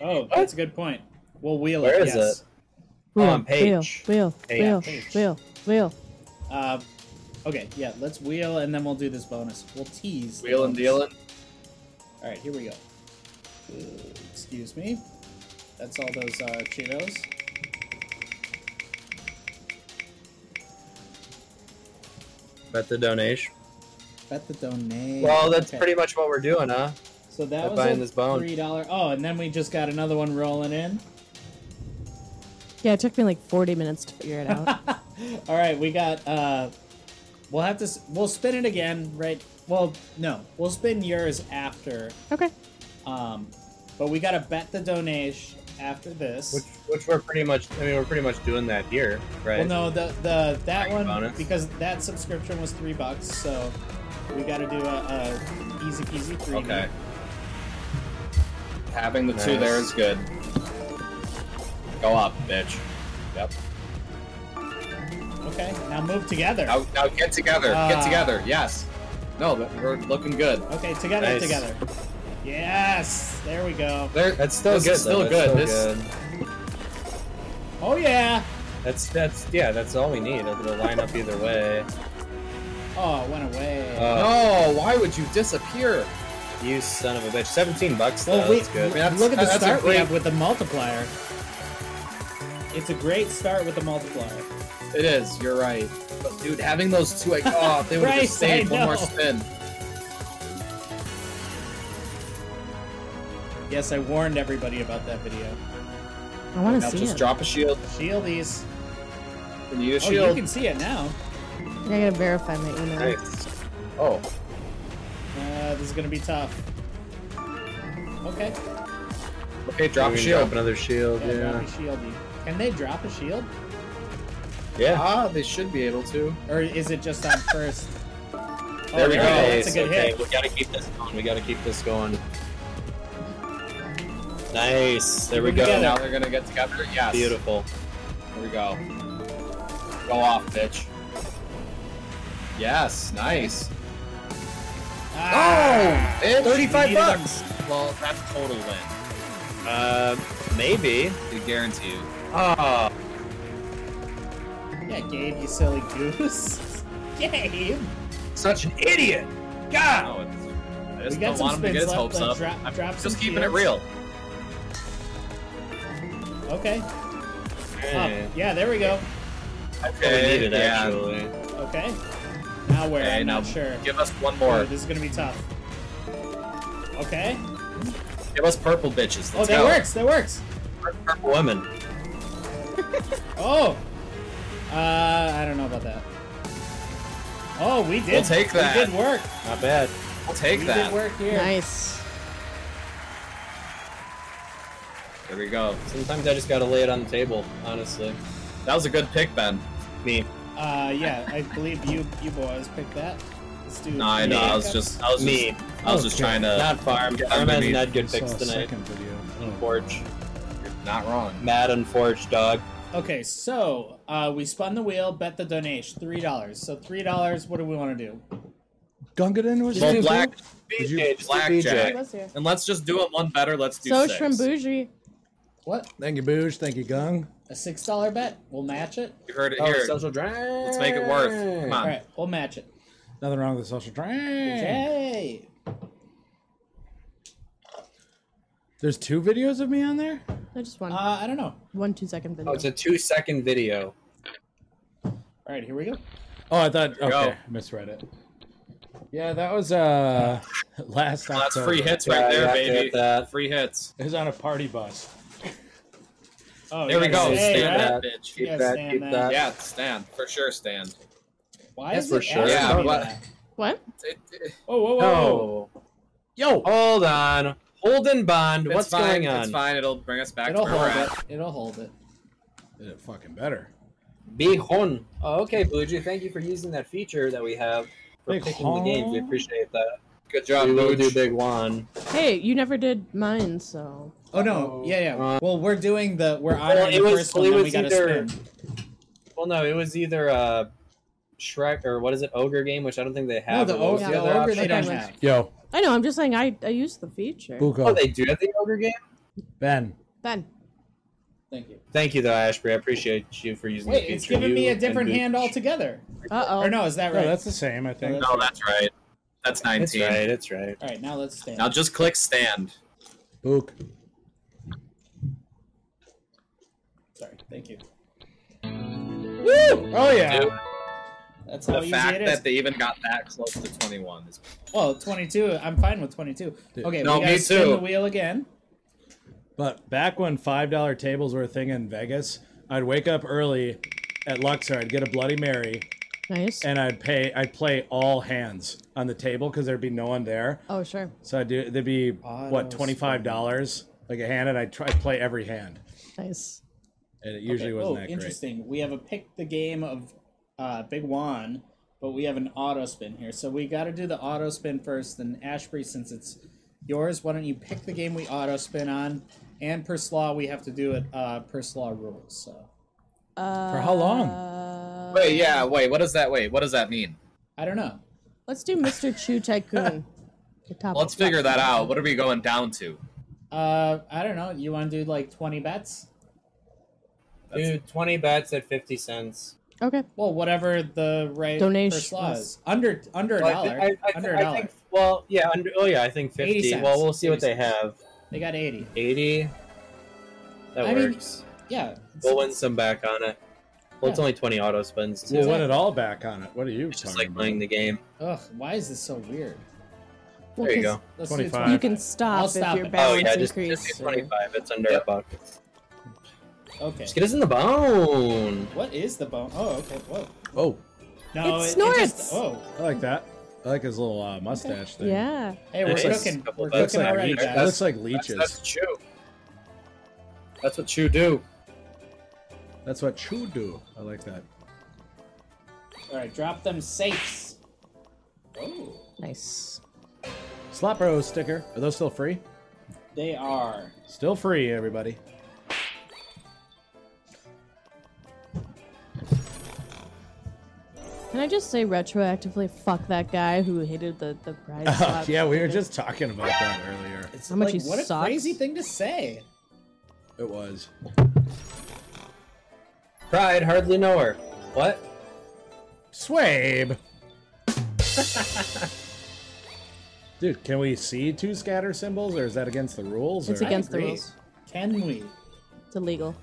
[SPEAKER 1] Oh, that's a good point. We'll wheel
[SPEAKER 4] Where
[SPEAKER 1] it.
[SPEAKER 4] is
[SPEAKER 1] yes.
[SPEAKER 4] Oh,
[SPEAKER 2] Wheel,
[SPEAKER 4] on page.
[SPEAKER 2] Wheel, wheel,
[SPEAKER 4] Page.
[SPEAKER 2] wheel, wheel,
[SPEAKER 1] Uh, okay, yeah. Let's wheel, and then we'll do this bonus. We'll tease. the
[SPEAKER 6] Wheeling
[SPEAKER 1] bonus.
[SPEAKER 6] dealing.
[SPEAKER 1] All right, here we go. Uh, Excuse me. That's all those uh, Cheetos.
[SPEAKER 4] Bet the donation.
[SPEAKER 1] Bet the donate.
[SPEAKER 4] Well, that's
[SPEAKER 1] Okay.
[SPEAKER 4] pretty much what we're doing, huh?
[SPEAKER 1] So that
[SPEAKER 4] I'm
[SPEAKER 1] was
[SPEAKER 4] buying
[SPEAKER 1] a
[SPEAKER 4] this bone.
[SPEAKER 1] three dollar. Oh, and then we just got another one rolling in.
[SPEAKER 2] Yeah, it took me like 40 minutes to figure it out.
[SPEAKER 1] All right, we got. uh We'll have to. s- We'll spin it again, right? Well, no, we'll spin yours after.
[SPEAKER 2] okay.
[SPEAKER 1] Um, but we gotta bet the donation after this.
[SPEAKER 4] Which, which we're pretty much. I mean, we're pretty much doing that here, right?
[SPEAKER 1] Well, no, the the that
[SPEAKER 4] Dragon
[SPEAKER 1] one
[SPEAKER 4] bonus.
[SPEAKER 1] because that subscription was three bucks, so we got to do a, a easy peasy three.
[SPEAKER 6] Okay. Having the
[SPEAKER 4] Nice.
[SPEAKER 6] two there is good. Go up, bitch. Yep.
[SPEAKER 1] Okay. Now move together.
[SPEAKER 6] Now, now get together.
[SPEAKER 1] Ah.
[SPEAKER 6] get together. Yes. No, but we're looking good.
[SPEAKER 1] Okay, together,
[SPEAKER 4] Nice.
[SPEAKER 1] together. Yes. There we go.
[SPEAKER 6] There,
[SPEAKER 4] That's still
[SPEAKER 6] this
[SPEAKER 4] good.
[SPEAKER 6] Is still
[SPEAKER 4] though.
[SPEAKER 6] good.
[SPEAKER 4] That's
[SPEAKER 6] This,
[SPEAKER 4] still good.
[SPEAKER 1] Oh yeah.
[SPEAKER 4] That's that's yeah. That's all we need. It'll line up either way.
[SPEAKER 1] Oh, it went away.
[SPEAKER 4] Uh,
[SPEAKER 6] No, why would you disappear?
[SPEAKER 4] You son of a bitch. Seventeen bucks though.
[SPEAKER 1] well, we,
[SPEAKER 4] that's good.
[SPEAKER 6] That's-
[SPEAKER 1] look at the
[SPEAKER 6] that's a
[SPEAKER 1] start we
[SPEAKER 6] great-
[SPEAKER 1] have with the multiplier. It's a great start with the multiplier.
[SPEAKER 6] It is. You're right. But dude, having those two, like, oh, if they would have
[SPEAKER 1] Right,
[SPEAKER 6] just stayed
[SPEAKER 1] I
[SPEAKER 6] one more
[SPEAKER 1] know.
[SPEAKER 6] spin.
[SPEAKER 1] Yes, I warned everybody about that video.
[SPEAKER 2] I want
[SPEAKER 6] Now
[SPEAKER 2] to see
[SPEAKER 6] just
[SPEAKER 2] it.
[SPEAKER 6] drop a shield
[SPEAKER 1] Shieldies.
[SPEAKER 6] and you use
[SPEAKER 1] Oh,
[SPEAKER 6] shield.
[SPEAKER 1] you can see it now.
[SPEAKER 2] I gotta verify my email.
[SPEAKER 4] Nice.
[SPEAKER 6] Oh,
[SPEAKER 1] Uh, this is gonna be tough. Okay.
[SPEAKER 6] okay, drop a
[SPEAKER 4] We can
[SPEAKER 6] shield.
[SPEAKER 4] Drop another shield.
[SPEAKER 1] Yeah,
[SPEAKER 4] Yeah.
[SPEAKER 1] drop a shield. Can they drop a shield?
[SPEAKER 4] Yeah.
[SPEAKER 6] Ah, they should be able to.
[SPEAKER 1] Or is it just on first? Oh,
[SPEAKER 6] There we go.
[SPEAKER 1] That's a
[SPEAKER 4] Nice,
[SPEAKER 1] good
[SPEAKER 4] okay,
[SPEAKER 1] hit.
[SPEAKER 4] We gotta keep this going. We gotta keep this going. Nice. There we
[SPEAKER 1] Keep it
[SPEAKER 4] go.
[SPEAKER 1] together.
[SPEAKER 6] Now they're gonna get together. Yes.
[SPEAKER 4] Beautiful.
[SPEAKER 6] Here we go. Go off, bitch. Yes, nice. Oh,
[SPEAKER 1] Ah!
[SPEAKER 6] bitch.
[SPEAKER 4] 35
[SPEAKER 6] You needed a-
[SPEAKER 4] bucks.
[SPEAKER 6] Well, that's total win.
[SPEAKER 4] Uh, maybe.
[SPEAKER 6] I guarantee you.
[SPEAKER 4] Ah.
[SPEAKER 6] Oh!
[SPEAKER 1] Yeah, Gabe, you silly goose. Gabe!
[SPEAKER 4] Such an idiot. God.
[SPEAKER 6] No, Oh, it's, I
[SPEAKER 1] We
[SPEAKER 6] just
[SPEAKER 1] got
[SPEAKER 6] don't
[SPEAKER 1] some
[SPEAKER 6] want him to
[SPEAKER 1] spins
[SPEAKER 6] get his
[SPEAKER 1] left,
[SPEAKER 6] hopes
[SPEAKER 1] let's
[SPEAKER 6] up.
[SPEAKER 1] drop-
[SPEAKER 6] I'm
[SPEAKER 1] drop
[SPEAKER 6] just
[SPEAKER 1] some
[SPEAKER 6] keeping
[SPEAKER 1] shields.
[SPEAKER 6] it real.
[SPEAKER 1] Okay. Up. Yeah, there we go.
[SPEAKER 4] we needed
[SPEAKER 6] yeah.
[SPEAKER 4] actually.
[SPEAKER 1] Okay. Now where?
[SPEAKER 6] Okay,
[SPEAKER 1] I'm
[SPEAKER 6] now
[SPEAKER 1] not sure.
[SPEAKER 6] give us one
[SPEAKER 1] Oh,
[SPEAKER 6] more.
[SPEAKER 1] this is gonna be tough. Okay.
[SPEAKER 6] Give us purple bitches. Let's
[SPEAKER 1] oh, that
[SPEAKER 6] go.
[SPEAKER 1] works. That works.
[SPEAKER 4] Purple women.
[SPEAKER 1] Oh. Uh, I don't know about that. Oh, we did.
[SPEAKER 6] We'll take that.
[SPEAKER 1] We did work.
[SPEAKER 4] Not bad.
[SPEAKER 6] I'll take
[SPEAKER 1] we
[SPEAKER 6] that.
[SPEAKER 1] did work here.
[SPEAKER 2] Nice.
[SPEAKER 6] There we go.
[SPEAKER 4] Sometimes I just gotta lay it on the table, honestly.
[SPEAKER 6] That was a good pick, Ben.
[SPEAKER 4] Me.
[SPEAKER 1] Uh, yeah, I believe you you boys picked that. Let's do.
[SPEAKER 6] No, I know. I was
[SPEAKER 1] Okay.
[SPEAKER 6] just, I was just,
[SPEAKER 4] Me.
[SPEAKER 6] I was just
[SPEAKER 3] Okay.
[SPEAKER 6] trying to.
[SPEAKER 4] Not farm.
[SPEAKER 6] get
[SPEAKER 4] Farm had
[SPEAKER 6] underneath.
[SPEAKER 4] not good
[SPEAKER 3] I saw
[SPEAKER 4] picks
[SPEAKER 3] a
[SPEAKER 4] tonight.
[SPEAKER 3] Second video. Oh.
[SPEAKER 4] Forge.
[SPEAKER 6] You're not wrong.
[SPEAKER 4] Mad and Forge, dog.
[SPEAKER 1] Okay, so uh, we spun the wheel, bet the donation, three dollars. So three dollars. What do we want to do?
[SPEAKER 3] Gungadin was
[SPEAKER 6] Well,
[SPEAKER 3] too
[SPEAKER 6] black,
[SPEAKER 3] big? Did you-
[SPEAKER 4] BJ, just do
[SPEAKER 6] blackjack.
[SPEAKER 4] BJ.
[SPEAKER 2] was here.
[SPEAKER 6] And let's just do it one better. Let's do
[SPEAKER 2] So
[SPEAKER 6] six.
[SPEAKER 2] shrimp bougie.
[SPEAKER 1] What?
[SPEAKER 3] Thank you, Booge. Thank you, Gung.
[SPEAKER 1] A six dollar bet. We'll match it.
[SPEAKER 6] You heard it
[SPEAKER 4] Oh,
[SPEAKER 6] here.
[SPEAKER 4] social drink.
[SPEAKER 6] Let's make it worth. Come on.
[SPEAKER 1] All right, we'll match it.
[SPEAKER 3] Nothing wrong with the social drink.
[SPEAKER 1] Yay!
[SPEAKER 3] There's two videos of me on there?
[SPEAKER 2] No, just one.
[SPEAKER 1] Uh, I don't know.
[SPEAKER 2] one two second video.
[SPEAKER 4] Oh, it's a two-second video.
[SPEAKER 1] All right, here we go.
[SPEAKER 3] Oh, I thought okay,
[SPEAKER 6] go.
[SPEAKER 3] misread it. Yeah, that was uh last
[SPEAKER 6] Well, that's
[SPEAKER 3] October.
[SPEAKER 6] free hits
[SPEAKER 4] Yeah,
[SPEAKER 6] right
[SPEAKER 4] you
[SPEAKER 6] there,
[SPEAKER 4] have to
[SPEAKER 6] baby.
[SPEAKER 4] hit that.
[SPEAKER 6] Free hits.
[SPEAKER 3] It was on a party bus.
[SPEAKER 1] Oh,
[SPEAKER 6] There we
[SPEAKER 1] yeah,
[SPEAKER 6] go.
[SPEAKER 1] it's
[SPEAKER 4] Hey,
[SPEAKER 1] A,
[SPEAKER 6] stand
[SPEAKER 1] right?
[SPEAKER 4] right?
[SPEAKER 6] that bitch.
[SPEAKER 4] Keep
[SPEAKER 1] Yeah,
[SPEAKER 4] that.
[SPEAKER 1] stand
[SPEAKER 4] Keep
[SPEAKER 1] that.
[SPEAKER 4] that.
[SPEAKER 6] Yeah, stand for sure. Stand.
[SPEAKER 1] Why
[SPEAKER 4] That's
[SPEAKER 1] is
[SPEAKER 4] for
[SPEAKER 1] it
[SPEAKER 4] sure.
[SPEAKER 1] asking me
[SPEAKER 6] Yeah,
[SPEAKER 1] that?
[SPEAKER 2] What?
[SPEAKER 6] It- it-
[SPEAKER 1] Oh, whoa, whoa, whoa.
[SPEAKER 4] Oh. Yo. Hold on. Holden Bond.
[SPEAKER 6] it's
[SPEAKER 4] What's
[SPEAKER 6] fine,
[SPEAKER 4] going on?
[SPEAKER 6] It's fine. It'll bring us back
[SPEAKER 1] It'll
[SPEAKER 6] to where we're
[SPEAKER 1] hold
[SPEAKER 6] at.
[SPEAKER 1] it. It'll hold it.
[SPEAKER 3] Did it fucking better.
[SPEAKER 4] Bijon. Oh, okay, Bluejay. Thank you for using that feature that we have for
[SPEAKER 3] Big
[SPEAKER 4] picking the games. We
[SPEAKER 3] hon.
[SPEAKER 4] appreciate that.
[SPEAKER 6] Good job,
[SPEAKER 4] we will do
[SPEAKER 6] Booch.
[SPEAKER 4] Big Juan.
[SPEAKER 2] Hey, you never did mine, so
[SPEAKER 1] Oh no, yeah, yeah. Well, we're doing the we're
[SPEAKER 4] Well,
[SPEAKER 1] honoring
[SPEAKER 4] it
[SPEAKER 1] the
[SPEAKER 4] was-
[SPEAKER 1] first
[SPEAKER 4] well,
[SPEAKER 1] one,
[SPEAKER 4] it
[SPEAKER 1] then we
[SPEAKER 4] was
[SPEAKER 1] got to
[SPEAKER 4] either-
[SPEAKER 1] spin.
[SPEAKER 4] Well, no, it was either uh, Shrek or what is it, Ogre game, which I don't think they
[SPEAKER 1] No,
[SPEAKER 4] have.
[SPEAKER 1] the,
[SPEAKER 4] or what
[SPEAKER 1] ogre,
[SPEAKER 4] was
[SPEAKER 1] the
[SPEAKER 4] the
[SPEAKER 2] Yeah,
[SPEAKER 4] other
[SPEAKER 1] ogre they
[SPEAKER 4] option?
[SPEAKER 1] don't
[SPEAKER 2] option?
[SPEAKER 1] have.
[SPEAKER 3] Yo,
[SPEAKER 2] I know. I'm just saying I I used the feature.
[SPEAKER 3] Buko.
[SPEAKER 4] Oh, they do have the Ogre game.
[SPEAKER 3] ben.
[SPEAKER 2] Ben,
[SPEAKER 1] Thank you.
[SPEAKER 4] Thank you, though, Ashbury. I appreciate you for using. the
[SPEAKER 1] Wait,
[SPEAKER 4] feature.
[SPEAKER 1] it's giving me
[SPEAKER 4] You
[SPEAKER 1] a different
[SPEAKER 4] and
[SPEAKER 1] hand
[SPEAKER 4] Booch.
[SPEAKER 1] altogether.
[SPEAKER 2] uh oh.
[SPEAKER 1] Or no, is that
[SPEAKER 3] No,
[SPEAKER 1] right?
[SPEAKER 3] that's the same, I think.
[SPEAKER 1] that's-
[SPEAKER 6] No, that's right. That's
[SPEAKER 4] It's
[SPEAKER 6] 19.
[SPEAKER 4] right. It's right.
[SPEAKER 1] All right, now let's stand.
[SPEAKER 6] Now just click stand.
[SPEAKER 3] Book.
[SPEAKER 1] Sorry, thank you.
[SPEAKER 3] Woo! Oh yeah.
[SPEAKER 6] Dude,
[SPEAKER 1] That's how
[SPEAKER 4] Oh,
[SPEAKER 6] the
[SPEAKER 1] easy
[SPEAKER 6] fact
[SPEAKER 1] it is.
[SPEAKER 6] that they even got that close to 21 is
[SPEAKER 1] Well, 22. I'm fine with 22.
[SPEAKER 3] Dude.
[SPEAKER 1] Okay,
[SPEAKER 6] No,
[SPEAKER 1] we gotta
[SPEAKER 6] me
[SPEAKER 1] spin
[SPEAKER 6] too.
[SPEAKER 1] the wheel again.
[SPEAKER 3] But back when five dollar tables were a thing in Vegas, I'd wake up early at Luxor, I'd get a Bloody Mary,
[SPEAKER 2] Nice.
[SPEAKER 3] and I'd pay I'd play all hands on the table because there'd be no one there.
[SPEAKER 2] Oh sure.
[SPEAKER 3] So I'd do there'd be
[SPEAKER 1] Auto
[SPEAKER 3] what, twenty five dollars like a hand and I'd try I'd play every hand.
[SPEAKER 2] Nice.
[SPEAKER 3] And it usually
[SPEAKER 1] Okay,
[SPEAKER 3] wasn't
[SPEAKER 1] oh,
[SPEAKER 3] that great.
[SPEAKER 1] interesting. We have a pick the game of uh, Big Juan, but we have an auto spin here. So we got to do the auto spin first. Then Ashbury, since it's yours, why don't you pick the game we auto spin on? And per slaw, we have to do it uh, per slaw rules. So
[SPEAKER 2] Uh,
[SPEAKER 3] For how long?
[SPEAKER 1] Oh,
[SPEAKER 2] Uh,
[SPEAKER 6] Wait, yeah, wait. What does that? Wait, what does that mean?
[SPEAKER 1] I don't know.
[SPEAKER 2] Let's do Mr. Chu Tycoon. The top
[SPEAKER 6] Let's figure that out. What are we going down to?
[SPEAKER 1] Uh, I don't know. You want to do like 20 bets?
[SPEAKER 4] Dude, twenty bets at fifty cents.
[SPEAKER 2] Okay.
[SPEAKER 1] Well, whatever the right
[SPEAKER 2] Donation
[SPEAKER 1] per slaw is.
[SPEAKER 2] was-
[SPEAKER 1] Under under a
[SPEAKER 4] Well, I thi-
[SPEAKER 1] dollar.
[SPEAKER 4] I- I thi-
[SPEAKER 1] Under a
[SPEAKER 4] I
[SPEAKER 1] dollar.
[SPEAKER 4] think- Well, yeah. Under, oh, yeah. I think
[SPEAKER 1] 80
[SPEAKER 4] fifty.
[SPEAKER 1] cents.
[SPEAKER 4] Well, we'll see what
[SPEAKER 1] 80
[SPEAKER 4] they have.
[SPEAKER 1] They got 80.
[SPEAKER 4] Eighty. That
[SPEAKER 1] I mean,
[SPEAKER 4] works.
[SPEAKER 1] Yeah.
[SPEAKER 4] We'll win some back on it. Well, it's
[SPEAKER 1] Yeah.
[SPEAKER 4] only 20 auto spins, too.
[SPEAKER 3] We'll win it all back on it. What are you
[SPEAKER 4] It's just
[SPEAKER 3] talking
[SPEAKER 4] like
[SPEAKER 3] about?
[SPEAKER 4] playing the game.
[SPEAKER 1] Ugh, why is this so weird?
[SPEAKER 2] Well,
[SPEAKER 4] There you
[SPEAKER 2] 'cause
[SPEAKER 4] go.
[SPEAKER 1] Let's
[SPEAKER 3] 25.
[SPEAKER 1] Do
[SPEAKER 2] You
[SPEAKER 1] 25.
[SPEAKER 2] can
[SPEAKER 1] I'll
[SPEAKER 2] stop,
[SPEAKER 1] stop
[SPEAKER 2] if your
[SPEAKER 1] it.
[SPEAKER 4] Oh,
[SPEAKER 2] balance
[SPEAKER 4] yeah, just, just
[SPEAKER 2] increases.
[SPEAKER 4] say 25. It's under
[SPEAKER 6] Yep.
[SPEAKER 4] a buck.
[SPEAKER 1] Okay.
[SPEAKER 4] Just get us in the bone.
[SPEAKER 1] What is the bone? Oh, okay. Whoa.
[SPEAKER 3] Oh,
[SPEAKER 1] No,
[SPEAKER 2] It
[SPEAKER 1] it,
[SPEAKER 2] snorts!
[SPEAKER 1] just- oh,
[SPEAKER 3] I like that. I like his little uh, mustache thing.
[SPEAKER 2] Yeah.
[SPEAKER 1] hey, we're
[SPEAKER 4] Nice.
[SPEAKER 1] cooking.
[SPEAKER 4] Couple
[SPEAKER 1] We're
[SPEAKER 4] bucks
[SPEAKER 1] cooking
[SPEAKER 4] on our
[SPEAKER 1] already,
[SPEAKER 4] each.
[SPEAKER 3] That
[SPEAKER 1] guys.
[SPEAKER 3] looks like
[SPEAKER 6] That's,
[SPEAKER 3] leeches.
[SPEAKER 6] that's chew. That's what chew do.
[SPEAKER 3] That's what Chew do. I like that.
[SPEAKER 1] All right, drop them safes. Oh,
[SPEAKER 2] Nice.
[SPEAKER 3] Slot Bros sticker. Are those still free?
[SPEAKER 1] they are.
[SPEAKER 3] Still free, everybody.
[SPEAKER 2] Can I just say retroactively, fuck that guy who hated the the prize. swap?
[SPEAKER 3] yeah, we were just talking about that earlier.
[SPEAKER 1] It's
[SPEAKER 2] How much
[SPEAKER 1] like,
[SPEAKER 2] he
[SPEAKER 1] what a
[SPEAKER 2] sucks.
[SPEAKER 1] crazy thing to say.
[SPEAKER 3] It was.
[SPEAKER 4] Pride, hardly know her. What?
[SPEAKER 3] Swabe! Dude, can we see two scatter symbols, or is that against the rules?
[SPEAKER 2] It's
[SPEAKER 3] or-
[SPEAKER 2] against the
[SPEAKER 1] agree.
[SPEAKER 2] rules.
[SPEAKER 1] Can we?
[SPEAKER 2] It's illegal.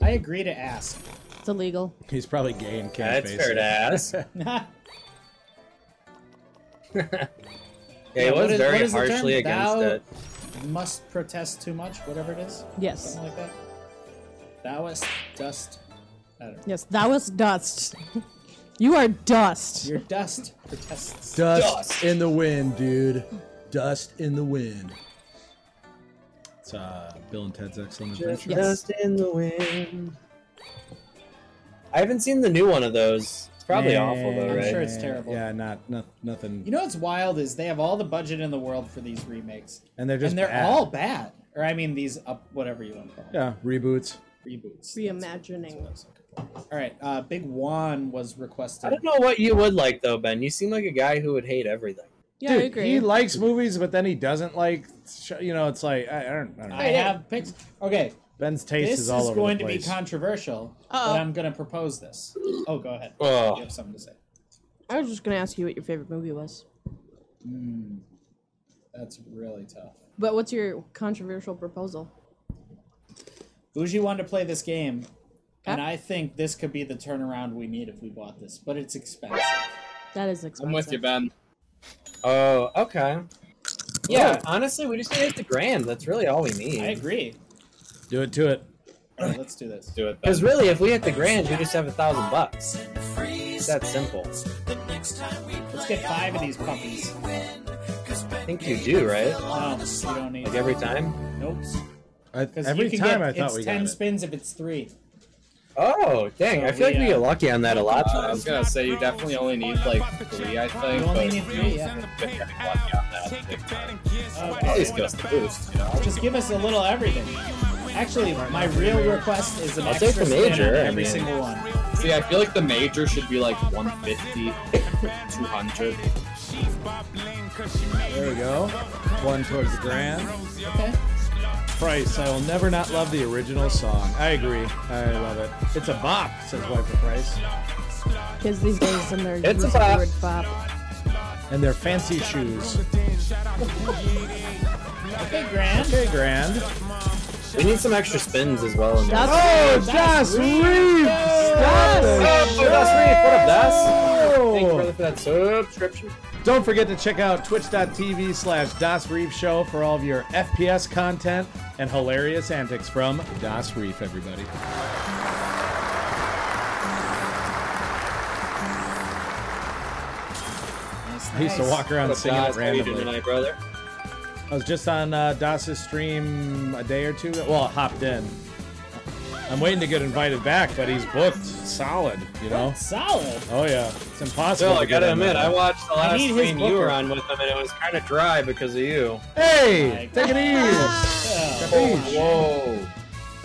[SPEAKER 1] I agree to ask.
[SPEAKER 2] It's illegal.
[SPEAKER 3] He's probably gay and
[SPEAKER 4] Yeah,
[SPEAKER 3] can't
[SPEAKER 4] it's
[SPEAKER 3] face
[SPEAKER 4] fair
[SPEAKER 3] it.
[SPEAKER 4] to ask. yeah,
[SPEAKER 1] yeah,
[SPEAKER 4] it
[SPEAKER 1] what
[SPEAKER 4] was
[SPEAKER 1] is-
[SPEAKER 4] very
[SPEAKER 1] what is the term?
[SPEAKER 4] harshly against
[SPEAKER 1] Thou
[SPEAKER 4] it.
[SPEAKER 1] Must protest too much, whatever it is,
[SPEAKER 2] Yes.
[SPEAKER 1] something like that. Thouest dust. I don't know.
[SPEAKER 2] Yes. That was dust. you are dust.
[SPEAKER 1] Your dust protests.
[SPEAKER 3] Dust, in the wind, dude. Dust in the wind. It's uh, Bill and Ted's Excellent Adventure.
[SPEAKER 2] Yes.
[SPEAKER 4] Dust in the wind. I haven't seen the new one of those. It's probably awful, though,
[SPEAKER 1] I'm
[SPEAKER 4] right?
[SPEAKER 1] sure it's terrible.
[SPEAKER 3] Yeah, not, not nothing.
[SPEAKER 1] You know what's wild is they have all the budget in the world for these remakes,
[SPEAKER 3] and they're just
[SPEAKER 1] and they're
[SPEAKER 3] bad.
[SPEAKER 1] all bad. Or I mean, these up whatever you want to call them.
[SPEAKER 3] yeah reboots.
[SPEAKER 1] reboots.
[SPEAKER 2] Reimagining.
[SPEAKER 1] All right, uh, Big Juan was requested.
[SPEAKER 4] I don't know what you would like, though, Ben. You seem like a guy who would hate everything.
[SPEAKER 2] Yeah, I
[SPEAKER 3] Dude,
[SPEAKER 2] agree.
[SPEAKER 3] He likes movies, but then he doesn't like. sh- You know, it's like I, I don't. I don't know.
[SPEAKER 1] I have picked. Okay,
[SPEAKER 3] Ben's taste
[SPEAKER 1] this
[SPEAKER 3] is
[SPEAKER 1] is,
[SPEAKER 3] all over
[SPEAKER 1] going
[SPEAKER 3] the
[SPEAKER 1] to be
[SPEAKER 3] place.
[SPEAKER 1] controversial,
[SPEAKER 2] Uh-oh.
[SPEAKER 1] but I'm going to propose this. Oh, go ahead.
[SPEAKER 4] Oh.
[SPEAKER 1] You have something to say.
[SPEAKER 2] I was just gonna ask you what your favorite movie was.
[SPEAKER 1] That's really tough.
[SPEAKER 2] But what's your controversial proposal?
[SPEAKER 1] Bougie wanted to play this game, and I think this could be the turnaround we need if we bought this, but it's expensive.
[SPEAKER 2] That is expensive.
[SPEAKER 6] I'm with you, Ben.
[SPEAKER 4] Oh, okay. Yeah, honestly, we just need to hit the grand. That's really all we need.
[SPEAKER 1] I agree.
[SPEAKER 3] Do it to it.
[SPEAKER 1] All right, let's do this.
[SPEAKER 6] Do it. Ben.
[SPEAKER 4] Because really, if we hit the grand, we just have a thousand bucks. It's that simple.
[SPEAKER 1] Let's get five of these puppies.
[SPEAKER 4] I think you do, right?
[SPEAKER 1] No, you don't need.
[SPEAKER 4] Like every time.
[SPEAKER 1] Nope.
[SPEAKER 3] I,
[SPEAKER 1] 'Cause
[SPEAKER 3] every
[SPEAKER 1] you can
[SPEAKER 3] time
[SPEAKER 1] get,
[SPEAKER 3] I thought
[SPEAKER 1] it's
[SPEAKER 3] we
[SPEAKER 1] ten
[SPEAKER 3] got it.
[SPEAKER 1] spins if it's three.
[SPEAKER 4] Oh, dang! I feel like we get lucky on that a lot.
[SPEAKER 6] I was
[SPEAKER 4] Though.
[SPEAKER 6] gonna say you definitely only need like three, I think.
[SPEAKER 1] You only need
[SPEAKER 6] But
[SPEAKER 1] three. Yeah.
[SPEAKER 6] always goes to boost. You know.
[SPEAKER 1] Just give us a little everything. Actually, my real request is an
[SPEAKER 4] I'll take
[SPEAKER 1] extra
[SPEAKER 4] the
[SPEAKER 1] spin
[SPEAKER 4] major,
[SPEAKER 1] on
[SPEAKER 4] I
[SPEAKER 1] every
[SPEAKER 4] mean.
[SPEAKER 1] single one.
[SPEAKER 6] See, I feel like the major should be like 150, 200.
[SPEAKER 3] There we go. One towards the grand.
[SPEAKER 1] Okay.
[SPEAKER 3] Price, I will never not love the original song. I agree. I love it. It's a bop, says Wiper Price.
[SPEAKER 2] Kids these days and their
[SPEAKER 4] It's a
[SPEAKER 2] use of the
[SPEAKER 4] bop.
[SPEAKER 2] word bop.
[SPEAKER 3] And their fancy shoes.
[SPEAKER 1] Okay, grand.
[SPEAKER 3] Okay, grand.
[SPEAKER 4] We need some extra spins as well. In there.
[SPEAKER 2] That's-
[SPEAKER 3] Oh, Das Reeves! Stop
[SPEAKER 4] Oh, Das Reef, what up, Das? Thank you,
[SPEAKER 3] the show!
[SPEAKER 4] brother, for that subscription.
[SPEAKER 3] Don't forget to check out twitch.tv slash Das Reef Show for all of your FPS content and hilarious antics from Das Reef, everybody.
[SPEAKER 1] Nice,
[SPEAKER 3] I used to
[SPEAKER 1] nice.
[SPEAKER 3] walk
[SPEAKER 4] What
[SPEAKER 3] around
[SPEAKER 4] up,
[SPEAKER 3] singing it
[SPEAKER 4] Das? How you doing
[SPEAKER 3] randomly.
[SPEAKER 4] tonight, brother?
[SPEAKER 3] I was just on uh, Das's stream a day or two. Well, I hopped in. I'm waiting to get invited back, but he's booked solid, you know?
[SPEAKER 1] Solid.
[SPEAKER 3] Oh, yeah. It's impossible.
[SPEAKER 4] Bill,
[SPEAKER 3] to
[SPEAKER 4] I
[SPEAKER 3] get
[SPEAKER 4] gotta
[SPEAKER 3] in
[SPEAKER 4] admit,
[SPEAKER 3] there.
[SPEAKER 4] I watched the
[SPEAKER 1] I
[SPEAKER 4] last
[SPEAKER 1] need his
[SPEAKER 4] stream you
[SPEAKER 1] booker.
[SPEAKER 4] were on with them, and it was kind of dry because of you.
[SPEAKER 3] Hey! Take it easy!
[SPEAKER 1] Yeah.
[SPEAKER 3] Capiche?
[SPEAKER 6] Whoa.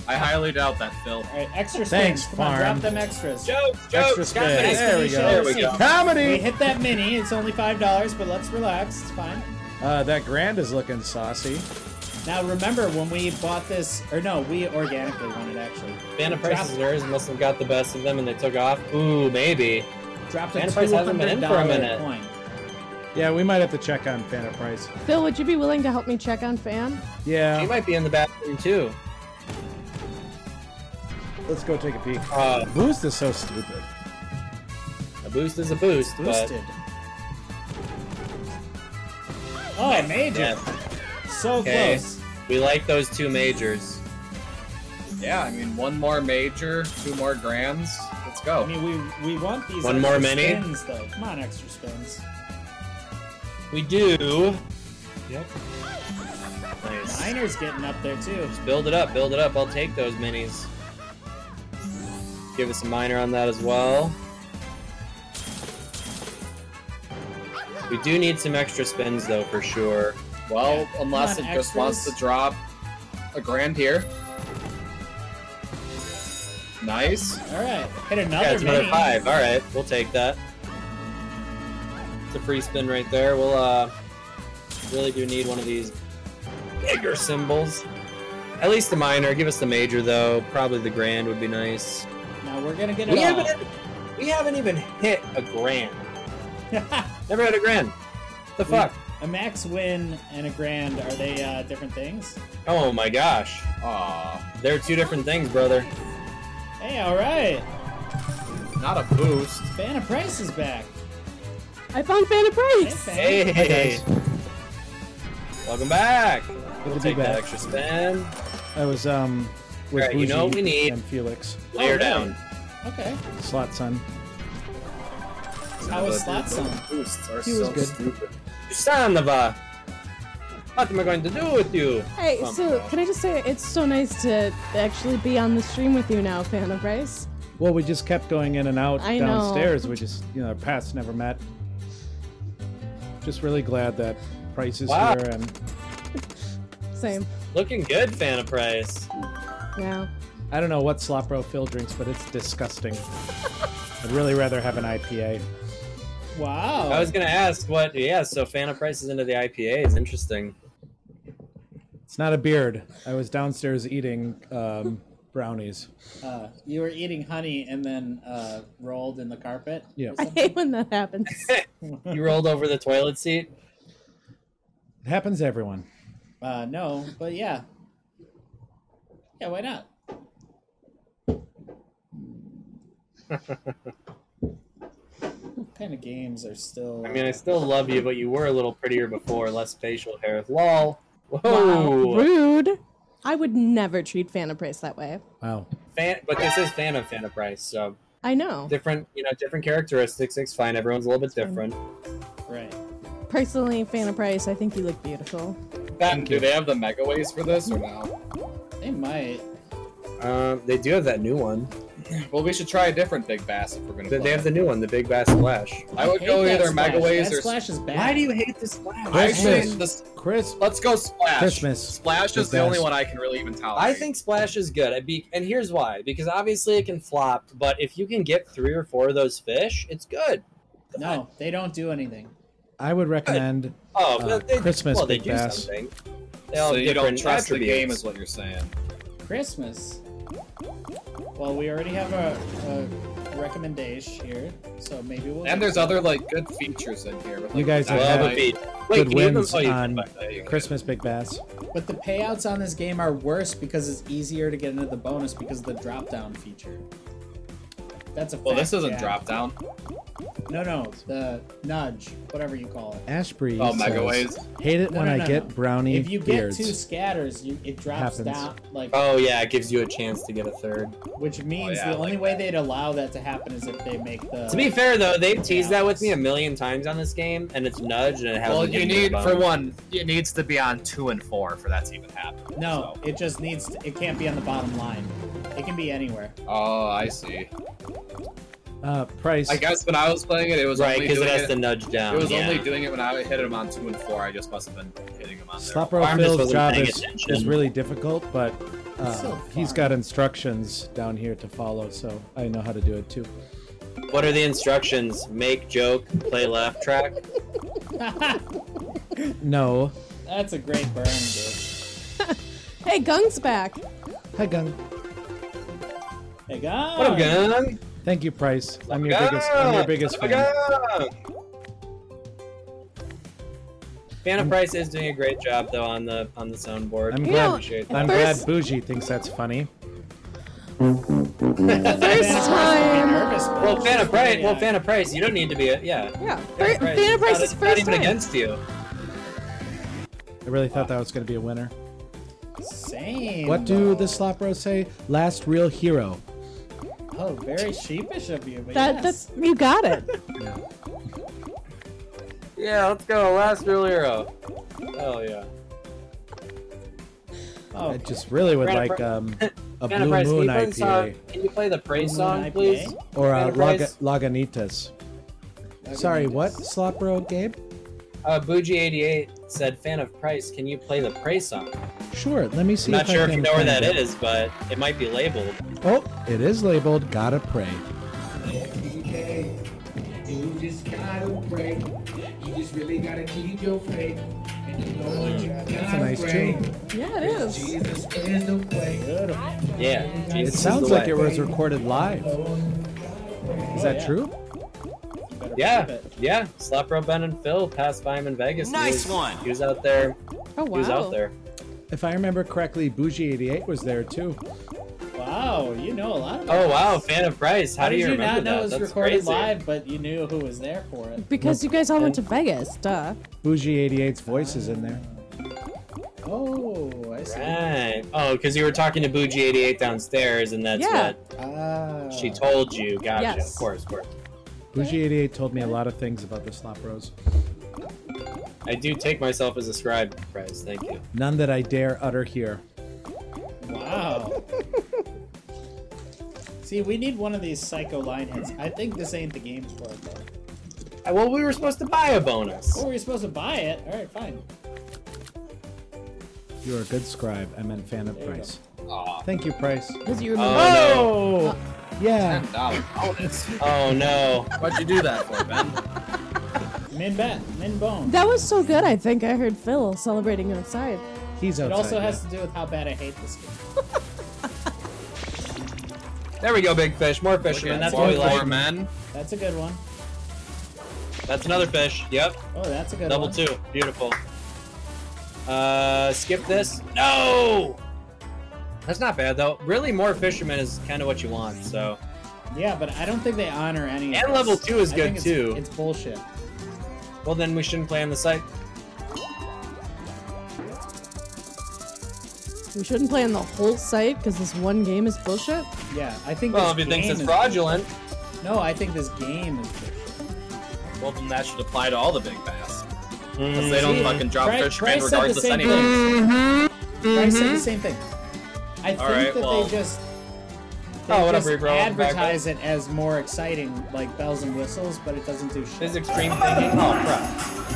[SPEAKER 6] I highly doubt that, Phil.
[SPEAKER 1] All right, extra spins.
[SPEAKER 3] Thanks,
[SPEAKER 1] Come on,
[SPEAKER 3] farm.
[SPEAKER 1] drop them extras.
[SPEAKER 4] Jokes,
[SPEAKER 3] Extra
[SPEAKER 4] jokes,
[SPEAKER 3] spin.
[SPEAKER 4] comedy.
[SPEAKER 3] There we
[SPEAKER 1] There
[SPEAKER 3] go.
[SPEAKER 1] we go. We
[SPEAKER 3] Comedy!
[SPEAKER 1] hit that mini. It's only five dollars, but let's relax. It's fine.
[SPEAKER 3] Uh, that grand is looking saucy.
[SPEAKER 1] Now remember when we bought this, or no, we organically won it actually.
[SPEAKER 4] Mana Price is nerds must have got the best of them, and they took off. Ooh, maybe.
[SPEAKER 1] Dropped a
[SPEAKER 4] Man,
[SPEAKER 1] two
[SPEAKER 4] Price hasn't been
[SPEAKER 1] hundred
[SPEAKER 4] in for a
[SPEAKER 1] dollar
[SPEAKER 4] minute.
[SPEAKER 1] coin.
[SPEAKER 3] Yeah, we might have to check on Fanta Price.
[SPEAKER 2] Phil, would you be willing to help me check on Fan?
[SPEAKER 4] He
[SPEAKER 3] Yeah,
[SPEAKER 4] might be in the bathroom too.
[SPEAKER 3] let's go take a peek.
[SPEAKER 4] Uh,
[SPEAKER 3] Boost is so stupid.
[SPEAKER 4] a boost is a boost,
[SPEAKER 1] Boosted. Oh,
[SPEAKER 4] but
[SPEAKER 1] major!
[SPEAKER 4] yeah,
[SPEAKER 1] So
[SPEAKER 4] Okay.
[SPEAKER 1] close.
[SPEAKER 4] we like those two majors.
[SPEAKER 6] Yeah, I mean, one more major, two more grands. Let's go.
[SPEAKER 1] I mean, we we want these
[SPEAKER 4] One
[SPEAKER 1] extra
[SPEAKER 4] more mini?
[SPEAKER 1] spins though. Come on, extra spins.
[SPEAKER 4] We do. Yep. Nice.
[SPEAKER 1] Miner's getting up there too.
[SPEAKER 4] Build it up, build it up. I'll take those minis. Give us a minor on that as well. We do need some extra spins though, for sure.
[SPEAKER 6] well,
[SPEAKER 1] Yeah.
[SPEAKER 6] unless it
[SPEAKER 1] Come on,
[SPEAKER 6] just wants to
[SPEAKER 1] extras.
[SPEAKER 6] drop a grand here. Nice.
[SPEAKER 1] All right, hit another
[SPEAKER 4] yeah, it's
[SPEAKER 1] mini.
[SPEAKER 4] another five. All right, we'll take that. It's a free spin right there. We'll uh, really do need one of these bigger symbols. At least the minor. Give us the major though. Probably the grand would be nice.
[SPEAKER 1] Now we're gonna get it
[SPEAKER 4] We
[SPEAKER 1] all.
[SPEAKER 4] haven't, we haven't even hit a grand. Never had a grand. The fuck?
[SPEAKER 1] a max win and a grand are they uh, different things?
[SPEAKER 4] Oh my gosh.
[SPEAKER 6] Aw.
[SPEAKER 4] They're two different things, brother.
[SPEAKER 1] Hey, all right.
[SPEAKER 6] Not a boost.
[SPEAKER 1] Vanna Price is back.
[SPEAKER 2] I found Fan a
[SPEAKER 1] Hey,
[SPEAKER 2] price.
[SPEAKER 1] Vanna.
[SPEAKER 4] Hey, welcome back.
[SPEAKER 3] Good
[SPEAKER 4] We'll
[SPEAKER 3] to be
[SPEAKER 4] take that
[SPEAKER 3] back.
[SPEAKER 4] extra spin.
[SPEAKER 3] I was um with
[SPEAKER 4] Alright, you know what
[SPEAKER 3] Bougie
[SPEAKER 4] we need?
[SPEAKER 3] and Felix
[SPEAKER 4] Layer
[SPEAKER 1] really?
[SPEAKER 4] down.
[SPEAKER 1] Okay.
[SPEAKER 3] slot son.
[SPEAKER 1] How was Slot Son?
[SPEAKER 6] Boosts are
[SPEAKER 3] He was
[SPEAKER 6] so
[SPEAKER 3] good.
[SPEAKER 6] stupid.
[SPEAKER 4] Son of a. What am I going to do with you?
[SPEAKER 2] Hey,
[SPEAKER 4] Um,
[SPEAKER 2] so can I just say it's so nice to actually be on the stream with you now, Fan of Rice?
[SPEAKER 3] Well, we just kept going in and out
[SPEAKER 2] I know.
[SPEAKER 3] downstairs. We just you know our paths never met. Just really glad that Price is
[SPEAKER 4] Wow.
[SPEAKER 3] here and
[SPEAKER 2] Same.
[SPEAKER 4] Looking good, Fanta Price.
[SPEAKER 2] Yeah.
[SPEAKER 3] I don't know what slop bro Phil drinks, but it's disgusting. I'd really rather have an IPA.
[SPEAKER 1] Wow.
[SPEAKER 4] I was gonna ask what. Yeah, so Fanta Price is into the IPA. It's interesting.
[SPEAKER 3] It's not a beard. I was downstairs eating um, brownies.
[SPEAKER 1] uh, you were eating honey and then uh, rolled in the carpet.
[SPEAKER 3] Yeah.
[SPEAKER 2] I hate when that happens.
[SPEAKER 4] You rolled over the toilet seat.
[SPEAKER 3] It happens to everyone.
[SPEAKER 1] Uh, no, but yeah. Yeah, why not? What kind of games are still?
[SPEAKER 4] I mean, I still love you, but you were a little prettier before, less facial hair. Lol.
[SPEAKER 2] Wow,
[SPEAKER 4] Whoa.
[SPEAKER 2] rude. I would never treat Fanaprace that way.
[SPEAKER 3] Wow.
[SPEAKER 4] Fan, but this is fan of fan of price, so
[SPEAKER 2] I know.
[SPEAKER 4] different, you know, different characteristics. It's fine. Everyone's a little bit different.
[SPEAKER 1] right.
[SPEAKER 2] Personally, Fanaprace, I think you look beautiful.
[SPEAKER 6] Ben, do they have the mega waves for this or no?
[SPEAKER 1] They might.
[SPEAKER 4] Um, they do have that new one.
[SPEAKER 6] Well, we should try a different big bass if we're gonna.
[SPEAKER 4] They they
[SPEAKER 6] play.
[SPEAKER 4] have the new one, the Big Bass Splash.
[SPEAKER 6] I would
[SPEAKER 1] Hate
[SPEAKER 6] go
[SPEAKER 1] that
[SPEAKER 6] either
[SPEAKER 1] splash.
[SPEAKER 6] mega waves
[SPEAKER 1] that
[SPEAKER 6] or.
[SPEAKER 1] splash is bad.
[SPEAKER 4] hate this splash?
[SPEAKER 6] I actually,
[SPEAKER 3] Christmas.
[SPEAKER 6] this,
[SPEAKER 3] Chris.
[SPEAKER 6] let's go splash.
[SPEAKER 3] Christmas.
[SPEAKER 6] Splash
[SPEAKER 3] The
[SPEAKER 6] is the only
[SPEAKER 3] best.
[SPEAKER 6] one I can really even tolerate.
[SPEAKER 4] I think Splash is good. I be, and here's why: because obviously it can flop, but if you can get three or four of those fish, it's good.
[SPEAKER 1] No, they don't do anything.
[SPEAKER 3] I would recommend.
[SPEAKER 4] Oh,
[SPEAKER 3] Uh,
[SPEAKER 4] well, they,
[SPEAKER 3] Christmas
[SPEAKER 4] well, they
[SPEAKER 3] Big
[SPEAKER 4] do
[SPEAKER 3] Bass.
[SPEAKER 4] something. They all
[SPEAKER 6] so
[SPEAKER 4] have
[SPEAKER 6] you don't
[SPEAKER 4] different
[SPEAKER 6] trust the game,
[SPEAKER 4] attributes.
[SPEAKER 6] is what you're saying.
[SPEAKER 1] Christmas. Well, we already have a, a recommendation here, so maybe we'll.
[SPEAKER 6] And the's other like good features in here. But, like,
[SPEAKER 3] You guys
[SPEAKER 6] that
[SPEAKER 3] are
[SPEAKER 4] Love
[SPEAKER 3] have
[SPEAKER 4] a
[SPEAKER 3] Right.
[SPEAKER 4] beat. Wait,
[SPEAKER 3] good
[SPEAKER 4] can you oh, even
[SPEAKER 3] wins
[SPEAKER 4] play-
[SPEAKER 3] on
[SPEAKER 6] There you go.
[SPEAKER 3] Christmas Big Bass.
[SPEAKER 1] But the payouts on this game are worse because it's easier to get into the bonus because of the drop down feature. That's a.
[SPEAKER 6] Well, this
[SPEAKER 1] fact,
[SPEAKER 6] isn't
[SPEAKER 1] Jack.
[SPEAKER 6] drop down.
[SPEAKER 1] No, no, the nudge, whatever you call it.
[SPEAKER 3] Ashbury.
[SPEAKER 6] Oh,
[SPEAKER 3] says,
[SPEAKER 6] mega waves.
[SPEAKER 3] Hate it
[SPEAKER 1] No,
[SPEAKER 3] when
[SPEAKER 1] no,
[SPEAKER 3] I
[SPEAKER 1] no,
[SPEAKER 3] get
[SPEAKER 1] no.
[SPEAKER 3] brownie
[SPEAKER 1] If you get
[SPEAKER 3] beards.
[SPEAKER 1] two scatters, you it drops
[SPEAKER 3] Happens.
[SPEAKER 1] down like,
[SPEAKER 4] Oh yeah, it gives you a chance to get a third.
[SPEAKER 1] which means
[SPEAKER 6] Oh, yeah,
[SPEAKER 1] the only
[SPEAKER 6] like
[SPEAKER 1] way they'd allow that to happen is if they make the.
[SPEAKER 4] To be fair though, they've teased
[SPEAKER 1] Yeah.
[SPEAKER 4] that with me a million times on this game, and it's nudge and it has.
[SPEAKER 6] Well, you need for one, it needs to be on two and four for that to even happen.
[SPEAKER 1] No, it just needs. To, it can't be on the bottom line. It can be anywhere.
[SPEAKER 6] So- Oh, I see.
[SPEAKER 3] uh, price.
[SPEAKER 6] I guess when I was playing it, it was
[SPEAKER 4] right
[SPEAKER 6] only
[SPEAKER 4] because
[SPEAKER 6] doing
[SPEAKER 4] it has
[SPEAKER 6] it,
[SPEAKER 4] to nudge down.
[SPEAKER 6] it was
[SPEAKER 4] yeah.
[SPEAKER 6] only doing it when I hit him on two and four. I just must have been hitting him on there.
[SPEAKER 3] Slap Row
[SPEAKER 4] Farm just
[SPEAKER 3] Phil's
[SPEAKER 4] wasn't
[SPEAKER 3] job
[SPEAKER 4] paying
[SPEAKER 3] is,
[SPEAKER 4] attention.
[SPEAKER 3] is really difficult, but uh,
[SPEAKER 1] It's so
[SPEAKER 3] he's
[SPEAKER 1] fun.
[SPEAKER 3] got instructions down here to follow, so I know how to do it too.
[SPEAKER 4] What are the instructions? Make joke, play laugh track.
[SPEAKER 3] No.
[SPEAKER 1] That's a great burn, dude.
[SPEAKER 2] Hey, Gung's back.
[SPEAKER 3] Hi, Gung.
[SPEAKER 1] Hey, God.
[SPEAKER 4] What up, gang?
[SPEAKER 3] Thank you, Price. I'm your biggest. I'm your biggest fan.
[SPEAKER 4] Fan of Price is doing a great job though on the on the soundboard.
[SPEAKER 3] I'm
[SPEAKER 4] I
[SPEAKER 3] glad-
[SPEAKER 4] Appreciate that.
[SPEAKER 3] I'm
[SPEAKER 2] First-
[SPEAKER 3] glad Bougie thinks that's funny.
[SPEAKER 2] First time.
[SPEAKER 1] Nervous, but
[SPEAKER 4] Well, fan of Price.
[SPEAKER 1] Yeah.
[SPEAKER 4] Well, fan of Price. You don't need to be. A, yeah.
[SPEAKER 2] Yeah, Fir-
[SPEAKER 4] Fan of Price.
[SPEAKER 2] Fanta
[SPEAKER 4] It's not-
[SPEAKER 2] Price
[SPEAKER 4] it's
[SPEAKER 2] is
[SPEAKER 4] not
[SPEAKER 2] first
[SPEAKER 4] even
[SPEAKER 2] time.
[SPEAKER 4] against you.
[SPEAKER 3] I really thought that was going to be a winner.
[SPEAKER 1] Same.
[SPEAKER 3] What do the slop rows say? Last real hero.
[SPEAKER 1] Oh, very sheepish of you, but
[SPEAKER 2] That,
[SPEAKER 1] yes.
[SPEAKER 2] that's you got it.
[SPEAKER 4] Yeah, let's go. Last real hero. Oh yeah.
[SPEAKER 1] Oh,
[SPEAKER 3] I just really would
[SPEAKER 4] Brandon
[SPEAKER 3] like
[SPEAKER 4] Pri-
[SPEAKER 3] um, a
[SPEAKER 4] Fan of
[SPEAKER 3] Blue Moon
[SPEAKER 4] Price, can you play the song-
[SPEAKER 3] IPA
[SPEAKER 4] Can you play the Praise
[SPEAKER 1] Blue
[SPEAKER 4] song,
[SPEAKER 1] Moon
[SPEAKER 4] please?
[SPEAKER 1] IPA?
[SPEAKER 3] or uh, a
[SPEAKER 4] Fan of
[SPEAKER 3] Laga-
[SPEAKER 4] Price?
[SPEAKER 3] Laganitas. Sorry, what slop row, Gabe?
[SPEAKER 4] Uh, Bougie88 said, "Fan of Price, can you play the Praise song?"
[SPEAKER 3] Sure. Let me see.
[SPEAKER 4] I'm not
[SPEAKER 3] if I
[SPEAKER 4] sure if
[SPEAKER 3] can
[SPEAKER 4] you know where
[SPEAKER 3] find
[SPEAKER 4] that
[SPEAKER 3] it.
[SPEAKER 4] is, but it might be labeled.
[SPEAKER 3] Oh, it is labeled "Gotta Pray."
[SPEAKER 7] You just gotta pray. You just really gotta keep your faith. And you know what you gotta
[SPEAKER 3] That's a nice
[SPEAKER 7] pray.
[SPEAKER 3] tune.
[SPEAKER 2] Yeah, it is.
[SPEAKER 7] Jesus is the way.
[SPEAKER 4] Yeah.
[SPEAKER 3] It
[SPEAKER 4] Jesus is
[SPEAKER 3] sounds
[SPEAKER 4] the
[SPEAKER 3] like
[SPEAKER 4] way.
[SPEAKER 3] it was recorded live. Is that
[SPEAKER 1] yeah.
[SPEAKER 3] true?
[SPEAKER 1] You better prove
[SPEAKER 4] Yeah,
[SPEAKER 1] it.
[SPEAKER 4] yeah. Slap Rob Ben and Phil passed by him in Vegas. Nice one. He was out there.
[SPEAKER 2] Oh
[SPEAKER 4] He was out
[SPEAKER 2] wow.
[SPEAKER 4] there.
[SPEAKER 3] If I remember correctly, Bougie '88 was there too.
[SPEAKER 1] Wow, you know a lot. About
[SPEAKER 4] Oh
[SPEAKER 1] this.
[SPEAKER 4] wow, fan of Price. How,
[SPEAKER 1] How
[SPEAKER 4] do
[SPEAKER 1] did
[SPEAKER 4] you,
[SPEAKER 1] you
[SPEAKER 4] remember
[SPEAKER 1] not know
[SPEAKER 4] that?
[SPEAKER 1] it was
[SPEAKER 4] That's
[SPEAKER 1] recorded
[SPEAKER 4] crazy.
[SPEAKER 1] live, but you knew who was there for it?
[SPEAKER 2] Because you guys all
[SPEAKER 4] Oh.
[SPEAKER 2] went to Vegas, duh.
[SPEAKER 3] Bougie '88's voice is in there.
[SPEAKER 1] Oh, I see.
[SPEAKER 4] Right. Oh, because you were talking to Bougie88 downstairs, and that's
[SPEAKER 2] Yeah.
[SPEAKER 1] Ah.
[SPEAKER 4] what she told you. Gotcha.
[SPEAKER 2] Yes.
[SPEAKER 4] Of course, of course.
[SPEAKER 3] Bougie '88 told me a lot of things about the slop rows.
[SPEAKER 4] I do take myself as a scribe, Price. Thank you.
[SPEAKER 3] None that I dare utter here.
[SPEAKER 1] Wow. See, we need one of these psycho lineheads. I think this ain't the game for it, though.
[SPEAKER 4] Uh, Well, we were supposed to buy a bonus.
[SPEAKER 1] Oh, were you supposed to buy it? All right, fine.
[SPEAKER 3] You're a good scribe. I meant fan of
[SPEAKER 1] There you
[SPEAKER 3] Price.
[SPEAKER 6] Aw,
[SPEAKER 3] Thank you, Price.
[SPEAKER 2] Because you remember.
[SPEAKER 4] Oh
[SPEAKER 3] Oh, yeah.
[SPEAKER 6] ten dollars bonus.
[SPEAKER 4] no! Oh no!
[SPEAKER 6] Why'd you do that for, Ben?
[SPEAKER 1] Min bet, min bone.
[SPEAKER 2] That was so good. I think I heard Phil celebrating outside.
[SPEAKER 3] He's
[SPEAKER 1] It
[SPEAKER 3] outside.
[SPEAKER 1] also
[SPEAKER 3] now.
[SPEAKER 1] has to do with how bad I hate this game.
[SPEAKER 4] There we go, big fish. More fishermen.
[SPEAKER 6] Fisherman,
[SPEAKER 4] That's
[SPEAKER 6] that's
[SPEAKER 4] what
[SPEAKER 1] more
[SPEAKER 4] we
[SPEAKER 6] only
[SPEAKER 4] like.
[SPEAKER 6] four men.
[SPEAKER 1] That's a good one.
[SPEAKER 4] That's another fish. Yep.
[SPEAKER 1] Oh, that's a good
[SPEAKER 4] Double
[SPEAKER 1] one.
[SPEAKER 4] two. Beautiful. Uh, skip this. No. That's not bad though. Really, more fishermen is kind of what you want. So
[SPEAKER 1] Yeah, but I don't think they honor any. of
[SPEAKER 4] And
[SPEAKER 1] this.
[SPEAKER 4] level two is
[SPEAKER 1] I
[SPEAKER 4] good,
[SPEAKER 1] think it's-
[SPEAKER 4] too.
[SPEAKER 1] It's bullshit.
[SPEAKER 4] Well, then we shouldn't play on the site.
[SPEAKER 2] We shouldn't play on the whole site because this one game is bullshit.
[SPEAKER 1] Yeah, I think. this
[SPEAKER 4] Well, if he thinks
[SPEAKER 1] game
[SPEAKER 4] it's
[SPEAKER 1] is-
[SPEAKER 4] fraudulent,
[SPEAKER 1] No, I think this game is. bullshit.
[SPEAKER 6] Well, then that should apply to all the big bass. Because they
[SPEAKER 4] Mm.
[SPEAKER 6] don't
[SPEAKER 1] See,
[SPEAKER 6] fucking drop
[SPEAKER 1] Christ-
[SPEAKER 6] fish
[SPEAKER 1] Christ
[SPEAKER 6] fin
[SPEAKER 1] said
[SPEAKER 6] regardless
[SPEAKER 1] the same
[SPEAKER 6] anyway.
[SPEAKER 1] thing. Christ said the same thing. I think
[SPEAKER 6] right,
[SPEAKER 1] that
[SPEAKER 6] well-
[SPEAKER 1] they just. They
[SPEAKER 4] Oh, whatever,
[SPEAKER 1] just
[SPEAKER 4] bro, I'm back up.
[SPEAKER 1] advertise it as more exciting, like bells and whistles, but it doesn't do shit.
[SPEAKER 4] his extreme thinking. Oh, crap.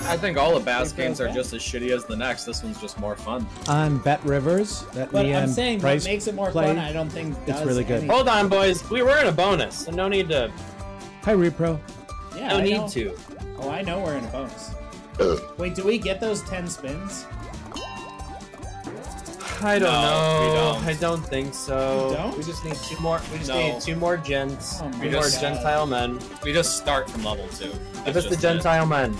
[SPEAKER 6] I think all the bass
[SPEAKER 1] Think
[SPEAKER 6] games are
[SPEAKER 1] okay.
[SPEAKER 6] just as shitty as the next. This one's just more fun.
[SPEAKER 3] on Bet Rivers. That
[SPEAKER 1] But
[SPEAKER 3] Leanne
[SPEAKER 1] I'm saying
[SPEAKER 3] Price
[SPEAKER 1] what makes it more
[SPEAKER 3] play.
[SPEAKER 1] fun. I don't think
[SPEAKER 3] It's
[SPEAKER 1] does
[SPEAKER 3] really good.
[SPEAKER 1] anything.
[SPEAKER 4] Hold on, boys. We were in a bonus, so no need to.
[SPEAKER 3] Hi, Repro.
[SPEAKER 1] yeah,
[SPEAKER 4] No
[SPEAKER 1] I
[SPEAKER 4] need
[SPEAKER 1] know.
[SPEAKER 4] to.
[SPEAKER 1] Oh, I know we're in a bonus. Wait, do we get those ten spins?
[SPEAKER 4] I don't
[SPEAKER 6] No,
[SPEAKER 4] know.
[SPEAKER 6] we don't.
[SPEAKER 4] I don't think so.
[SPEAKER 1] You don't?
[SPEAKER 4] We just need two more. We just
[SPEAKER 6] No.
[SPEAKER 4] need two more gents.
[SPEAKER 1] Oh my
[SPEAKER 4] two more
[SPEAKER 6] God.
[SPEAKER 4] Gentile men.
[SPEAKER 6] We just start from level two.
[SPEAKER 4] Give
[SPEAKER 6] That's
[SPEAKER 4] us the
[SPEAKER 6] just it.
[SPEAKER 4] Gentile men.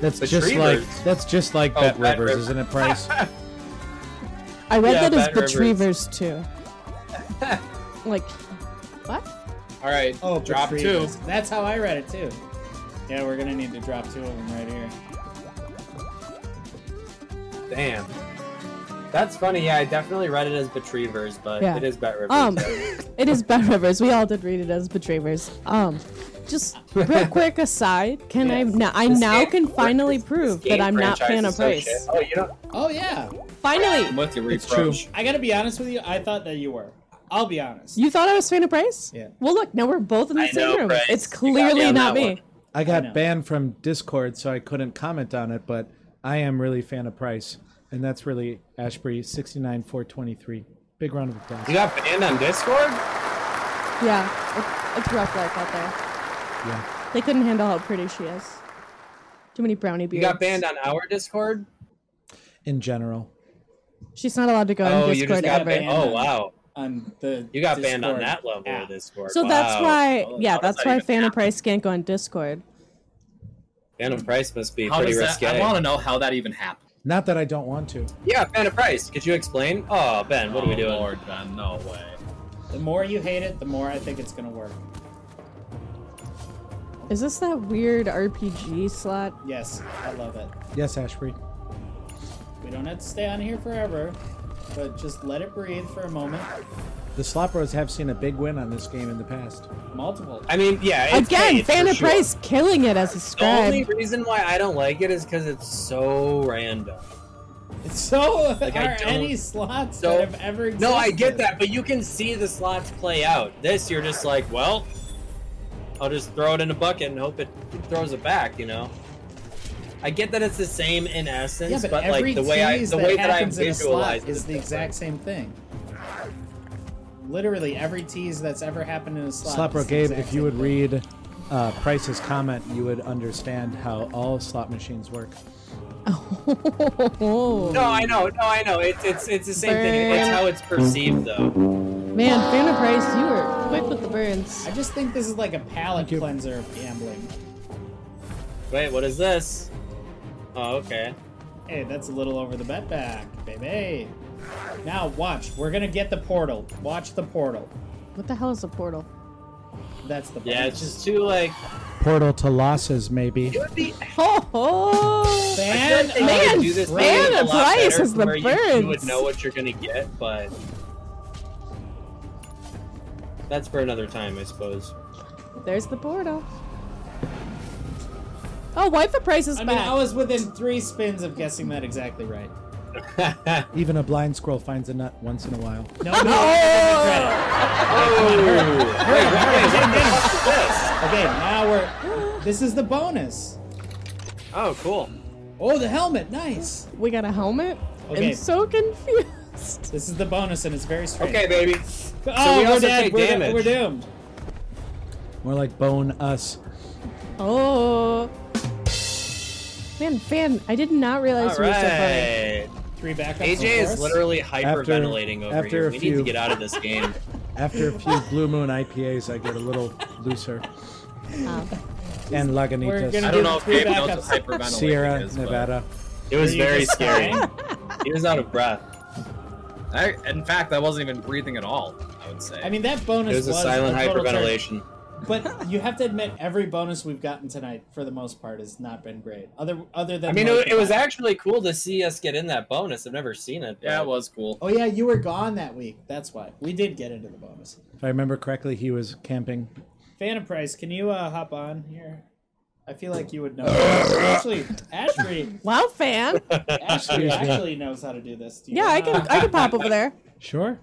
[SPEAKER 3] That's
[SPEAKER 4] But
[SPEAKER 3] just
[SPEAKER 4] Reavers-
[SPEAKER 3] like that's just like
[SPEAKER 4] Oh,
[SPEAKER 3] Bet
[SPEAKER 4] Bet
[SPEAKER 3] Rivers,
[SPEAKER 4] Rivers.
[SPEAKER 3] isn't it, Price?
[SPEAKER 2] I read
[SPEAKER 4] Yeah,
[SPEAKER 2] that as
[SPEAKER 4] Bad Rivers.
[SPEAKER 2] Betrevers too. like, what?
[SPEAKER 6] All right.
[SPEAKER 1] Oh,
[SPEAKER 6] drop
[SPEAKER 1] Patrice.
[SPEAKER 6] two.
[SPEAKER 1] That's how I read it too. Yeah, we're gonna need to drop two of them right here.
[SPEAKER 4] Damn. That's funny. Yeah, I definitely read it as Betrevers, but
[SPEAKER 2] Yeah.
[SPEAKER 4] it is Bet Rivers.
[SPEAKER 2] Um, it is Bad Rivers. We all did read it as Betrevers. Um, just real quick aside, can I
[SPEAKER 1] Yes.
[SPEAKER 2] now? I
[SPEAKER 4] This
[SPEAKER 2] now
[SPEAKER 4] game-
[SPEAKER 2] can finally
[SPEAKER 4] this
[SPEAKER 2] prove
[SPEAKER 4] game
[SPEAKER 2] that I'm not
[SPEAKER 4] franchise
[SPEAKER 2] Fana
[SPEAKER 4] is so
[SPEAKER 2] Price.
[SPEAKER 4] shit. Oh, you know,
[SPEAKER 1] Oh yeah.
[SPEAKER 6] I'm
[SPEAKER 2] Finally,
[SPEAKER 6] with you,
[SPEAKER 3] It's
[SPEAKER 6] reproach.
[SPEAKER 1] I gotta be honest with you. I thought that you were. I'll be honest.
[SPEAKER 2] you thought I was Fana Price?
[SPEAKER 3] Yeah.
[SPEAKER 2] Well, look, now we're both in the
[SPEAKER 6] I
[SPEAKER 2] same
[SPEAKER 6] know,
[SPEAKER 2] room.
[SPEAKER 6] Bryce.
[SPEAKER 2] It's
[SPEAKER 6] You got me
[SPEAKER 2] clearly
[SPEAKER 6] on
[SPEAKER 2] not
[SPEAKER 6] that
[SPEAKER 2] me.
[SPEAKER 6] one.
[SPEAKER 3] I
[SPEAKER 1] know.
[SPEAKER 3] got banned from Discord, so I couldn't comment on it. But I am really fan of Price, and that's really Ashbury sixty nine four twenty three. Big round of applause.
[SPEAKER 4] you got banned on Discord?
[SPEAKER 2] Yeah, it, it's rough life out there.
[SPEAKER 3] Yeah.
[SPEAKER 2] They couldn't handle how pretty she is. Too many brownie
[SPEAKER 4] You
[SPEAKER 2] beards.
[SPEAKER 4] got banned on our Discord?
[SPEAKER 3] In general,
[SPEAKER 2] She's not allowed to go
[SPEAKER 4] Oh,
[SPEAKER 2] on
[SPEAKER 4] you just
[SPEAKER 2] Discord
[SPEAKER 4] got
[SPEAKER 2] ever.
[SPEAKER 4] banned. Oh, wow.
[SPEAKER 1] On the
[SPEAKER 4] You got banned on
[SPEAKER 1] Discord
[SPEAKER 4] that level
[SPEAKER 1] app.
[SPEAKER 4] of Discord.
[SPEAKER 2] So that's
[SPEAKER 4] Wow.
[SPEAKER 2] why,
[SPEAKER 6] Oh,
[SPEAKER 2] yeah,
[SPEAKER 6] how does
[SPEAKER 2] that's
[SPEAKER 6] that
[SPEAKER 2] why
[SPEAKER 6] even
[SPEAKER 2] Fana
[SPEAKER 6] happen?
[SPEAKER 2] Price can't go on Discord.
[SPEAKER 4] Phantom Price must be
[SPEAKER 6] How
[SPEAKER 4] pretty
[SPEAKER 6] does that?
[SPEAKER 4] risque.
[SPEAKER 6] I want to know how that even happened.
[SPEAKER 3] not that I don't want to.
[SPEAKER 4] Yeah, Phantom Price. Could you explain? Oh, Ben, what are we
[SPEAKER 6] Oh,
[SPEAKER 4] doing?
[SPEAKER 6] Lord, Ben, no way.
[SPEAKER 1] The more you hate it, the more I think it's gonna work.
[SPEAKER 2] Is this that weird RPG slot?
[SPEAKER 1] Yes, I love it.
[SPEAKER 3] Yes, Ashbury.
[SPEAKER 1] We don't have to stay on here forever, but just let it breathe for a moment.
[SPEAKER 3] The Slopros have seen a big win on this game in the past.
[SPEAKER 1] Multiple.
[SPEAKER 4] I mean, yeah. It's
[SPEAKER 2] Again,
[SPEAKER 4] paid for
[SPEAKER 2] Fana
[SPEAKER 4] sure.
[SPEAKER 2] Price killing it as a
[SPEAKER 4] The only
[SPEAKER 2] scribe.
[SPEAKER 4] reason why I don't like it is because it's so random.
[SPEAKER 1] So
[SPEAKER 4] Like, I
[SPEAKER 1] are
[SPEAKER 4] don't-
[SPEAKER 1] any slots
[SPEAKER 4] So-
[SPEAKER 1] that have ever existed?
[SPEAKER 4] No, I get that, but you can see the slots play out. This, you're just like, well, I'll just throw it in a bucket and hope it throws it back. You know. I get that it's the same in essence,
[SPEAKER 1] Yeah,
[SPEAKER 4] but,
[SPEAKER 1] but, every
[SPEAKER 4] like the way I
[SPEAKER 1] tease
[SPEAKER 4] the way
[SPEAKER 1] that
[SPEAKER 4] that I
[SPEAKER 1] happens in a slot
[SPEAKER 4] visualize it
[SPEAKER 1] is the
[SPEAKER 4] different.
[SPEAKER 1] exact same thing. Literally every tease that's ever happened in a slot.
[SPEAKER 3] Slopro
[SPEAKER 1] is the
[SPEAKER 3] Gabe,
[SPEAKER 1] exact
[SPEAKER 3] if you
[SPEAKER 1] same
[SPEAKER 3] would
[SPEAKER 1] thing.
[SPEAKER 3] read uh, Price's comment, you would understand how all slot machines work.
[SPEAKER 2] Oh,
[SPEAKER 4] No, I know, no, I know. It's it's it's the same thing. It's how it's perceived, though.
[SPEAKER 2] Man, Fana Price, you were quick with the burns.
[SPEAKER 1] I just think this is like a palate
[SPEAKER 3] Thank you.
[SPEAKER 1] cleanser of gambling.
[SPEAKER 4] Wait, what is this? Oh, okay.
[SPEAKER 1] Hey, that's a little over the bet back, baby. Now watch, we're gonna get the portal. Watch the portal.
[SPEAKER 2] What the hell is a portal?
[SPEAKER 1] That's the
[SPEAKER 4] Yeah, it's
[SPEAKER 1] bonus.
[SPEAKER 4] just too like.
[SPEAKER 3] Portal to losses, maybe.
[SPEAKER 2] Oh, oh.
[SPEAKER 1] Fan
[SPEAKER 4] I feel like they
[SPEAKER 2] man,
[SPEAKER 4] could do this
[SPEAKER 1] of
[SPEAKER 2] man,
[SPEAKER 4] maybe a
[SPEAKER 2] the
[SPEAKER 4] lot
[SPEAKER 2] price
[SPEAKER 4] better
[SPEAKER 2] is the
[SPEAKER 4] where You, you would
[SPEAKER 2] birds.
[SPEAKER 4] know what you're gonna get, but that's for another time, I suppose.
[SPEAKER 2] There's the portal. Oh, wipe the prices
[SPEAKER 1] I
[SPEAKER 2] back.
[SPEAKER 1] mean, I was within three spins of guessing that exactly right.
[SPEAKER 3] Even a blind squirrel finds a nut once in a while.
[SPEAKER 1] No, no,
[SPEAKER 2] Oh!
[SPEAKER 1] no
[SPEAKER 4] Oh,
[SPEAKER 1] Okay, now we're. This is the bonus.
[SPEAKER 4] oh, cool.
[SPEAKER 1] Oh, the helmet, nice.
[SPEAKER 2] we got a helmet?
[SPEAKER 1] Okay.
[SPEAKER 2] I'm so confused.
[SPEAKER 1] This is the bonus, and it's very strange.
[SPEAKER 4] Okay, baby.
[SPEAKER 1] oh,
[SPEAKER 4] we
[SPEAKER 1] are
[SPEAKER 4] also
[SPEAKER 1] dead.
[SPEAKER 4] take
[SPEAKER 1] we're,
[SPEAKER 4] damage.
[SPEAKER 1] we're doomed.
[SPEAKER 3] More like bone us.
[SPEAKER 2] Oh. Man, fan, I did not realize
[SPEAKER 4] All
[SPEAKER 2] you were so funny.
[SPEAKER 4] right.
[SPEAKER 1] Three backups.
[SPEAKER 4] AJ
[SPEAKER 1] before us.
[SPEAKER 4] is literally hyperventilating over
[SPEAKER 3] after
[SPEAKER 4] here.
[SPEAKER 3] a
[SPEAKER 4] We need
[SPEAKER 3] few-
[SPEAKER 4] to get out of this game.
[SPEAKER 3] After a few Blue Moon IPAs, I get a little looser. and
[SPEAKER 1] We're
[SPEAKER 3] Lagunitas,
[SPEAKER 1] gonna
[SPEAKER 6] I don't
[SPEAKER 1] do
[SPEAKER 6] know if
[SPEAKER 1] three
[SPEAKER 6] Gabe knows what
[SPEAKER 1] backups.
[SPEAKER 6] hyperventilating
[SPEAKER 3] Sierra
[SPEAKER 6] is. but-
[SPEAKER 3] Nevada.
[SPEAKER 4] It was
[SPEAKER 1] Are you
[SPEAKER 4] very
[SPEAKER 1] just
[SPEAKER 4] scary.
[SPEAKER 1] dying?
[SPEAKER 4] he was out of breath.
[SPEAKER 6] I, in fact, I wasn't even breathing at all. I would say.
[SPEAKER 1] I mean, that bonus
[SPEAKER 4] It was a silent
[SPEAKER 1] total turd.
[SPEAKER 4] hyperventilation.
[SPEAKER 1] But you have to admit, every bonus we've gotten tonight, for the most part, has not been great. Other other than
[SPEAKER 4] I mean,
[SPEAKER 1] like-
[SPEAKER 4] it, it was actually cool to see us get in that bonus. I've never seen it.
[SPEAKER 6] yeah, it
[SPEAKER 4] but-
[SPEAKER 6] was cool.
[SPEAKER 1] Oh yeah, you were gone that week. That's why we did get into the bonus.
[SPEAKER 3] If I remember correctly, he was camping.
[SPEAKER 1] Phantom Price, can you uh, hop on here? I feel like you would know. actually, Ashby,
[SPEAKER 2] Wow, fan.
[SPEAKER 1] Ashby actually knows how to do this. Do you
[SPEAKER 2] Yeah, I
[SPEAKER 1] know?
[SPEAKER 2] can I can pop over there.
[SPEAKER 3] Sure.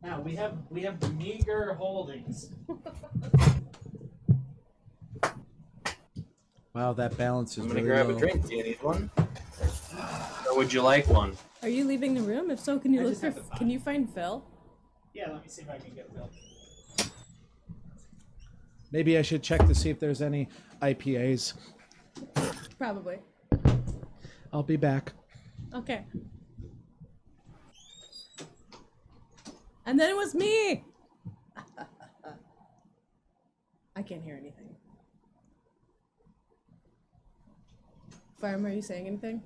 [SPEAKER 1] Now we have we have meager holdings.
[SPEAKER 8] Wow, that balance is
[SPEAKER 4] I'm gonna
[SPEAKER 8] really
[SPEAKER 4] grab a
[SPEAKER 8] low.
[SPEAKER 4] drink. Do you need one? Or would you like one?
[SPEAKER 9] Are you leaving the room? If so, can you
[SPEAKER 1] I
[SPEAKER 9] look
[SPEAKER 1] just
[SPEAKER 9] for?
[SPEAKER 1] have to find
[SPEAKER 9] Can you find Phil?
[SPEAKER 1] Yeah, let me see if I can get Bill.
[SPEAKER 3] Maybe I should check to see if there's any IPAs.
[SPEAKER 9] Probably.
[SPEAKER 3] I'll be back.
[SPEAKER 9] Okay. And then it was me. I can't hear anything. Farm, are you saying anything?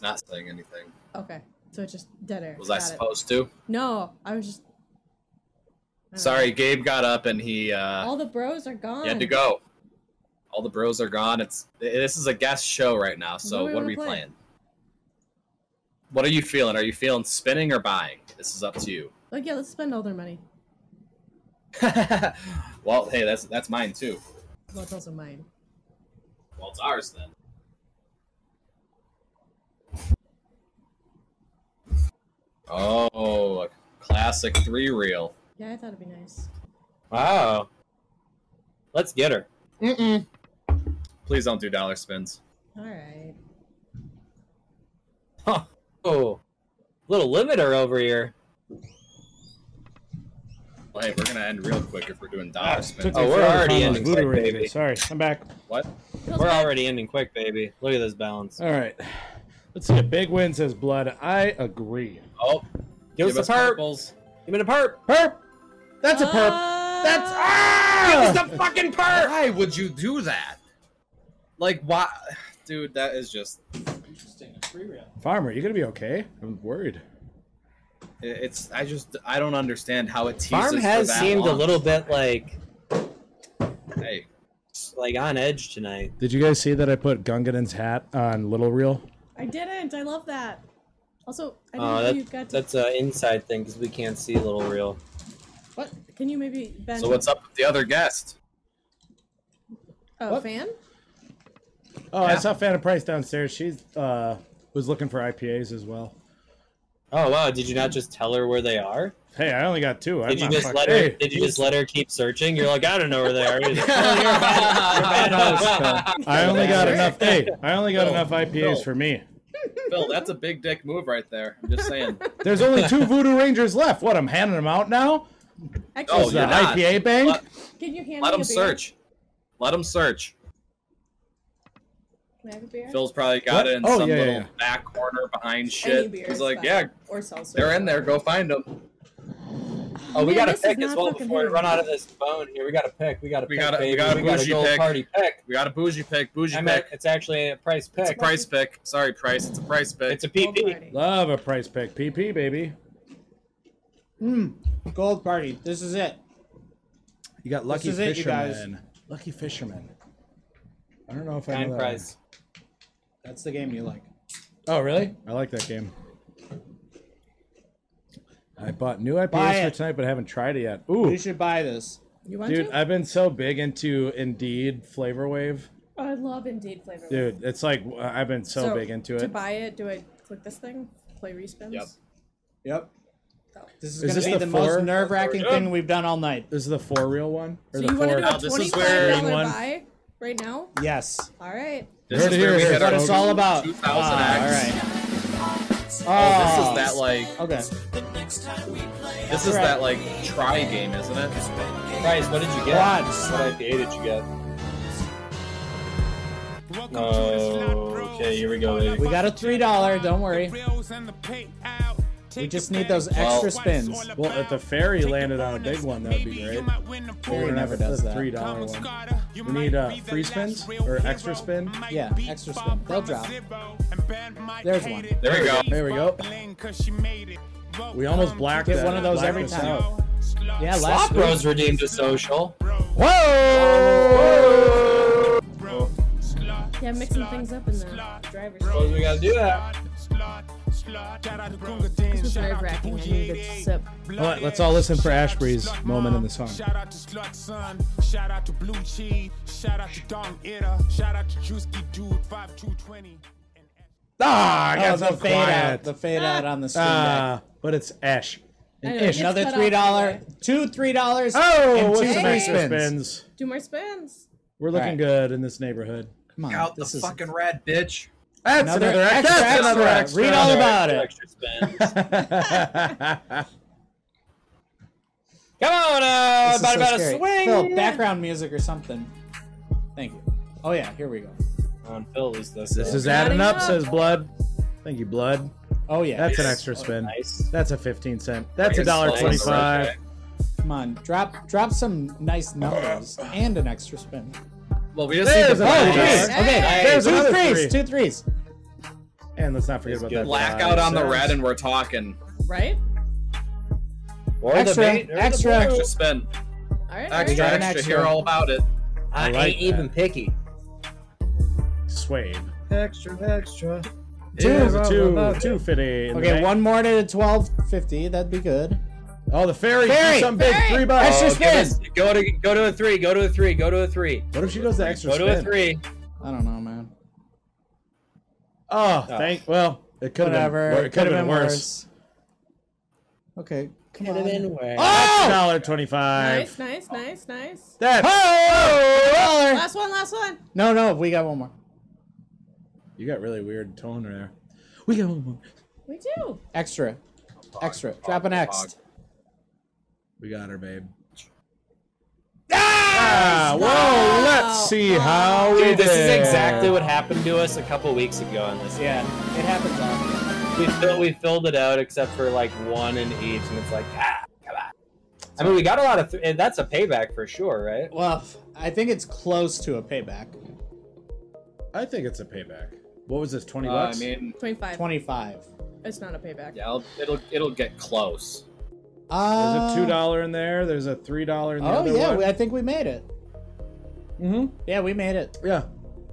[SPEAKER 6] Not saying anything.
[SPEAKER 9] Okay, so it's just dead air.
[SPEAKER 6] Was I
[SPEAKER 9] Got it.
[SPEAKER 6] supposed to?
[SPEAKER 9] No, I was just. I don't
[SPEAKER 6] Sorry, Gabe got up and he
[SPEAKER 9] know.
[SPEAKER 6] uh,
[SPEAKER 9] All the bros are gone.
[SPEAKER 6] he had to go.
[SPEAKER 9] Oh.
[SPEAKER 6] All the bros are gone. It's this is a guest show right now. So
[SPEAKER 9] What do we
[SPEAKER 6] what, are
[SPEAKER 9] wanna
[SPEAKER 6] we
[SPEAKER 9] play?
[SPEAKER 6] playing? What are you feeling? Are you feeling spinning or buying? This is up to you.
[SPEAKER 9] Like, yeah, let's spend all their money.
[SPEAKER 6] well, hey, that's that's mine too.
[SPEAKER 9] Well, it's also mine.
[SPEAKER 6] Well, it's ours then. Oh, a classic three reel.
[SPEAKER 9] Yeah, I thought it'd be nice.
[SPEAKER 4] Wow. Let's get her.
[SPEAKER 6] Please don't do dollar spins.
[SPEAKER 9] All right.
[SPEAKER 4] Oh, little limiter over here.
[SPEAKER 6] Well, hey, we're gonna end real quick if we're doing dollar spins.
[SPEAKER 4] took Oh, me we're forever to already find in. those
[SPEAKER 3] Voodoo
[SPEAKER 4] Voodoo Ranger.
[SPEAKER 3] Ranger. Sorry, I'm back.
[SPEAKER 6] What?
[SPEAKER 4] We're already ending quick, baby. Look at this balance.
[SPEAKER 3] All right. Let's see. A big win says blood. I agree.
[SPEAKER 6] Oh,
[SPEAKER 4] Give us
[SPEAKER 6] give
[SPEAKER 4] the
[SPEAKER 6] us
[SPEAKER 4] perp.
[SPEAKER 6] purples.
[SPEAKER 4] Give me the perp.
[SPEAKER 3] Perp. That's a perp.
[SPEAKER 2] Uh,
[SPEAKER 3] That's ah!
[SPEAKER 6] Give us the fucking perp. Why would you do that? Like, why, dude? That is just.
[SPEAKER 1] Interesting, a free reel.
[SPEAKER 3] Farmer, you gonna be okay? I'm worried.
[SPEAKER 6] it- It's. I just. I don't understand how it teases
[SPEAKER 4] Farm
[SPEAKER 6] for
[SPEAKER 4] has
[SPEAKER 6] that
[SPEAKER 4] seemed a
[SPEAKER 6] long.
[SPEAKER 4] little bit like
[SPEAKER 6] Hey,
[SPEAKER 4] like on edge tonight.
[SPEAKER 3] Did you guys see that I put Gungadin's hat on Little Reel?
[SPEAKER 9] I didn't. I love that. Also, I
[SPEAKER 6] Ah,
[SPEAKER 9] didn't
[SPEAKER 4] Oh,
[SPEAKER 9] know
[SPEAKER 4] that-
[SPEAKER 9] you got to.
[SPEAKER 4] that's an inside thing because we can't see little real.
[SPEAKER 9] What? Can you maybe bend?
[SPEAKER 6] so what's up with the other guest?
[SPEAKER 9] Oh,
[SPEAKER 3] What?
[SPEAKER 9] fan?
[SPEAKER 3] Oh, I
[SPEAKER 6] Yeah.
[SPEAKER 3] saw Fanta Price downstairs. She uh, was looking for IPAs as well.
[SPEAKER 4] Oh wow! Did you not just tell her where they are?
[SPEAKER 3] Hey, I only got two. I'm
[SPEAKER 4] Did you
[SPEAKER 3] not
[SPEAKER 4] just
[SPEAKER 3] fuck-
[SPEAKER 4] let her?
[SPEAKER 3] Hey.
[SPEAKER 4] Did you just let her keep searching? You're like, I don't know where they are. Either. You're a bad, you're a bad host.
[SPEAKER 3] I only got enough. Hey, I only got
[SPEAKER 6] No,
[SPEAKER 3] enough IPAs
[SPEAKER 6] no.
[SPEAKER 3] for me.
[SPEAKER 6] Phil, that's a big dick move right there. I'm just saying.
[SPEAKER 3] There's only two Voodoo Rangers left. What? I'm handing them out now.
[SPEAKER 9] Actually,
[SPEAKER 6] Oh,
[SPEAKER 3] The
[SPEAKER 6] you're not.
[SPEAKER 3] IPA bank.
[SPEAKER 6] Let-
[SPEAKER 9] can you hand
[SPEAKER 6] Oh,
[SPEAKER 9] me
[SPEAKER 6] Let
[SPEAKER 9] a
[SPEAKER 6] them
[SPEAKER 9] beer?
[SPEAKER 6] search. Let them search.
[SPEAKER 9] Can I have a beer?
[SPEAKER 6] Phil's probably
[SPEAKER 3] What?
[SPEAKER 6] got it in
[SPEAKER 3] Oh,
[SPEAKER 6] some
[SPEAKER 3] yeah, yeah,
[SPEAKER 6] little
[SPEAKER 3] yeah.
[SPEAKER 6] back corner behind
[SPEAKER 9] Any
[SPEAKER 6] shit.
[SPEAKER 9] beer
[SPEAKER 6] He's
[SPEAKER 9] is
[SPEAKER 6] like,
[SPEAKER 9] fine.
[SPEAKER 6] yeah,
[SPEAKER 9] Or seltzer.
[SPEAKER 6] they're in there. Go find them.
[SPEAKER 4] Oh, we
[SPEAKER 9] Man,
[SPEAKER 4] gotta
[SPEAKER 9] this is
[SPEAKER 4] pick as
[SPEAKER 9] not
[SPEAKER 4] well
[SPEAKER 9] fucking
[SPEAKER 4] before we
[SPEAKER 9] fair.
[SPEAKER 4] run out of this phone. Here, we gotta pick. We gotta
[SPEAKER 6] We
[SPEAKER 4] pick.
[SPEAKER 6] gotta- we
[SPEAKER 4] baby.
[SPEAKER 6] gotta
[SPEAKER 4] gotta
[SPEAKER 6] bougie
[SPEAKER 4] go
[SPEAKER 6] pick.
[SPEAKER 4] party pick.
[SPEAKER 6] We got a bougie pick. Bougie
[SPEAKER 4] I meant
[SPEAKER 6] pick.
[SPEAKER 4] it's actually a price pick.
[SPEAKER 6] It's a price pick. Sorry, price. It's a price pick.
[SPEAKER 4] It's a PP.
[SPEAKER 9] Alrighty.
[SPEAKER 3] Love a price pick. PP baby.
[SPEAKER 1] Gold party. This is it.
[SPEAKER 3] You got lucky
[SPEAKER 1] is it, you guys.
[SPEAKER 3] fisherman. Lucky fisherman. I don't know if I know
[SPEAKER 4] Time
[SPEAKER 3] that
[SPEAKER 4] price.
[SPEAKER 1] That's the game you like.
[SPEAKER 3] one. Oh really? I like that game. I bought new
[SPEAKER 1] Buy
[SPEAKER 3] IPAs for
[SPEAKER 1] it.
[SPEAKER 3] tonight, but I haven't tried it yet.
[SPEAKER 1] You
[SPEAKER 3] Ooh,
[SPEAKER 1] should buy this.
[SPEAKER 9] You want
[SPEAKER 3] dude,
[SPEAKER 9] to?
[SPEAKER 3] I've been so big into Indeed Flavor Wave.
[SPEAKER 9] oh, I love Indeed flavor.
[SPEAKER 3] Dude, it's like uh, I've been so, big into
[SPEAKER 9] To
[SPEAKER 3] it.
[SPEAKER 9] buy it, do I click this thing? Play respins.
[SPEAKER 6] Yep.
[SPEAKER 1] Yep. This is,
[SPEAKER 3] Is
[SPEAKER 1] going
[SPEAKER 3] this
[SPEAKER 1] to be
[SPEAKER 3] the
[SPEAKER 1] the,
[SPEAKER 3] four?
[SPEAKER 1] most nerve wracking thing we've done all night.
[SPEAKER 3] This is the four real one.
[SPEAKER 9] So
[SPEAKER 3] Or the
[SPEAKER 9] you
[SPEAKER 3] four
[SPEAKER 9] want to do
[SPEAKER 6] Now,
[SPEAKER 9] a
[SPEAKER 6] this is
[SPEAKER 9] twenty-five
[SPEAKER 6] where-
[SPEAKER 9] dollar buy right now?
[SPEAKER 1] Yes.
[SPEAKER 9] All right.
[SPEAKER 6] this
[SPEAKER 3] Heard
[SPEAKER 6] is
[SPEAKER 3] it
[SPEAKER 6] where
[SPEAKER 3] here,
[SPEAKER 6] we
[SPEAKER 3] heard
[SPEAKER 6] hit
[SPEAKER 3] it.
[SPEAKER 6] our
[SPEAKER 1] What it's all about.
[SPEAKER 6] 2000
[SPEAKER 1] Ah, all
[SPEAKER 6] X.
[SPEAKER 1] right.
[SPEAKER 6] Oh, this
[SPEAKER 1] Oh.
[SPEAKER 6] is that like.
[SPEAKER 1] Okay.
[SPEAKER 6] This is
[SPEAKER 1] Right.
[SPEAKER 6] that like try game, isn't it?
[SPEAKER 4] Price. What did you get?
[SPEAKER 1] Quads.
[SPEAKER 4] What IPA did you get?
[SPEAKER 5] Welcome
[SPEAKER 6] Oh,
[SPEAKER 4] Okay, here we go, baby.
[SPEAKER 1] We got a $3, don't worry.
[SPEAKER 5] We just need those extra spins.
[SPEAKER 3] Well, if the fairy landed on a big one, that would be great.
[SPEAKER 1] Fairy
[SPEAKER 3] Or
[SPEAKER 1] never
[SPEAKER 3] if it's
[SPEAKER 1] does
[SPEAKER 3] the
[SPEAKER 1] that.
[SPEAKER 3] Three dollar one. We need uh, free spins or extra spin.
[SPEAKER 1] Yeah, extra spin. They'll drop.
[SPEAKER 5] There's one.
[SPEAKER 6] There we go.
[SPEAKER 3] There we go. We almost blacked
[SPEAKER 1] Get one of those every
[SPEAKER 3] Blacked us
[SPEAKER 1] time.
[SPEAKER 3] out.
[SPEAKER 1] Yeah,
[SPEAKER 4] Slop
[SPEAKER 1] last
[SPEAKER 4] Bros redeemed a social.
[SPEAKER 3] Whoa!
[SPEAKER 9] Yeah, mix some things up in the driver's
[SPEAKER 4] Suppose
[SPEAKER 9] seat.
[SPEAKER 4] we gotta do that.
[SPEAKER 2] This was nerve wracking. I need a good sip.
[SPEAKER 3] All right, let's all listen for Ashbury's moment in the song.
[SPEAKER 5] Shout out to Slut Son. Shout out to Blue Cheese. Shout out to Dong Ida. Shout out to Juicy Dude 5220.
[SPEAKER 3] Ah, I
[SPEAKER 1] Oh,
[SPEAKER 3] got
[SPEAKER 1] the
[SPEAKER 3] so
[SPEAKER 1] fade
[SPEAKER 3] quiet.
[SPEAKER 1] out. The fade out on the screen. deck.
[SPEAKER 3] Ah, but it's Ash.
[SPEAKER 9] I
[SPEAKER 3] And
[SPEAKER 9] know,
[SPEAKER 3] Ish.
[SPEAKER 9] it's
[SPEAKER 1] Another
[SPEAKER 9] cut off
[SPEAKER 1] three dollar,
[SPEAKER 9] anyway.
[SPEAKER 1] two three dollars.
[SPEAKER 3] Oh,
[SPEAKER 1] and
[SPEAKER 3] what's
[SPEAKER 1] two
[SPEAKER 3] some
[SPEAKER 1] free
[SPEAKER 3] extra
[SPEAKER 1] spins.
[SPEAKER 3] spins?
[SPEAKER 9] Do more spins.
[SPEAKER 3] We're looking
[SPEAKER 1] Right.
[SPEAKER 3] good in this neighborhood.
[SPEAKER 1] Come on,
[SPEAKER 6] Out the
[SPEAKER 1] this is
[SPEAKER 6] fucking rat, bitch.
[SPEAKER 3] That's
[SPEAKER 1] another, extra,
[SPEAKER 3] That's
[SPEAKER 1] extra.
[SPEAKER 3] another extra.
[SPEAKER 1] Read all about it.
[SPEAKER 4] Extra spins.
[SPEAKER 3] about.
[SPEAKER 4] Come on, uh,
[SPEAKER 1] This is
[SPEAKER 4] about,
[SPEAKER 1] so
[SPEAKER 4] about a
[SPEAKER 1] scary.
[SPEAKER 4] swing.
[SPEAKER 1] Phil, background music or something. Thank you. Oh yeah, here we go.
[SPEAKER 4] on Phil is this.
[SPEAKER 3] This is
[SPEAKER 9] Not
[SPEAKER 3] adding up,
[SPEAKER 9] enough.
[SPEAKER 3] says Blood. Thank you, Blood.
[SPEAKER 1] Oh yeah,
[SPEAKER 3] That's an extra spin.
[SPEAKER 4] Nice.
[SPEAKER 3] That's a 15 cent. That's a
[SPEAKER 4] Bring
[SPEAKER 3] dollar
[SPEAKER 4] slice.
[SPEAKER 3] 25.
[SPEAKER 4] Okay.
[SPEAKER 1] come on, drop drop some nice numbers
[SPEAKER 3] Oh.
[SPEAKER 1] and an extra spin.
[SPEAKER 6] Well, we just
[SPEAKER 3] There's a
[SPEAKER 6] need to
[SPEAKER 3] dollar.
[SPEAKER 1] Threes.
[SPEAKER 3] Nice.
[SPEAKER 6] black,
[SPEAKER 1] Okay,
[SPEAKER 4] Hey,
[SPEAKER 1] there's two
[SPEAKER 3] another
[SPEAKER 1] threes,
[SPEAKER 3] three.
[SPEAKER 1] two threes.
[SPEAKER 3] And let's not forget about that.
[SPEAKER 6] black
[SPEAKER 3] die.
[SPEAKER 6] out on the
[SPEAKER 3] Sounds-
[SPEAKER 6] red, and we're talking
[SPEAKER 9] Right?
[SPEAKER 4] Or the
[SPEAKER 1] Extra,
[SPEAKER 4] bait, or the
[SPEAKER 1] extra.
[SPEAKER 4] blue.
[SPEAKER 6] extra spin,
[SPEAKER 9] Alright.
[SPEAKER 6] extra,
[SPEAKER 1] An
[SPEAKER 6] extra.
[SPEAKER 1] extra.
[SPEAKER 6] Hear all about it.
[SPEAKER 4] I,
[SPEAKER 3] like
[SPEAKER 4] ain't even picky.
[SPEAKER 3] Suede.
[SPEAKER 4] Extra, extra.
[SPEAKER 1] Two.
[SPEAKER 3] There's a two,
[SPEAKER 4] about it.
[SPEAKER 3] 250. in the
[SPEAKER 1] Okay,
[SPEAKER 3] bank.
[SPEAKER 1] one more to twelve fifty. That'd be good.
[SPEAKER 3] Oh, the fairy. do
[SPEAKER 1] Fairy.
[SPEAKER 3] Something big.
[SPEAKER 9] Fairy.
[SPEAKER 3] Three bucks.
[SPEAKER 1] Extra
[SPEAKER 3] Oh,
[SPEAKER 1] spin.
[SPEAKER 4] Go to go to a three. Go to a three. Go to a three.
[SPEAKER 3] What if she goes to extra
[SPEAKER 4] Go to a
[SPEAKER 3] spin?
[SPEAKER 4] three.
[SPEAKER 1] I don't know, man.
[SPEAKER 3] Oh, thank. Well, it could have been.
[SPEAKER 1] Whatever.
[SPEAKER 3] wor- It could have been worse.
[SPEAKER 1] Okay, come
[SPEAKER 4] Put it
[SPEAKER 1] on.
[SPEAKER 4] in where?
[SPEAKER 3] Dollar twenty-five.
[SPEAKER 9] Nice, nice, nice, nice.
[SPEAKER 3] That.
[SPEAKER 1] Oh,
[SPEAKER 9] Last one, last one.
[SPEAKER 1] no, no, we got one more.
[SPEAKER 3] You got really weird tone there. We got one more.
[SPEAKER 9] We do.
[SPEAKER 1] Extra, extra. Drop an X.
[SPEAKER 3] We got her, babe. Ah! Whoa! Let's see how we
[SPEAKER 4] Dude, this is
[SPEAKER 3] did.
[SPEAKER 4] exactly what happened to us a couple weeks ago on this.
[SPEAKER 1] Yeah, it happens often.
[SPEAKER 4] We filled, we filled it out except for like one in each, and it's like ah, come on. I mean, we got a lot of. Th- and that's a payback for sure, right?
[SPEAKER 1] Well, I think it's close to a payback.
[SPEAKER 3] I think it's a payback. What was this? Twenty
[SPEAKER 6] Uh, I
[SPEAKER 3] bucks.
[SPEAKER 6] mean,
[SPEAKER 9] 25.
[SPEAKER 1] Twenty-five.
[SPEAKER 9] It's not a payback.
[SPEAKER 6] yeah, it'll, it'll it'll get close.
[SPEAKER 1] Uh,
[SPEAKER 3] There's a two dollar in there. There's a three dollar in the
[SPEAKER 1] Oh
[SPEAKER 3] other
[SPEAKER 1] yeah,
[SPEAKER 3] one.
[SPEAKER 1] we, I think we made it.
[SPEAKER 3] mm-hmm.
[SPEAKER 1] Yeah, we made it.
[SPEAKER 3] Yeah,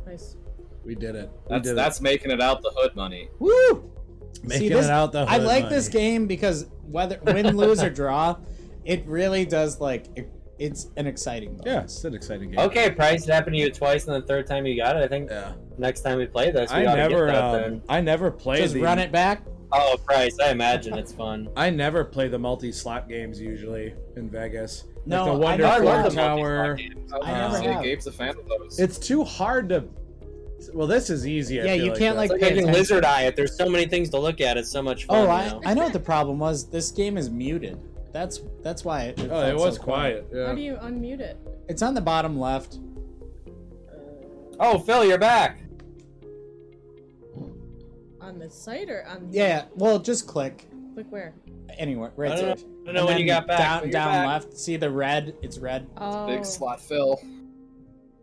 [SPEAKER 9] Nice.
[SPEAKER 3] we did it. We
[SPEAKER 6] That's
[SPEAKER 3] did
[SPEAKER 6] that's making it out the hood money.
[SPEAKER 1] Woo!
[SPEAKER 3] it. making
[SPEAKER 1] this-
[SPEAKER 3] it out the.
[SPEAKER 1] I
[SPEAKER 3] hood
[SPEAKER 1] like
[SPEAKER 3] money.
[SPEAKER 1] this game because whether win, lose, or draw, it really does like it, it's an exciting bonus.
[SPEAKER 3] Yeah, it's an exciting game.
[SPEAKER 4] Okay, price it happened to you twice, and the third time you got it. I think
[SPEAKER 3] Yeah.
[SPEAKER 4] next time we play this,
[SPEAKER 3] I
[SPEAKER 4] we ought to
[SPEAKER 3] never.
[SPEAKER 4] get that
[SPEAKER 3] Um,
[SPEAKER 4] then.
[SPEAKER 3] I never played.
[SPEAKER 1] Just
[SPEAKER 3] the,
[SPEAKER 1] run it back.
[SPEAKER 4] Oh, price! I imagine it's fun.
[SPEAKER 3] I never play the multi slot games usually in Vegas.
[SPEAKER 1] No,
[SPEAKER 3] like the Wonder
[SPEAKER 1] I
[SPEAKER 4] I
[SPEAKER 1] never-
[SPEAKER 3] Four
[SPEAKER 4] love the
[SPEAKER 3] Tower.
[SPEAKER 4] multi-slot games.
[SPEAKER 1] I never
[SPEAKER 6] Uh, See,
[SPEAKER 1] have.
[SPEAKER 6] Gabe's a fan of those.
[SPEAKER 3] It's too hard to. Well, this is easy. I
[SPEAKER 1] Yeah,
[SPEAKER 3] feel
[SPEAKER 1] you can't,
[SPEAKER 3] though.
[SPEAKER 1] like,
[SPEAKER 4] It's like
[SPEAKER 1] Pay
[SPEAKER 4] making
[SPEAKER 1] attention.
[SPEAKER 4] lizard eye. If there's so many things to look at, it's so much fun.
[SPEAKER 1] Oh,
[SPEAKER 4] you
[SPEAKER 1] I
[SPEAKER 4] know?
[SPEAKER 1] I know what the problem was. This game is muted. That's that's why it.
[SPEAKER 3] Oh,
[SPEAKER 1] felt
[SPEAKER 3] it
[SPEAKER 1] so
[SPEAKER 3] was quiet.
[SPEAKER 9] How
[SPEAKER 3] Yeah.
[SPEAKER 9] do you unmute it?
[SPEAKER 1] It's on the bottom left.
[SPEAKER 4] Oh, Phil, you're back.
[SPEAKER 9] On the site or on the
[SPEAKER 1] Yeah. Well, just click
[SPEAKER 9] click where?
[SPEAKER 1] anywhere.
[SPEAKER 4] I
[SPEAKER 1] Right
[SPEAKER 4] don't
[SPEAKER 1] there.
[SPEAKER 4] know- I don't know
[SPEAKER 1] And
[SPEAKER 4] when you
[SPEAKER 1] then
[SPEAKER 4] got back,
[SPEAKER 1] Down,
[SPEAKER 4] but you're
[SPEAKER 1] down
[SPEAKER 4] back.
[SPEAKER 1] left. See the red? It's red.
[SPEAKER 9] Oh,
[SPEAKER 6] Big slot fill.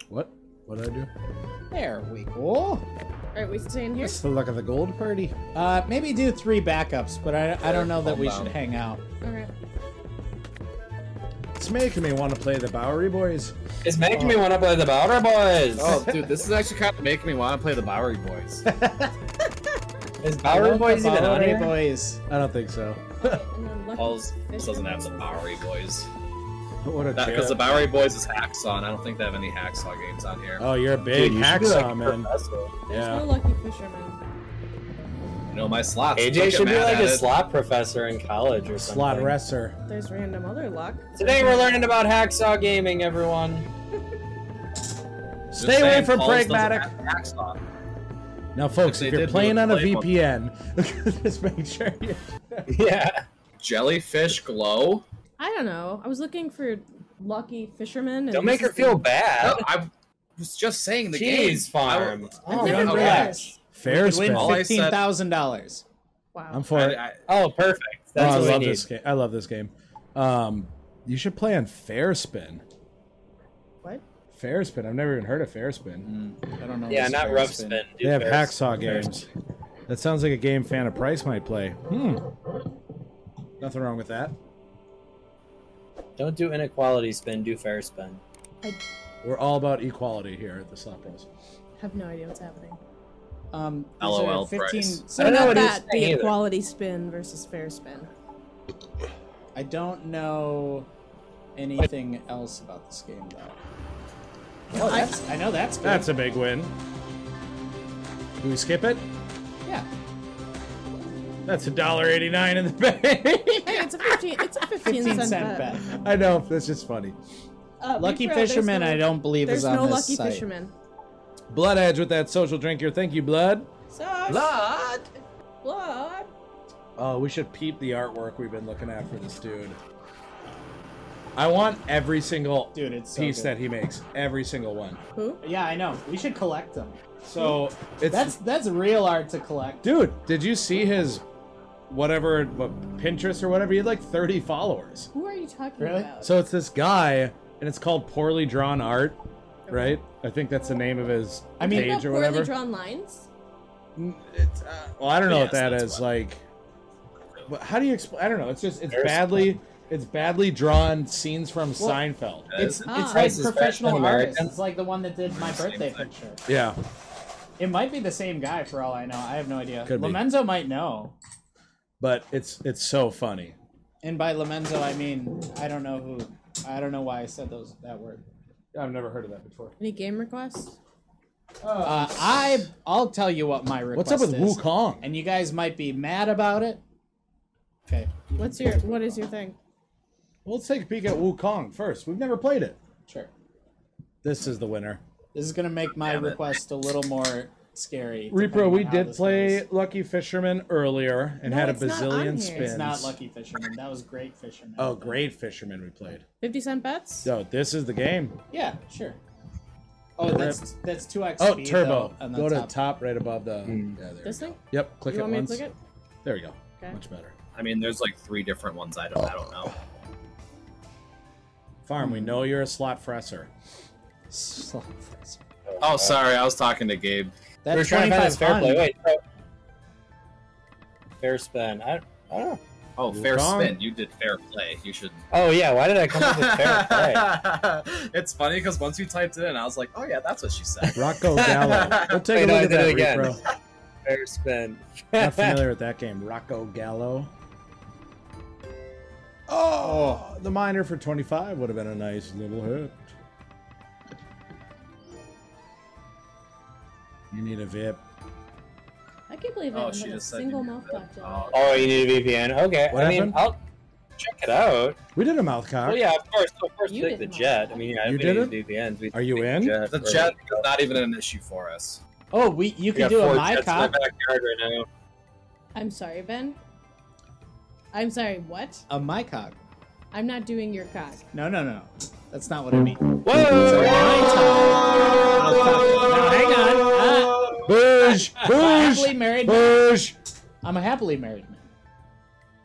[SPEAKER 3] What? What did I do?
[SPEAKER 1] There we go.
[SPEAKER 9] All right, we staying here.
[SPEAKER 3] It's the luck of the gold party.
[SPEAKER 1] Uh, maybe do three backups, but I, I don't know that we
[SPEAKER 6] Homebound.
[SPEAKER 1] should hang out.
[SPEAKER 9] All right.
[SPEAKER 3] It's making me want to play the Bowery Boys.
[SPEAKER 4] It's making me want to play the Bowery Boys.
[SPEAKER 6] Oh, dude, this is actually kind of making me want to play the Bowery Boys.
[SPEAKER 4] is
[SPEAKER 1] I
[SPEAKER 4] Bowery
[SPEAKER 1] love the
[SPEAKER 4] Boys even on
[SPEAKER 1] Bowery
[SPEAKER 4] here?
[SPEAKER 1] Boys.
[SPEAKER 3] I don't think so.
[SPEAKER 9] And then left.
[SPEAKER 6] Paul's doesn't have the Bowery Boys.
[SPEAKER 3] what a
[SPEAKER 6] Because
[SPEAKER 3] joke.
[SPEAKER 6] the Bowery Boys is Hacksaw, and I don't think they have any Hacksaw games on here.
[SPEAKER 3] Oh, you're a big
[SPEAKER 4] Dude, you should be,
[SPEAKER 3] hacksaw
[SPEAKER 4] like,
[SPEAKER 3] man.
[SPEAKER 4] professor.
[SPEAKER 9] There's
[SPEAKER 3] Yeah.
[SPEAKER 9] no lucky fisherman.
[SPEAKER 6] You know my slots. don't
[SPEAKER 4] AJ
[SPEAKER 6] get
[SPEAKER 4] should be
[SPEAKER 6] mad
[SPEAKER 4] like
[SPEAKER 6] at
[SPEAKER 4] a
[SPEAKER 6] it.
[SPEAKER 4] slot professor in college or something.
[SPEAKER 3] Slot wrestler.
[SPEAKER 9] There's random other luck.
[SPEAKER 4] Today we're learning about hacksaw gaming, everyone.
[SPEAKER 6] Just
[SPEAKER 3] Stay away
[SPEAKER 6] saying,
[SPEAKER 3] from
[SPEAKER 6] Paul's doesn't
[SPEAKER 3] pragmatic.
[SPEAKER 6] have Hacksaw.
[SPEAKER 3] Now, folks,
[SPEAKER 6] they
[SPEAKER 3] if,
[SPEAKER 6] did,
[SPEAKER 3] you're
[SPEAKER 6] we
[SPEAKER 3] playing
[SPEAKER 6] would
[SPEAKER 3] on a
[SPEAKER 6] play one.
[SPEAKER 3] VPN, just make sure you.
[SPEAKER 4] yeah.
[SPEAKER 6] Jellyfish Glow.
[SPEAKER 9] I don't know. I was looking for lucky fisherman. And
[SPEAKER 4] Don't make
[SPEAKER 9] this
[SPEAKER 4] her
[SPEAKER 9] is
[SPEAKER 4] feel
[SPEAKER 9] the-
[SPEAKER 4] bad.
[SPEAKER 6] No, I was just saying the game.
[SPEAKER 4] Jeez, Oh. farm.
[SPEAKER 9] I've
[SPEAKER 6] Oh,
[SPEAKER 9] never
[SPEAKER 6] yeah,
[SPEAKER 9] done
[SPEAKER 6] okay.
[SPEAKER 9] this.
[SPEAKER 3] Fair
[SPEAKER 1] Win
[SPEAKER 3] spin.
[SPEAKER 6] All I said-
[SPEAKER 1] fifteen thousand dollars.
[SPEAKER 9] Wow.
[SPEAKER 3] I'm
[SPEAKER 6] I,
[SPEAKER 3] for it.
[SPEAKER 6] I,
[SPEAKER 4] Oh, perfect. That's
[SPEAKER 3] oh, I
[SPEAKER 4] what
[SPEAKER 3] love
[SPEAKER 4] we need.
[SPEAKER 3] this game. I love this game. Um, you should play on Fair Spin.
[SPEAKER 9] What?
[SPEAKER 3] Fair Spin. I've never even heard of Fair Spin.
[SPEAKER 1] I don't know.
[SPEAKER 4] Yeah,
[SPEAKER 1] what's
[SPEAKER 4] not
[SPEAKER 1] fair
[SPEAKER 4] rough
[SPEAKER 1] spin.
[SPEAKER 4] spin.
[SPEAKER 3] They have
[SPEAKER 4] Dude, Mm-hmm. fair
[SPEAKER 3] hacksaw games. That sounds like a game fan of Price might play. Hmm. Nothing wrong with that.
[SPEAKER 4] Don't do inequality spin, do fair spin.
[SPEAKER 3] We're all about equality here at the Slop Rolls.
[SPEAKER 9] have no idea what's happening.
[SPEAKER 1] Um, these are
[SPEAKER 6] LOL
[SPEAKER 1] 15,
[SPEAKER 6] price.
[SPEAKER 1] so
[SPEAKER 2] So
[SPEAKER 4] don't know
[SPEAKER 2] not
[SPEAKER 4] what he's
[SPEAKER 2] that the
[SPEAKER 4] saying either.
[SPEAKER 2] equality spin versus fair spin.
[SPEAKER 1] I don't know anything else about this game though. Oh, that's, I know that's good.
[SPEAKER 3] That's a big win. Can we skip it?
[SPEAKER 1] yeah.
[SPEAKER 3] That's a dollar eighty-nine in the bank.
[SPEAKER 2] Hey, it's a fifteen. It's a fifteen,
[SPEAKER 1] 15
[SPEAKER 2] cent,
[SPEAKER 1] cent bet.
[SPEAKER 3] I know that's just funny.
[SPEAKER 2] Uh,
[SPEAKER 1] Lucky
[SPEAKER 2] Big Bro, there's
[SPEAKER 1] Fisherman,
[SPEAKER 2] no-
[SPEAKER 1] I don't believe
[SPEAKER 2] There's
[SPEAKER 1] is on
[SPEAKER 2] no
[SPEAKER 1] this
[SPEAKER 2] lucky
[SPEAKER 1] site.
[SPEAKER 2] fisherman.
[SPEAKER 3] Blood Edge with that social drink here. Thank you, Blood.
[SPEAKER 2] So
[SPEAKER 3] Blood.
[SPEAKER 2] blood.
[SPEAKER 3] Oh, we should peep the artwork we've been looking at for this dude. I want every single
[SPEAKER 1] Dude, it's so
[SPEAKER 3] piece
[SPEAKER 1] good.
[SPEAKER 3] that he makes. Every single one.
[SPEAKER 2] Who?
[SPEAKER 1] Yeah, I know. We should collect them.
[SPEAKER 3] So it's
[SPEAKER 1] That's that's real art to collect.
[SPEAKER 3] dude. Did you see his whatever what, Pinterest or whatever? He had like thirty followers.
[SPEAKER 9] Who are you talking
[SPEAKER 1] Really?
[SPEAKER 9] about?
[SPEAKER 3] So it's this guy, and it's called Poorly Drawn Art, right? I think that's the name of his
[SPEAKER 1] I mean-
[SPEAKER 3] page or
[SPEAKER 9] poorly
[SPEAKER 3] whatever.
[SPEAKER 9] drawn lines.
[SPEAKER 3] It's, uh, well, I don't know
[SPEAKER 6] Yes,
[SPEAKER 3] what that
[SPEAKER 6] that's
[SPEAKER 3] is.
[SPEAKER 6] what-
[SPEAKER 3] Like, but how do you explain? I don't know. It's just it's
[SPEAKER 4] There's-
[SPEAKER 3] badly it's badly drawn scenes from Seinfeld.
[SPEAKER 1] It's
[SPEAKER 2] Ah.
[SPEAKER 4] Uh,
[SPEAKER 1] it's like
[SPEAKER 4] Price is Right
[SPEAKER 1] professional
[SPEAKER 4] and
[SPEAKER 1] artists.
[SPEAKER 4] American.
[SPEAKER 1] It's like the one that did my
[SPEAKER 6] Same
[SPEAKER 1] birthday
[SPEAKER 6] thing.
[SPEAKER 1] picture.
[SPEAKER 3] Yeah,
[SPEAKER 1] It might be the same guy for all I know. I have no idea.
[SPEAKER 3] Could be.
[SPEAKER 1] Lomenzo might know.
[SPEAKER 3] but it's it's so funny.
[SPEAKER 1] And by Lomenzo I mean I don't know who I don't know why I said those that word.
[SPEAKER 3] I've never heard of that before.
[SPEAKER 9] Any game requests?
[SPEAKER 1] Uh, I I'll tell you what my request
[SPEAKER 3] What's up with
[SPEAKER 1] is.
[SPEAKER 3] Wukong?
[SPEAKER 1] And you guys might be mad about it. Okay.
[SPEAKER 9] What's your what is your thing?
[SPEAKER 3] Well, let's take a peek at Wukong first. We've never played it.
[SPEAKER 1] Sure.
[SPEAKER 3] This is the winner.
[SPEAKER 1] This is gonna make my
[SPEAKER 6] Damn it.
[SPEAKER 1] request a little more scary.
[SPEAKER 3] Repro,
[SPEAKER 1] depending
[SPEAKER 3] we
[SPEAKER 1] on how
[SPEAKER 3] did
[SPEAKER 1] this
[SPEAKER 3] play
[SPEAKER 1] goes.
[SPEAKER 3] Lucky Fisherman earlier and
[SPEAKER 9] No,
[SPEAKER 3] had a
[SPEAKER 9] it's not on here.
[SPEAKER 3] bazillion
[SPEAKER 9] It's
[SPEAKER 3] spins.
[SPEAKER 1] It's not Lucky Fisherman. That was Great Fisherman.
[SPEAKER 3] Oh, great Fisherman we played.
[SPEAKER 9] Fifty cent bets?
[SPEAKER 3] So this is the game.
[SPEAKER 1] Yeah, sure. Oh, that's that's two X.
[SPEAKER 3] Oh, Turbo. Go to the top right above the. Yeah, there
[SPEAKER 9] This
[SPEAKER 3] we go.
[SPEAKER 9] thing?
[SPEAKER 3] Yep, click
[SPEAKER 9] You
[SPEAKER 3] it
[SPEAKER 9] want me to
[SPEAKER 3] once.
[SPEAKER 9] click it?
[SPEAKER 3] There we go.
[SPEAKER 9] Okay.
[SPEAKER 3] Much better.
[SPEAKER 6] I mean, there's like three different ones. I don't. I don't
[SPEAKER 4] Oh.
[SPEAKER 6] know.
[SPEAKER 3] Farm, we know you're a slot fresser.
[SPEAKER 6] Oh, sorry. I was talking to Gabe.
[SPEAKER 1] That's
[SPEAKER 4] We're trying to find this
[SPEAKER 1] 25
[SPEAKER 4] fair play.
[SPEAKER 1] fun.
[SPEAKER 4] Wait. oh. Fair spin. I, I don't know.
[SPEAKER 6] Oh, fair
[SPEAKER 3] Wrong.
[SPEAKER 6] spin. You did fair play. You should.
[SPEAKER 4] Oh yeah, why did I come up with fair play?
[SPEAKER 6] it's funny because once you typed it in, I was like, oh yeah, that's what she said.
[SPEAKER 3] Rocco Gallo. We'll take
[SPEAKER 4] Wait,
[SPEAKER 3] a
[SPEAKER 4] no,
[SPEAKER 3] look
[SPEAKER 4] I
[SPEAKER 3] at
[SPEAKER 4] did
[SPEAKER 3] that,
[SPEAKER 4] it again.
[SPEAKER 3] Repro.
[SPEAKER 4] Fair spin.
[SPEAKER 3] Not familiar with that game. Rocco Gallo. Oh, the miner for 25 would have been a nice little hit. You need a VIP.
[SPEAKER 9] I can't believe I
[SPEAKER 6] Oh,
[SPEAKER 9] haven't
[SPEAKER 6] she
[SPEAKER 9] had a
[SPEAKER 6] just said.
[SPEAKER 9] single
[SPEAKER 6] you
[SPEAKER 9] mouth
[SPEAKER 6] did that.
[SPEAKER 9] talk
[SPEAKER 6] Oh,
[SPEAKER 4] oh, you need a VPN. Okay.
[SPEAKER 3] What
[SPEAKER 4] I mean,
[SPEAKER 3] happened?
[SPEAKER 4] I'll check it out.
[SPEAKER 3] We did a mouth cock.
[SPEAKER 4] Oh yeah, of course. Of course,
[SPEAKER 9] You
[SPEAKER 4] take the
[SPEAKER 9] didn't
[SPEAKER 4] jet. I mean, yeah,
[SPEAKER 3] You
[SPEAKER 4] we
[SPEAKER 3] didn't?
[SPEAKER 4] need VPNs. We
[SPEAKER 3] Are you
[SPEAKER 4] take
[SPEAKER 3] in?
[SPEAKER 6] The
[SPEAKER 4] for-
[SPEAKER 6] jet is not even an issue for us.
[SPEAKER 1] Oh, we you
[SPEAKER 4] We
[SPEAKER 1] can
[SPEAKER 4] got
[SPEAKER 1] do a
[SPEAKER 4] four
[SPEAKER 1] my
[SPEAKER 4] jets in my
[SPEAKER 1] cop,
[SPEAKER 4] backyard right now.
[SPEAKER 9] I'm sorry, Ben. I'm sorry, what?
[SPEAKER 1] a my cock.
[SPEAKER 9] I'm not doing your cock.
[SPEAKER 1] No, no, no. That's not what I mean. My
[SPEAKER 4] Whoa!
[SPEAKER 1] cock. Now, hang on. Uh,
[SPEAKER 3] Boosh!
[SPEAKER 1] I'm a
[SPEAKER 3] Boosh!
[SPEAKER 1] happily married. man.
[SPEAKER 3] Boosh!
[SPEAKER 1] I'm a happily married man.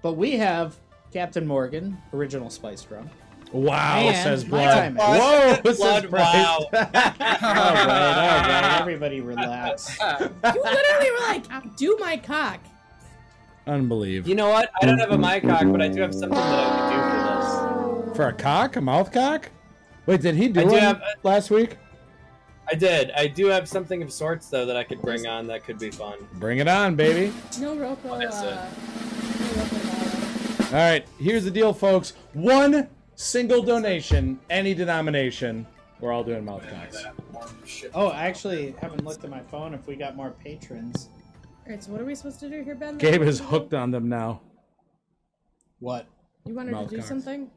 [SPEAKER 1] But we have Captain Morgan, original spice rum.
[SPEAKER 3] Wow,
[SPEAKER 1] And
[SPEAKER 3] says
[SPEAKER 1] my
[SPEAKER 3] blood.
[SPEAKER 1] time is-
[SPEAKER 3] Whoa, says
[SPEAKER 4] Blood,
[SPEAKER 3] Bryce.
[SPEAKER 4] wow.
[SPEAKER 1] all right, all right. Everybody relax.
[SPEAKER 9] You literally were like, do my cock.
[SPEAKER 3] Unbelievable.
[SPEAKER 4] You know what? I don't have a mycock, but I do have something that I could do for this.
[SPEAKER 3] For a cock? A mouth cock? Wait, did he do
[SPEAKER 4] I
[SPEAKER 3] it
[SPEAKER 4] do have-
[SPEAKER 3] last week?
[SPEAKER 4] I did. I do have something of sorts though that I could bring on that could be fun.
[SPEAKER 3] Bring it on, baby.
[SPEAKER 9] No rope roll, uh, no
[SPEAKER 6] That's it.
[SPEAKER 9] rope roll.
[SPEAKER 3] All right, here's the deal, folks. One single donation, any denomination. We're all doing mouth cocks.
[SPEAKER 1] Oh, I actually haven't looked at my phone if we got more patrons.
[SPEAKER 9] Alright, so what are we supposed to do here, Ben?
[SPEAKER 3] Gabe is hooked on them now.
[SPEAKER 1] What?
[SPEAKER 9] You wanted to
[SPEAKER 3] Mouth
[SPEAKER 9] do
[SPEAKER 3] cocks.
[SPEAKER 9] something?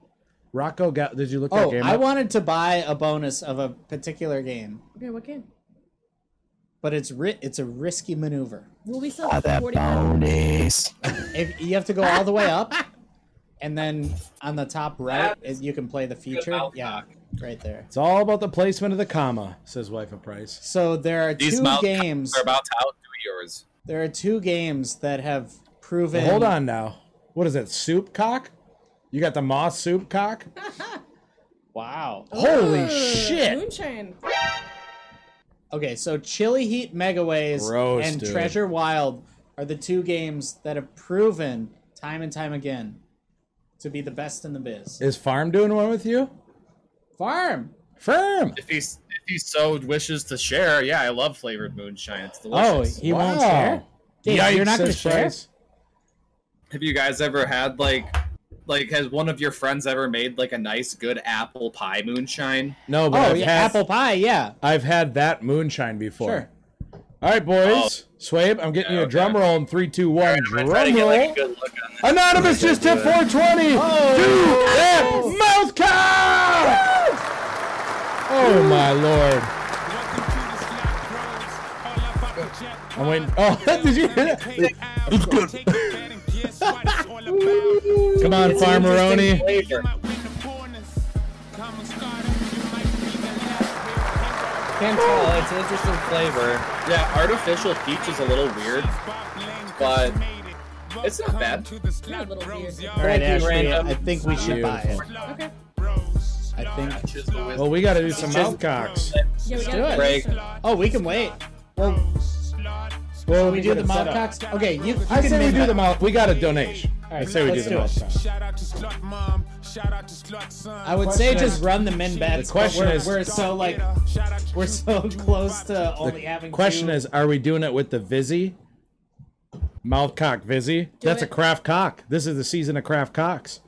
[SPEAKER 3] Rocco, got, did you look that
[SPEAKER 1] Oh,
[SPEAKER 3] game
[SPEAKER 1] I
[SPEAKER 3] up?
[SPEAKER 1] wanted to buy a bonus of a particular game,
[SPEAKER 9] Okay, what game?
[SPEAKER 1] but it's ri- it's a risky maneuver.
[SPEAKER 9] Will we still have 40 pounds?
[SPEAKER 1] If you have to go all the way up, and then on the top right, is- you can play the feature.
[SPEAKER 6] mouth
[SPEAKER 1] Yeah, right there.
[SPEAKER 3] it's all about the placement of the comma, says Wife of Price.
[SPEAKER 1] So there are
[SPEAKER 6] These
[SPEAKER 1] two
[SPEAKER 6] mouth
[SPEAKER 1] games.
[SPEAKER 6] are about to outdo yours.
[SPEAKER 1] There are two games that have proven.
[SPEAKER 3] Hold on now. What is it, soup cock? You got the moss soup cock?
[SPEAKER 1] Wow. Ah.
[SPEAKER 3] Holy
[SPEAKER 9] Ooh,
[SPEAKER 3] shit!
[SPEAKER 9] Moonshine.
[SPEAKER 1] Okay, so Chili Heat Megaways
[SPEAKER 3] Gross,
[SPEAKER 1] and
[SPEAKER 3] dude.
[SPEAKER 1] Treasure Wild are the two games that have proven time and time again to be the best in the biz.
[SPEAKER 3] Is Farm doing one with you?
[SPEAKER 1] Farm.
[SPEAKER 3] Firm.
[SPEAKER 6] If he's if he so wishes to share, yeah, I love flavored moonshine. It's
[SPEAKER 1] Oh,
[SPEAKER 6] delicious.
[SPEAKER 1] he won't share. Dave, you're not gonna
[SPEAKER 3] says
[SPEAKER 1] share.
[SPEAKER 3] Bryce.
[SPEAKER 6] Have you guys ever had like like has one of your friends ever made like a nice good apple pie moonshine?
[SPEAKER 3] No, but
[SPEAKER 1] Oh,
[SPEAKER 3] I've,
[SPEAKER 1] yeah,
[SPEAKER 3] had,
[SPEAKER 1] apple pie. Yeah,
[SPEAKER 3] I've had that moonshine before.
[SPEAKER 1] sure.
[SPEAKER 3] All right, boys. Swabe, I'm getting you
[SPEAKER 6] Yeah,
[SPEAKER 3] a
[SPEAKER 6] Oh. okay.
[SPEAKER 3] drum roll in three, two, one.
[SPEAKER 6] I
[SPEAKER 3] Drum
[SPEAKER 6] try to get
[SPEAKER 3] roll.
[SPEAKER 6] like a good look on this.
[SPEAKER 3] Anonymous just hit 420.
[SPEAKER 1] Oh,
[SPEAKER 3] Do that mouth cow! Oh my lord!
[SPEAKER 5] I'm
[SPEAKER 3] waiting- Oh, did you hear
[SPEAKER 5] that? It's good.
[SPEAKER 3] Come on, Farmeroni.
[SPEAKER 4] Can't tell. It's an interesting flavor.
[SPEAKER 6] Yeah, artificial peach is a little weird. but it's not bad.
[SPEAKER 9] a little weird.
[SPEAKER 1] All right,
[SPEAKER 4] Thank you,
[SPEAKER 1] Ashley.
[SPEAKER 4] random.
[SPEAKER 1] I think we should buy it.
[SPEAKER 9] Okay.
[SPEAKER 1] I think.
[SPEAKER 6] Just the whiz-
[SPEAKER 3] Well, we got to do some mouth
[SPEAKER 6] Just-
[SPEAKER 3] cocks.
[SPEAKER 9] Yeah, we
[SPEAKER 1] do
[SPEAKER 9] gotta
[SPEAKER 1] it.
[SPEAKER 6] Break.
[SPEAKER 1] Oh, we can wait. Well,
[SPEAKER 3] Well,
[SPEAKER 1] we do the mouth cocks. Okay, you. you
[SPEAKER 3] I
[SPEAKER 1] can
[SPEAKER 3] say we
[SPEAKER 1] make
[SPEAKER 3] do
[SPEAKER 1] that.
[SPEAKER 3] the mouth. We got a donation. I
[SPEAKER 1] right,
[SPEAKER 3] say we do
[SPEAKER 1] let's
[SPEAKER 3] the
[SPEAKER 1] do
[SPEAKER 3] mouth
[SPEAKER 1] it.
[SPEAKER 3] cocks.
[SPEAKER 5] Shout out to Slut Mom. Shout out to Slut Son.
[SPEAKER 1] I would say
[SPEAKER 3] question
[SPEAKER 1] just
[SPEAKER 3] is-
[SPEAKER 1] run the min bets.
[SPEAKER 3] The
[SPEAKER 1] but
[SPEAKER 3] question
[SPEAKER 1] we're,
[SPEAKER 3] is-
[SPEAKER 1] we're so like we're so close to only having.
[SPEAKER 3] Question
[SPEAKER 1] two.
[SPEAKER 3] is, are we doing it with the Vizzy? Mouth cock Vizzy. That's a
[SPEAKER 9] it.
[SPEAKER 3] craft cock. This is the season of craft cocks.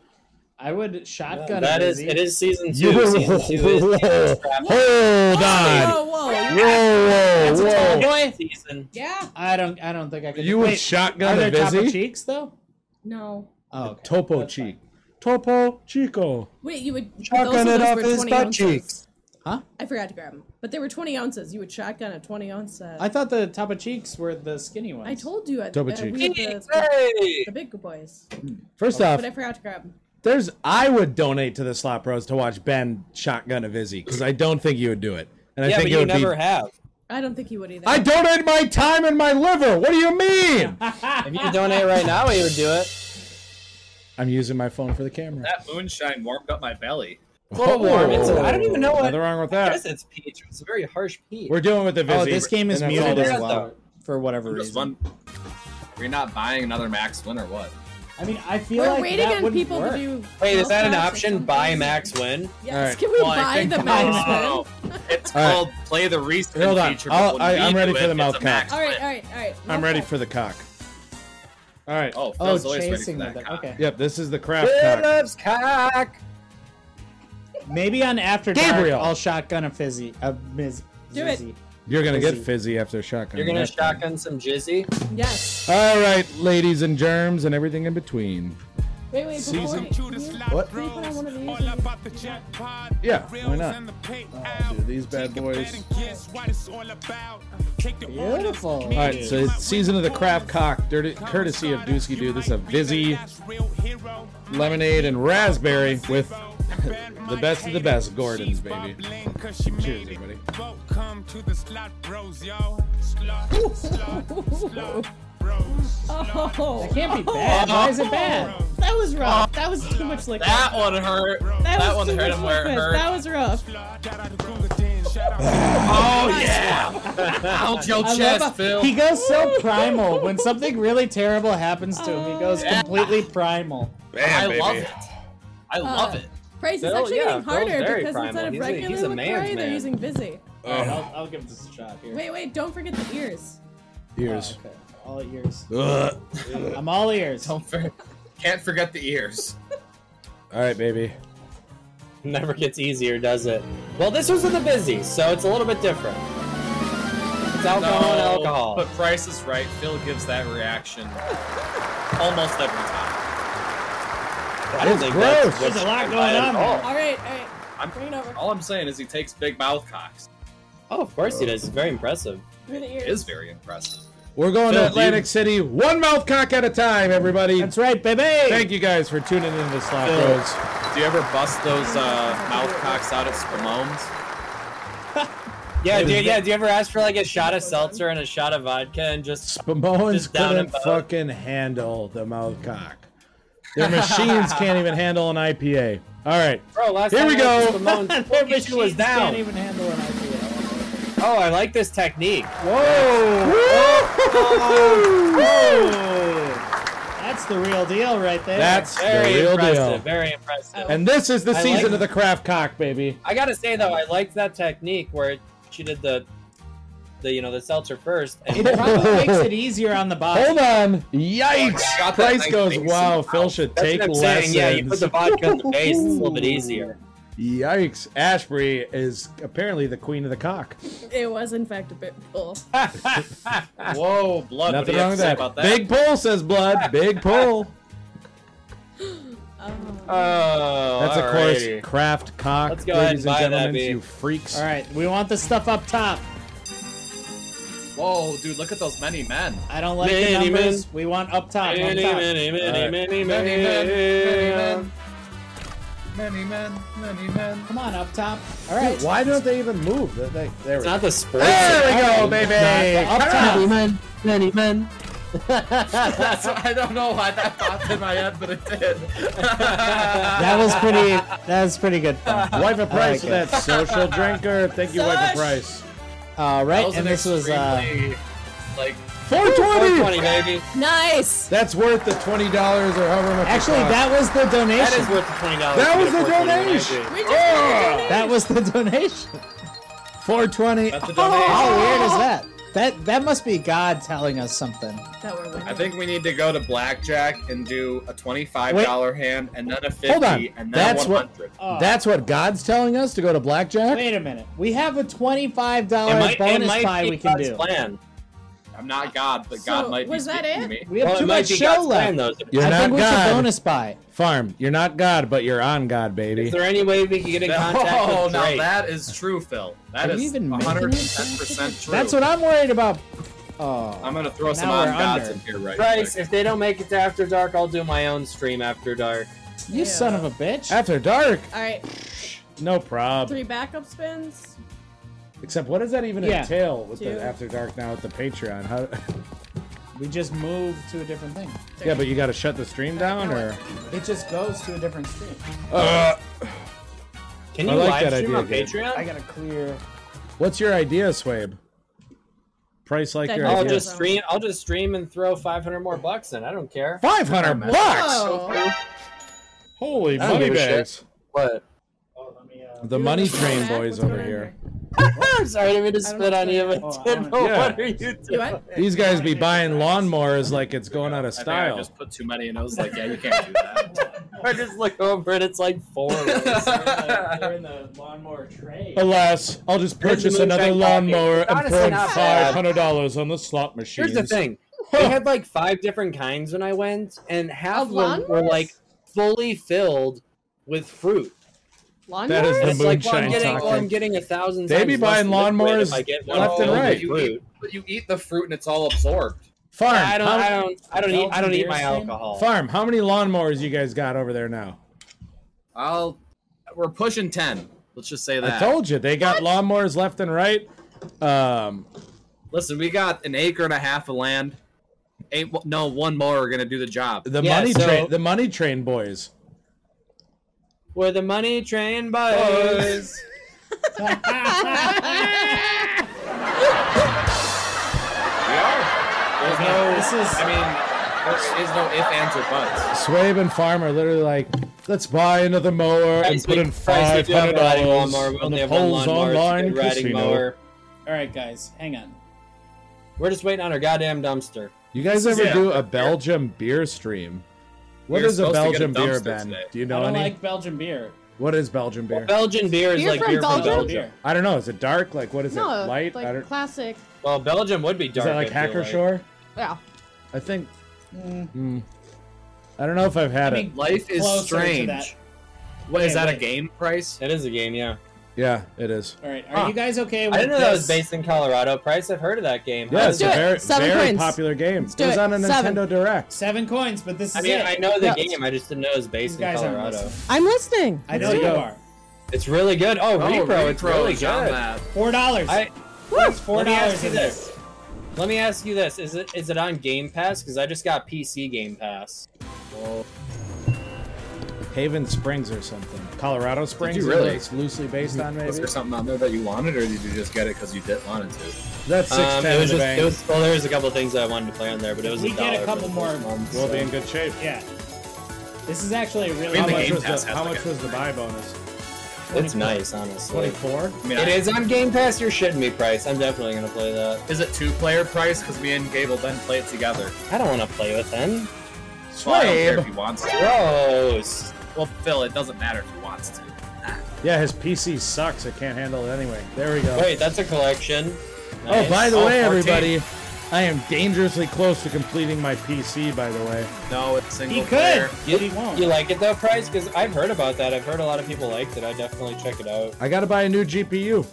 [SPEAKER 1] I would shotgun.
[SPEAKER 4] That
[SPEAKER 1] a
[SPEAKER 4] is,
[SPEAKER 1] Vizzy.
[SPEAKER 4] it is season two. Season two is
[SPEAKER 3] Whoa, Hold on.
[SPEAKER 9] Whoa, whoa,
[SPEAKER 3] Whoa,
[SPEAKER 9] you-
[SPEAKER 3] whoa, whoa.
[SPEAKER 1] boy.
[SPEAKER 4] season.
[SPEAKER 9] Yeah.
[SPEAKER 1] I don't. I don't think I could.
[SPEAKER 3] You would
[SPEAKER 1] Wait,
[SPEAKER 3] shotgun
[SPEAKER 1] are
[SPEAKER 3] a
[SPEAKER 1] there Topo
[SPEAKER 3] Vizzy?
[SPEAKER 1] cheeks though?
[SPEAKER 9] No.
[SPEAKER 1] Oh, okay.
[SPEAKER 3] Topo
[SPEAKER 1] That's fine.
[SPEAKER 3] cheek. Topo chico.
[SPEAKER 9] Wait, you would those
[SPEAKER 3] Shotgun it
[SPEAKER 9] of those
[SPEAKER 3] off
[SPEAKER 9] were
[SPEAKER 3] his
[SPEAKER 9] 20
[SPEAKER 3] butt
[SPEAKER 9] ounces.
[SPEAKER 3] cheeks.
[SPEAKER 1] Huh?
[SPEAKER 9] I forgot to grab them, but they were 20 ounces. You would shotgun a 20 ounce set.
[SPEAKER 1] I thought the Topo cheeks were the skinny ones.
[SPEAKER 9] I told you I,
[SPEAKER 3] Double
[SPEAKER 9] that
[SPEAKER 3] cheek.
[SPEAKER 9] we had the,
[SPEAKER 4] Hey!
[SPEAKER 9] the big boys,
[SPEAKER 3] First off,
[SPEAKER 9] but I forgot to grab them.
[SPEAKER 3] there's I would donate to the slop bros to watch Ben shotgun a Vizzy because I don't think you would do it, and I
[SPEAKER 4] Yeah,
[SPEAKER 3] think
[SPEAKER 4] but
[SPEAKER 3] it
[SPEAKER 4] you
[SPEAKER 3] would
[SPEAKER 4] never
[SPEAKER 3] be.
[SPEAKER 4] have.
[SPEAKER 9] I don't think he would either.
[SPEAKER 3] I donated my time and my liver. What do you mean?
[SPEAKER 4] If you donate right now, you would do it.
[SPEAKER 3] I'm using my phone for the camera.
[SPEAKER 6] That moonshine warmed up my belly.
[SPEAKER 4] It's a little warm. It's I don't even know what.
[SPEAKER 3] Nothing wrong with
[SPEAKER 4] I
[SPEAKER 3] that.
[SPEAKER 4] guess it's peach. It's a very harsh peach.
[SPEAKER 3] We're doing with the Vizzy.
[SPEAKER 1] Oh, this game is
[SPEAKER 3] and that's all
[SPEAKER 1] muted
[SPEAKER 3] there
[SPEAKER 1] as
[SPEAKER 3] is.
[SPEAKER 1] well for whatever
[SPEAKER 6] Just
[SPEAKER 1] reason.
[SPEAKER 6] one. You're not buying another Max Win or what?
[SPEAKER 1] I mean, I feel
[SPEAKER 9] We're
[SPEAKER 1] like
[SPEAKER 9] waiting
[SPEAKER 1] that
[SPEAKER 9] on
[SPEAKER 1] wouldn't
[SPEAKER 9] people
[SPEAKER 1] work.
[SPEAKER 9] to do.
[SPEAKER 4] Wait, is that an
[SPEAKER 9] Max or
[SPEAKER 4] option?
[SPEAKER 9] something?
[SPEAKER 4] Buy Max win.
[SPEAKER 9] Yes,
[SPEAKER 3] Alright.
[SPEAKER 9] can we
[SPEAKER 6] Well, I
[SPEAKER 9] buy
[SPEAKER 6] think-
[SPEAKER 9] the
[SPEAKER 6] no,
[SPEAKER 9] Max
[SPEAKER 6] no,
[SPEAKER 9] win?
[SPEAKER 6] no. It's
[SPEAKER 3] All right.
[SPEAKER 6] called play the Reese.
[SPEAKER 3] Hold on.
[SPEAKER 6] feature.
[SPEAKER 3] I'll-
[SPEAKER 6] but when
[SPEAKER 3] I-
[SPEAKER 6] we
[SPEAKER 3] I'm ready
[SPEAKER 6] do
[SPEAKER 3] for
[SPEAKER 6] it,
[SPEAKER 3] the
[SPEAKER 6] it's
[SPEAKER 3] mouth
[SPEAKER 6] a
[SPEAKER 3] cock.
[SPEAKER 6] Max
[SPEAKER 9] All right,
[SPEAKER 6] Win.
[SPEAKER 9] all right, all right.
[SPEAKER 3] I'm ready for the cock. All right.
[SPEAKER 6] Oh,
[SPEAKER 1] Oh,
[SPEAKER 6] Phil's always ready for
[SPEAKER 1] chasing
[SPEAKER 6] that.
[SPEAKER 1] with it.
[SPEAKER 6] cock.
[SPEAKER 1] Okay.
[SPEAKER 3] Yep. This is the craft
[SPEAKER 4] Phil
[SPEAKER 3] cock.
[SPEAKER 4] loves cock.
[SPEAKER 1] Maybe on After Dark,
[SPEAKER 3] Gabriel.
[SPEAKER 1] I'll shotgun a fizzy. A Miz.
[SPEAKER 9] Do it.
[SPEAKER 1] Zizzy.
[SPEAKER 3] You're gonna get
[SPEAKER 1] Vizzy.
[SPEAKER 3] fizzy after shotgun.
[SPEAKER 4] You're gonna
[SPEAKER 3] That's fine.
[SPEAKER 4] shotgun some jizzy.
[SPEAKER 9] Yes.
[SPEAKER 3] All right, ladies and germs and everything in between.
[SPEAKER 9] Wait, wait. Before
[SPEAKER 3] Season
[SPEAKER 9] we, can you-
[SPEAKER 3] What?
[SPEAKER 9] can you put on one of these?
[SPEAKER 5] All about the jackpot.
[SPEAKER 3] Yeah,
[SPEAKER 5] the
[SPEAKER 3] why
[SPEAKER 5] reels
[SPEAKER 3] not?
[SPEAKER 5] and the payout.
[SPEAKER 3] Oh, dude, these bad
[SPEAKER 5] Take a bet
[SPEAKER 3] boys.
[SPEAKER 5] and guess what it's all about. Take the orders,
[SPEAKER 1] Beautiful.
[SPEAKER 5] me and
[SPEAKER 3] All right,
[SPEAKER 5] you
[SPEAKER 3] so
[SPEAKER 5] might win
[SPEAKER 3] it's season of the
[SPEAKER 5] the
[SPEAKER 3] craft
[SPEAKER 5] bonus.
[SPEAKER 3] cock, dirty, courtesy of Dusky Dude. This is a Vizzy lemonade and raspberry with
[SPEAKER 5] the
[SPEAKER 3] best of the best Gordons, baby. Cheers, everybody.
[SPEAKER 5] Welcome to the slot bros, yo. Slot, slot, slot, bros. slot,
[SPEAKER 9] Oh,
[SPEAKER 1] That can't be bad. Why is it bad?
[SPEAKER 5] bros.
[SPEAKER 9] that was rough. That was too much liquid.
[SPEAKER 6] That one hurt. That,
[SPEAKER 9] was
[SPEAKER 6] one
[SPEAKER 9] too
[SPEAKER 6] hurt
[SPEAKER 9] much
[SPEAKER 6] him where it
[SPEAKER 9] liquid.
[SPEAKER 6] hurt.
[SPEAKER 9] That was rough.
[SPEAKER 5] Shout out to Gordon, shout out to-
[SPEAKER 6] oh yeah! Out your
[SPEAKER 1] I love
[SPEAKER 6] chest,
[SPEAKER 1] how-
[SPEAKER 6] Phil.
[SPEAKER 1] He goes so primal. When something really terrible happens to him, he goes completely primal.
[SPEAKER 6] I love it. I love
[SPEAKER 1] Uh.
[SPEAKER 6] it.
[SPEAKER 9] Price is
[SPEAKER 4] Phil,
[SPEAKER 9] actually
[SPEAKER 4] yeah,
[SPEAKER 9] getting
[SPEAKER 4] Phil's
[SPEAKER 9] harder
[SPEAKER 4] very
[SPEAKER 9] because
[SPEAKER 4] primal.
[SPEAKER 9] instead of
[SPEAKER 4] He's a-
[SPEAKER 9] regular
[SPEAKER 4] he's a man's
[SPEAKER 9] McRae, they're
[SPEAKER 4] man.
[SPEAKER 9] using Vizzy.
[SPEAKER 1] All
[SPEAKER 3] Oh,
[SPEAKER 1] right, I'll, I'll give this a shot here.
[SPEAKER 9] Wait, wait, don't forget the ears.
[SPEAKER 3] ears.
[SPEAKER 1] Okay. All ears.
[SPEAKER 3] Ugh.
[SPEAKER 1] I'm all ears.
[SPEAKER 6] Don't for- can't forget the ears.
[SPEAKER 3] All right, baby.
[SPEAKER 4] Never gets easier, does it? Well, this was in the busy, so it's a little bit different. It's alcohol and alcohol.
[SPEAKER 6] But Price is right. Phil gives that reaction almost every time.
[SPEAKER 4] I don't
[SPEAKER 3] It's
[SPEAKER 4] think
[SPEAKER 3] gross.
[SPEAKER 4] that's
[SPEAKER 1] There's
[SPEAKER 4] what's
[SPEAKER 1] a lot going
[SPEAKER 4] at
[SPEAKER 1] on
[SPEAKER 4] all.
[SPEAKER 1] there.
[SPEAKER 9] All right, all right.
[SPEAKER 6] I'm,
[SPEAKER 9] Bring it over.
[SPEAKER 6] all I'm saying is he takes big mouth cocks.
[SPEAKER 4] Oh, of course he does. It's very impressive.
[SPEAKER 9] Through the
[SPEAKER 6] It
[SPEAKER 9] ears.
[SPEAKER 6] is very impressive.
[SPEAKER 3] We're going
[SPEAKER 6] Phil,
[SPEAKER 3] to Atlantic
[SPEAKER 6] dude.
[SPEAKER 3] City, one mouth cock at a time, everybody.
[SPEAKER 1] That's right, baby.
[SPEAKER 3] Thank you guys for tuning in to Slop
[SPEAKER 6] Phil.
[SPEAKER 3] Bros.
[SPEAKER 6] Do you ever bust those uh, mouth cocks out at Spamone's?
[SPEAKER 4] Yeah, dude. Yeah, do you ever ask for like a shot of seltzer and a shot of vodka and just?
[SPEAKER 3] Spamoans
[SPEAKER 4] Just down
[SPEAKER 3] couldn't
[SPEAKER 4] and boat.
[SPEAKER 3] fucking handle the mouth cock. Their machines can't even handle an IPA. All right.
[SPEAKER 4] Bro, last
[SPEAKER 3] Here
[SPEAKER 4] time
[SPEAKER 3] we
[SPEAKER 4] I went
[SPEAKER 3] go.
[SPEAKER 4] to
[SPEAKER 1] Their
[SPEAKER 4] Ramones, fucking shit was
[SPEAKER 1] machines
[SPEAKER 4] down.
[SPEAKER 1] Can't even handle an idea.
[SPEAKER 4] Oh, I like this technique.
[SPEAKER 1] Whoa!
[SPEAKER 3] Woo!
[SPEAKER 1] Whoa! That That's the real deal right there.
[SPEAKER 3] That's
[SPEAKER 4] Very
[SPEAKER 3] the real
[SPEAKER 4] impressive.
[SPEAKER 3] deal.
[SPEAKER 4] Very impressive.
[SPEAKER 3] And this is the
[SPEAKER 4] I
[SPEAKER 3] season
[SPEAKER 4] like-
[SPEAKER 3] of the craft cock, baby.
[SPEAKER 4] I gotta say though, I liked that technique where she did the, the you know the seltzer first. And
[SPEAKER 1] it probably makes it easier on the
[SPEAKER 4] Uh,
[SPEAKER 1] body.
[SPEAKER 3] Hold on. Yikes.
[SPEAKER 6] Got that
[SPEAKER 3] Price
[SPEAKER 6] nice
[SPEAKER 3] goes,
[SPEAKER 6] thing.
[SPEAKER 3] wow, Phil should
[SPEAKER 4] that's
[SPEAKER 3] take
[SPEAKER 4] what I'm
[SPEAKER 3] lessons.
[SPEAKER 4] saying. Yeah, you put the vodka in the base. It's a little bit easier.
[SPEAKER 3] Yikes. Ashbury is apparently the queen of the cock.
[SPEAKER 9] It was, in fact, a bit full.
[SPEAKER 6] Whoa, blood. what do
[SPEAKER 3] Nothing
[SPEAKER 6] you
[SPEAKER 3] wrong with
[SPEAKER 6] have to say
[SPEAKER 3] that.
[SPEAKER 6] about that?
[SPEAKER 3] Big pull, says Blood. Big pull.
[SPEAKER 9] Um,
[SPEAKER 4] Oh,
[SPEAKER 3] That's, of course, craft cock,
[SPEAKER 4] Let's go ahead
[SPEAKER 3] ladies
[SPEAKER 4] and buy
[SPEAKER 3] and
[SPEAKER 4] that,
[SPEAKER 3] gentlemen,
[SPEAKER 4] B.
[SPEAKER 3] you freaks.
[SPEAKER 1] All right, we want the stuff up top.
[SPEAKER 6] Whoa, dude, look at those many men.
[SPEAKER 1] I don't like
[SPEAKER 4] Many
[SPEAKER 1] the numbers.
[SPEAKER 4] men.
[SPEAKER 1] We want up top. Up
[SPEAKER 4] Many,
[SPEAKER 1] top.
[SPEAKER 4] many, many,
[SPEAKER 3] Alright.
[SPEAKER 4] many, many,
[SPEAKER 6] Many men,
[SPEAKER 4] men.
[SPEAKER 6] many men. Many men, many men.
[SPEAKER 1] Come on, up top. All
[SPEAKER 3] Dude,
[SPEAKER 1] right.
[SPEAKER 3] why don't they even move? They- they- there we
[SPEAKER 4] It's
[SPEAKER 3] go.
[SPEAKER 4] not the sports.
[SPEAKER 3] There we go, baby.
[SPEAKER 1] Up top.
[SPEAKER 4] men, many men.
[SPEAKER 6] That's I don't know why that popped in my head, but it did.
[SPEAKER 1] That was pretty. That was pretty good. Fun.
[SPEAKER 3] Wife of Price,
[SPEAKER 1] I like
[SPEAKER 3] that social drinker. Thank you, Wife of Price.
[SPEAKER 1] All
[SPEAKER 6] That
[SPEAKER 1] right,
[SPEAKER 6] was
[SPEAKER 1] and
[SPEAKER 6] an
[SPEAKER 1] this was. Uh,
[SPEAKER 6] extremely, like
[SPEAKER 3] 420.
[SPEAKER 4] 420, baby.
[SPEAKER 9] Nice!
[SPEAKER 3] That's worth the twenty dollars or however much. it
[SPEAKER 1] actually,
[SPEAKER 3] costs.
[SPEAKER 1] that was the donation.
[SPEAKER 4] That is worth the twenty dollars.
[SPEAKER 3] That was the donation.
[SPEAKER 9] We just got a
[SPEAKER 1] That was the donation.
[SPEAKER 3] 420.
[SPEAKER 6] that's a donation.
[SPEAKER 1] How weird is that? That that must be God telling us something.
[SPEAKER 9] donation That we're winning.
[SPEAKER 6] I think we need to go to blackjack and do a twenty-five dollar hand, and then a fifty,
[SPEAKER 3] Hold on.
[SPEAKER 6] and then
[SPEAKER 3] That's
[SPEAKER 6] a
[SPEAKER 3] what-
[SPEAKER 6] one hundred.
[SPEAKER 1] Oh,
[SPEAKER 3] Ah. That's what God's telling us to go to blackjack.
[SPEAKER 1] Wait a minute. We have a twenty-five
[SPEAKER 4] It
[SPEAKER 1] dollar
[SPEAKER 4] might, it
[SPEAKER 1] bonus
[SPEAKER 4] might
[SPEAKER 1] buy
[SPEAKER 4] be
[SPEAKER 1] we can
[SPEAKER 4] God's
[SPEAKER 1] do.
[SPEAKER 4] Plan.
[SPEAKER 6] I'm not God, but God
[SPEAKER 9] So,
[SPEAKER 6] might be
[SPEAKER 9] was that
[SPEAKER 6] speaking
[SPEAKER 9] it?
[SPEAKER 6] to me.
[SPEAKER 1] We have
[SPEAKER 4] Well, it
[SPEAKER 1] too
[SPEAKER 4] might
[SPEAKER 1] much
[SPEAKER 4] be
[SPEAKER 1] show
[SPEAKER 4] God's plan,
[SPEAKER 1] left.
[SPEAKER 4] though.
[SPEAKER 3] You're
[SPEAKER 1] I
[SPEAKER 3] not
[SPEAKER 1] think we
[SPEAKER 3] God.
[SPEAKER 1] should bonus buy.
[SPEAKER 3] Farm. You're not God, but you're on God, baby.
[SPEAKER 4] Is there any way we can get in contact
[SPEAKER 6] Oh,
[SPEAKER 4] with
[SPEAKER 6] now
[SPEAKER 4] Drake?
[SPEAKER 6] that is true, Phil. That
[SPEAKER 1] Are we
[SPEAKER 6] is
[SPEAKER 1] even
[SPEAKER 6] one
[SPEAKER 1] making
[SPEAKER 6] hundred and ten percent
[SPEAKER 1] it?
[SPEAKER 6] true.
[SPEAKER 1] That's what I'm worried about. Oh,
[SPEAKER 6] I'm gonna throw some
[SPEAKER 1] Now
[SPEAKER 6] on
[SPEAKER 1] we're
[SPEAKER 6] gods
[SPEAKER 1] under.
[SPEAKER 6] in here right
[SPEAKER 4] Bryce,
[SPEAKER 6] quick.
[SPEAKER 4] if they don't make it to After Dark, I'll do my own stream After Dark.
[SPEAKER 1] you son of a bitch.
[SPEAKER 3] After dark,
[SPEAKER 9] Alright,
[SPEAKER 3] no problem.
[SPEAKER 9] three backup spins.
[SPEAKER 3] Except, what does that even
[SPEAKER 1] Yeah.
[SPEAKER 3] entail with
[SPEAKER 9] Two.
[SPEAKER 3] the after dark now with the Patreon? How,
[SPEAKER 1] We just moved to a different thing.
[SPEAKER 3] yeah, but you got to shut the stream down, Uh, or
[SPEAKER 1] It just goes to a different stream.
[SPEAKER 4] Can
[SPEAKER 3] I
[SPEAKER 4] you
[SPEAKER 3] like
[SPEAKER 4] live
[SPEAKER 3] that idea,
[SPEAKER 4] stream on
[SPEAKER 3] Gabe.
[SPEAKER 4] Patreon?
[SPEAKER 1] I gotta clear.
[SPEAKER 3] what's your idea, Swabe? Price like
[SPEAKER 9] That
[SPEAKER 3] your
[SPEAKER 9] goes
[SPEAKER 4] I'll
[SPEAKER 3] idea.
[SPEAKER 9] Yeah.
[SPEAKER 4] just stream. I'll just stream and throw 500 more bucks in. I don't care.
[SPEAKER 3] Five hundred bucks.
[SPEAKER 9] Oh,
[SPEAKER 3] Holy
[SPEAKER 4] I don't
[SPEAKER 3] money
[SPEAKER 4] give a shit.
[SPEAKER 3] bags.
[SPEAKER 4] What?
[SPEAKER 1] Oh, let me. Uh...
[SPEAKER 3] The money train boys over here.
[SPEAKER 4] I'm sorry, I didn't mean to
[SPEAKER 9] I don't
[SPEAKER 4] spit on
[SPEAKER 9] know.
[SPEAKER 4] you. But
[SPEAKER 1] Oh, I
[SPEAKER 4] didn't know.
[SPEAKER 3] don't know.
[SPEAKER 4] What are you
[SPEAKER 9] Do
[SPEAKER 4] doing?
[SPEAKER 9] I?
[SPEAKER 3] These guys be buying lawnmowers like it's going out of
[SPEAKER 6] I think I
[SPEAKER 3] style.
[SPEAKER 6] just put too many, and I was like, yeah, you can't do that.
[SPEAKER 4] I just look over and it's like four. of us.
[SPEAKER 1] We're in the lawnmower trade.
[SPEAKER 3] Alas, I'll just purchase another lawnmower
[SPEAKER 4] It's
[SPEAKER 3] and
[SPEAKER 4] honestly
[SPEAKER 3] burn
[SPEAKER 4] not
[SPEAKER 3] five
[SPEAKER 4] bad.
[SPEAKER 3] hundred dollars on the slot machines.
[SPEAKER 4] Here's the thing. They had like five different kinds when I went, and
[SPEAKER 9] Of
[SPEAKER 4] half of them were
[SPEAKER 9] lawnmowers?
[SPEAKER 4] like fully filled with fruit.
[SPEAKER 3] That is
[SPEAKER 4] And
[SPEAKER 3] the
[SPEAKER 4] it's like, well,
[SPEAKER 3] moonshine
[SPEAKER 4] I'm getting, well, I'm
[SPEAKER 3] talking.
[SPEAKER 4] getting a thousand.
[SPEAKER 3] They be
[SPEAKER 4] times less
[SPEAKER 3] buying
[SPEAKER 4] than liquid if
[SPEAKER 3] lawnmowers
[SPEAKER 4] I get one
[SPEAKER 3] left and
[SPEAKER 4] filled with
[SPEAKER 3] right.
[SPEAKER 6] You
[SPEAKER 4] fruit.
[SPEAKER 6] eat, but you eat the fruit, and it's all absorbed.
[SPEAKER 3] Farm.
[SPEAKER 4] I don't,
[SPEAKER 3] how,
[SPEAKER 4] I don't, I don't eat, I don't eat
[SPEAKER 1] Belgian beer
[SPEAKER 4] my
[SPEAKER 1] stain?
[SPEAKER 4] alcohol.
[SPEAKER 3] farm. How many lawnmowers you guys got over there now?
[SPEAKER 6] I'll. We're pushing ten. Let's just say
[SPEAKER 3] I
[SPEAKER 6] that.
[SPEAKER 3] told you they got lawnmowers left and right. Um,
[SPEAKER 6] Listen, we got an acre and a half of land. Eight, no, one more are gonna do the job.
[SPEAKER 3] the
[SPEAKER 4] Yeah,
[SPEAKER 3] money
[SPEAKER 4] so-
[SPEAKER 3] train. The money train boys.
[SPEAKER 4] Where the money train boys.
[SPEAKER 6] We are. There's no.
[SPEAKER 1] This is.
[SPEAKER 6] I mean, there is no if, ands, or buts.
[SPEAKER 3] Swabe and Farm are literally like, let's buy another mower and
[SPEAKER 4] Price,
[SPEAKER 3] put
[SPEAKER 4] we-
[SPEAKER 3] in
[SPEAKER 4] Price, we
[SPEAKER 3] five
[SPEAKER 4] do have
[SPEAKER 3] hundred
[SPEAKER 4] a riding
[SPEAKER 3] dollars
[SPEAKER 4] lawnmower. We
[SPEAKER 3] on
[SPEAKER 4] only
[SPEAKER 3] the
[SPEAKER 4] have one
[SPEAKER 3] polls
[SPEAKER 4] lawnmower. It's a
[SPEAKER 3] online
[SPEAKER 4] good riding
[SPEAKER 3] casino.
[SPEAKER 4] mower.
[SPEAKER 1] All right, guys, hang on.
[SPEAKER 4] We're just waiting on our goddamn dumpster.
[SPEAKER 3] You guys ever
[SPEAKER 6] Yeah.
[SPEAKER 3] do a Belgium beer stream? What
[SPEAKER 6] We were
[SPEAKER 3] is a
[SPEAKER 6] supposed to get a
[SPEAKER 3] Belgian beer,
[SPEAKER 6] dumpster
[SPEAKER 3] Ben?
[SPEAKER 6] today.
[SPEAKER 3] Do you
[SPEAKER 1] I
[SPEAKER 3] know
[SPEAKER 1] don't
[SPEAKER 3] any?
[SPEAKER 1] like Belgian beer.
[SPEAKER 3] What is Belgian beer?
[SPEAKER 4] Belgian beer is
[SPEAKER 9] Beer
[SPEAKER 4] like
[SPEAKER 9] from
[SPEAKER 4] beer from
[SPEAKER 9] Belgium?
[SPEAKER 4] Oh, Belgium.
[SPEAKER 1] Beer.
[SPEAKER 3] I don't know. Is it dark? Like, what is
[SPEAKER 9] No,
[SPEAKER 3] it? Light? I don't.
[SPEAKER 9] like classic.
[SPEAKER 4] Well, Belgium would be
[SPEAKER 3] Is
[SPEAKER 4] dark.
[SPEAKER 3] that like
[SPEAKER 4] I feel
[SPEAKER 3] Hacker Shore?
[SPEAKER 9] Yeah.
[SPEAKER 3] I think. Mm. I don't know if I've had
[SPEAKER 1] I
[SPEAKER 3] it.
[SPEAKER 1] mean,
[SPEAKER 6] Life is
[SPEAKER 1] Closer to that.
[SPEAKER 6] strange. What is
[SPEAKER 1] Okay,
[SPEAKER 6] that? A
[SPEAKER 1] wait.
[SPEAKER 6] game price?
[SPEAKER 4] It is a game, yeah.
[SPEAKER 3] Yeah, it is.
[SPEAKER 1] All right, are you guys okay with
[SPEAKER 4] I didn't know that was
[SPEAKER 1] this?
[SPEAKER 4] based in Colorado. Price, I've heard of that game.
[SPEAKER 3] Yeah, it's
[SPEAKER 9] do
[SPEAKER 3] a
[SPEAKER 9] it.
[SPEAKER 3] very,
[SPEAKER 9] Seven
[SPEAKER 3] very
[SPEAKER 9] coins.
[SPEAKER 3] popular game.
[SPEAKER 9] do
[SPEAKER 3] it was
[SPEAKER 9] it.
[SPEAKER 3] on a
[SPEAKER 9] Seven.
[SPEAKER 3] Nintendo Direct.
[SPEAKER 1] Seven coins, but this is
[SPEAKER 4] I mean,
[SPEAKER 1] it.
[SPEAKER 4] I know the
[SPEAKER 2] Yeah.
[SPEAKER 4] game. I just didn't know it was
[SPEAKER 1] These
[SPEAKER 4] based in
[SPEAKER 1] guys aren't
[SPEAKER 4] Colorado.
[SPEAKER 1] listening.
[SPEAKER 2] I'm listening.
[SPEAKER 1] I know
[SPEAKER 3] There you
[SPEAKER 1] you
[SPEAKER 3] go.
[SPEAKER 1] are.
[SPEAKER 4] It's really good. Oh, Repro, it's
[SPEAKER 6] Repro's
[SPEAKER 4] really
[SPEAKER 6] on
[SPEAKER 4] good.
[SPEAKER 6] that.
[SPEAKER 1] Four dollars.
[SPEAKER 4] I,
[SPEAKER 1] It's four
[SPEAKER 4] Let me ask
[SPEAKER 1] dollars
[SPEAKER 4] you
[SPEAKER 1] in
[SPEAKER 4] this.
[SPEAKER 1] this.
[SPEAKER 4] Let me ask you this: Is it is it on Game Pass? Because I just got PC Game Pass.
[SPEAKER 3] Haven Springs or something. Colorado Springs. is
[SPEAKER 6] really?
[SPEAKER 3] what It's loosely based on
[SPEAKER 6] Was
[SPEAKER 3] maybe.
[SPEAKER 6] there something on there that you wanted, or did you just get it because you did wanted to?
[SPEAKER 3] That's six
[SPEAKER 4] Um,
[SPEAKER 3] ten
[SPEAKER 4] it was
[SPEAKER 3] in the
[SPEAKER 4] just,
[SPEAKER 3] bank.
[SPEAKER 4] it was, well, there was a couple of things that I wanted to play on there, but it was
[SPEAKER 1] We
[SPEAKER 4] a
[SPEAKER 1] get a
[SPEAKER 4] dollar.
[SPEAKER 1] couple more.
[SPEAKER 3] We'll be in good shape.
[SPEAKER 1] Yeah. This is actually a really
[SPEAKER 3] How
[SPEAKER 6] the
[SPEAKER 3] much
[SPEAKER 6] Game
[SPEAKER 3] was
[SPEAKER 6] Pass
[SPEAKER 3] the
[SPEAKER 6] has
[SPEAKER 3] how
[SPEAKER 6] like
[SPEAKER 3] much
[SPEAKER 6] a-
[SPEAKER 3] was the buy bonus?
[SPEAKER 4] It's nice, honestly.
[SPEAKER 3] Twenty four.
[SPEAKER 6] I mean,
[SPEAKER 4] It
[SPEAKER 6] I-
[SPEAKER 4] is on Game Pass. You're shitting me, price. I'm definitely gonna play that.
[SPEAKER 6] Is it two-player price? Because me and Gabe will then play it together.
[SPEAKER 4] I don't want to play with them.
[SPEAKER 6] Well, I don't care
[SPEAKER 3] Swabe.
[SPEAKER 6] if he wants to.
[SPEAKER 4] Gross.
[SPEAKER 6] Well, Phil, it doesn't matter if he wants to.
[SPEAKER 3] Yeah, his PC sucks. It can't handle it anyway. There we go.
[SPEAKER 4] Wait, that's a collection.
[SPEAKER 3] oh, by the
[SPEAKER 6] Oh,
[SPEAKER 3] way,
[SPEAKER 6] 14.
[SPEAKER 3] everybody, I am dangerously close to completing my PC. By the way,
[SPEAKER 6] No, it's single
[SPEAKER 1] He
[SPEAKER 6] player.
[SPEAKER 1] could.
[SPEAKER 4] you,
[SPEAKER 1] But he won't.
[SPEAKER 4] you like it though, price? Because I've heard about that. I've heard a lot of people liked it. I definitely check it out.
[SPEAKER 3] I gotta buy a new GPU.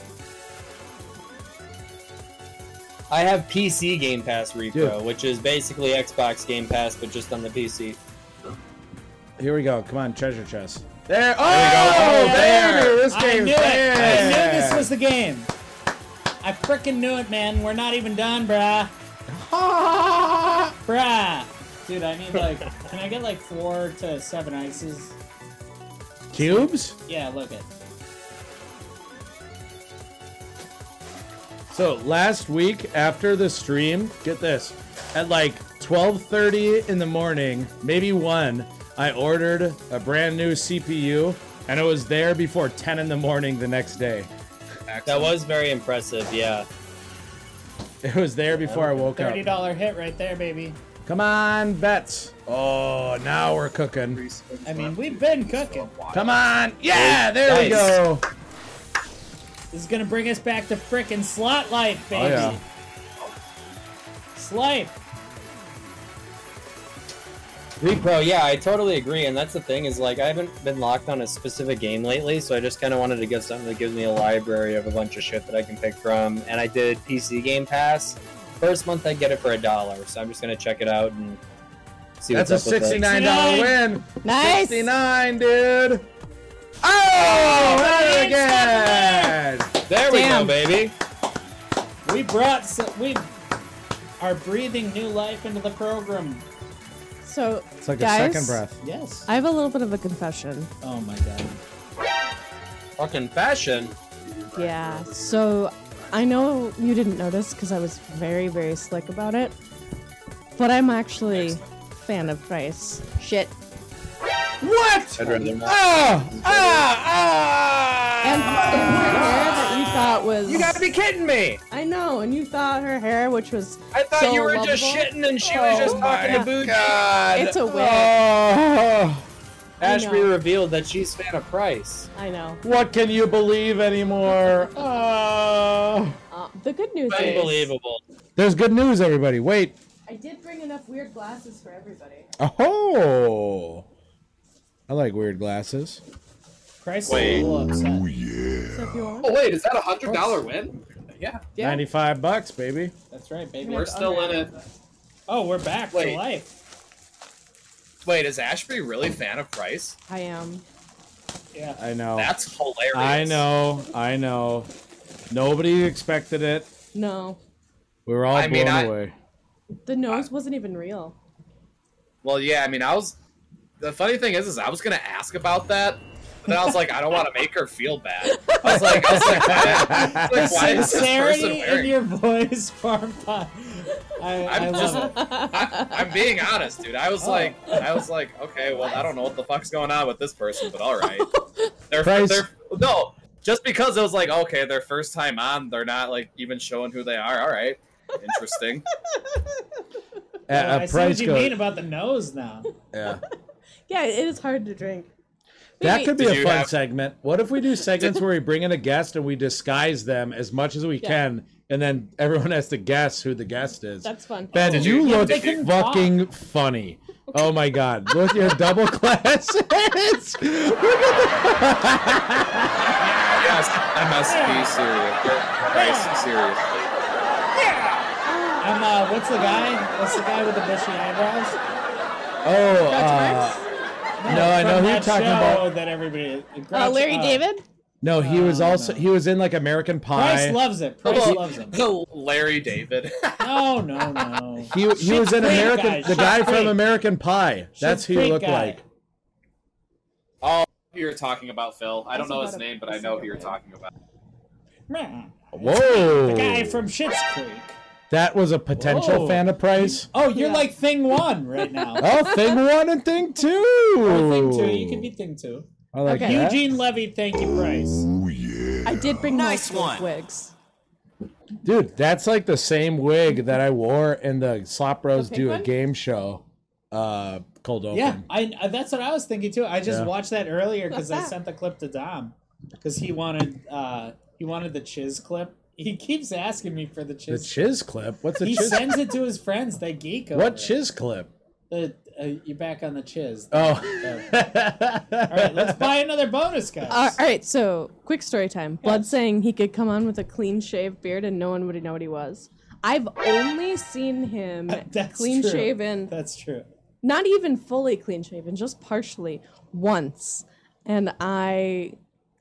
[SPEAKER 4] I have PC Game Pass Repro,
[SPEAKER 3] Dude.
[SPEAKER 4] which is basically Xbox Game Pass, but just on the PC.
[SPEAKER 3] Here we go. Come on, treasure chest. There. Oh, there. This
[SPEAKER 1] I
[SPEAKER 3] game.
[SPEAKER 1] knew it. I knew this was the game. I frickin' knew it, man. We're not even done, bruh. bruh. Dude, I need like, can I get like four to seven ices?
[SPEAKER 3] cubes.
[SPEAKER 1] Yeah, look it.
[SPEAKER 3] So last week after the stream, get this, at like 12:30 in the morning, maybe one, I ordered a brand new CPU, and it was there before 10 in the morning the next day.
[SPEAKER 4] That was very impressive. Yeah.
[SPEAKER 3] It was there before I woke up.
[SPEAKER 1] Thirty dollar hit right there, baby.
[SPEAKER 3] Come on, bets. Oh, now we're cooking.
[SPEAKER 1] I mean, we've been cooking.
[SPEAKER 3] Come on, yeah, there we
[SPEAKER 4] Nice.
[SPEAKER 3] go.
[SPEAKER 1] This is gonna bring us back to frickin' slot life,
[SPEAKER 3] Oh
[SPEAKER 1] baby.
[SPEAKER 3] yeah.
[SPEAKER 1] Slife.
[SPEAKER 4] Repro, yeah, I totally agree, and that's the thing is like I haven't been locked on a specific game lately, so I just kind of wanted to get something that gives me a library of a bunch of shit that I can pick from. And I did PC Game Pass. First month I get it for a dollar, so I'm just gonna check it out and see
[SPEAKER 3] That's a
[SPEAKER 4] what's up with it.
[SPEAKER 3] sixty-nine dollar win.
[SPEAKER 2] Nice.
[SPEAKER 3] Sixty-nine, dude. Oh, that again.
[SPEAKER 4] There we
[SPEAKER 2] Damn.
[SPEAKER 4] go, baby.
[SPEAKER 1] We brought some, we are breathing new life into the program.
[SPEAKER 2] So,
[SPEAKER 3] It's like
[SPEAKER 2] guys,
[SPEAKER 3] a second breath.
[SPEAKER 1] Yes.
[SPEAKER 2] I have a little bit of a confession.
[SPEAKER 1] oh my god.
[SPEAKER 4] Fucking fashion.
[SPEAKER 2] Yeah. So I know you didn't notice because I was very, very slick about it, but I'm actually a fan of Price. Shit.
[SPEAKER 3] What?
[SPEAKER 4] I'd rather not.
[SPEAKER 3] Ah, ah, ah.
[SPEAKER 2] And, and her hair that you thought was.
[SPEAKER 4] You gotta be kidding me!
[SPEAKER 2] I know, and you thought her hair, which was.
[SPEAKER 4] I thought
[SPEAKER 2] so
[SPEAKER 4] you were just
[SPEAKER 2] lovable.
[SPEAKER 4] shitting and she
[SPEAKER 2] Oh
[SPEAKER 4] was just
[SPEAKER 2] my
[SPEAKER 4] talking to Booch.
[SPEAKER 2] It's a wig.
[SPEAKER 3] Oh,
[SPEAKER 4] Ashby
[SPEAKER 2] know.
[SPEAKER 4] revealed that she's fan of Price.
[SPEAKER 2] I know.
[SPEAKER 3] what can you believe anymore? Oh.
[SPEAKER 2] Uh, the good news is.
[SPEAKER 4] Unbelievable.
[SPEAKER 3] There's good news, everybody. Wait.
[SPEAKER 2] I did bring enough weird glasses for everybody.
[SPEAKER 3] Oh. I like weird glasses.
[SPEAKER 1] Christ is a little upset.
[SPEAKER 2] So if you want.
[SPEAKER 8] Oh wait, is that a hundred dollar win?
[SPEAKER 6] Yeah,
[SPEAKER 2] Yeah.
[SPEAKER 3] 95 bucks, baby.
[SPEAKER 1] That's right, baby.
[SPEAKER 8] We're still in it.
[SPEAKER 1] Oh, we're back to
[SPEAKER 6] Wait.
[SPEAKER 1] life.
[SPEAKER 6] Wait, is Ashby really fan of Price?
[SPEAKER 2] I am.
[SPEAKER 1] Yeah.
[SPEAKER 3] I know.
[SPEAKER 6] That's hilarious.
[SPEAKER 3] I know. I know. Nobody expected it.
[SPEAKER 2] No.
[SPEAKER 3] We were all
[SPEAKER 6] I
[SPEAKER 3] blown
[SPEAKER 6] mean, I-
[SPEAKER 3] away.
[SPEAKER 2] The nose wasn't even real.
[SPEAKER 6] Well, yeah, I mean, I was. The funny thing is, is I was gonna ask about that, but then I was like, I don't want to make her feel bad. I was like, I was like, why, I was like, why is this person
[SPEAKER 1] Sincerity in
[SPEAKER 6] wearing?
[SPEAKER 1] your voice, Farmpa. I, I
[SPEAKER 6] I'm
[SPEAKER 1] love
[SPEAKER 6] just,
[SPEAKER 1] it.
[SPEAKER 6] I, I'm being honest, dude. I
[SPEAKER 4] Oh.
[SPEAKER 6] was like, I was like, okay, well, I don't know what the fuck's going on with this person, but all right. They're,
[SPEAKER 3] Price.
[SPEAKER 6] they're no, just because it was like, okay, their first time on, they're not like even showing who they are. All right, interesting.
[SPEAKER 3] At
[SPEAKER 1] Oh,
[SPEAKER 3] a
[SPEAKER 1] I see
[SPEAKER 3] price
[SPEAKER 1] what you
[SPEAKER 3] go-
[SPEAKER 1] mean about the nose now.
[SPEAKER 3] Yeah.
[SPEAKER 2] Yeah, it is hard to drink.
[SPEAKER 3] That
[SPEAKER 2] Wait,
[SPEAKER 3] could be
[SPEAKER 6] Did
[SPEAKER 3] a
[SPEAKER 6] you
[SPEAKER 3] fun
[SPEAKER 6] have-
[SPEAKER 3] segment. What if we do segments where we bring in a guest and we disguise them as much as we
[SPEAKER 2] Yeah.
[SPEAKER 3] can, and then everyone has to guess who the guest is?
[SPEAKER 2] That's fun.
[SPEAKER 3] ben,
[SPEAKER 6] Did
[SPEAKER 3] you,
[SPEAKER 6] you-
[SPEAKER 3] look
[SPEAKER 6] did
[SPEAKER 1] you-
[SPEAKER 3] fucking funny. Oh my god, look at your double glasses. Oh, Look
[SPEAKER 6] Yes, MSP serious. Price serious.
[SPEAKER 1] I'm, uh, what's the guy? What's the guy with the bushy eyebrows?
[SPEAKER 3] at- oh, uh, no, I know
[SPEAKER 1] From
[SPEAKER 3] who you're
[SPEAKER 1] that
[SPEAKER 3] talking
[SPEAKER 1] show
[SPEAKER 3] about.
[SPEAKER 1] That everybody.
[SPEAKER 2] Uh, Larry
[SPEAKER 1] uh,
[SPEAKER 2] David?
[SPEAKER 3] No, he was
[SPEAKER 1] Oh,
[SPEAKER 3] also
[SPEAKER 1] no.
[SPEAKER 3] he was in like American
[SPEAKER 1] Price
[SPEAKER 3] Pie.
[SPEAKER 1] loves it. Price loves him.
[SPEAKER 6] Larry David.
[SPEAKER 1] No, no, no.
[SPEAKER 3] he he was in
[SPEAKER 1] freak,
[SPEAKER 3] American
[SPEAKER 1] guys,
[SPEAKER 3] the
[SPEAKER 1] shit
[SPEAKER 3] guy from
[SPEAKER 1] freak.
[SPEAKER 3] American Pie. That's who he
[SPEAKER 1] freak
[SPEAKER 3] looked
[SPEAKER 1] guy.
[SPEAKER 3] like.
[SPEAKER 6] Oh, who you're talking about Phil. I don't
[SPEAKER 2] Also
[SPEAKER 6] know his
[SPEAKER 2] got a-
[SPEAKER 6] name, but I know who you're talking about.
[SPEAKER 1] The guy
[SPEAKER 3] Whoa!
[SPEAKER 1] from Shit's Creek.
[SPEAKER 3] That was a potential
[SPEAKER 1] Whoa.
[SPEAKER 3] fan of price.
[SPEAKER 1] Oh, you're
[SPEAKER 2] Yeah.
[SPEAKER 1] like thing one right now.
[SPEAKER 3] Oh, thing one and thing two.
[SPEAKER 1] Or Oh, thing two. You could be thing two.
[SPEAKER 3] I like
[SPEAKER 2] Okay.
[SPEAKER 3] that.
[SPEAKER 1] Eugene Levy, thank you, Price.
[SPEAKER 2] I did bring nice one. wigs.
[SPEAKER 3] Dude, that's like the same wig that I wore in the Slop Bros
[SPEAKER 2] The pink
[SPEAKER 3] do a
[SPEAKER 2] one?
[SPEAKER 3] game show. Uh, cold open.
[SPEAKER 1] Yeah, I, I- that's what I was thinking too. I just
[SPEAKER 3] Yeah.
[SPEAKER 1] watched that earlier because I
[SPEAKER 2] that?
[SPEAKER 1] sent the clip to Dom because he wanted uh he wanted the chiz clip. He keeps asking me for the
[SPEAKER 3] The
[SPEAKER 1] chiz.
[SPEAKER 3] chiz clip. What's a
[SPEAKER 1] he
[SPEAKER 3] chiz?
[SPEAKER 1] sends it to his friends. They geek over
[SPEAKER 3] What
[SPEAKER 1] it.
[SPEAKER 3] chiz clip?
[SPEAKER 1] The, uh, you're back on the chiz.
[SPEAKER 3] Oh.
[SPEAKER 1] All right, let's buy another bonus, guys.
[SPEAKER 2] Uh, all right, so quick story time. Blood saying he could come on with a clean shaved beard and no one would know what he was. I've only seen him
[SPEAKER 1] That's
[SPEAKER 2] clean
[SPEAKER 1] true.
[SPEAKER 2] shaven,
[SPEAKER 1] That's true.
[SPEAKER 2] not even fully clean shaven, just partially once, and I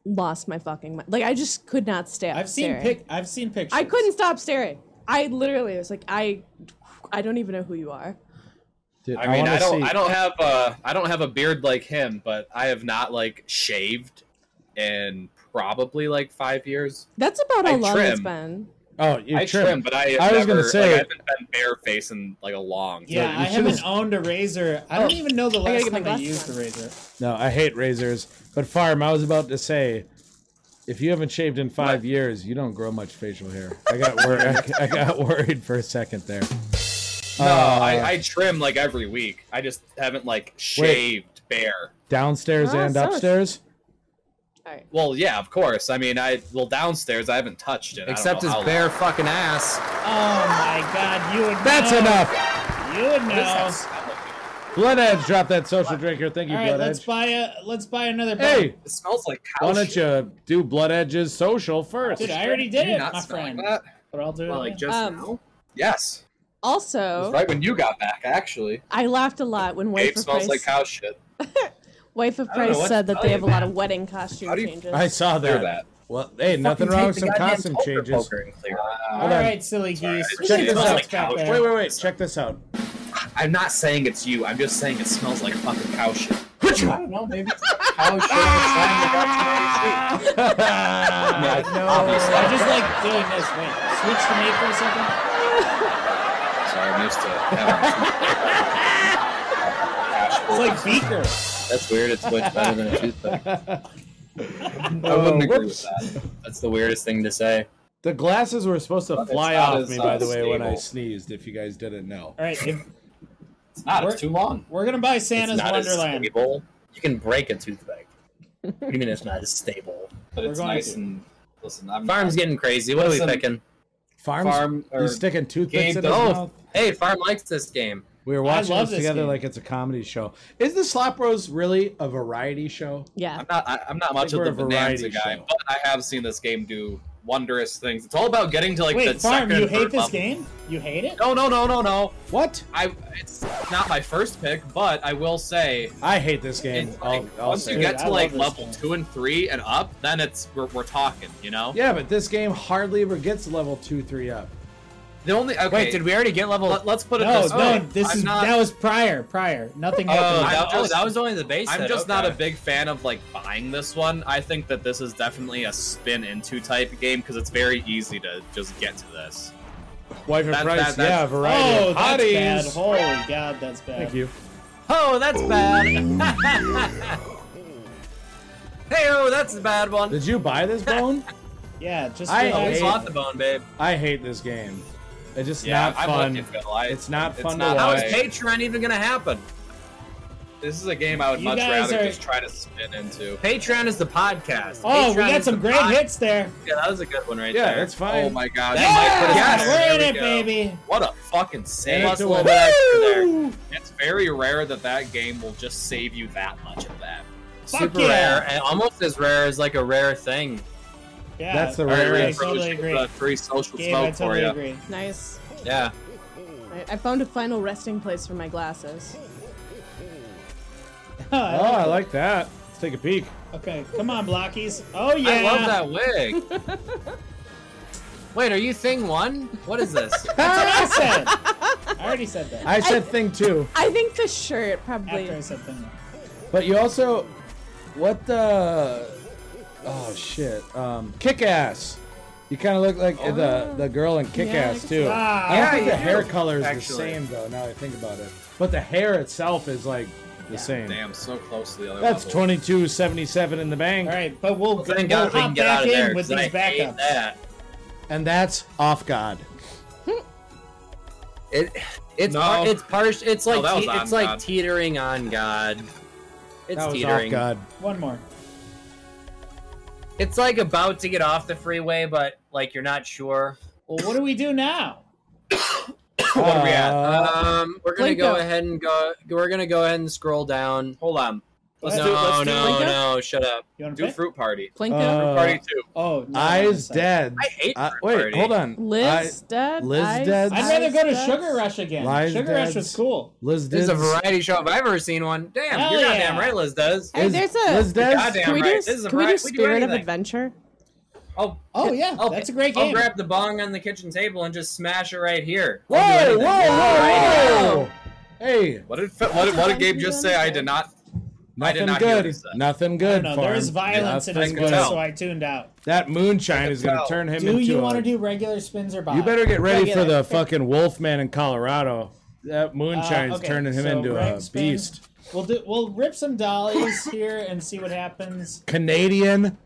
[SPEAKER 2] lost my fucking mind. Like I just could not stand.
[SPEAKER 1] I've seen
[SPEAKER 2] staring.
[SPEAKER 1] pic. I've seen pictures.
[SPEAKER 2] I couldn't stop staring. I literally was like, I, I don't even know who you are.
[SPEAKER 3] Dude,
[SPEAKER 6] I mean,
[SPEAKER 3] wanna
[SPEAKER 6] I, don't,
[SPEAKER 3] see-
[SPEAKER 6] I don't have, uh, I don't have a beard like him, but I have not like shaved in probably like five years.
[SPEAKER 2] That's about how
[SPEAKER 6] I
[SPEAKER 2] long it's
[SPEAKER 6] trim.
[SPEAKER 2] been.
[SPEAKER 3] Oh, you
[SPEAKER 6] I trim, but I,
[SPEAKER 3] I was
[SPEAKER 6] never,
[SPEAKER 3] gonna say-
[SPEAKER 6] like, I haven't been bareface in like a long.
[SPEAKER 1] Yeah,
[SPEAKER 3] you
[SPEAKER 1] I
[SPEAKER 3] should've-
[SPEAKER 1] haven't owned a razor. I don't even know the
[SPEAKER 2] Oh. gotta
[SPEAKER 1] last
[SPEAKER 2] get my
[SPEAKER 1] time I
[SPEAKER 2] glasses
[SPEAKER 1] used
[SPEAKER 2] on.
[SPEAKER 1] a razor.
[SPEAKER 3] No, I hate razors. But farm, I was about to say, if you haven't shaved in five years, you don't grow much facial hair. I got wor- I, I got worried for a second there. Uh,
[SPEAKER 6] No, I, I trim like every week. I just haven't like shaved bare.
[SPEAKER 3] Downstairs
[SPEAKER 2] Ah,
[SPEAKER 3] and
[SPEAKER 2] so-
[SPEAKER 3] upstairs.
[SPEAKER 2] All right.
[SPEAKER 6] Well, yeah, of course. I mean, I well downstairs I haven't touched it. I don't
[SPEAKER 4] Except
[SPEAKER 6] know
[SPEAKER 4] his
[SPEAKER 6] how
[SPEAKER 4] bare
[SPEAKER 6] long.
[SPEAKER 4] fucking ass.
[SPEAKER 1] Oh my God, you would.
[SPEAKER 3] That's
[SPEAKER 1] know.
[SPEAKER 3] enough.
[SPEAKER 1] You would
[SPEAKER 6] What is that
[SPEAKER 1] know.
[SPEAKER 6] smell of here?
[SPEAKER 3] Blood Edge, drop that social drink here. Thank you,
[SPEAKER 1] All right,
[SPEAKER 3] Blood
[SPEAKER 1] let's
[SPEAKER 3] Edge.
[SPEAKER 1] buy a. Let's buy another.
[SPEAKER 3] Hey,
[SPEAKER 6] It smells like cow
[SPEAKER 3] why don't
[SPEAKER 6] shit.
[SPEAKER 3] you do Blood Edge's social first?
[SPEAKER 1] Dude, I already did
[SPEAKER 6] Do you
[SPEAKER 1] it,
[SPEAKER 6] not
[SPEAKER 1] my
[SPEAKER 6] smell like
[SPEAKER 1] friend.
[SPEAKER 6] that?
[SPEAKER 1] but I'll do it.
[SPEAKER 8] Well,
[SPEAKER 1] again.
[SPEAKER 8] like just
[SPEAKER 2] Um,
[SPEAKER 8] now.
[SPEAKER 6] Yes, it was
[SPEAKER 2] Also,
[SPEAKER 6] right when you got back, actually.
[SPEAKER 2] I laughed a lot when wife
[SPEAKER 6] Abe
[SPEAKER 2] of
[SPEAKER 6] smells
[SPEAKER 2] Price,
[SPEAKER 6] like cow shit.
[SPEAKER 2] wife of
[SPEAKER 6] I don't know
[SPEAKER 2] Price
[SPEAKER 6] what to
[SPEAKER 2] said that
[SPEAKER 6] tell
[SPEAKER 2] they
[SPEAKER 6] you,
[SPEAKER 2] have a lot of wedding costume
[SPEAKER 6] How do you-
[SPEAKER 2] changes.
[SPEAKER 3] I saw
[SPEAKER 6] Clear
[SPEAKER 3] that.
[SPEAKER 6] that.
[SPEAKER 3] Well, hey, nothing wrong with some costume changes.
[SPEAKER 1] all
[SPEAKER 3] hold on.
[SPEAKER 1] right, silly geese.
[SPEAKER 6] Check
[SPEAKER 1] Get
[SPEAKER 3] this
[SPEAKER 1] your
[SPEAKER 3] out.
[SPEAKER 1] socks back
[SPEAKER 6] Wait,
[SPEAKER 1] there.
[SPEAKER 3] Wait, wait, wait. Check this out.
[SPEAKER 6] I'm not saying it's you. I'm just saying it smells like fucking cow
[SPEAKER 8] I
[SPEAKER 6] shit.
[SPEAKER 8] don't know. Maybe it's cow shit. or something.
[SPEAKER 6] I mean, obviously.
[SPEAKER 1] I just like doing this. Wait, switch to me for a second.
[SPEAKER 6] Sorry, I'm used to having
[SPEAKER 1] It's like Beaker.
[SPEAKER 6] That's weird. It's much better than a toothpick. I
[SPEAKER 3] Oh,
[SPEAKER 6] wouldn't agree
[SPEAKER 3] whoops.
[SPEAKER 6] with that. That's the weirdest thing to say.
[SPEAKER 3] The glasses were supposed to
[SPEAKER 6] Well, it's
[SPEAKER 3] fly
[SPEAKER 6] not
[SPEAKER 3] off
[SPEAKER 6] as,
[SPEAKER 3] me,
[SPEAKER 6] uh,
[SPEAKER 3] by the way, when I
[SPEAKER 6] stable.
[SPEAKER 3] sneezed. If you guys didn't know.
[SPEAKER 1] All right, if
[SPEAKER 6] It's not.
[SPEAKER 1] We're-
[SPEAKER 6] It's too long.
[SPEAKER 1] we're gonna buy
[SPEAKER 6] it's
[SPEAKER 1] Santa's
[SPEAKER 6] not
[SPEAKER 1] Wonderland.
[SPEAKER 6] as stable. You can break a toothpick. what do you mean it's not as stable? But
[SPEAKER 1] We're it's going nice to.
[SPEAKER 6] and listen. I'm
[SPEAKER 4] Farm's getting crazy. What are we
[SPEAKER 6] Listen,
[SPEAKER 4] picking?
[SPEAKER 3] Farms,
[SPEAKER 6] farm or
[SPEAKER 3] he's sticking toothpicks
[SPEAKER 6] game
[SPEAKER 3] in his
[SPEAKER 6] dog.
[SPEAKER 3] mouth.
[SPEAKER 4] Hey, Farm likes this game.
[SPEAKER 3] We were
[SPEAKER 1] I
[SPEAKER 3] watching
[SPEAKER 1] love
[SPEAKER 3] this
[SPEAKER 1] this
[SPEAKER 3] together
[SPEAKER 1] game.
[SPEAKER 3] like it's a comedy show. Is the Slop Bros really a variety show?
[SPEAKER 2] yeah.
[SPEAKER 6] I'm not. I, I'm not much
[SPEAKER 3] think
[SPEAKER 6] of the
[SPEAKER 3] we're a variety
[SPEAKER 6] bonanza guy,
[SPEAKER 3] show.
[SPEAKER 6] but I have seen this game do wondrous things. It's all about getting to like
[SPEAKER 1] Wait,
[SPEAKER 6] the
[SPEAKER 1] farm,
[SPEAKER 6] second.
[SPEAKER 1] you
[SPEAKER 6] or
[SPEAKER 1] hate
[SPEAKER 6] third
[SPEAKER 1] this
[SPEAKER 6] level.
[SPEAKER 1] game? You hate it?
[SPEAKER 6] No, no, no, no, no.
[SPEAKER 3] What?
[SPEAKER 6] I. It's not my first pick, but I will say.
[SPEAKER 3] I hate this game.
[SPEAKER 6] It's
[SPEAKER 3] I'll,
[SPEAKER 6] like,
[SPEAKER 3] I'll
[SPEAKER 6] once
[SPEAKER 3] say
[SPEAKER 6] you
[SPEAKER 3] it.
[SPEAKER 1] Dude,
[SPEAKER 6] get
[SPEAKER 1] I
[SPEAKER 6] to like
[SPEAKER 1] love this
[SPEAKER 6] level
[SPEAKER 1] game.
[SPEAKER 6] two and three and up, then it's we're, we're talking, you know.
[SPEAKER 3] Yeah, but this game hardly ever gets level two, three up.
[SPEAKER 6] The only okay,
[SPEAKER 4] Wait, did we already get level?
[SPEAKER 6] Let, us put it
[SPEAKER 1] No,
[SPEAKER 6] this
[SPEAKER 1] no,
[SPEAKER 6] way.
[SPEAKER 1] this
[SPEAKER 6] I'm
[SPEAKER 1] is
[SPEAKER 6] not,
[SPEAKER 1] that was prior, prior. Nothing
[SPEAKER 6] Oh,
[SPEAKER 1] happened.
[SPEAKER 6] that
[SPEAKER 4] that, oh,
[SPEAKER 6] was-
[SPEAKER 4] that was only the base.
[SPEAKER 6] I'm
[SPEAKER 4] set,
[SPEAKER 6] just not a
[SPEAKER 4] okay.
[SPEAKER 6] big fan of like buying this one. I think that this is definitely a spin into type game because it's very easy to just get to this.
[SPEAKER 3] Wife and
[SPEAKER 6] That-
[SPEAKER 3] Price,
[SPEAKER 6] that- that's-
[SPEAKER 3] yeah, variety.
[SPEAKER 1] oh,
[SPEAKER 3] of
[SPEAKER 1] that's
[SPEAKER 3] hotties.
[SPEAKER 1] bad. Holy God, that's bad.
[SPEAKER 3] Thank you.
[SPEAKER 4] Oh, that's bad. hey, oh, that's the bad one.
[SPEAKER 3] Did you buy this bone?
[SPEAKER 1] Yeah, just
[SPEAKER 3] I
[SPEAKER 4] Oh,
[SPEAKER 1] relax.
[SPEAKER 4] we
[SPEAKER 3] hate-
[SPEAKER 4] bought the bone, babe.
[SPEAKER 3] I hate this game. It's just
[SPEAKER 6] Yeah,
[SPEAKER 3] not
[SPEAKER 6] I'm
[SPEAKER 3] fun.
[SPEAKER 6] with you, Phil. I-
[SPEAKER 3] It's not fun to
[SPEAKER 6] not-
[SPEAKER 4] How
[SPEAKER 3] watch.
[SPEAKER 4] is
[SPEAKER 6] I-
[SPEAKER 4] Patreon even gonna happen?
[SPEAKER 6] This is a game I would
[SPEAKER 1] You
[SPEAKER 6] much
[SPEAKER 1] guys
[SPEAKER 6] rather
[SPEAKER 1] are-
[SPEAKER 6] just try to spin into.
[SPEAKER 4] Patreon is the podcast.
[SPEAKER 1] Oh, we
[SPEAKER 4] Patreon
[SPEAKER 1] got
[SPEAKER 4] is
[SPEAKER 1] some
[SPEAKER 4] the
[SPEAKER 1] great
[SPEAKER 4] pod-
[SPEAKER 1] hits there.
[SPEAKER 4] Yeah, that was a good one right
[SPEAKER 3] yeah,
[SPEAKER 4] there.
[SPEAKER 3] that's fine.
[SPEAKER 6] Oh my god!
[SPEAKER 1] That's
[SPEAKER 4] Yes!
[SPEAKER 1] we're in
[SPEAKER 6] There
[SPEAKER 1] it,
[SPEAKER 6] we go.
[SPEAKER 1] baby.
[SPEAKER 6] What a fucking
[SPEAKER 3] Add
[SPEAKER 6] save!
[SPEAKER 3] it
[SPEAKER 4] Plus
[SPEAKER 3] to
[SPEAKER 4] a little
[SPEAKER 3] it.
[SPEAKER 4] bit extra there.
[SPEAKER 3] Woo!
[SPEAKER 6] It's very rare that that game will just save you that much of that.
[SPEAKER 1] Fuck
[SPEAKER 4] Super
[SPEAKER 1] yeah.
[SPEAKER 4] rare, and almost as rare as like a rare thing.
[SPEAKER 1] Yeah,
[SPEAKER 3] That's the
[SPEAKER 1] I
[SPEAKER 6] All right,
[SPEAKER 3] rare Oh, Right,
[SPEAKER 1] totally
[SPEAKER 6] Ray,
[SPEAKER 3] right.
[SPEAKER 1] totally agree.
[SPEAKER 6] The free social
[SPEAKER 1] Gabe, I
[SPEAKER 6] smoke for
[SPEAKER 1] totally
[SPEAKER 6] you.
[SPEAKER 1] agree.
[SPEAKER 2] Nice.
[SPEAKER 6] Yeah.
[SPEAKER 2] I, I found a final resting place for my glasses.
[SPEAKER 3] Oh, I like that. Let's take a peek.
[SPEAKER 1] Okay, come on, blockies. Oh yeah.
[SPEAKER 4] I love that wig. Wait, are you thing one? What is this?
[SPEAKER 1] That's what I said. I already said that.
[SPEAKER 3] I said thing two,
[SPEAKER 2] I think the shirt probably.
[SPEAKER 1] After I said thing.
[SPEAKER 3] but you also What the? Oh shit! Um, Kick Ass. You kind of look like the the girl in Kick
[SPEAKER 2] Oh, Yeah, I
[SPEAKER 3] Ass
[SPEAKER 2] can
[SPEAKER 3] too.
[SPEAKER 2] see
[SPEAKER 6] that.
[SPEAKER 3] I don't
[SPEAKER 6] Yeah,
[SPEAKER 3] think the
[SPEAKER 6] you
[SPEAKER 3] hair
[SPEAKER 6] do,
[SPEAKER 3] color is
[SPEAKER 6] actually.
[SPEAKER 3] the same though. Now that I think about it, but the hair itself is like the same.
[SPEAKER 6] Damn, so close to the other
[SPEAKER 3] That's
[SPEAKER 6] level.
[SPEAKER 3] twenty two seventy seven in the bank,
[SPEAKER 1] All right, but we'll,
[SPEAKER 6] Well, thank
[SPEAKER 1] we'll
[SPEAKER 6] God we
[SPEAKER 1] hop
[SPEAKER 6] can get
[SPEAKER 1] back
[SPEAKER 6] out of there.
[SPEAKER 1] in with
[SPEAKER 6] 'cause
[SPEAKER 1] these
[SPEAKER 6] I hate
[SPEAKER 1] backups.
[SPEAKER 6] That.
[SPEAKER 3] and that's off God.
[SPEAKER 4] It it's
[SPEAKER 6] No.
[SPEAKER 4] par- it's partial. It's
[SPEAKER 6] No,
[SPEAKER 4] like
[SPEAKER 6] that was
[SPEAKER 4] te-
[SPEAKER 6] on
[SPEAKER 4] it's like
[SPEAKER 6] God.
[SPEAKER 4] teetering on God. It's
[SPEAKER 3] that was
[SPEAKER 4] teetering.
[SPEAKER 3] off God.
[SPEAKER 1] One more.
[SPEAKER 4] It's like about to get off the freeway, but like you're not sure.
[SPEAKER 1] Well, what do we do now?
[SPEAKER 6] What are we at?
[SPEAKER 3] Uh,
[SPEAKER 4] Um, we're gonna
[SPEAKER 2] Blinko.
[SPEAKER 4] go ahead and go. We're gonna go ahead and scroll down. Hold on.
[SPEAKER 1] Let's
[SPEAKER 4] no,
[SPEAKER 1] do it, let's do it.
[SPEAKER 4] no,
[SPEAKER 2] Blinko?
[SPEAKER 4] no! Shut up.
[SPEAKER 1] You want to
[SPEAKER 6] Do
[SPEAKER 1] play?
[SPEAKER 6] fruit party.
[SPEAKER 2] Plinko,
[SPEAKER 3] Uh,
[SPEAKER 6] Party two.
[SPEAKER 1] oh, no,
[SPEAKER 3] Eyes
[SPEAKER 1] I'm sorry.
[SPEAKER 3] dead.
[SPEAKER 4] I hate.
[SPEAKER 3] Uh,
[SPEAKER 4] fruit
[SPEAKER 3] wait,
[SPEAKER 4] party.
[SPEAKER 3] hold on.
[SPEAKER 2] Liz
[SPEAKER 3] I-
[SPEAKER 2] dead.
[SPEAKER 3] Liz
[SPEAKER 2] Eyes-
[SPEAKER 3] dead.
[SPEAKER 1] I'd rather go to
[SPEAKER 2] eyes
[SPEAKER 1] Sugar
[SPEAKER 2] dead?
[SPEAKER 1] Rush again.
[SPEAKER 3] Lies
[SPEAKER 1] Sugar Rush was
[SPEAKER 3] deads.
[SPEAKER 1] cool.
[SPEAKER 3] Liz
[SPEAKER 4] This is a
[SPEAKER 3] Diz.
[SPEAKER 4] variety show if I've ever seen one. Damn,
[SPEAKER 1] Hell
[SPEAKER 4] you're
[SPEAKER 1] yeah.
[SPEAKER 4] goddamn right, Liz does.
[SPEAKER 2] Hey,
[SPEAKER 3] Is-
[SPEAKER 2] there's a.
[SPEAKER 3] Liz Diz.
[SPEAKER 6] Goddamn
[SPEAKER 2] Can we do,
[SPEAKER 6] right. This is a
[SPEAKER 2] can we do
[SPEAKER 6] right. We do
[SPEAKER 2] Spirit of
[SPEAKER 6] anything.
[SPEAKER 2] Adventure?
[SPEAKER 4] I'll,
[SPEAKER 1] Oh yeah,
[SPEAKER 4] I'll-
[SPEAKER 1] that's a great
[SPEAKER 4] I'll
[SPEAKER 1] game.
[SPEAKER 4] grab the bong on the kitchen table and just smash it right here.
[SPEAKER 3] Whoa, whoa, whoa, whoa! Hey,
[SPEAKER 6] What did what did, what did Gabe just say? I did not. I
[SPEAKER 3] nothing
[SPEAKER 6] did not hear
[SPEAKER 3] good.
[SPEAKER 6] this stuff.
[SPEAKER 3] Nothing good.
[SPEAKER 1] No,
[SPEAKER 3] for
[SPEAKER 1] there is
[SPEAKER 3] him.
[SPEAKER 1] violence in
[SPEAKER 3] Nothing
[SPEAKER 1] his
[SPEAKER 6] I
[SPEAKER 3] good.
[SPEAKER 6] can
[SPEAKER 1] voice,
[SPEAKER 6] tell.
[SPEAKER 1] so I tuned out.
[SPEAKER 3] That moonshine is going to
[SPEAKER 6] tell.
[SPEAKER 3] turn him
[SPEAKER 1] Do
[SPEAKER 3] into.
[SPEAKER 1] you
[SPEAKER 3] a-
[SPEAKER 1] want to do regular spins or bob?
[SPEAKER 3] You better get ready for
[SPEAKER 2] Regular.
[SPEAKER 3] the fucking Wolfman in Colorado. That moonshine
[SPEAKER 1] Uh,
[SPEAKER 3] is
[SPEAKER 1] okay,
[SPEAKER 3] turning him
[SPEAKER 1] so
[SPEAKER 3] into a
[SPEAKER 1] reg spin.
[SPEAKER 3] beast.
[SPEAKER 1] We'll do. We'll rip some dollies here and see what happens.
[SPEAKER 3] Canadian.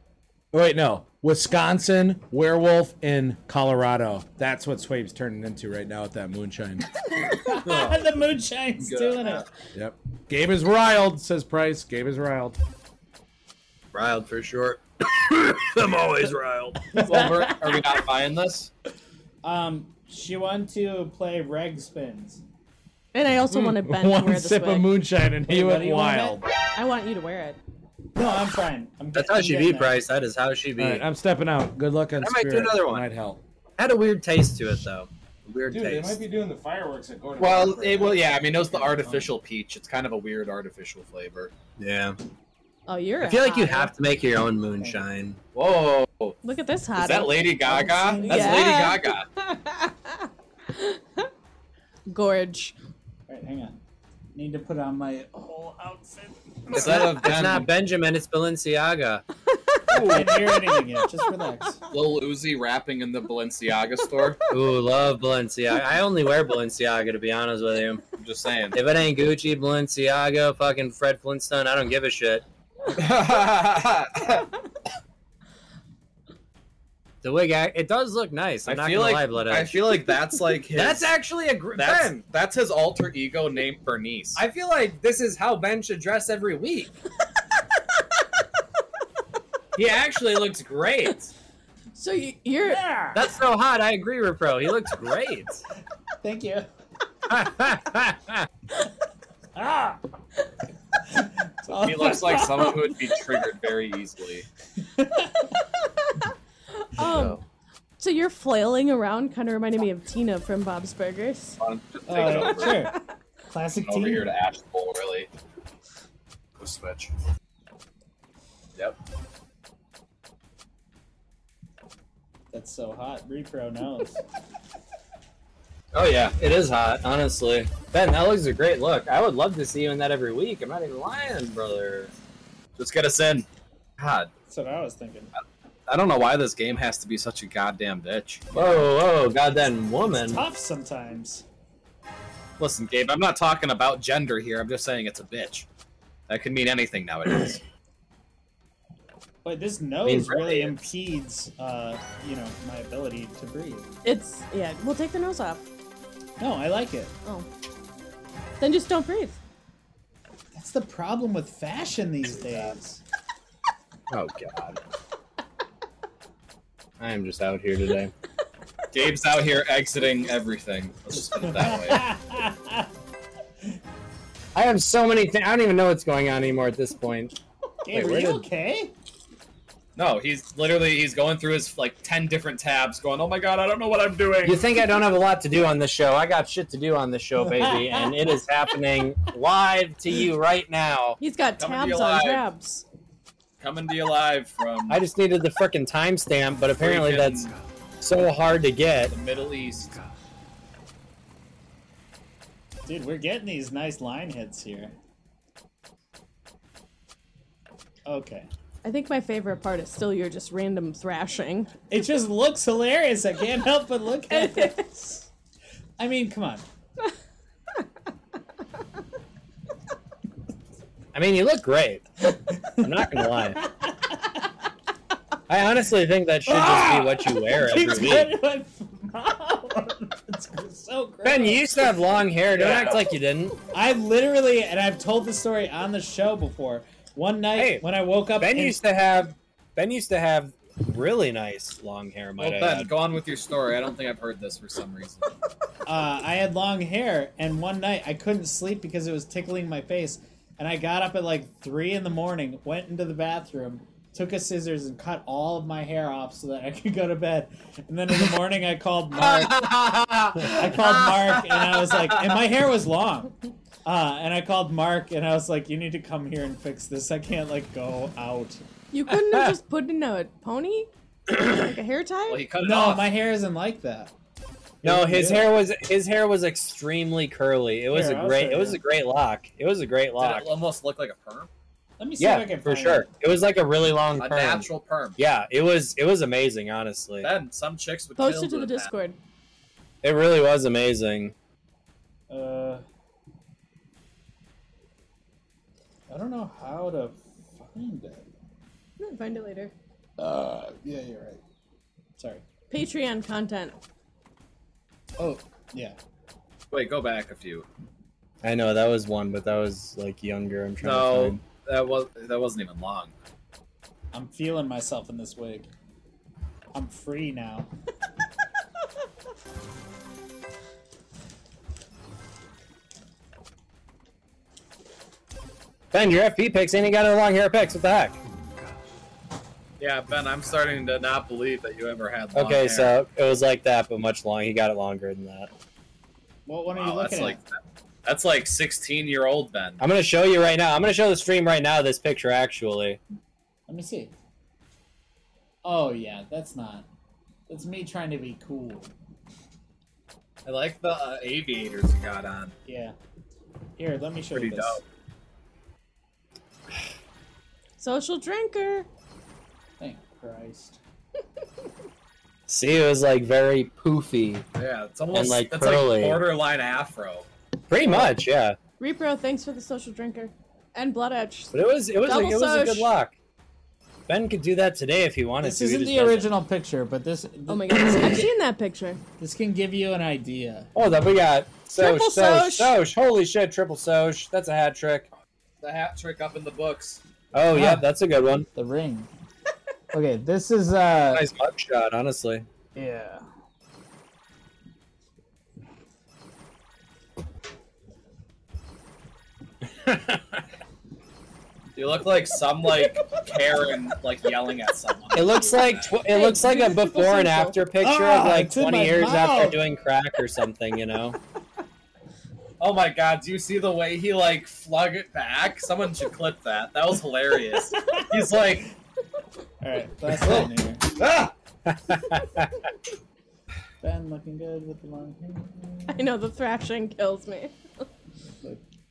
[SPEAKER 3] oh, Wait, no. Wisconsin werewolf in Colorado. That's what Swabe's turning into right now with that moonshine.
[SPEAKER 1] the moonshine's
[SPEAKER 6] Good.
[SPEAKER 1] doing it.
[SPEAKER 3] yep. Gabe is riled, says Price. Gabe is riled.
[SPEAKER 4] Riled for short.
[SPEAKER 6] I'm always riled.
[SPEAKER 4] well, we're, are we not buying this?
[SPEAKER 1] Um, she wanted to play reg spins.
[SPEAKER 2] And I also want to bend and
[SPEAKER 3] Mm. Hmm. One
[SPEAKER 2] wear this
[SPEAKER 3] sip
[SPEAKER 2] wig.
[SPEAKER 3] of moonshine and he
[SPEAKER 1] Hey, what
[SPEAKER 3] went
[SPEAKER 1] do you want,
[SPEAKER 3] wild.
[SPEAKER 1] Matt?
[SPEAKER 2] I want you to wear it.
[SPEAKER 1] No, I'm fine. I'm
[SPEAKER 4] That's
[SPEAKER 1] get-
[SPEAKER 4] how
[SPEAKER 1] I'm
[SPEAKER 4] she
[SPEAKER 1] getting
[SPEAKER 4] be,
[SPEAKER 1] there.
[SPEAKER 4] Bryce. That is how she be.
[SPEAKER 3] All right, I'm stepping out. Good luck on
[SPEAKER 4] I might do
[SPEAKER 3] Spirit.
[SPEAKER 4] another one.
[SPEAKER 3] Might help.
[SPEAKER 4] Had a weird taste to it though. A weird
[SPEAKER 8] Dude, they might
[SPEAKER 4] taste.
[SPEAKER 8] be doing the fireworks at Gordon.
[SPEAKER 6] Well,
[SPEAKER 8] Parker.
[SPEAKER 6] it, well, yeah. I mean, it was the artificial peach. It's kind of a weird artificial flavor.
[SPEAKER 4] Yeah.
[SPEAKER 2] Oh, you're.
[SPEAKER 4] I feel like you have to make your own moonshine.
[SPEAKER 6] Whoa!
[SPEAKER 2] Look at this hot.
[SPEAKER 6] Is that Lady Gaga?
[SPEAKER 1] seen
[SPEAKER 6] That's
[SPEAKER 2] it.
[SPEAKER 6] Lady
[SPEAKER 2] Yeah.
[SPEAKER 6] Gaga.
[SPEAKER 2] Gorge.
[SPEAKER 1] All right, hang on. Need to put on my whole outfit.
[SPEAKER 6] Instead of
[SPEAKER 4] It's not
[SPEAKER 6] them,
[SPEAKER 4] Benjamin. It's Balenciaga.
[SPEAKER 1] I didn't hear anything yet. Just relax.
[SPEAKER 6] Lil Uzi rapping in the Balenciaga store.
[SPEAKER 4] Ooh, love Balenciaga. I only wear Balenciaga to be honest with you.
[SPEAKER 6] I'm just saying.
[SPEAKER 4] If it ain't Gucci, Balenciaga, fucking Fred Flintstone, I don't give a shit.
[SPEAKER 6] I
[SPEAKER 4] The wig, act, it does look nice. I'm not
[SPEAKER 6] feel
[SPEAKER 4] gonna lie,
[SPEAKER 6] like
[SPEAKER 4] Blood
[SPEAKER 6] I
[SPEAKER 4] Edge.
[SPEAKER 6] feel like that's like his.
[SPEAKER 4] That's actually a gr-
[SPEAKER 6] that's,
[SPEAKER 4] Ben.
[SPEAKER 6] that's his alter ego named Bernice.
[SPEAKER 4] I feel like this is how Ben should dress every week. he actually looks great.
[SPEAKER 2] So y- you're.
[SPEAKER 1] Yeah.
[SPEAKER 4] That's so hot. I agree, Repro. He looks great.
[SPEAKER 1] Thank you.
[SPEAKER 4] I
[SPEAKER 1] Ah.
[SPEAKER 6] he looks like someone who would be triggered very easily.
[SPEAKER 2] Um, so you're flailing around, kind of reminding me of Tina from Bob's Burgers.
[SPEAKER 6] Come on, just take it
[SPEAKER 1] Uh,
[SPEAKER 6] over.
[SPEAKER 1] sure. Classic
[SPEAKER 6] Come over here
[SPEAKER 1] team.
[SPEAKER 6] to Ash Bowl, really. Go switch. Yep.
[SPEAKER 1] That's so hot. Repro knows.
[SPEAKER 4] Oh yeah, it is hot, honestly. Ben, that looks a great look. I would love to see you in that every week. I'm not even lying, brother.
[SPEAKER 6] Just get us in. God,
[SPEAKER 1] That's what I was thinking.
[SPEAKER 6] I don't know why this game has to be such a goddamn bitch.
[SPEAKER 4] Whoa, whoa, goddamn
[SPEAKER 1] It's
[SPEAKER 4] woman.
[SPEAKER 1] tough sometimes.
[SPEAKER 6] Listen, Gabe, I'm not talking about gender here. I'm just saying it's a bitch. That could mean anything nowadays.
[SPEAKER 1] But this nose
[SPEAKER 4] mean,
[SPEAKER 1] really,
[SPEAKER 4] really.
[SPEAKER 1] impedes, uh, you know, my ability to breathe.
[SPEAKER 2] It's yeah. We'll take the nose off.
[SPEAKER 1] No, I like it.
[SPEAKER 2] Oh. Then just don't breathe.
[SPEAKER 1] That's the problem with fashion these days.
[SPEAKER 4] Oh god. I am just out here today.
[SPEAKER 6] Gabe's out here exiting everything. Let's just put it that way.
[SPEAKER 4] I have so many things. I don't even know what's going on anymore at this point.
[SPEAKER 1] Gabe,
[SPEAKER 4] Wait,
[SPEAKER 1] are
[SPEAKER 4] where
[SPEAKER 1] you
[SPEAKER 4] did-
[SPEAKER 1] okay?
[SPEAKER 6] No, he's literally he's going through his like ten different tabs, going, "Oh my god, I don't know what I'm doing."
[SPEAKER 4] You think I don't have a lot to do on this show? I got shit to do on this show, baby, and it is happening live to you right now.
[SPEAKER 2] He's got
[SPEAKER 6] Coming to
[SPEAKER 2] tabs
[SPEAKER 6] your
[SPEAKER 2] on
[SPEAKER 6] life.
[SPEAKER 2] tabs.
[SPEAKER 6] Coming to you live from
[SPEAKER 4] I just needed the frickin' timestamp, but apparently that's
[SPEAKER 6] freaking
[SPEAKER 4] so hard to get.
[SPEAKER 6] the Middle East.
[SPEAKER 1] Dude, we're getting these nice line hits here. Okay.
[SPEAKER 2] I think my favorite part is still your just random thrashing.
[SPEAKER 1] It just looks hilarious. I can't help but look at it. I mean, come on.
[SPEAKER 4] I mean, you look great. I'm not gonna lie. I honestly think that should just be what you wear every
[SPEAKER 1] Keeps
[SPEAKER 4] week.
[SPEAKER 1] going to my mouth. It's so great.
[SPEAKER 4] Ben, you used to have long hair. Don't act like you didn't.
[SPEAKER 1] I literally, and I've told the story on the show before. One night
[SPEAKER 4] Hey,
[SPEAKER 1] when I woke up,
[SPEAKER 4] Ben
[SPEAKER 1] and-
[SPEAKER 4] used to have Ben used to have really nice long hair.
[SPEAKER 6] Well,
[SPEAKER 4] Might I
[SPEAKER 6] Ben,
[SPEAKER 4] add.
[SPEAKER 6] uh, go on with your story. I don't think I've heard this for some reason.
[SPEAKER 1] uh, I had long hair, and one night I couldn't sleep because it was tickling my face. And I got up at like three in the morning, went into the bathroom, took a scissors, and cut all of my hair off so that I could go to bed. And then in the morning, I called Mark. I called Mark, and I was like, and my hair was long. Uh, and I called Mark, and I was like, you need to come here and fix this. I can't like go out.
[SPEAKER 2] You couldn't have just put in a pony? like a hair tie?
[SPEAKER 6] Well, he cut it
[SPEAKER 1] No,
[SPEAKER 6] off.
[SPEAKER 1] my hair isn't like that.
[SPEAKER 4] No,
[SPEAKER 1] It-
[SPEAKER 4] his
[SPEAKER 1] yeah.
[SPEAKER 4] hair was his hair was extremely curly. It was
[SPEAKER 1] Here,
[SPEAKER 4] a
[SPEAKER 1] I'll
[SPEAKER 4] great
[SPEAKER 1] show
[SPEAKER 4] it was
[SPEAKER 1] you.
[SPEAKER 4] a great lock. It was a great
[SPEAKER 6] Did
[SPEAKER 4] lock.
[SPEAKER 6] it almost look like a perm?
[SPEAKER 1] Let me see if I
[SPEAKER 4] Yeah,
[SPEAKER 1] can
[SPEAKER 4] for
[SPEAKER 1] find
[SPEAKER 4] sure.
[SPEAKER 1] it.
[SPEAKER 4] It was like a really long
[SPEAKER 6] A
[SPEAKER 4] perm.
[SPEAKER 6] natural perm.
[SPEAKER 4] Yeah, it was it was amazing, honestly.
[SPEAKER 6] Ben, some chicks would
[SPEAKER 2] Post
[SPEAKER 6] kill
[SPEAKER 2] it to the
[SPEAKER 6] doing that.
[SPEAKER 2] Discord.
[SPEAKER 4] It really was amazing.
[SPEAKER 1] Uh, I don't know how to find it.
[SPEAKER 2] No, Hmm, Find it later.
[SPEAKER 1] Uh, yeah, you're right. Sorry.
[SPEAKER 2] Patreon content.
[SPEAKER 1] Oh, yeah.
[SPEAKER 6] Wait, go back a few.
[SPEAKER 4] I know that was one, but that was like younger. I'm trying to
[SPEAKER 6] No,
[SPEAKER 4] find.
[SPEAKER 6] that was that wasn't even long.
[SPEAKER 1] I'm feeling myself in this wig. I'm free now.
[SPEAKER 4] Ben, your FP picks ain't got any long hair picks. What the heck?
[SPEAKER 6] Yeah, Ben, I'm starting to not believe that you ever had. Long
[SPEAKER 4] Okay,
[SPEAKER 6] hair.
[SPEAKER 4] so it was like that, but much long. He got it longer than that.
[SPEAKER 1] What one are you
[SPEAKER 6] wow,
[SPEAKER 1] looking
[SPEAKER 6] that's
[SPEAKER 1] at?
[SPEAKER 6] like that's like 16 year old Ben.
[SPEAKER 4] I'm gonna show you right now. I'm gonna show the stream right now this picture actually.
[SPEAKER 1] Let me see. Oh yeah, that's not. That's me trying to be cool.
[SPEAKER 6] I like the uh, aviators you got on.
[SPEAKER 1] Yeah. Here, let me show
[SPEAKER 6] Pretty
[SPEAKER 1] you this.
[SPEAKER 6] dope.
[SPEAKER 2] Social drinker.
[SPEAKER 1] Thank Christ.
[SPEAKER 4] See, it was like very poofy.
[SPEAKER 6] Yeah, it's almost
[SPEAKER 4] And, like,
[SPEAKER 6] like that's
[SPEAKER 4] curly.
[SPEAKER 6] like borderline afro.
[SPEAKER 4] Pretty much, yeah.
[SPEAKER 2] Repro, thanks for the social drinker. And Blood Edge.
[SPEAKER 4] But it was it was a,
[SPEAKER 2] Double
[SPEAKER 4] it was a
[SPEAKER 2] soch.
[SPEAKER 4] good lock. Ben could do that today if he wanted
[SPEAKER 1] This
[SPEAKER 4] to. he
[SPEAKER 1] isn't
[SPEAKER 4] just
[SPEAKER 1] the
[SPEAKER 4] doesn't.
[SPEAKER 1] original picture, but this
[SPEAKER 2] Oh my god, I've seen that picture.
[SPEAKER 1] this can give you an idea.
[SPEAKER 4] Oh, that we got Soch,
[SPEAKER 2] Triple
[SPEAKER 4] Soch,
[SPEAKER 2] soch.
[SPEAKER 4] Soch. Holy shit, triple Soch. That's a hat trick.
[SPEAKER 6] The hat trick up in the books.
[SPEAKER 4] Oh, yeah,
[SPEAKER 1] Ah.
[SPEAKER 4] that's a good one.
[SPEAKER 1] The ring. Okay, this is uh
[SPEAKER 4] Nice mugshot, honestly.
[SPEAKER 1] yeah.
[SPEAKER 6] You look like some like Karen like yelling at someone.
[SPEAKER 4] It looks like tw- it
[SPEAKER 2] Hey,
[SPEAKER 4] looks like
[SPEAKER 2] give
[SPEAKER 4] a
[SPEAKER 2] us a triple
[SPEAKER 4] before and
[SPEAKER 2] soch.
[SPEAKER 4] after picture
[SPEAKER 1] Ah,
[SPEAKER 4] of like
[SPEAKER 1] it's in
[SPEAKER 4] 20
[SPEAKER 1] my
[SPEAKER 4] years after
[SPEAKER 1] mouth.
[SPEAKER 4] doing crack or something, you know.
[SPEAKER 6] Oh my god, do you see the way he like flung it back? Someone should clip that. That was hilarious. He's like,
[SPEAKER 1] Alright, last one here.
[SPEAKER 6] ah!
[SPEAKER 1] Ben looking good with the long hair.
[SPEAKER 2] I know the thrashing kills me.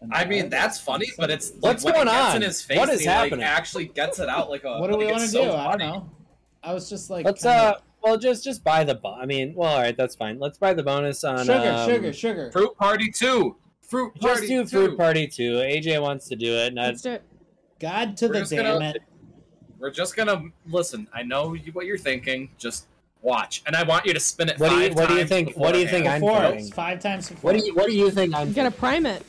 [SPEAKER 1] And
[SPEAKER 6] I
[SPEAKER 1] I-
[SPEAKER 6] mean, that's funny, but it's like,
[SPEAKER 4] What's
[SPEAKER 6] when
[SPEAKER 4] going
[SPEAKER 6] it gets
[SPEAKER 4] on?
[SPEAKER 6] in his face,
[SPEAKER 4] What
[SPEAKER 6] and
[SPEAKER 4] is
[SPEAKER 6] he, like,
[SPEAKER 4] happening?
[SPEAKER 6] actually gets it out like a.
[SPEAKER 1] what do we
[SPEAKER 6] like,
[SPEAKER 1] want to
[SPEAKER 6] it's
[SPEAKER 1] do?
[SPEAKER 6] so
[SPEAKER 1] I don't
[SPEAKER 6] funny.
[SPEAKER 1] know. I was just like,
[SPEAKER 4] Let's
[SPEAKER 1] kinda-
[SPEAKER 4] uh, well, just just buy the. Bo- I mean, well, all right, that's fine. Let's buy the bonus on
[SPEAKER 1] sugar,
[SPEAKER 4] um,
[SPEAKER 1] sugar, sugar.
[SPEAKER 6] Fruit party two. Fruit
[SPEAKER 4] Just
[SPEAKER 6] party
[SPEAKER 4] do
[SPEAKER 6] two.
[SPEAKER 4] fruit party two. AJ wants to do it, and
[SPEAKER 2] Let's
[SPEAKER 4] that's
[SPEAKER 2] do it.
[SPEAKER 1] God to
[SPEAKER 6] We're
[SPEAKER 1] the
[SPEAKER 6] just
[SPEAKER 1] damn
[SPEAKER 6] gonna-
[SPEAKER 1] it.
[SPEAKER 6] We're just gonna listen. I know you, what you're thinking. Just watch, and I want you to spin it.
[SPEAKER 4] What do you-
[SPEAKER 6] five
[SPEAKER 4] what do you
[SPEAKER 6] times
[SPEAKER 4] think- what do you think
[SPEAKER 6] beforehand.
[SPEAKER 4] I'm
[SPEAKER 1] Four,
[SPEAKER 4] voting.
[SPEAKER 1] five times before.
[SPEAKER 4] what do you what do you think I'm?
[SPEAKER 2] You gotta prime it.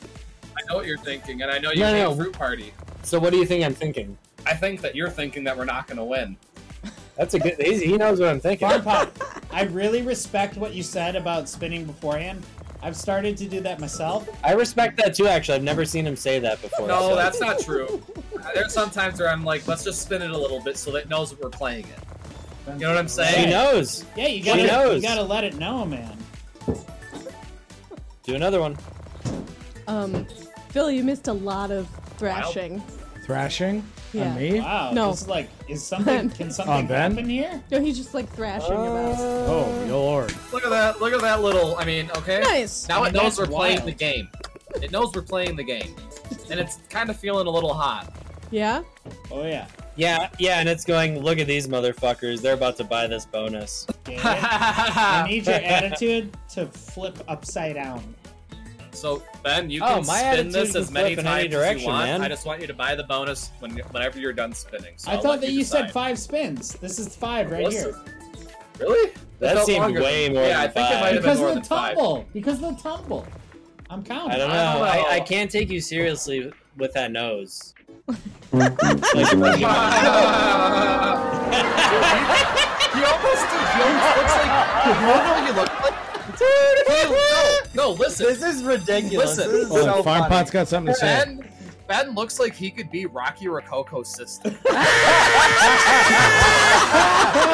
[SPEAKER 6] I know what you're thinking, and I know you
[SPEAKER 4] No,
[SPEAKER 6] hate
[SPEAKER 4] no.
[SPEAKER 6] fruit party.
[SPEAKER 4] So what do you think I'm thinking?
[SPEAKER 6] I think that you're thinking that we're not gonna win.
[SPEAKER 4] That's a good. He, he knows what I'm thinking.
[SPEAKER 1] Farm Pop, I really respect what you said about spinning beforehand. I've started to do that myself.
[SPEAKER 4] I respect that too. Actually, I've never seen him say that before.
[SPEAKER 6] No,
[SPEAKER 4] so-
[SPEAKER 6] that's not true. There's some times where I'm like, let's just spin it a little bit so that it knows that we're playing it. You know what I'm
[SPEAKER 4] She
[SPEAKER 6] saying?
[SPEAKER 4] knows.
[SPEAKER 1] Yeah, you
[SPEAKER 4] She
[SPEAKER 1] gotta, you
[SPEAKER 4] knows.
[SPEAKER 1] gotta let it know, man.
[SPEAKER 4] Do another one.
[SPEAKER 2] Um, Phil, you missed a lot of thrashing.
[SPEAKER 3] Thrashing
[SPEAKER 2] Yeah.
[SPEAKER 3] on me.
[SPEAKER 1] Wow.
[SPEAKER 2] No.
[SPEAKER 1] This is like, is something? Can something
[SPEAKER 3] Ben?
[SPEAKER 1] happen here?
[SPEAKER 2] No, he's just like thrashing about.
[SPEAKER 3] Oh lord.
[SPEAKER 6] Look at that! Look at that little. I mean, okay.
[SPEAKER 2] Nice.
[SPEAKER 6] Now
[SPEAKER 1] I
[SPEAKER 6] it
[SPEAKER 1] mean,
[SPEAKER 6] knows
[SPEAKER 1] that's
[SPEAKER 6] we're playing
[SPEAKER 1] wild.
[SPEAKER 6] the game. It knows we're playing the game, and it's kind of feeling a little hot.
[SPEAKER 2] Yeah?
[SPEAKER 1] Oh yeah.
[SPEAKER 4] Yeah, yeah, and it's going. Look at these motherfuckers. They're about to buy this bonus.
[SPEAKER 1] Get it?
[SPEAKER 2] Ah.
[SPEAKER 1] I need your attitude to flip upside down.
[SPEAKER 6] So Ben, you
[SPEAKER 4] Oh,
[SPEAKER 6] can
[SPEAKER 4] my
[SPEAKER 6] spin
[SPEAKER 4] attitude
[SPEAKER 6] this
[SPEAKER 4] can
[SPEAKER 6] as many
[SPEAKER 4] flip in any
[SPEAKER 6] times as
[SPEAKER 4] direction,
[SPEAKER 6] you want.
[SPEAKER 4] man.
[SPEAKER 6] I just want you to buy the bonus when, whenever you're done spinning. So
[SPEAKER 1] I
[SPEAKER 6] I'll
[SPEAKER 1] thought
[SPEAKER 6] let
[SPEAKER 1] that you
[SPEAKER 6] decide.
[SPEAKER 1] said five spins. This is five right
[SPEAKER 6] Was
[SPEAKER 1] here.
[SPEAKER 6] it? Really?
[SPEAKER 4] That
[SPEAKER 6] felt
[SPEAKER 4] seemed
[SPEAKER 6] longer
[SPEAKER 4] way
[SPEAKER 6] than-
[SPEAKER 4] more
[SPEAKER 6] Yeah, I
[SPEAKER 4] than
[SPEAKER 6] think it
[SPEAKER 4] five.
[SPEAKER 6] might have been
[SPEAKER 1] Because
[SPEAKER 6] more
[SPEAKER 1] of the
[SPEAKER 6] than five.
[SPEAKER 1] tumble. Because of the tumble. I'm counting.
[SPEAKER 4] I don't know.
[SPEAKER 6] I don't know.
[SPEAKER 4] I, I can't take you seriously with that nose.
[SPEAKER 6] You almost did. You almost looks like. You know what you look like? Dude, no, no, listen.
[SPEAKER 8] This is ridiculous.
[SPEAKER 6] Listen.
[SPEAKER 8] This is
[SPEAKER 3] Oh,
[SPEAKER 8] so
[SPEAKER 3] Farm
[SPEAKER 8] funny.
[SPEAKER 3] Pot's got something to say.
[SPEAKER 6] Ben, ben looks like he could be Rocky Rococo's sister. I'm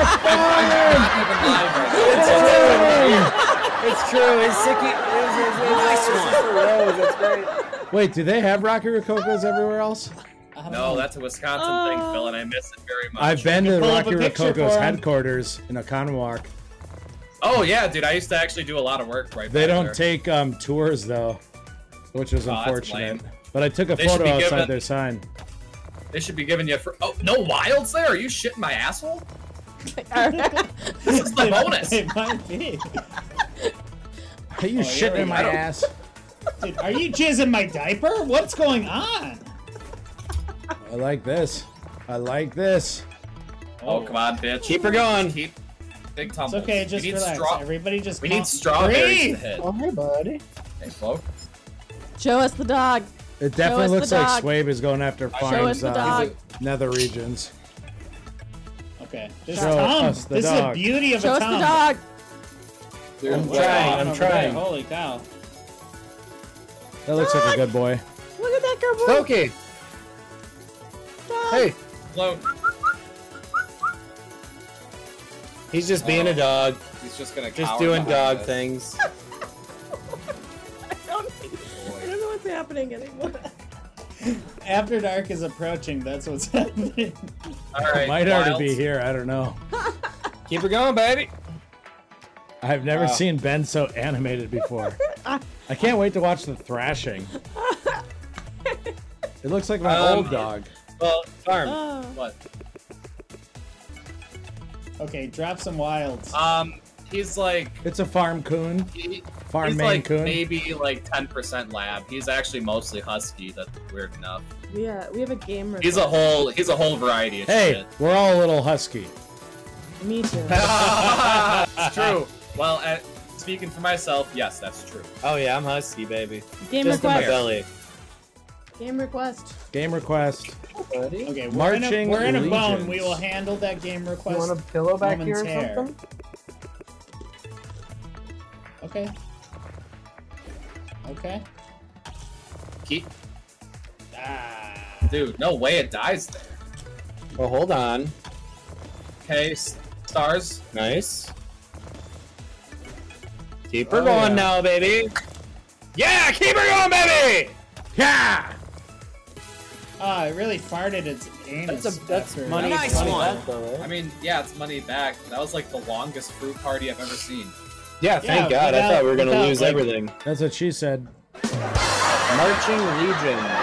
[SPEAKER 6] not even lying right now.
[SPEAKER 8] It's true. It's Sicky. It's, it's, it's, it's, it's, great.
[SPEAKER 3] Wait, do they have Rocky Rococos everywhere else?
[SPEAKER 1] I don't
[SPEAKER 6] No,
[SPEAKER 1] know.
[SPEAKER 6] that's a Wisconsin thing, Phil, and I miss it very much.
[SPEAKER 3] I've been to
[SPEAKER 1] pull up
[SPEAKER 3] Rocky
[SPEAKER 1] a picture
[SPEAKER 3] Rococo's
[SPEAKER 1] for 'em.
[SPEAKER 3] headquarters in Oconomowoc.
[SPEAKER 6] Oh yeah, dude, I used to actually do a lot of work right.
[SPEAKER 3] They
[SPEAKER 6] back
[SPEAKER 3] don't
[SPEAKER 6] there.
[SPEAKER 3] take um, tours though, which was
[SPEAKER 6] Oh, that's
[SPEAKER 3] unfortunate.
[SPEAKER 6] lame.
[SPEAKER 3] But I took a
[SPEAKER 6] They should
[SPEAKER 3] photo
[SPEAKER 6] be
[SPEAKER 3] outside
[SPEAKER 6] given-
[SPEAKER 3] their sign.
[SPEAKER 6] They should be giving you. Fr- oh no, wilds there? Are you shitting my asshole? This is the bonus.
[SPEAKER 1] It might be.
[SPEAKER 3] Are you shitting in my
[SPEAKER 6] I don't-
[SPEAKER 3] ass?
[SPEAKER 1] Dude, are you jizzing my diaper? What's going on?
[SPEAKER 3] I like this. I like this.
[SPEAKER 6] Oh come on, bitch.
[SPEAKER 4] Keep her going.
[SPEAKER 6] Keep big
[SPEAKER 1] It's
[SPEAKER 6] tumbles.
[SPEAKER 1] okay, just
[SPEAKER 6] we need
[SPEAKER 1] relax.
[SPEAKER 6] straw-
[SPEAKER 1] Everybody just
[SPEAKER 6] we
[SPEAKER 1] calm-
[SPEAKER 6] need strawberries
[SPEAKER 1] Breathe!
[SPEAKER 6] to hit.
[SPEAKER 8] Oh, hey, buddy.
[SPEAKER 6] Hey, Flo.
[SPEAKER 2] Show us the dog.
[SPEAKER 3] It
[SPEAKER 2] us
[SPEAKER 3] definitely
[SPEAKER 2] the
[SPEAKER 3] looks like
[SPEAKER 2] dog.
[SPEAKER 3] Swabe is going after
[SPEAKER 2] Show
[SPEAKER 3] farms
[SPEAKER 2] us the
[SPEAKER 3] uh,
[SPEAKER 2] dog.
[SPEAKER 3] nether regions.
[SPEAKER 1] Okay. This
[SPEAKER 3] Show
[SPEAKER 1] tongue.
[SPEAKER 3] us the
[SPEAKER 1] this
[SPEAKER 3] dog.
[SPEAKER 1] is the beauty of
[SPEAKER 2] Show
[SPEAKER 1] a
[SPEAKER 2] us
[SPEAKER 1] tongue.
[SPEAKER 2] the dog.
[SPEAKER 1] I'm
[SPEAKER 4] trying, I'm trying.
[SPEAKER 1] Holy cow.
[SPEAKER 3] That looks like a good boy.
[SPEAKER 2] Look at that girl. boy.
[SPEAKER 8] Loki.
[SPEAKER 2] Dog.
[SPEAKER 8] Hey.
[SPEAKER 6] Flo.
[SPEAKER 4] He's just being a dog,
[SPEAKER 6] He's just gonna.
[SPEAKER 4] just
[SPEAKER 6] cower
[SPEAKER 4] doing
[SPEAKER 6] Oh,
[SPEAKER 4] dog
[SPEAKER 6] behind us.
[SPEAKER 4] things.
[SPEAKER 2] I don't, I don't know what's happening anymore.
[SPEAKER 1] After dark is approaching. That's what's happening.
[SPEAKER 6] All right.
[SPEAKER 3] Might already be
[SPEAKER 6] wilds.
[SPEAKER 3] here. I don't know.
[SPEAKER 4] Keep her going, baby.
[SPEAKER 3] I've never seen Ben so animated before. I can't wait to watch the thrashing. It looks like my
[SPEAKER 6] Um,
[SPEAKER 3] old dog.
[SPEAKER 4] Well, farm.
[SPEAKER 2] Oh.
[SPEAKER 6] What?
[SPEAKER 1] Okay, drop some wilds.
[SPEAKER 6] Um, he's like.
[SPEAKER 3] It's a farm coon.
[SPEAKER 6] he-
[SPEAKER 3] Farm
[SPEAKER 6] he's
[SPEAKER 3] Maine
[SPEAKER 6] like
[SPEAKER 3] Coon.
[SPEAKER 6] maybe like 10% lab. He's actually mostly husky. That's weird enough.
[SPEAKER 2] Yeah, we have a game.
[SPEAKER 6] He's a whole he's a whole variety of
[SPEAKER 3] Hey,
[SPEAKER 6] shit.
[SPEAKER 3] we're all a little husky.
[SPEAKER 2] Me too.
[SPEAKER 6] it's true. Well, uh, speaking for myself, yes, that's true.
[SPEAKER 4] Oh yeah, I'm husky, baby.
[SPEAKER 2] Game
[SPEAKER 4] Just in my
[SPEAKER 2] request.
[SPEAKER 4] belly.
[SPEAKER 2] Game request.
[SPEAKER 3] Game request.
[SPEAKER 1] Okay, we're in
[SPEAKER 3] Marching
[SPEAKER 1] a, we're in a bone.
[SPEAKER 3] legions.
[SPEAKER 1] We will handle that game
[SPEAKER 8] You
[SPEAKER 1] request.
[SPEAKER 8] want a pillow back here or
[SPEAKER 1] Woman's hair.
[SPEAKER 8] something?
[SPEAKER 1] Okay. Okay.
[SPEAKER 6] Keep,
[SPEAKER 1] Ah.
[SPEAKER 6] dude, no way it dies there.
[SPEAKER 4] Well, hold on.
[SPEAKER 6] Okay, s- stars.
[SPEAKER 4] Nice. Keep her
[SPEAKER 3] Oh, yeah.
[SPEAKER 4] going now, baby. Yeah, keep her going, baby.
[SPEAKER 3] Yeah!
[SPEAKER 1] Ah, it really farted its anus.
[SPEAKER 4] That's a that's
[SPEAKER 1] after-
[SPEAKER 4] money.
[SPEAKER 1] Nice
[SPEAKER 4] money
[SPEAKER 1] one.
[SPEAKER 4] back, though,
[SPEAKER 6] I
[SPEAKER 4] right?
[SPEAKER 6] mean, yeah, it's money back. That was like the longest fruit party I've ever seen.
[SPEAKER 4] Yeah, thank God. I
[SPEAKER 1] without-
[SPEAKER 4] thought we were gonna
[SPEAKER 1] without,
[SPEAKER 4] lose
[SPEAKER 1] like-
[SPEAKER 4] everything.
[SPEAKER 3] That's what she said.
[SPEAKER 4] Marching legions.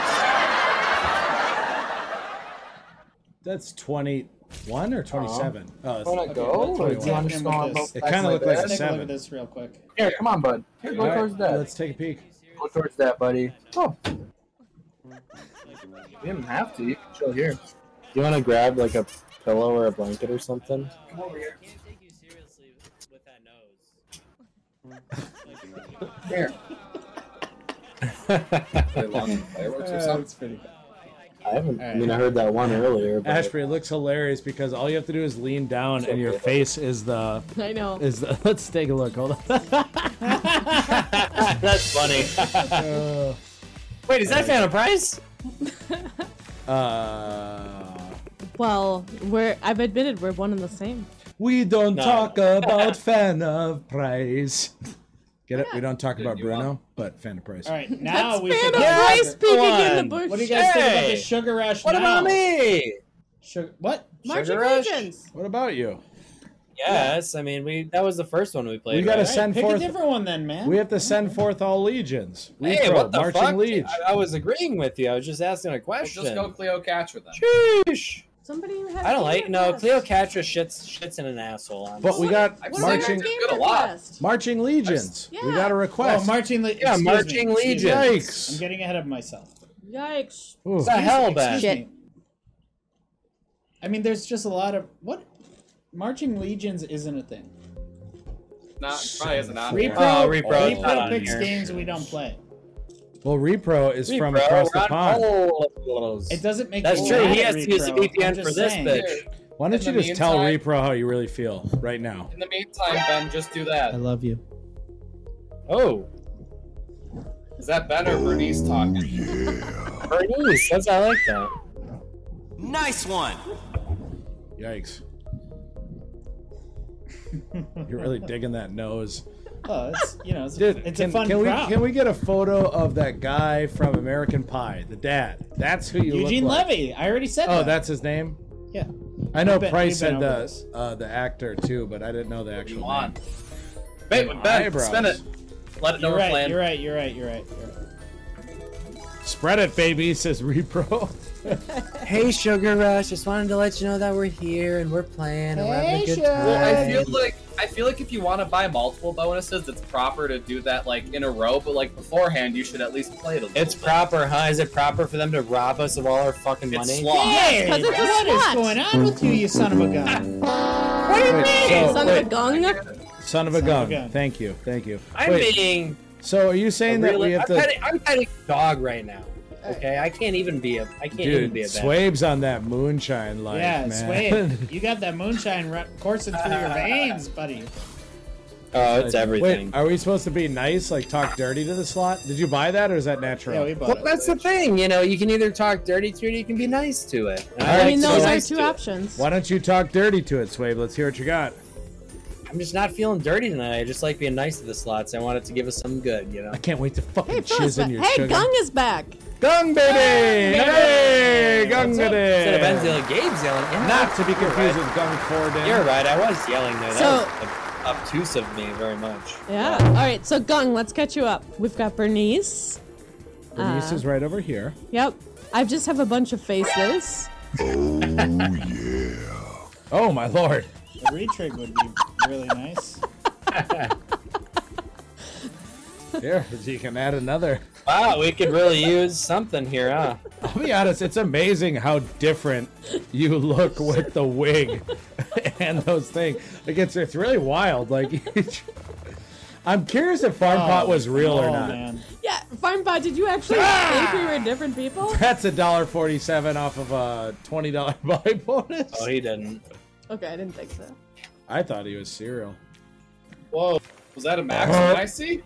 [SPEAKER 3] That's 21 or 27? Oh, it's-
[SPEAKER 8] Want to go? Or do you want to just go on both
[SPEAKER 3] It
[SPEAKER 8] sides
[SPEAKER 3] kinda looked like
[SPEAKER 8] that?
[SPEAKER 3] a
[SPEAKER 1] Let's take a look
[SPEAKER 3] seven.
[SPEAKER 1] at this real quick.
[SPEAKER 8] Here, come on, bud. Here, go
[SPEAKER 3] All right,
[SPEAKER 8] towards that.
[SPEAKER 3] Let's take a peek.
[SPEAKER 8] Go towards that, buddy. Oh. You didn't have to. You can chill here.
[SPEAKER 4] You want to grab like a pillow or a blanket or something?
[SPEAKER 8] Come over here.
[SPEAKER 4] Can't take you seriously with that nose.
[SPEAKER 8] Here.
[SPEAKER 6] They launched fireworks or something.
[SPEAKER 1] That's pretty good.
[SPEAKER 4] I haven't. I
[SPEAKER 1] Alright.
[SPEAKER 4] mean, I heard that one earlier. But
[SPEAKER 3] Ashby, it looks hilarious because all you have to do is lean down and your
[SPEAKER 4] okay.
[SPEAKER 3] face is the
[SPEAKER 2] I know.
[SPEAKER 3] is the let's take a look. Hold on.
[SPEAKER 4] that's funny. Wait, is that Phantom Price?
[SPEAKER 3] Uh,
[SPEAKER 2] Well, we're I've admitted we're one and the same.
[SPEAKER 3] we don't
[SPEAKER 4] No.
[SPEAKER 3] talk about fan of price. Get it? We don't talk about
[SPEAKER 6] you
[SPEAKER 3] Bruno, but fan of price.
[SPEAKER 1] All right, now we should.
[SPEAKER 2] Phantom
[SPEAKER 1] go
[SPEAKER 2] Price
[SPEAKER 1] after-
[SPEAKER 2] peeking in the
[SPEAKER 4] One.
[SPEAKER 2] bush.
[SPEAKER 1] What do you guys think about
[SPEAKER 4] Hey!
[SPEAKER 1] this sugar rush
[SPEAKER 4] What
[SPEAKER 1] now?
[SPEAKER 4] about me?
[SPEAKER 1] Sugar, what?
[SPEAKER 2] Marching
[SPEAKER 4] Sugar Rush?
[SPEAKER 2] Legions.
[SPEAKER 3] What about you?
[SPEAKER 4] guess. I mean, we that was the first one we played.
[SPEAKER 3] We gotta
[SPEAKER 4] right?
[SPEAKER 3] send
[SPEAKER 1] pick a
[SPEAKER 3] forth.
[SPEAKER 1] different one then, man.
[SPEAKER 3] We have to send forth all legions.
[SPEAKER 4] Hey,
[SPEAKER 3] Reprobe,
[SPEAKER 4] what the
[SPEAKER 3] marching
[SPEAKER 4] fuck?
[SPEAKER 3] liege.
[SPEAKER 4] I, I was agreeing with you. I was just asking a
[SPEAKER 6] We'll
[SPEAKER 4] question.
[SPEAKER 6] just go Cleo Catcher then.
[SPEAKER 4] Sheesh.
[SPEAKER 9] Somebody had
[SPEAKER 4] I don't
[SPEAKER 9] a
[SPEAKER 4] like no
[SPEAKER 9] favorite
[SPEAKER 4] Cleo
[SPEAKER 9] quest.
[SPEAKER 4] Catra shits shits in an asshole. I'm
[SPEAKER 3] But we got
[SPEAKER 6] I've
[SPEAKER 9] What about
[SPEAKER 6] seen that
[SPEAKER 3] marching
[SPEAKER 9] your
[SPEAKER 6] Good a
[SPEAKER 9] favorite
[SPEAKER 6] lot.
[SPEAKER 9] quest?
[SPEAKER 3] marching legions. We
[SPEAKER 9] Yeah.
[SPEAKER 3] got a
[SPEAKER 1] Oh,
[SPEAKER 3] request.
[SPEAKER 1] marching. Le-
[SPEAKER 4] Yeah,
[SPEAKER 1] excuse me,
[SPEAKER 4] marching
[SPEAKER 1] excuse me.
[SPEAKER 4] legion.
[SPEAKER 3] Yikes.
[SPEAKER 1] I'm getting ahead of myself.
[SPEAKER 9] Yikes.
[SPEAKER 3] Ooh.
[SPEAKER 4] What the hell, Ben?
[SPEAKER 1] Excuse
[SPEAKER 2] Shit.
[SPEAKER 1] me. I mean, there's just a lot of what marching legions isn't a thing.
[SPEAKER 6] Not probably isn't on
[SPEAKER 1] Repro,
[SPEAKER 6] there.
[SPEAKER 4] Oh,
[SPEAKER 1] repro,
[SPEAKER 4] Repro is not on
[SPEAKER 1] picks
[SPEAKER 4] here.
[SPEAKER 1] games we don't play.
[SPEAKER 3] Well, repro is from
[SPEAKER 4] Bro,
[SPEAKER 3] across
[SPEAKER 4] we're
[SPEAKER 3] the
[SPEAKER 4] on
[SPEAKER 3] pond.
[SPEAKER 4] all of those.
[SPEAKER 1] It doesn't make.
[SPEAKER 4] That's
[SPEAKER 1] me
[SPEAKER 4] true.
[SPEAKER 1] mad
[SPEAKER 4] He
[SPEAKER 1] at
[SPEAKER 4] has to use a
[SPEAKER 1] Repro.
[SPEAKER 4] VPN
[SPEAKER 1] I'm
[SPEAKER 4] for
[SPEAKER 1] just
[SPEAKER 4] this
[SPEAKER 1] saying.
[SPEAKER 4] bitch.
[SPEAKER 3] Why don't
[SPEAKER 6] In
[SPEAKER 3] you
[SPEAKER 6] the
[SPEAKER 3] just tell
[SPEAKER 6] meantime-
[SPEAKER 3] repro how you really feel right now?
[SPEAKER 6] In the meantime, Ben, just do that.
[SPEAKER 1] love you.
[SPEAKER 4] Oh,
[SPEAKER 6] Is that Ben or Bernice talking?
[SPEAKER 4] Bernice. That's I like that.
[SPEAKER 8] Nice one.
[SPEAKER 3] Yikes. You're really digging that nose.
[SPEAKER 1] Oh, it's you know, it's,
[SPEAKER 3] Dude,
[SPEAKER 1] it's
[SPEAKER 3] can,
[SPEAKER 1] a fun
[SPEAKER 3] can we
[SPEAKER 1] crowd.
[SPEAKER 3] can we get a photo of that guy from American Pie, the dad? That's who you
[SPEAKER 1] Eugene
[SPEAKER 3] look like.
[SPEAKER 1] Levy. I already said
[SPEAKER 3] Oh,
[SPEAKER 1] that.
[SPEAKER 3] that's his name.
[SPEAKER 1] yeah.
[SPEAKER 3] I know
[SPEAKER 1] We've been-
[SPEAKER 3] Price
[SPEAKER 1] we've been
[SPEAKER 3] said
[SPEAKER 1] over
[SPEAKER 3] the
[SPEAKER 1] this.
[SPEAKER 3] uh, the actor too, but I didn't know the
[SPEAKER 6] You
[SPEAKER 3] actual name.
[SPEAKER 6] want? Wait, Ben,
[SPEAKER 3] Eyebrows.
[SPEAKER 6] spin it. Let it know
[SPEAKER 1] You're
[SPEAKER 6] we're
[SPEAKER 1] right.
[SPEAKER 6] playing.
[SPEAKER 1] You're right. You're right. You're right. You're right.
[SPEAKER 3] Spread it, baby, says repro.
[SPEAKER 8] Hey, Sugar Rush. Just wanted to let you know that we're here and we're playing and we're having a good time.
[SPEAKER 6] Well, I feel like I feel like if you want to buy multiple bonuses, it's proper to do that like in a row. But like beforehand, you should at least play it a little.
[SPEAKER 4] It's
[SPEAKER 6] bit.
[SPEAKER 4] proper, huh? Is it proper for them to rob us of all our fucking
[SPEAKER 6] It's
[SPEAKER 4] money?
[SPEAKER 6] swamp.
[SPEAKER 1] Hey,
[SPEAKER 2] Yes, 'cause it's a
[SPEAKER 1] what is
[SPEAKER 2] squat.
[SPEAKER 1] going on with you, you son of a gun?
[SPEAKER 3] Wait, so-
[SPEAKER 2] Son of a
[SPEAKER 3] wait,
[SPEAKER 2] gung?
[SPEAKER 3] son of a
[SPEAKER 1] Son of a
[SPEAKER 3] gun.
[SPEAKER 1] gun.
[SPEAKER 3] Thank you, thank you.
[SPEAKER 4] I'm
[SPEAKER 3] Wait,
[SPEAKER 4] being.
[SPEAKER 3] so are you saying that we
[SPEAKER 4] really-
[SPEAKER 3] have
[SPEAKER 4] I'm,
[SPEAKER 3] to?
[SPEAKER 4] petting, I'm petting a dog right now. Okay, I can't even be a. I can't even
[SPEAKER 3] Dude,
[SPEAKER 4] be a. bad
[SPEAKER 3] Swabe's on that moonshine life,
[SPEAKER 1] yeah,
[SPEAKER 3] man.
[SPEAKER 1] Swabe, you got that moonshine ru- coursing through your veins, buddy.
[SPEAKER 4] Oh, it's everything.
[SPEAKER 3] Wait, are we supposed to be nice, like talk dirty to the slot? Did you buy that, or is that natural?
[SPEAKER 1] Yeah, we bought
[SPEAKER 4] well,
[SPEAKER 1] it.
[SPEAKER 4] that's the thing, you know. You can either talk dirty to it, or you can be nice to it. And
[SPEAKER 3] All
[SPEAKER 2] I
[SPEAKER 3] right,
[SPEAKER 2] mean,
[SPEAKER 3] so-
[SPEAKER 2] those
[SPEAKER 4] I
[SPEAKER 2] are
[SPEAKER 4] like
[SPEAKER 2] two
[SPEAKER 4] to-
[SPEAKER 2] options.
[SPEAKER 3] Why don't you talk dirty to it, Swabe? Let's hear what you got.
[SPEAKER 4] I'm just not feeling dirty tonight. I just like being nice to the slots. I want it to give us some good, you know.
[SPEAKER 3] I can't wait to fucking
[SPEAKER 2] Hey, Phyllis,
[SPEAKER 3] chiz in your
[SPEAKER 2] hey,
[SPEAKER 3] sugar.
[SPEAKER 2] Gung is back.
[SPEAKER 3] Gung baby! Hey, Gung
[SPEAKER 4] Instead of Ben's
[SPEAKER 3] baby!
[SPEAKER 4] yelling, Gabe's yelling. Yeah,
[SPEAKER 3] Not to be
[SPEAKER 4] you're
[SPEAKER 3] confused
[SPEAKER 4] right.
[SPEAKER 3] with Gung Forden.
[SPEAKER 4] You're right. I was yelling there.
[SPEAKER 2] So-
[SPEAKER 4] That was ob- obtuse of me, very much.
[SPEAKER 2] Yeah. All right, so Gung, let's catch you up. We've got Bernice.
[SPEAKER 3] Bernice
[SPEAKER 2] Uh,
[SPEAKER 3] is right over here.
[SPEAKER 2] Yep. I just have a bunch of faces.
[SPEAKER 3] Oh my lord!
[SPEAKER 1] A retrig would be really nice.
[SPEAKER 3] Here, you can add another.
[SPEAKER 4] Wow, we could really use something here, huh?
[SPEAKER 3] I'll be honest, it's amazing how different you look with the wig and those things. Like it's it's really wild. Like I'm curious if Farm Pot was real or
[SPEAKER 1] Oh,
[SPEAKER 3] not.
[SPEAKER 1] man.
[SPEAKER 2] Yeah, Farm Bot, did you actually
[SPEAKER 3] Ah!
[SPEAKER 2] think we were different people?
[SPEAKER 3] That's a dollar forty-seven off of a twenty-dollar buy bonus.
[SPEAKER 4] Oh, he didn't.
[SPEAKER 2] Okay, I didn't think so.
[SPEAKER 3] I thought he was cereal.
[SPEAKER 6] Whoa, was that a max?
[SPEAKER 3] Uh-huh.
[SPEAKER 6] Did I see?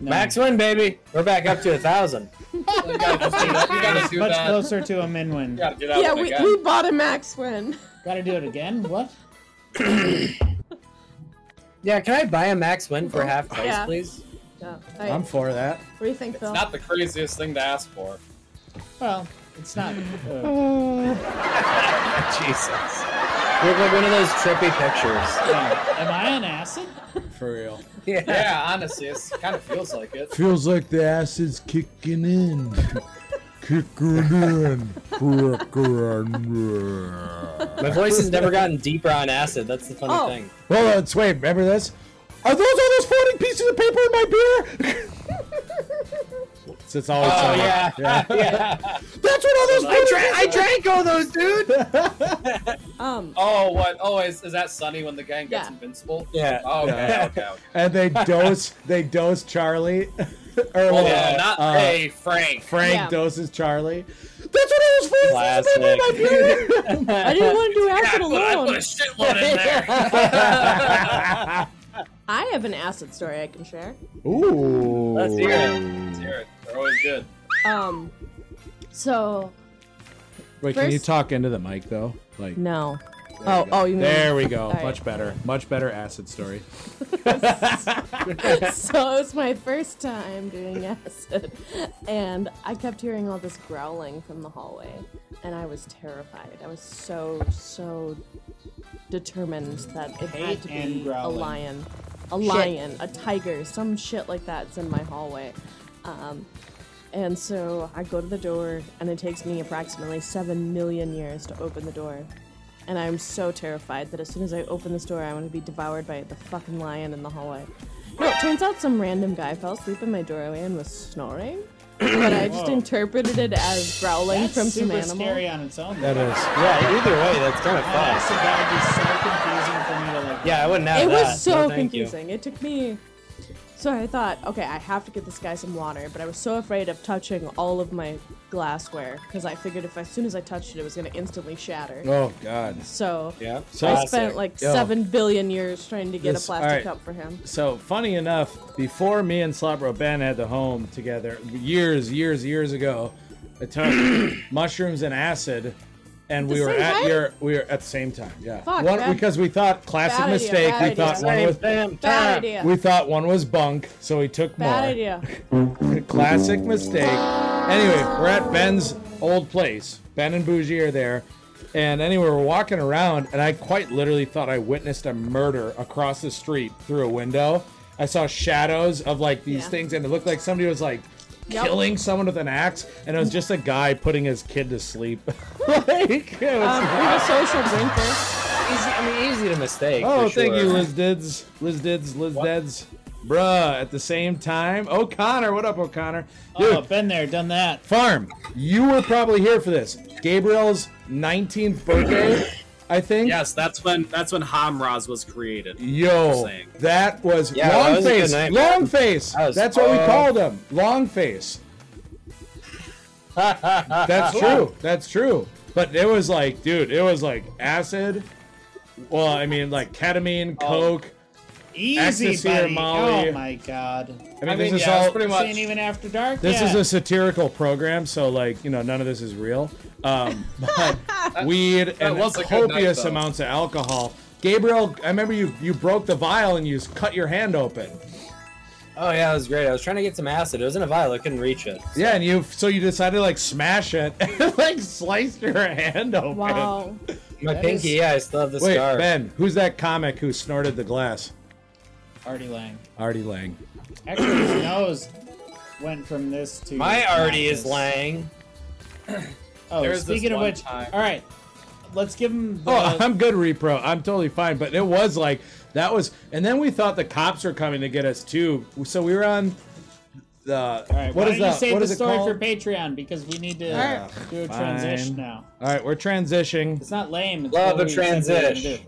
[SPEAKER 1] No.
[SPEAKER 4] Max win, baby. We're back up to a thousand.
[SPEAKER 6] You gotta just do that. You gotta do
[SPEAKER 1] Much
[SPEAKER 6] that. You
[SPEAKER 1] closer to a min win.
[SPEAKER 6] gotta do that
[SPEAKER 2] Yeah,
[SPEAKER 6] one
[SPEAKER 2] we,
[SPEAKER 6] again.
[SPEAKER 2] we bought a max win.
[SPEAKER 1] Gotta do it again? What?
[SPEAKER 4] Yeah, can I buy a max win for half price,
[SPEAKER 2] Oh, Yeah.
[SPEAKER 4] please?
[SPEAKER 2] Yeah. All
[SPEAKER 3] I'm
[SPEAKER 2] right.
[SPEAKER 3] for that.
[SPEAKER 2] What do you think, Phil?
[SPEAKER 6] Not the craziest thing to ask for.
[SPEAKER 1] Well, it's not. Uh,
[SPEAKER 6] Jesus.
[SPEAKER 4] Look like one of those trippy pictures.
[SPEAKER 1] yeah. Am I on acid?
[SPEAKER 3] For real.
[SPEAKER 6] Yeah, honestly, it kind of feels like it.
[SPEAKER 3] Feels like the acid's kicking in. kicking in. well,
[SPEAKER 4] My voice has never gotten deeper on acid. That's the funny
[SPEAKER 2] Oh.
[SPEAKER 4] thing.
[SPEAKER 3] let's wait. Remember this? Are those all those floating pieces of paper in my beer? it's always
[SPEAKER 4] Oh,
[SPEAKER 3] something.
[SPEAKER 4] yeah.
[SPEAKER 3] That's what all those.
[SPEAKER 6] I
[SPEAKER 3] floating-
[SPEAKER 6] drank- I
[SPEAKER 4] drank all those, dude.
[SPEAKER 2] Um,
[SPEAKER 6] Oh, what? Oh, is, is that Sunny when the gang gets
[SPEAKER 2] Yeah.
[SPEAKER 6] invincible?
[SPEAKER 4] Yeah.
[SPEAKER 6] Oh, okay,
[SPEAKER 3] Yeah.
[SPEAKER 6] okay, okay.
[SPEAKER 3] and they dose. They dose Charlie. or
[SPEAKER 6] Well,
[SPEAKER 3] well,
[SPEAKER 6] yeah, not
[SPEAKER 3] uh,
[SPEAKER 6] hey, Frank.
[SPEAKER 3] Frank
[SPEAKER 2] Yeah.
[SPEAKER 3] doses Charlie. That's what I was for. That's what I did in my
[SPEAKER 2] I didn't want to do
[SPEAKER 6] Yeah, I
[SPEAKER 2] acid
[SPEAKER 6] put, I put a
[SPEAKER 2] alone.
[SPEAKER 6] shitload in there.
[SPEAKER 2] I have an acid story I can share.
[SPEAKER 3] beer. Ooh.
[SPEAKER 4] Let's hear it.
[SPEAKER 6] Let's hear it. They're always good.
[SPEAKER 2] Um, so
[SPEAKER 3] Wait, can
[SPEAKER 2] First-
[SPEAKER 3] you talk into the mic though? Like
[SPEAKER 2] no. oh, oh, you mean
[SPEAKER 3] there we go.
[SPEAKER 2] All
[SPEAKER 3] Much
[SPEAKER 2] right.
[SPEAKER 3] better. Much better acid story.
[SPEAKER 2] so it was my first time doing acid, and I kept hearing all this growling from the hallway, and I was terrified. I was so so determined that it
[SPEAKER 1] Hate
[SPEAKER 2] had to
[SPEAKER 1] and
[SPEAKER 2] be a
[SPEAKER 1] growling.
[SPEAKER 2] lion, a lion, a tiger, some shit like that's in my hallway. Um, and so I go to the door, and it takes me approximately seven million years to open the door. And I'm so terrified that as soon as I open this door, I want to be devoured by the fucking lion in the hallway. No, it turns out some random guy fell asleep in my doorway and was snoring. But I just interpreted it as growling
[SPEAKER 1] That's
[SPEAKER 2] from some
[SPEAKER 1] super
[SPEAKER 2] animal.
[SPEAKER 1] scary on its own.
[SPEAKER 3] That
[SPEAKER 1] though.
[SPEAKER 3] is.
[SPEAKER 4] Yeah, either way, that's kind of
[SPEAKER 1] I
[SPEAKER 4] fun.
[SPEAKER 1] honestly, that would be so confusing for me to like.
[SPEAKER 4] Yeah, I wouldn't have
[SPEAKER 2] it
[SPEAKER 4] that.
[SPEAKER 2] was so
[SPEAKER 4] No, thank you.
[SPEAKER 2] confusing. It took me. So I thought, okay, I have to get this guy some water, but I was so afraid of touching all of my glassware because I figured if as soon as I touched it, it was gonna instantly shatter.
[SPEAKER 3] Oh God.
[SPEAKER 2] So
[SPEAKER 4] Yeah.
[SPEAKER 2] I
[SPEAKER 3] So,
[SPEAKER 4] Classic.
[SPEAKER 2] spent like
[SPEAKER 3] Yo.
[SPEAKER 2] seven billion years trying to get
[SPEAKER 3] This-
[SPEAKER 2] a plastic
[SPEAKER 3] alright.
[SPEAKER 2] cup for him.
[SPEAKER 3] so funny enough, before me and Slobro Ben had the home together, years, years, years ago, I took mushrooms and acid, and
[SPEAKER 2] the
[SPEAKER 3] we were
[SPEAKER 2] same
[SPEAKER 3] at
[SPEAKER 2] time?
[SPEAKER 3] your we were at the same time. Yeah.
[SPEAKER 2] Fuck,
[SPEAKER 3] one,
[SPEAKER 2] bad-
[SPEAKER 3] because we thought classic
[SPEAKER 2] bad idea,
[SPEAKER 3] mistake.
[SPEAKER 2] bad
[SPEAKER 3] we
[SPEAKER 2] idea.
[SPEAKER 3] thought one
[SPEAKER 4] Same
[SPEAKER 3] was
[SPEAKER 4] damn
[SPEAKER 2] Bad
[SPEAKER 4] time.
[SPEAKER 2] idea.
[SPEAKER 3] we thought one was bunk, so we took more.
[SPEAKER 2] Bad idea.
[SPEAKER 3] Classic mistake. Anyway, we're at Ben's old place. Ben and Bougie are there. And anyway, we're walking around, and I quite literally thought I witnessed a murder across the street through a window. I saw shadows of like these
[SPEAKER 2] Yeah.
[SPEAKER 3] things, and it looked like somebody was like
[SPEAKER 2] Yep.
[SPEAKER 3] killing someone with an axe, and it was just a guy putting his kid to sleep. like, it was-
[SPEAKER 2] Um, I'm a social drinker.
[SPEAKER 4] Easy, I mean, easy to mistake.
[SPEAKER 3] oh,
[SPEAKER 4] for
[SPEAKER 3] thank
[SPEAKER 4] sure.
[SPEAKER 3] you, Liz Dids. Liz Dids, Liz Dids. Bruh, at the same time. O'Connor, what up, O'Connor? Dude,
[SPEAKER 1] Oh, been there, done that.
[SPEAKER 3] Farm, you were probably here for this. Gabriel's 19th birthday, I think.
[SPEAKER 10] Yes, that's when that's when Hamraz was created.
[SPEAKER 3] Yo,
[SPEAKER 10] Saying.
[SPEAKER 3] that was
[SPEAKER 4] Yeah, that was a good
[SPEAKER 3] Longface.
[SPEAKER 4] name.
[SPEAKER 3] Longface.
[SPEAKER 4] That was-
[SPEAKER 3] That's what we
[SPEAKER 4] Oh.
[SPEAKER 3] called him. Longface. That's true. That's true. But it was like, dude, it was like acid. Well, I mean, like ketamine, coke.
[SPEAKER 1] Easy,
[SPEAKER 3] Ecstasy or
[SPEAKER 1] buddy.
[SPEAKER 3] Molly.
[SPEAKER 1] Oh my god.
[SPEAKER 3] I mean,
[SPEAKER 6] I
[SPEAKER 3] this
[SPEAKER 6] mean,
[SPEAKER 3] is
[SPEAKER 6] yeah, it's
[SPEAKER 3] all
[SPEAKER 6] pretty
[SPEAKER 1] Seen
[SPEAKER 6] much.
[SPEAKER 1] even after dark.
[SPEAKER 3] This
[SPEAKER 1] yeah.
[SPEAKER 3] is a satirical program, so like you know, none of this is real. Um, but weed and
[SPEAKER 6] was a good night,
[SPEAKER 3] copious
[SPEAKER 6] though.
[SPEAKER 3] amounts of alcohol. Gabriel, I remember you you broke the vial and you s- cut your hand open.
[SPEAKER 4] Oh yeah, it was great. I was trying to get some acid. It was in a vial. I couldn't reach it.
[SPEAKER 3] Yeah, and you so you decided to like smash it and like sliced your hand open.
[SPEAKER 2] Wow.
[SPEAKER 4] My
[SPEAKER 1] That
[SPEAKER 4] pinky.
[SPEAKER 1] is-
[SPEAKER 4] Yeah, I still have the
[SPEAKER 3] Wait,
[SPEAKER 4] scar.
[SPEAKER 3] Ben, who's that comic who snorted the glass?
[SPEAKER 1] Artie Lang.
[SPEAKER 3] Artie Lang.
[SPEAKER 1] Actually, his nose went from this to
[SPEAKER 4] My
[SPEAKER 1] not
[SPEAKER 4] Artie is
[SPEAKER 1] this.
[SPEAKER 4] lying.
[SPEAKER 1] Oh,
[SPEAKER 6] There is
[SPEAKER 1] speaking
[SPEAKER 6] this
[SPEAKER 1] of
[SPEAKER 6] one
[SPEAKER 1] which,
[SPEAKER 6] time-
[SPEAKER 1] all right, let's give him. The,
[SPEAKER 3] Oh, I'm good, repro. I'm totally fine. But it was like that was, and then we thought the cops were coming to get us too. So we were on the.
[SPEAKER 1] all right,
[SPEAKER 3] what
[SPEAKER 1] why
[SPEAKER 3] is
[SPEAKER 1] don't
[SPEAKER 3] that?
[SPEAKER 1] you save
[SPEAKER 3] what
[SPEAKER 1] the
[SPEAKER 3] is it
[SPEAKER 1] story
[SPEAKER 3] called?
[SPEAKER 1] for Patreon because we need to
[SPEAKER 3] Yeah,
[SPEAKER 1] do a
[SPEAKER 3] fine.
[SPEAKER 1] transition now.
[SPEAKER 3] All right, we're transitioning.
[SPEAKER 1] It's not lame. It's
[SPEAKER 4] Love
[SPEAKER 1] what
[SPEAKER 4] a
[SPEAKER 1] we said we were gonna
[SPEAKER 4] transish.
[SPEAKER 1] do.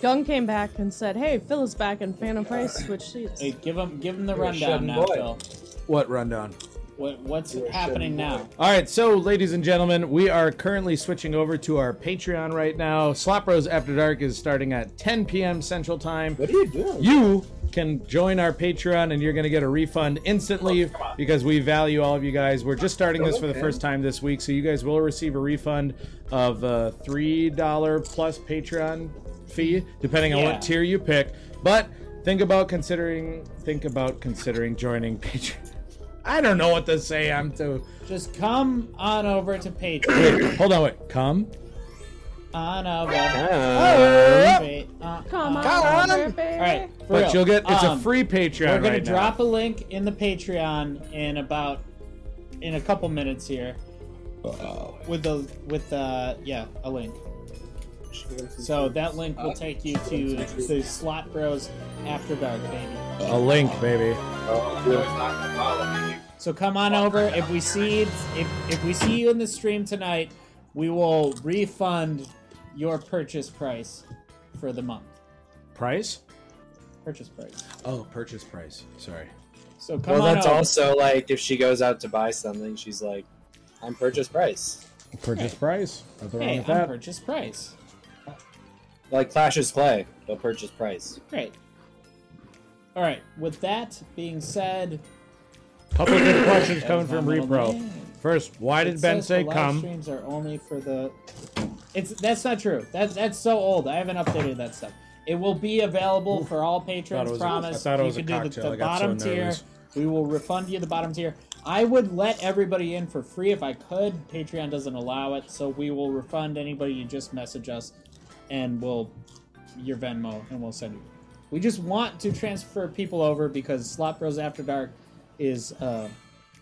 [SPEAKER 2] Gung came back and said, "Hey, Phil is back, and Phantom Price switched seats."
[SPEAKER 1] Hey, give him, give him the
[SPEAKER 4] a
[SPEAKER 1] rundown
[SPEAKER 4] shitting
[SPEAKER 1] now,
[SPEAKER 4] boy.
[SPEAKER 1] Phil.
[SPEAKER 3] What rundown?
[SPEAKER 1] What, what's happening now?
[SPEAKER 3] All right, so ladies and gentlemen, we are currently switching over to our Patreon right now. Slop Rose After Dark is starting at 10 p.m. Central Time.
[SPEAKER 4] What are you doing?
[SPEAKER 3] You can join our Patreon and you're going to get a refund instantly
[SPEAKER 4] Oh,
[SPEAKER 3] because we value all of you guys. We're just starting this for the first time this week, so you guys will receive a refund of a $3 plus Patreon fee, depending on
[SPEAKER 1] Yeah.
[SPEAKER 3] what tier you pick. But think about considering think about considering joining Patreon. I don't know what to say. I'm too.
[SPEAKER 1] Just come on over to Patreon.
[SPEAKER 3] Hold on, wait. Come.
[SPEAKER 1] on over.
[SPEAKER 2] Oh.
[SPEAKER 4] Uh,
[SPEAKER 1] Uh,
[SPEAKER 2] Come on,
[SPEAKER 4] Come on.
[SPEAKER 2] over, baby.
[SPEAKER 1] All right, for
[SPEAKER 3] But
[SPEAKER 1] real.
[SPEAKER 3] you'll get it's
[SPEAKER 1] Um,
[SPEAKER 3] a free Patreon
[SPEAKER 1] We're gonna
[SPEAKER 3] right now.
[SPEAKER 1] drop a link in the Patreon in about in a couple minutes here. With the with the yeah a link. So that link will take you to the Slot Bros After Dark, baby.
[SPEAKER 3] a link, baby.
[SPEAKER 1] So come on over. If we see if if we see you in the stream tonight, we will refund your purchase price for the month.
[SPEAKER 3] Price?
[SPEAKER 1] Purchase price.
[SPEAKER 3] Oh, purchase price. Sorry.
[SPEAKER 1] So come
[SPEAKER 4] well,
[SPEAKER 1] on
[SPEAKER 4] that's
[SPEAKER 1] over.
[SPEAKER 4] also like if she goes out to buy something, she's like, "I'm purchase price."
[SPEAKER 3] Purchase price. Nothing wrong
[SPEAKER 1] Hey,
[SPEAKER 3] with
[SPEAKER 1] on
[SPEAKER 3] that.
[SPEAKER 1] purchase price.
[SPEAKER 4] Like Clash is Clay, but purchase price.
[SPEAKER 1] Great. All right. With that being said,
[SPEAKER 3] Couple good questions coming
[SPEAKER 1] That was
[SPEAKER 3] from
[SPEAKER 1] my middle
[SPEAKER 3] Repro.
[SPEAKER 1] name.
[SPEAKER 3] First, why did
[SPEAKER 1] it
[SPEAKER 3] Ben
[SPEAKER 1] says
[SPEAKER 3] say
[SPEAKER 1] the live
[SPEAKER 3] come?
[SPEAKER 1] Streams are only for the. It's that's not true. That that's so old. I haven't updated that stuff. It will be available for all
[SPEAKER 3] Thought it
[SPEAKER 1] patrons.
[SPEAKER 3] was a-
[SPEAKER 1] promise.
[SPEAKER 3] I thought it
[SPEAKER 1] you
[SPEAKER 3] was a
[SPEAKER 1] can do
[SPEAKER 3] cocktail.
[SPEAKER 1] the,
[SPEAKER 3] I
[SPEAKER 1] the
[SPEAKER 3] got so
[SPEAKER 1] bottom tier.
[SPEAKER 3] nervous.
[SPEAKER 1] We will refund you the bottom tier. I would let everybody in for free if I could. Patreon doesn't allow it, so we will refund anybody you just message us, and we'll your Venmo, and we'll send you. We just want to transfer people over because Slot Bros After Dark is a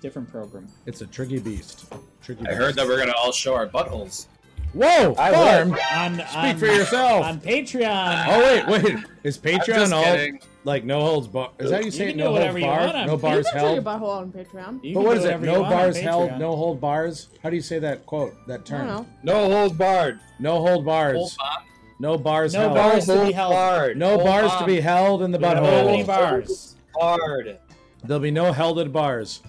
[SPEAKER 1] different program.
[SPEAKER 3] It's a tricky beast. Tricky.
[SPEAKER 6] I heard
[SPEAKER 3] beast.
[SPEAKER 6] that we're gonna all show our buttholes.
[SPEAKER 3] Whoa, farm.
[SPEAKER 1] On, Speak
[SPEAKER 3] for yourself.
[SPEAKER 1] On Patreon.
[SPEAKER 3] Oh wait, wait. Is
[SPEAKER 6] just
[SPEAKER 3] Patreon all
[SPEAKER 6] kidding.
[SPEAKER 3] like no holds bar? Is that how you
[SPEAKER 1] You
[SPEAKER 3] say
[SPEAKER 1] can
[SPEAKER 3] it?
[SPEAKER 1] do
[SPEAKER 3] No
[SPEAKER 1] whatever
[SPEAKER 3] holds
[SPEAKER 1] you want
[SPEAKER 3] bar.
[SPEAKER 1] on
[SPEAKER 3] No
[SPEAKER 1] Patreon.
[SPEAKER 3] bars
[SPEAKER 2] you can tell your
[SPEAKER 3] held.
[SPEAKER 2] butthole on Patreon.
[SPEAKER 1] You
[SPEAKER 3] But
[SPEAKER 1] can
[SPEAKER 3] what
[SPEAKER 1] do
[SPEAKER 3] is it?
[SPEAKER 1] whatever you
[SPEAKER 3] No
[SPEAKER 1] want on
[SPEAKER 3] bars held.
[SPEAKER 1] Patreon.
[SPEAKER 3] No hold bars. How do you say that quote? That
[SPEAKER 2] I
[SPEAKER 3] term.
[SPEAKER 2] don't know.
[SPEAKER 4] No hold barred.
[SPEAKER 3] No hold bars.
[SPEAKER 6] Hold on.
[SPEAKER 3] No bars
[SPEAKER 1] No
[SPEAKER 3] held.
[SPEAKER 1] bars to be
[SPEAKER 4] Hold
[SPEAKER 1] held.
[SPEAKER 4] barred.
[SPEAKER 3] No
[SPEAKER 4] Hold
[SPEAKER 3] bars to
[SPEAKER 4] on.
[SPEAKER 3] be held in the
[SPEAKER 1] We don't have
[SPEAKER 3] butthole.
[SPEAKER 1] any bars.
[SPEAKER 4] barred.
[SPEAKER 3] There'll be no helded bars.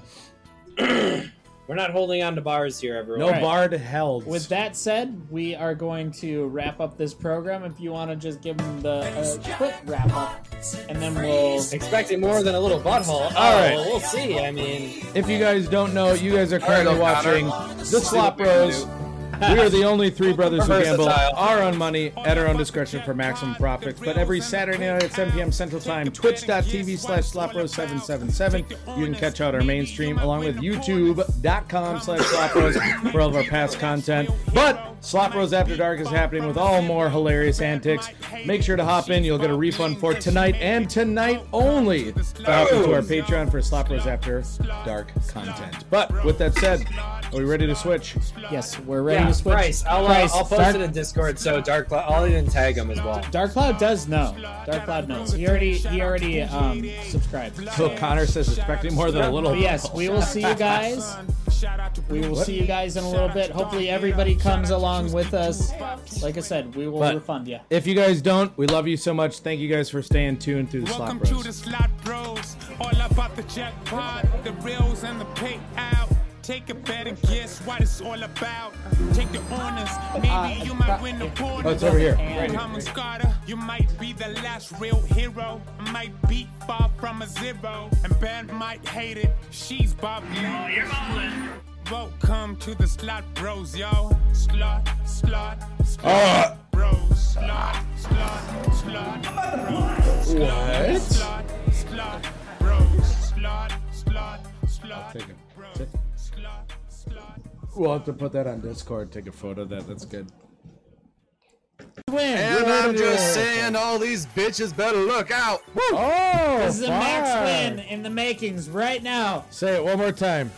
[SPEAKER 4] We're not holding on to bars here, everyone.
[SPEAKER 3] No
[SPEAKER 1] Right.
[SPEAKER 3] barred held.
[SPEAKER 1] With that said, we are going to wrap up this program. If you want to just give them the uh, quick wrap up, and then we'll.
[SPEAKER 4] Expecting more than a little butthole.
[SPEAKER 3] All right.
[SPEAKER 4] Oh, we'll see. I mean,
[SPEAKER 3] If you guys don't know, you guys are currently
[SPEAKER 6] All right,
[SPEAKER 3] watching
[SPEAKER 6] O'Connor.
[SPEAKER 3] The Slop Bros. We are the only three brothers who gamble,
[SPEAKER 6] Versatile.
[SPEAKER 3] are on money, at our own discretion for maximum profits. But every Saturday night at 7 p.m. Central Time, twitch.tv slash slopros777. You can catch out our main stream along with youtube.com slash slopros for all of our past content. But Slop Rose After Dark is happening with all more hilarious antics. Make sure to hop in. You'll get a refund for tonight and tonight only by hopping to our Patreon for Slop Rose After Dark content. But with that said, are we ready to switch?
[SPEAKER 1] Yes, we're ready
[SPEAKER 4] yeah,
[SPEAKER 1] to switch.
[SPEAKER 4] Bryce, I'll, uh,
[SPEAKER 1] Bryce,
[SPEAKER 4] I'll post
[SPEAKER 1] Dark,
[SPEAKER 4] it in Discord so Dark Cloud, I'll even tag him as well.
[SPEAKER 1] Dark Cloud does know. Dark Cloud knows. He already he already um subscribed.
[SPEAKER 3] So Connor says expecting more than a little.
[SPEAKER 1] But yes, we will see you guys. We will see you guys in a little bit. Hopefully, everybody comes along with us. Like I said, we will
[SPEAKER 3] But-
[SPEAKER 1] refund you.
[SPEAKER 3] If you guys don't, we love you so much. Thank you guys for staying tuned through the Slop
[SPEAKER 5] Welcome to
[SPEAKER 3] Bros.
[SPEAKER 5] the slot bros. All about the jackpot, the reels and the payout. Take a bet and guess what it's all about. Take the honors, maybe you might win the quarter.
[SPEAKER 3] Uh, Oh, it's over here.
[SPEAKER 5] And Hammond Carter, you might be the last real hero. Might be far from a zero, and band might hate it. She's Bob
[SPEAKER 3] Oh,
[SPEAKER 5] Lee. Welcome to the slot bros, yo. Slot, slot, slot. Bros, slot, slot, slot.
[SPEAKER 3] What?
[SPEAKER 5] Slot, slot, bros, slot, slot, slot.
[SPEAKER 3] Take it.
[SPEAKER 5] Bros,
[SPEAKER 3] Take-
[SPEAKER 5] slot, slot.
[SPEAKER 3] We'll have to put that on Discord. Take a photo of that. That's good.
[SPEAKER 6] And I'm just saying, all these bitches better look out. Woo!
[SPEAKER 3] Oh,
[SPEAKER 1] This is a max
[SPEAKER 3] fire.
[SPEAKER 1] win in the makings right now.
[SPEAKER 3] Say it one more time.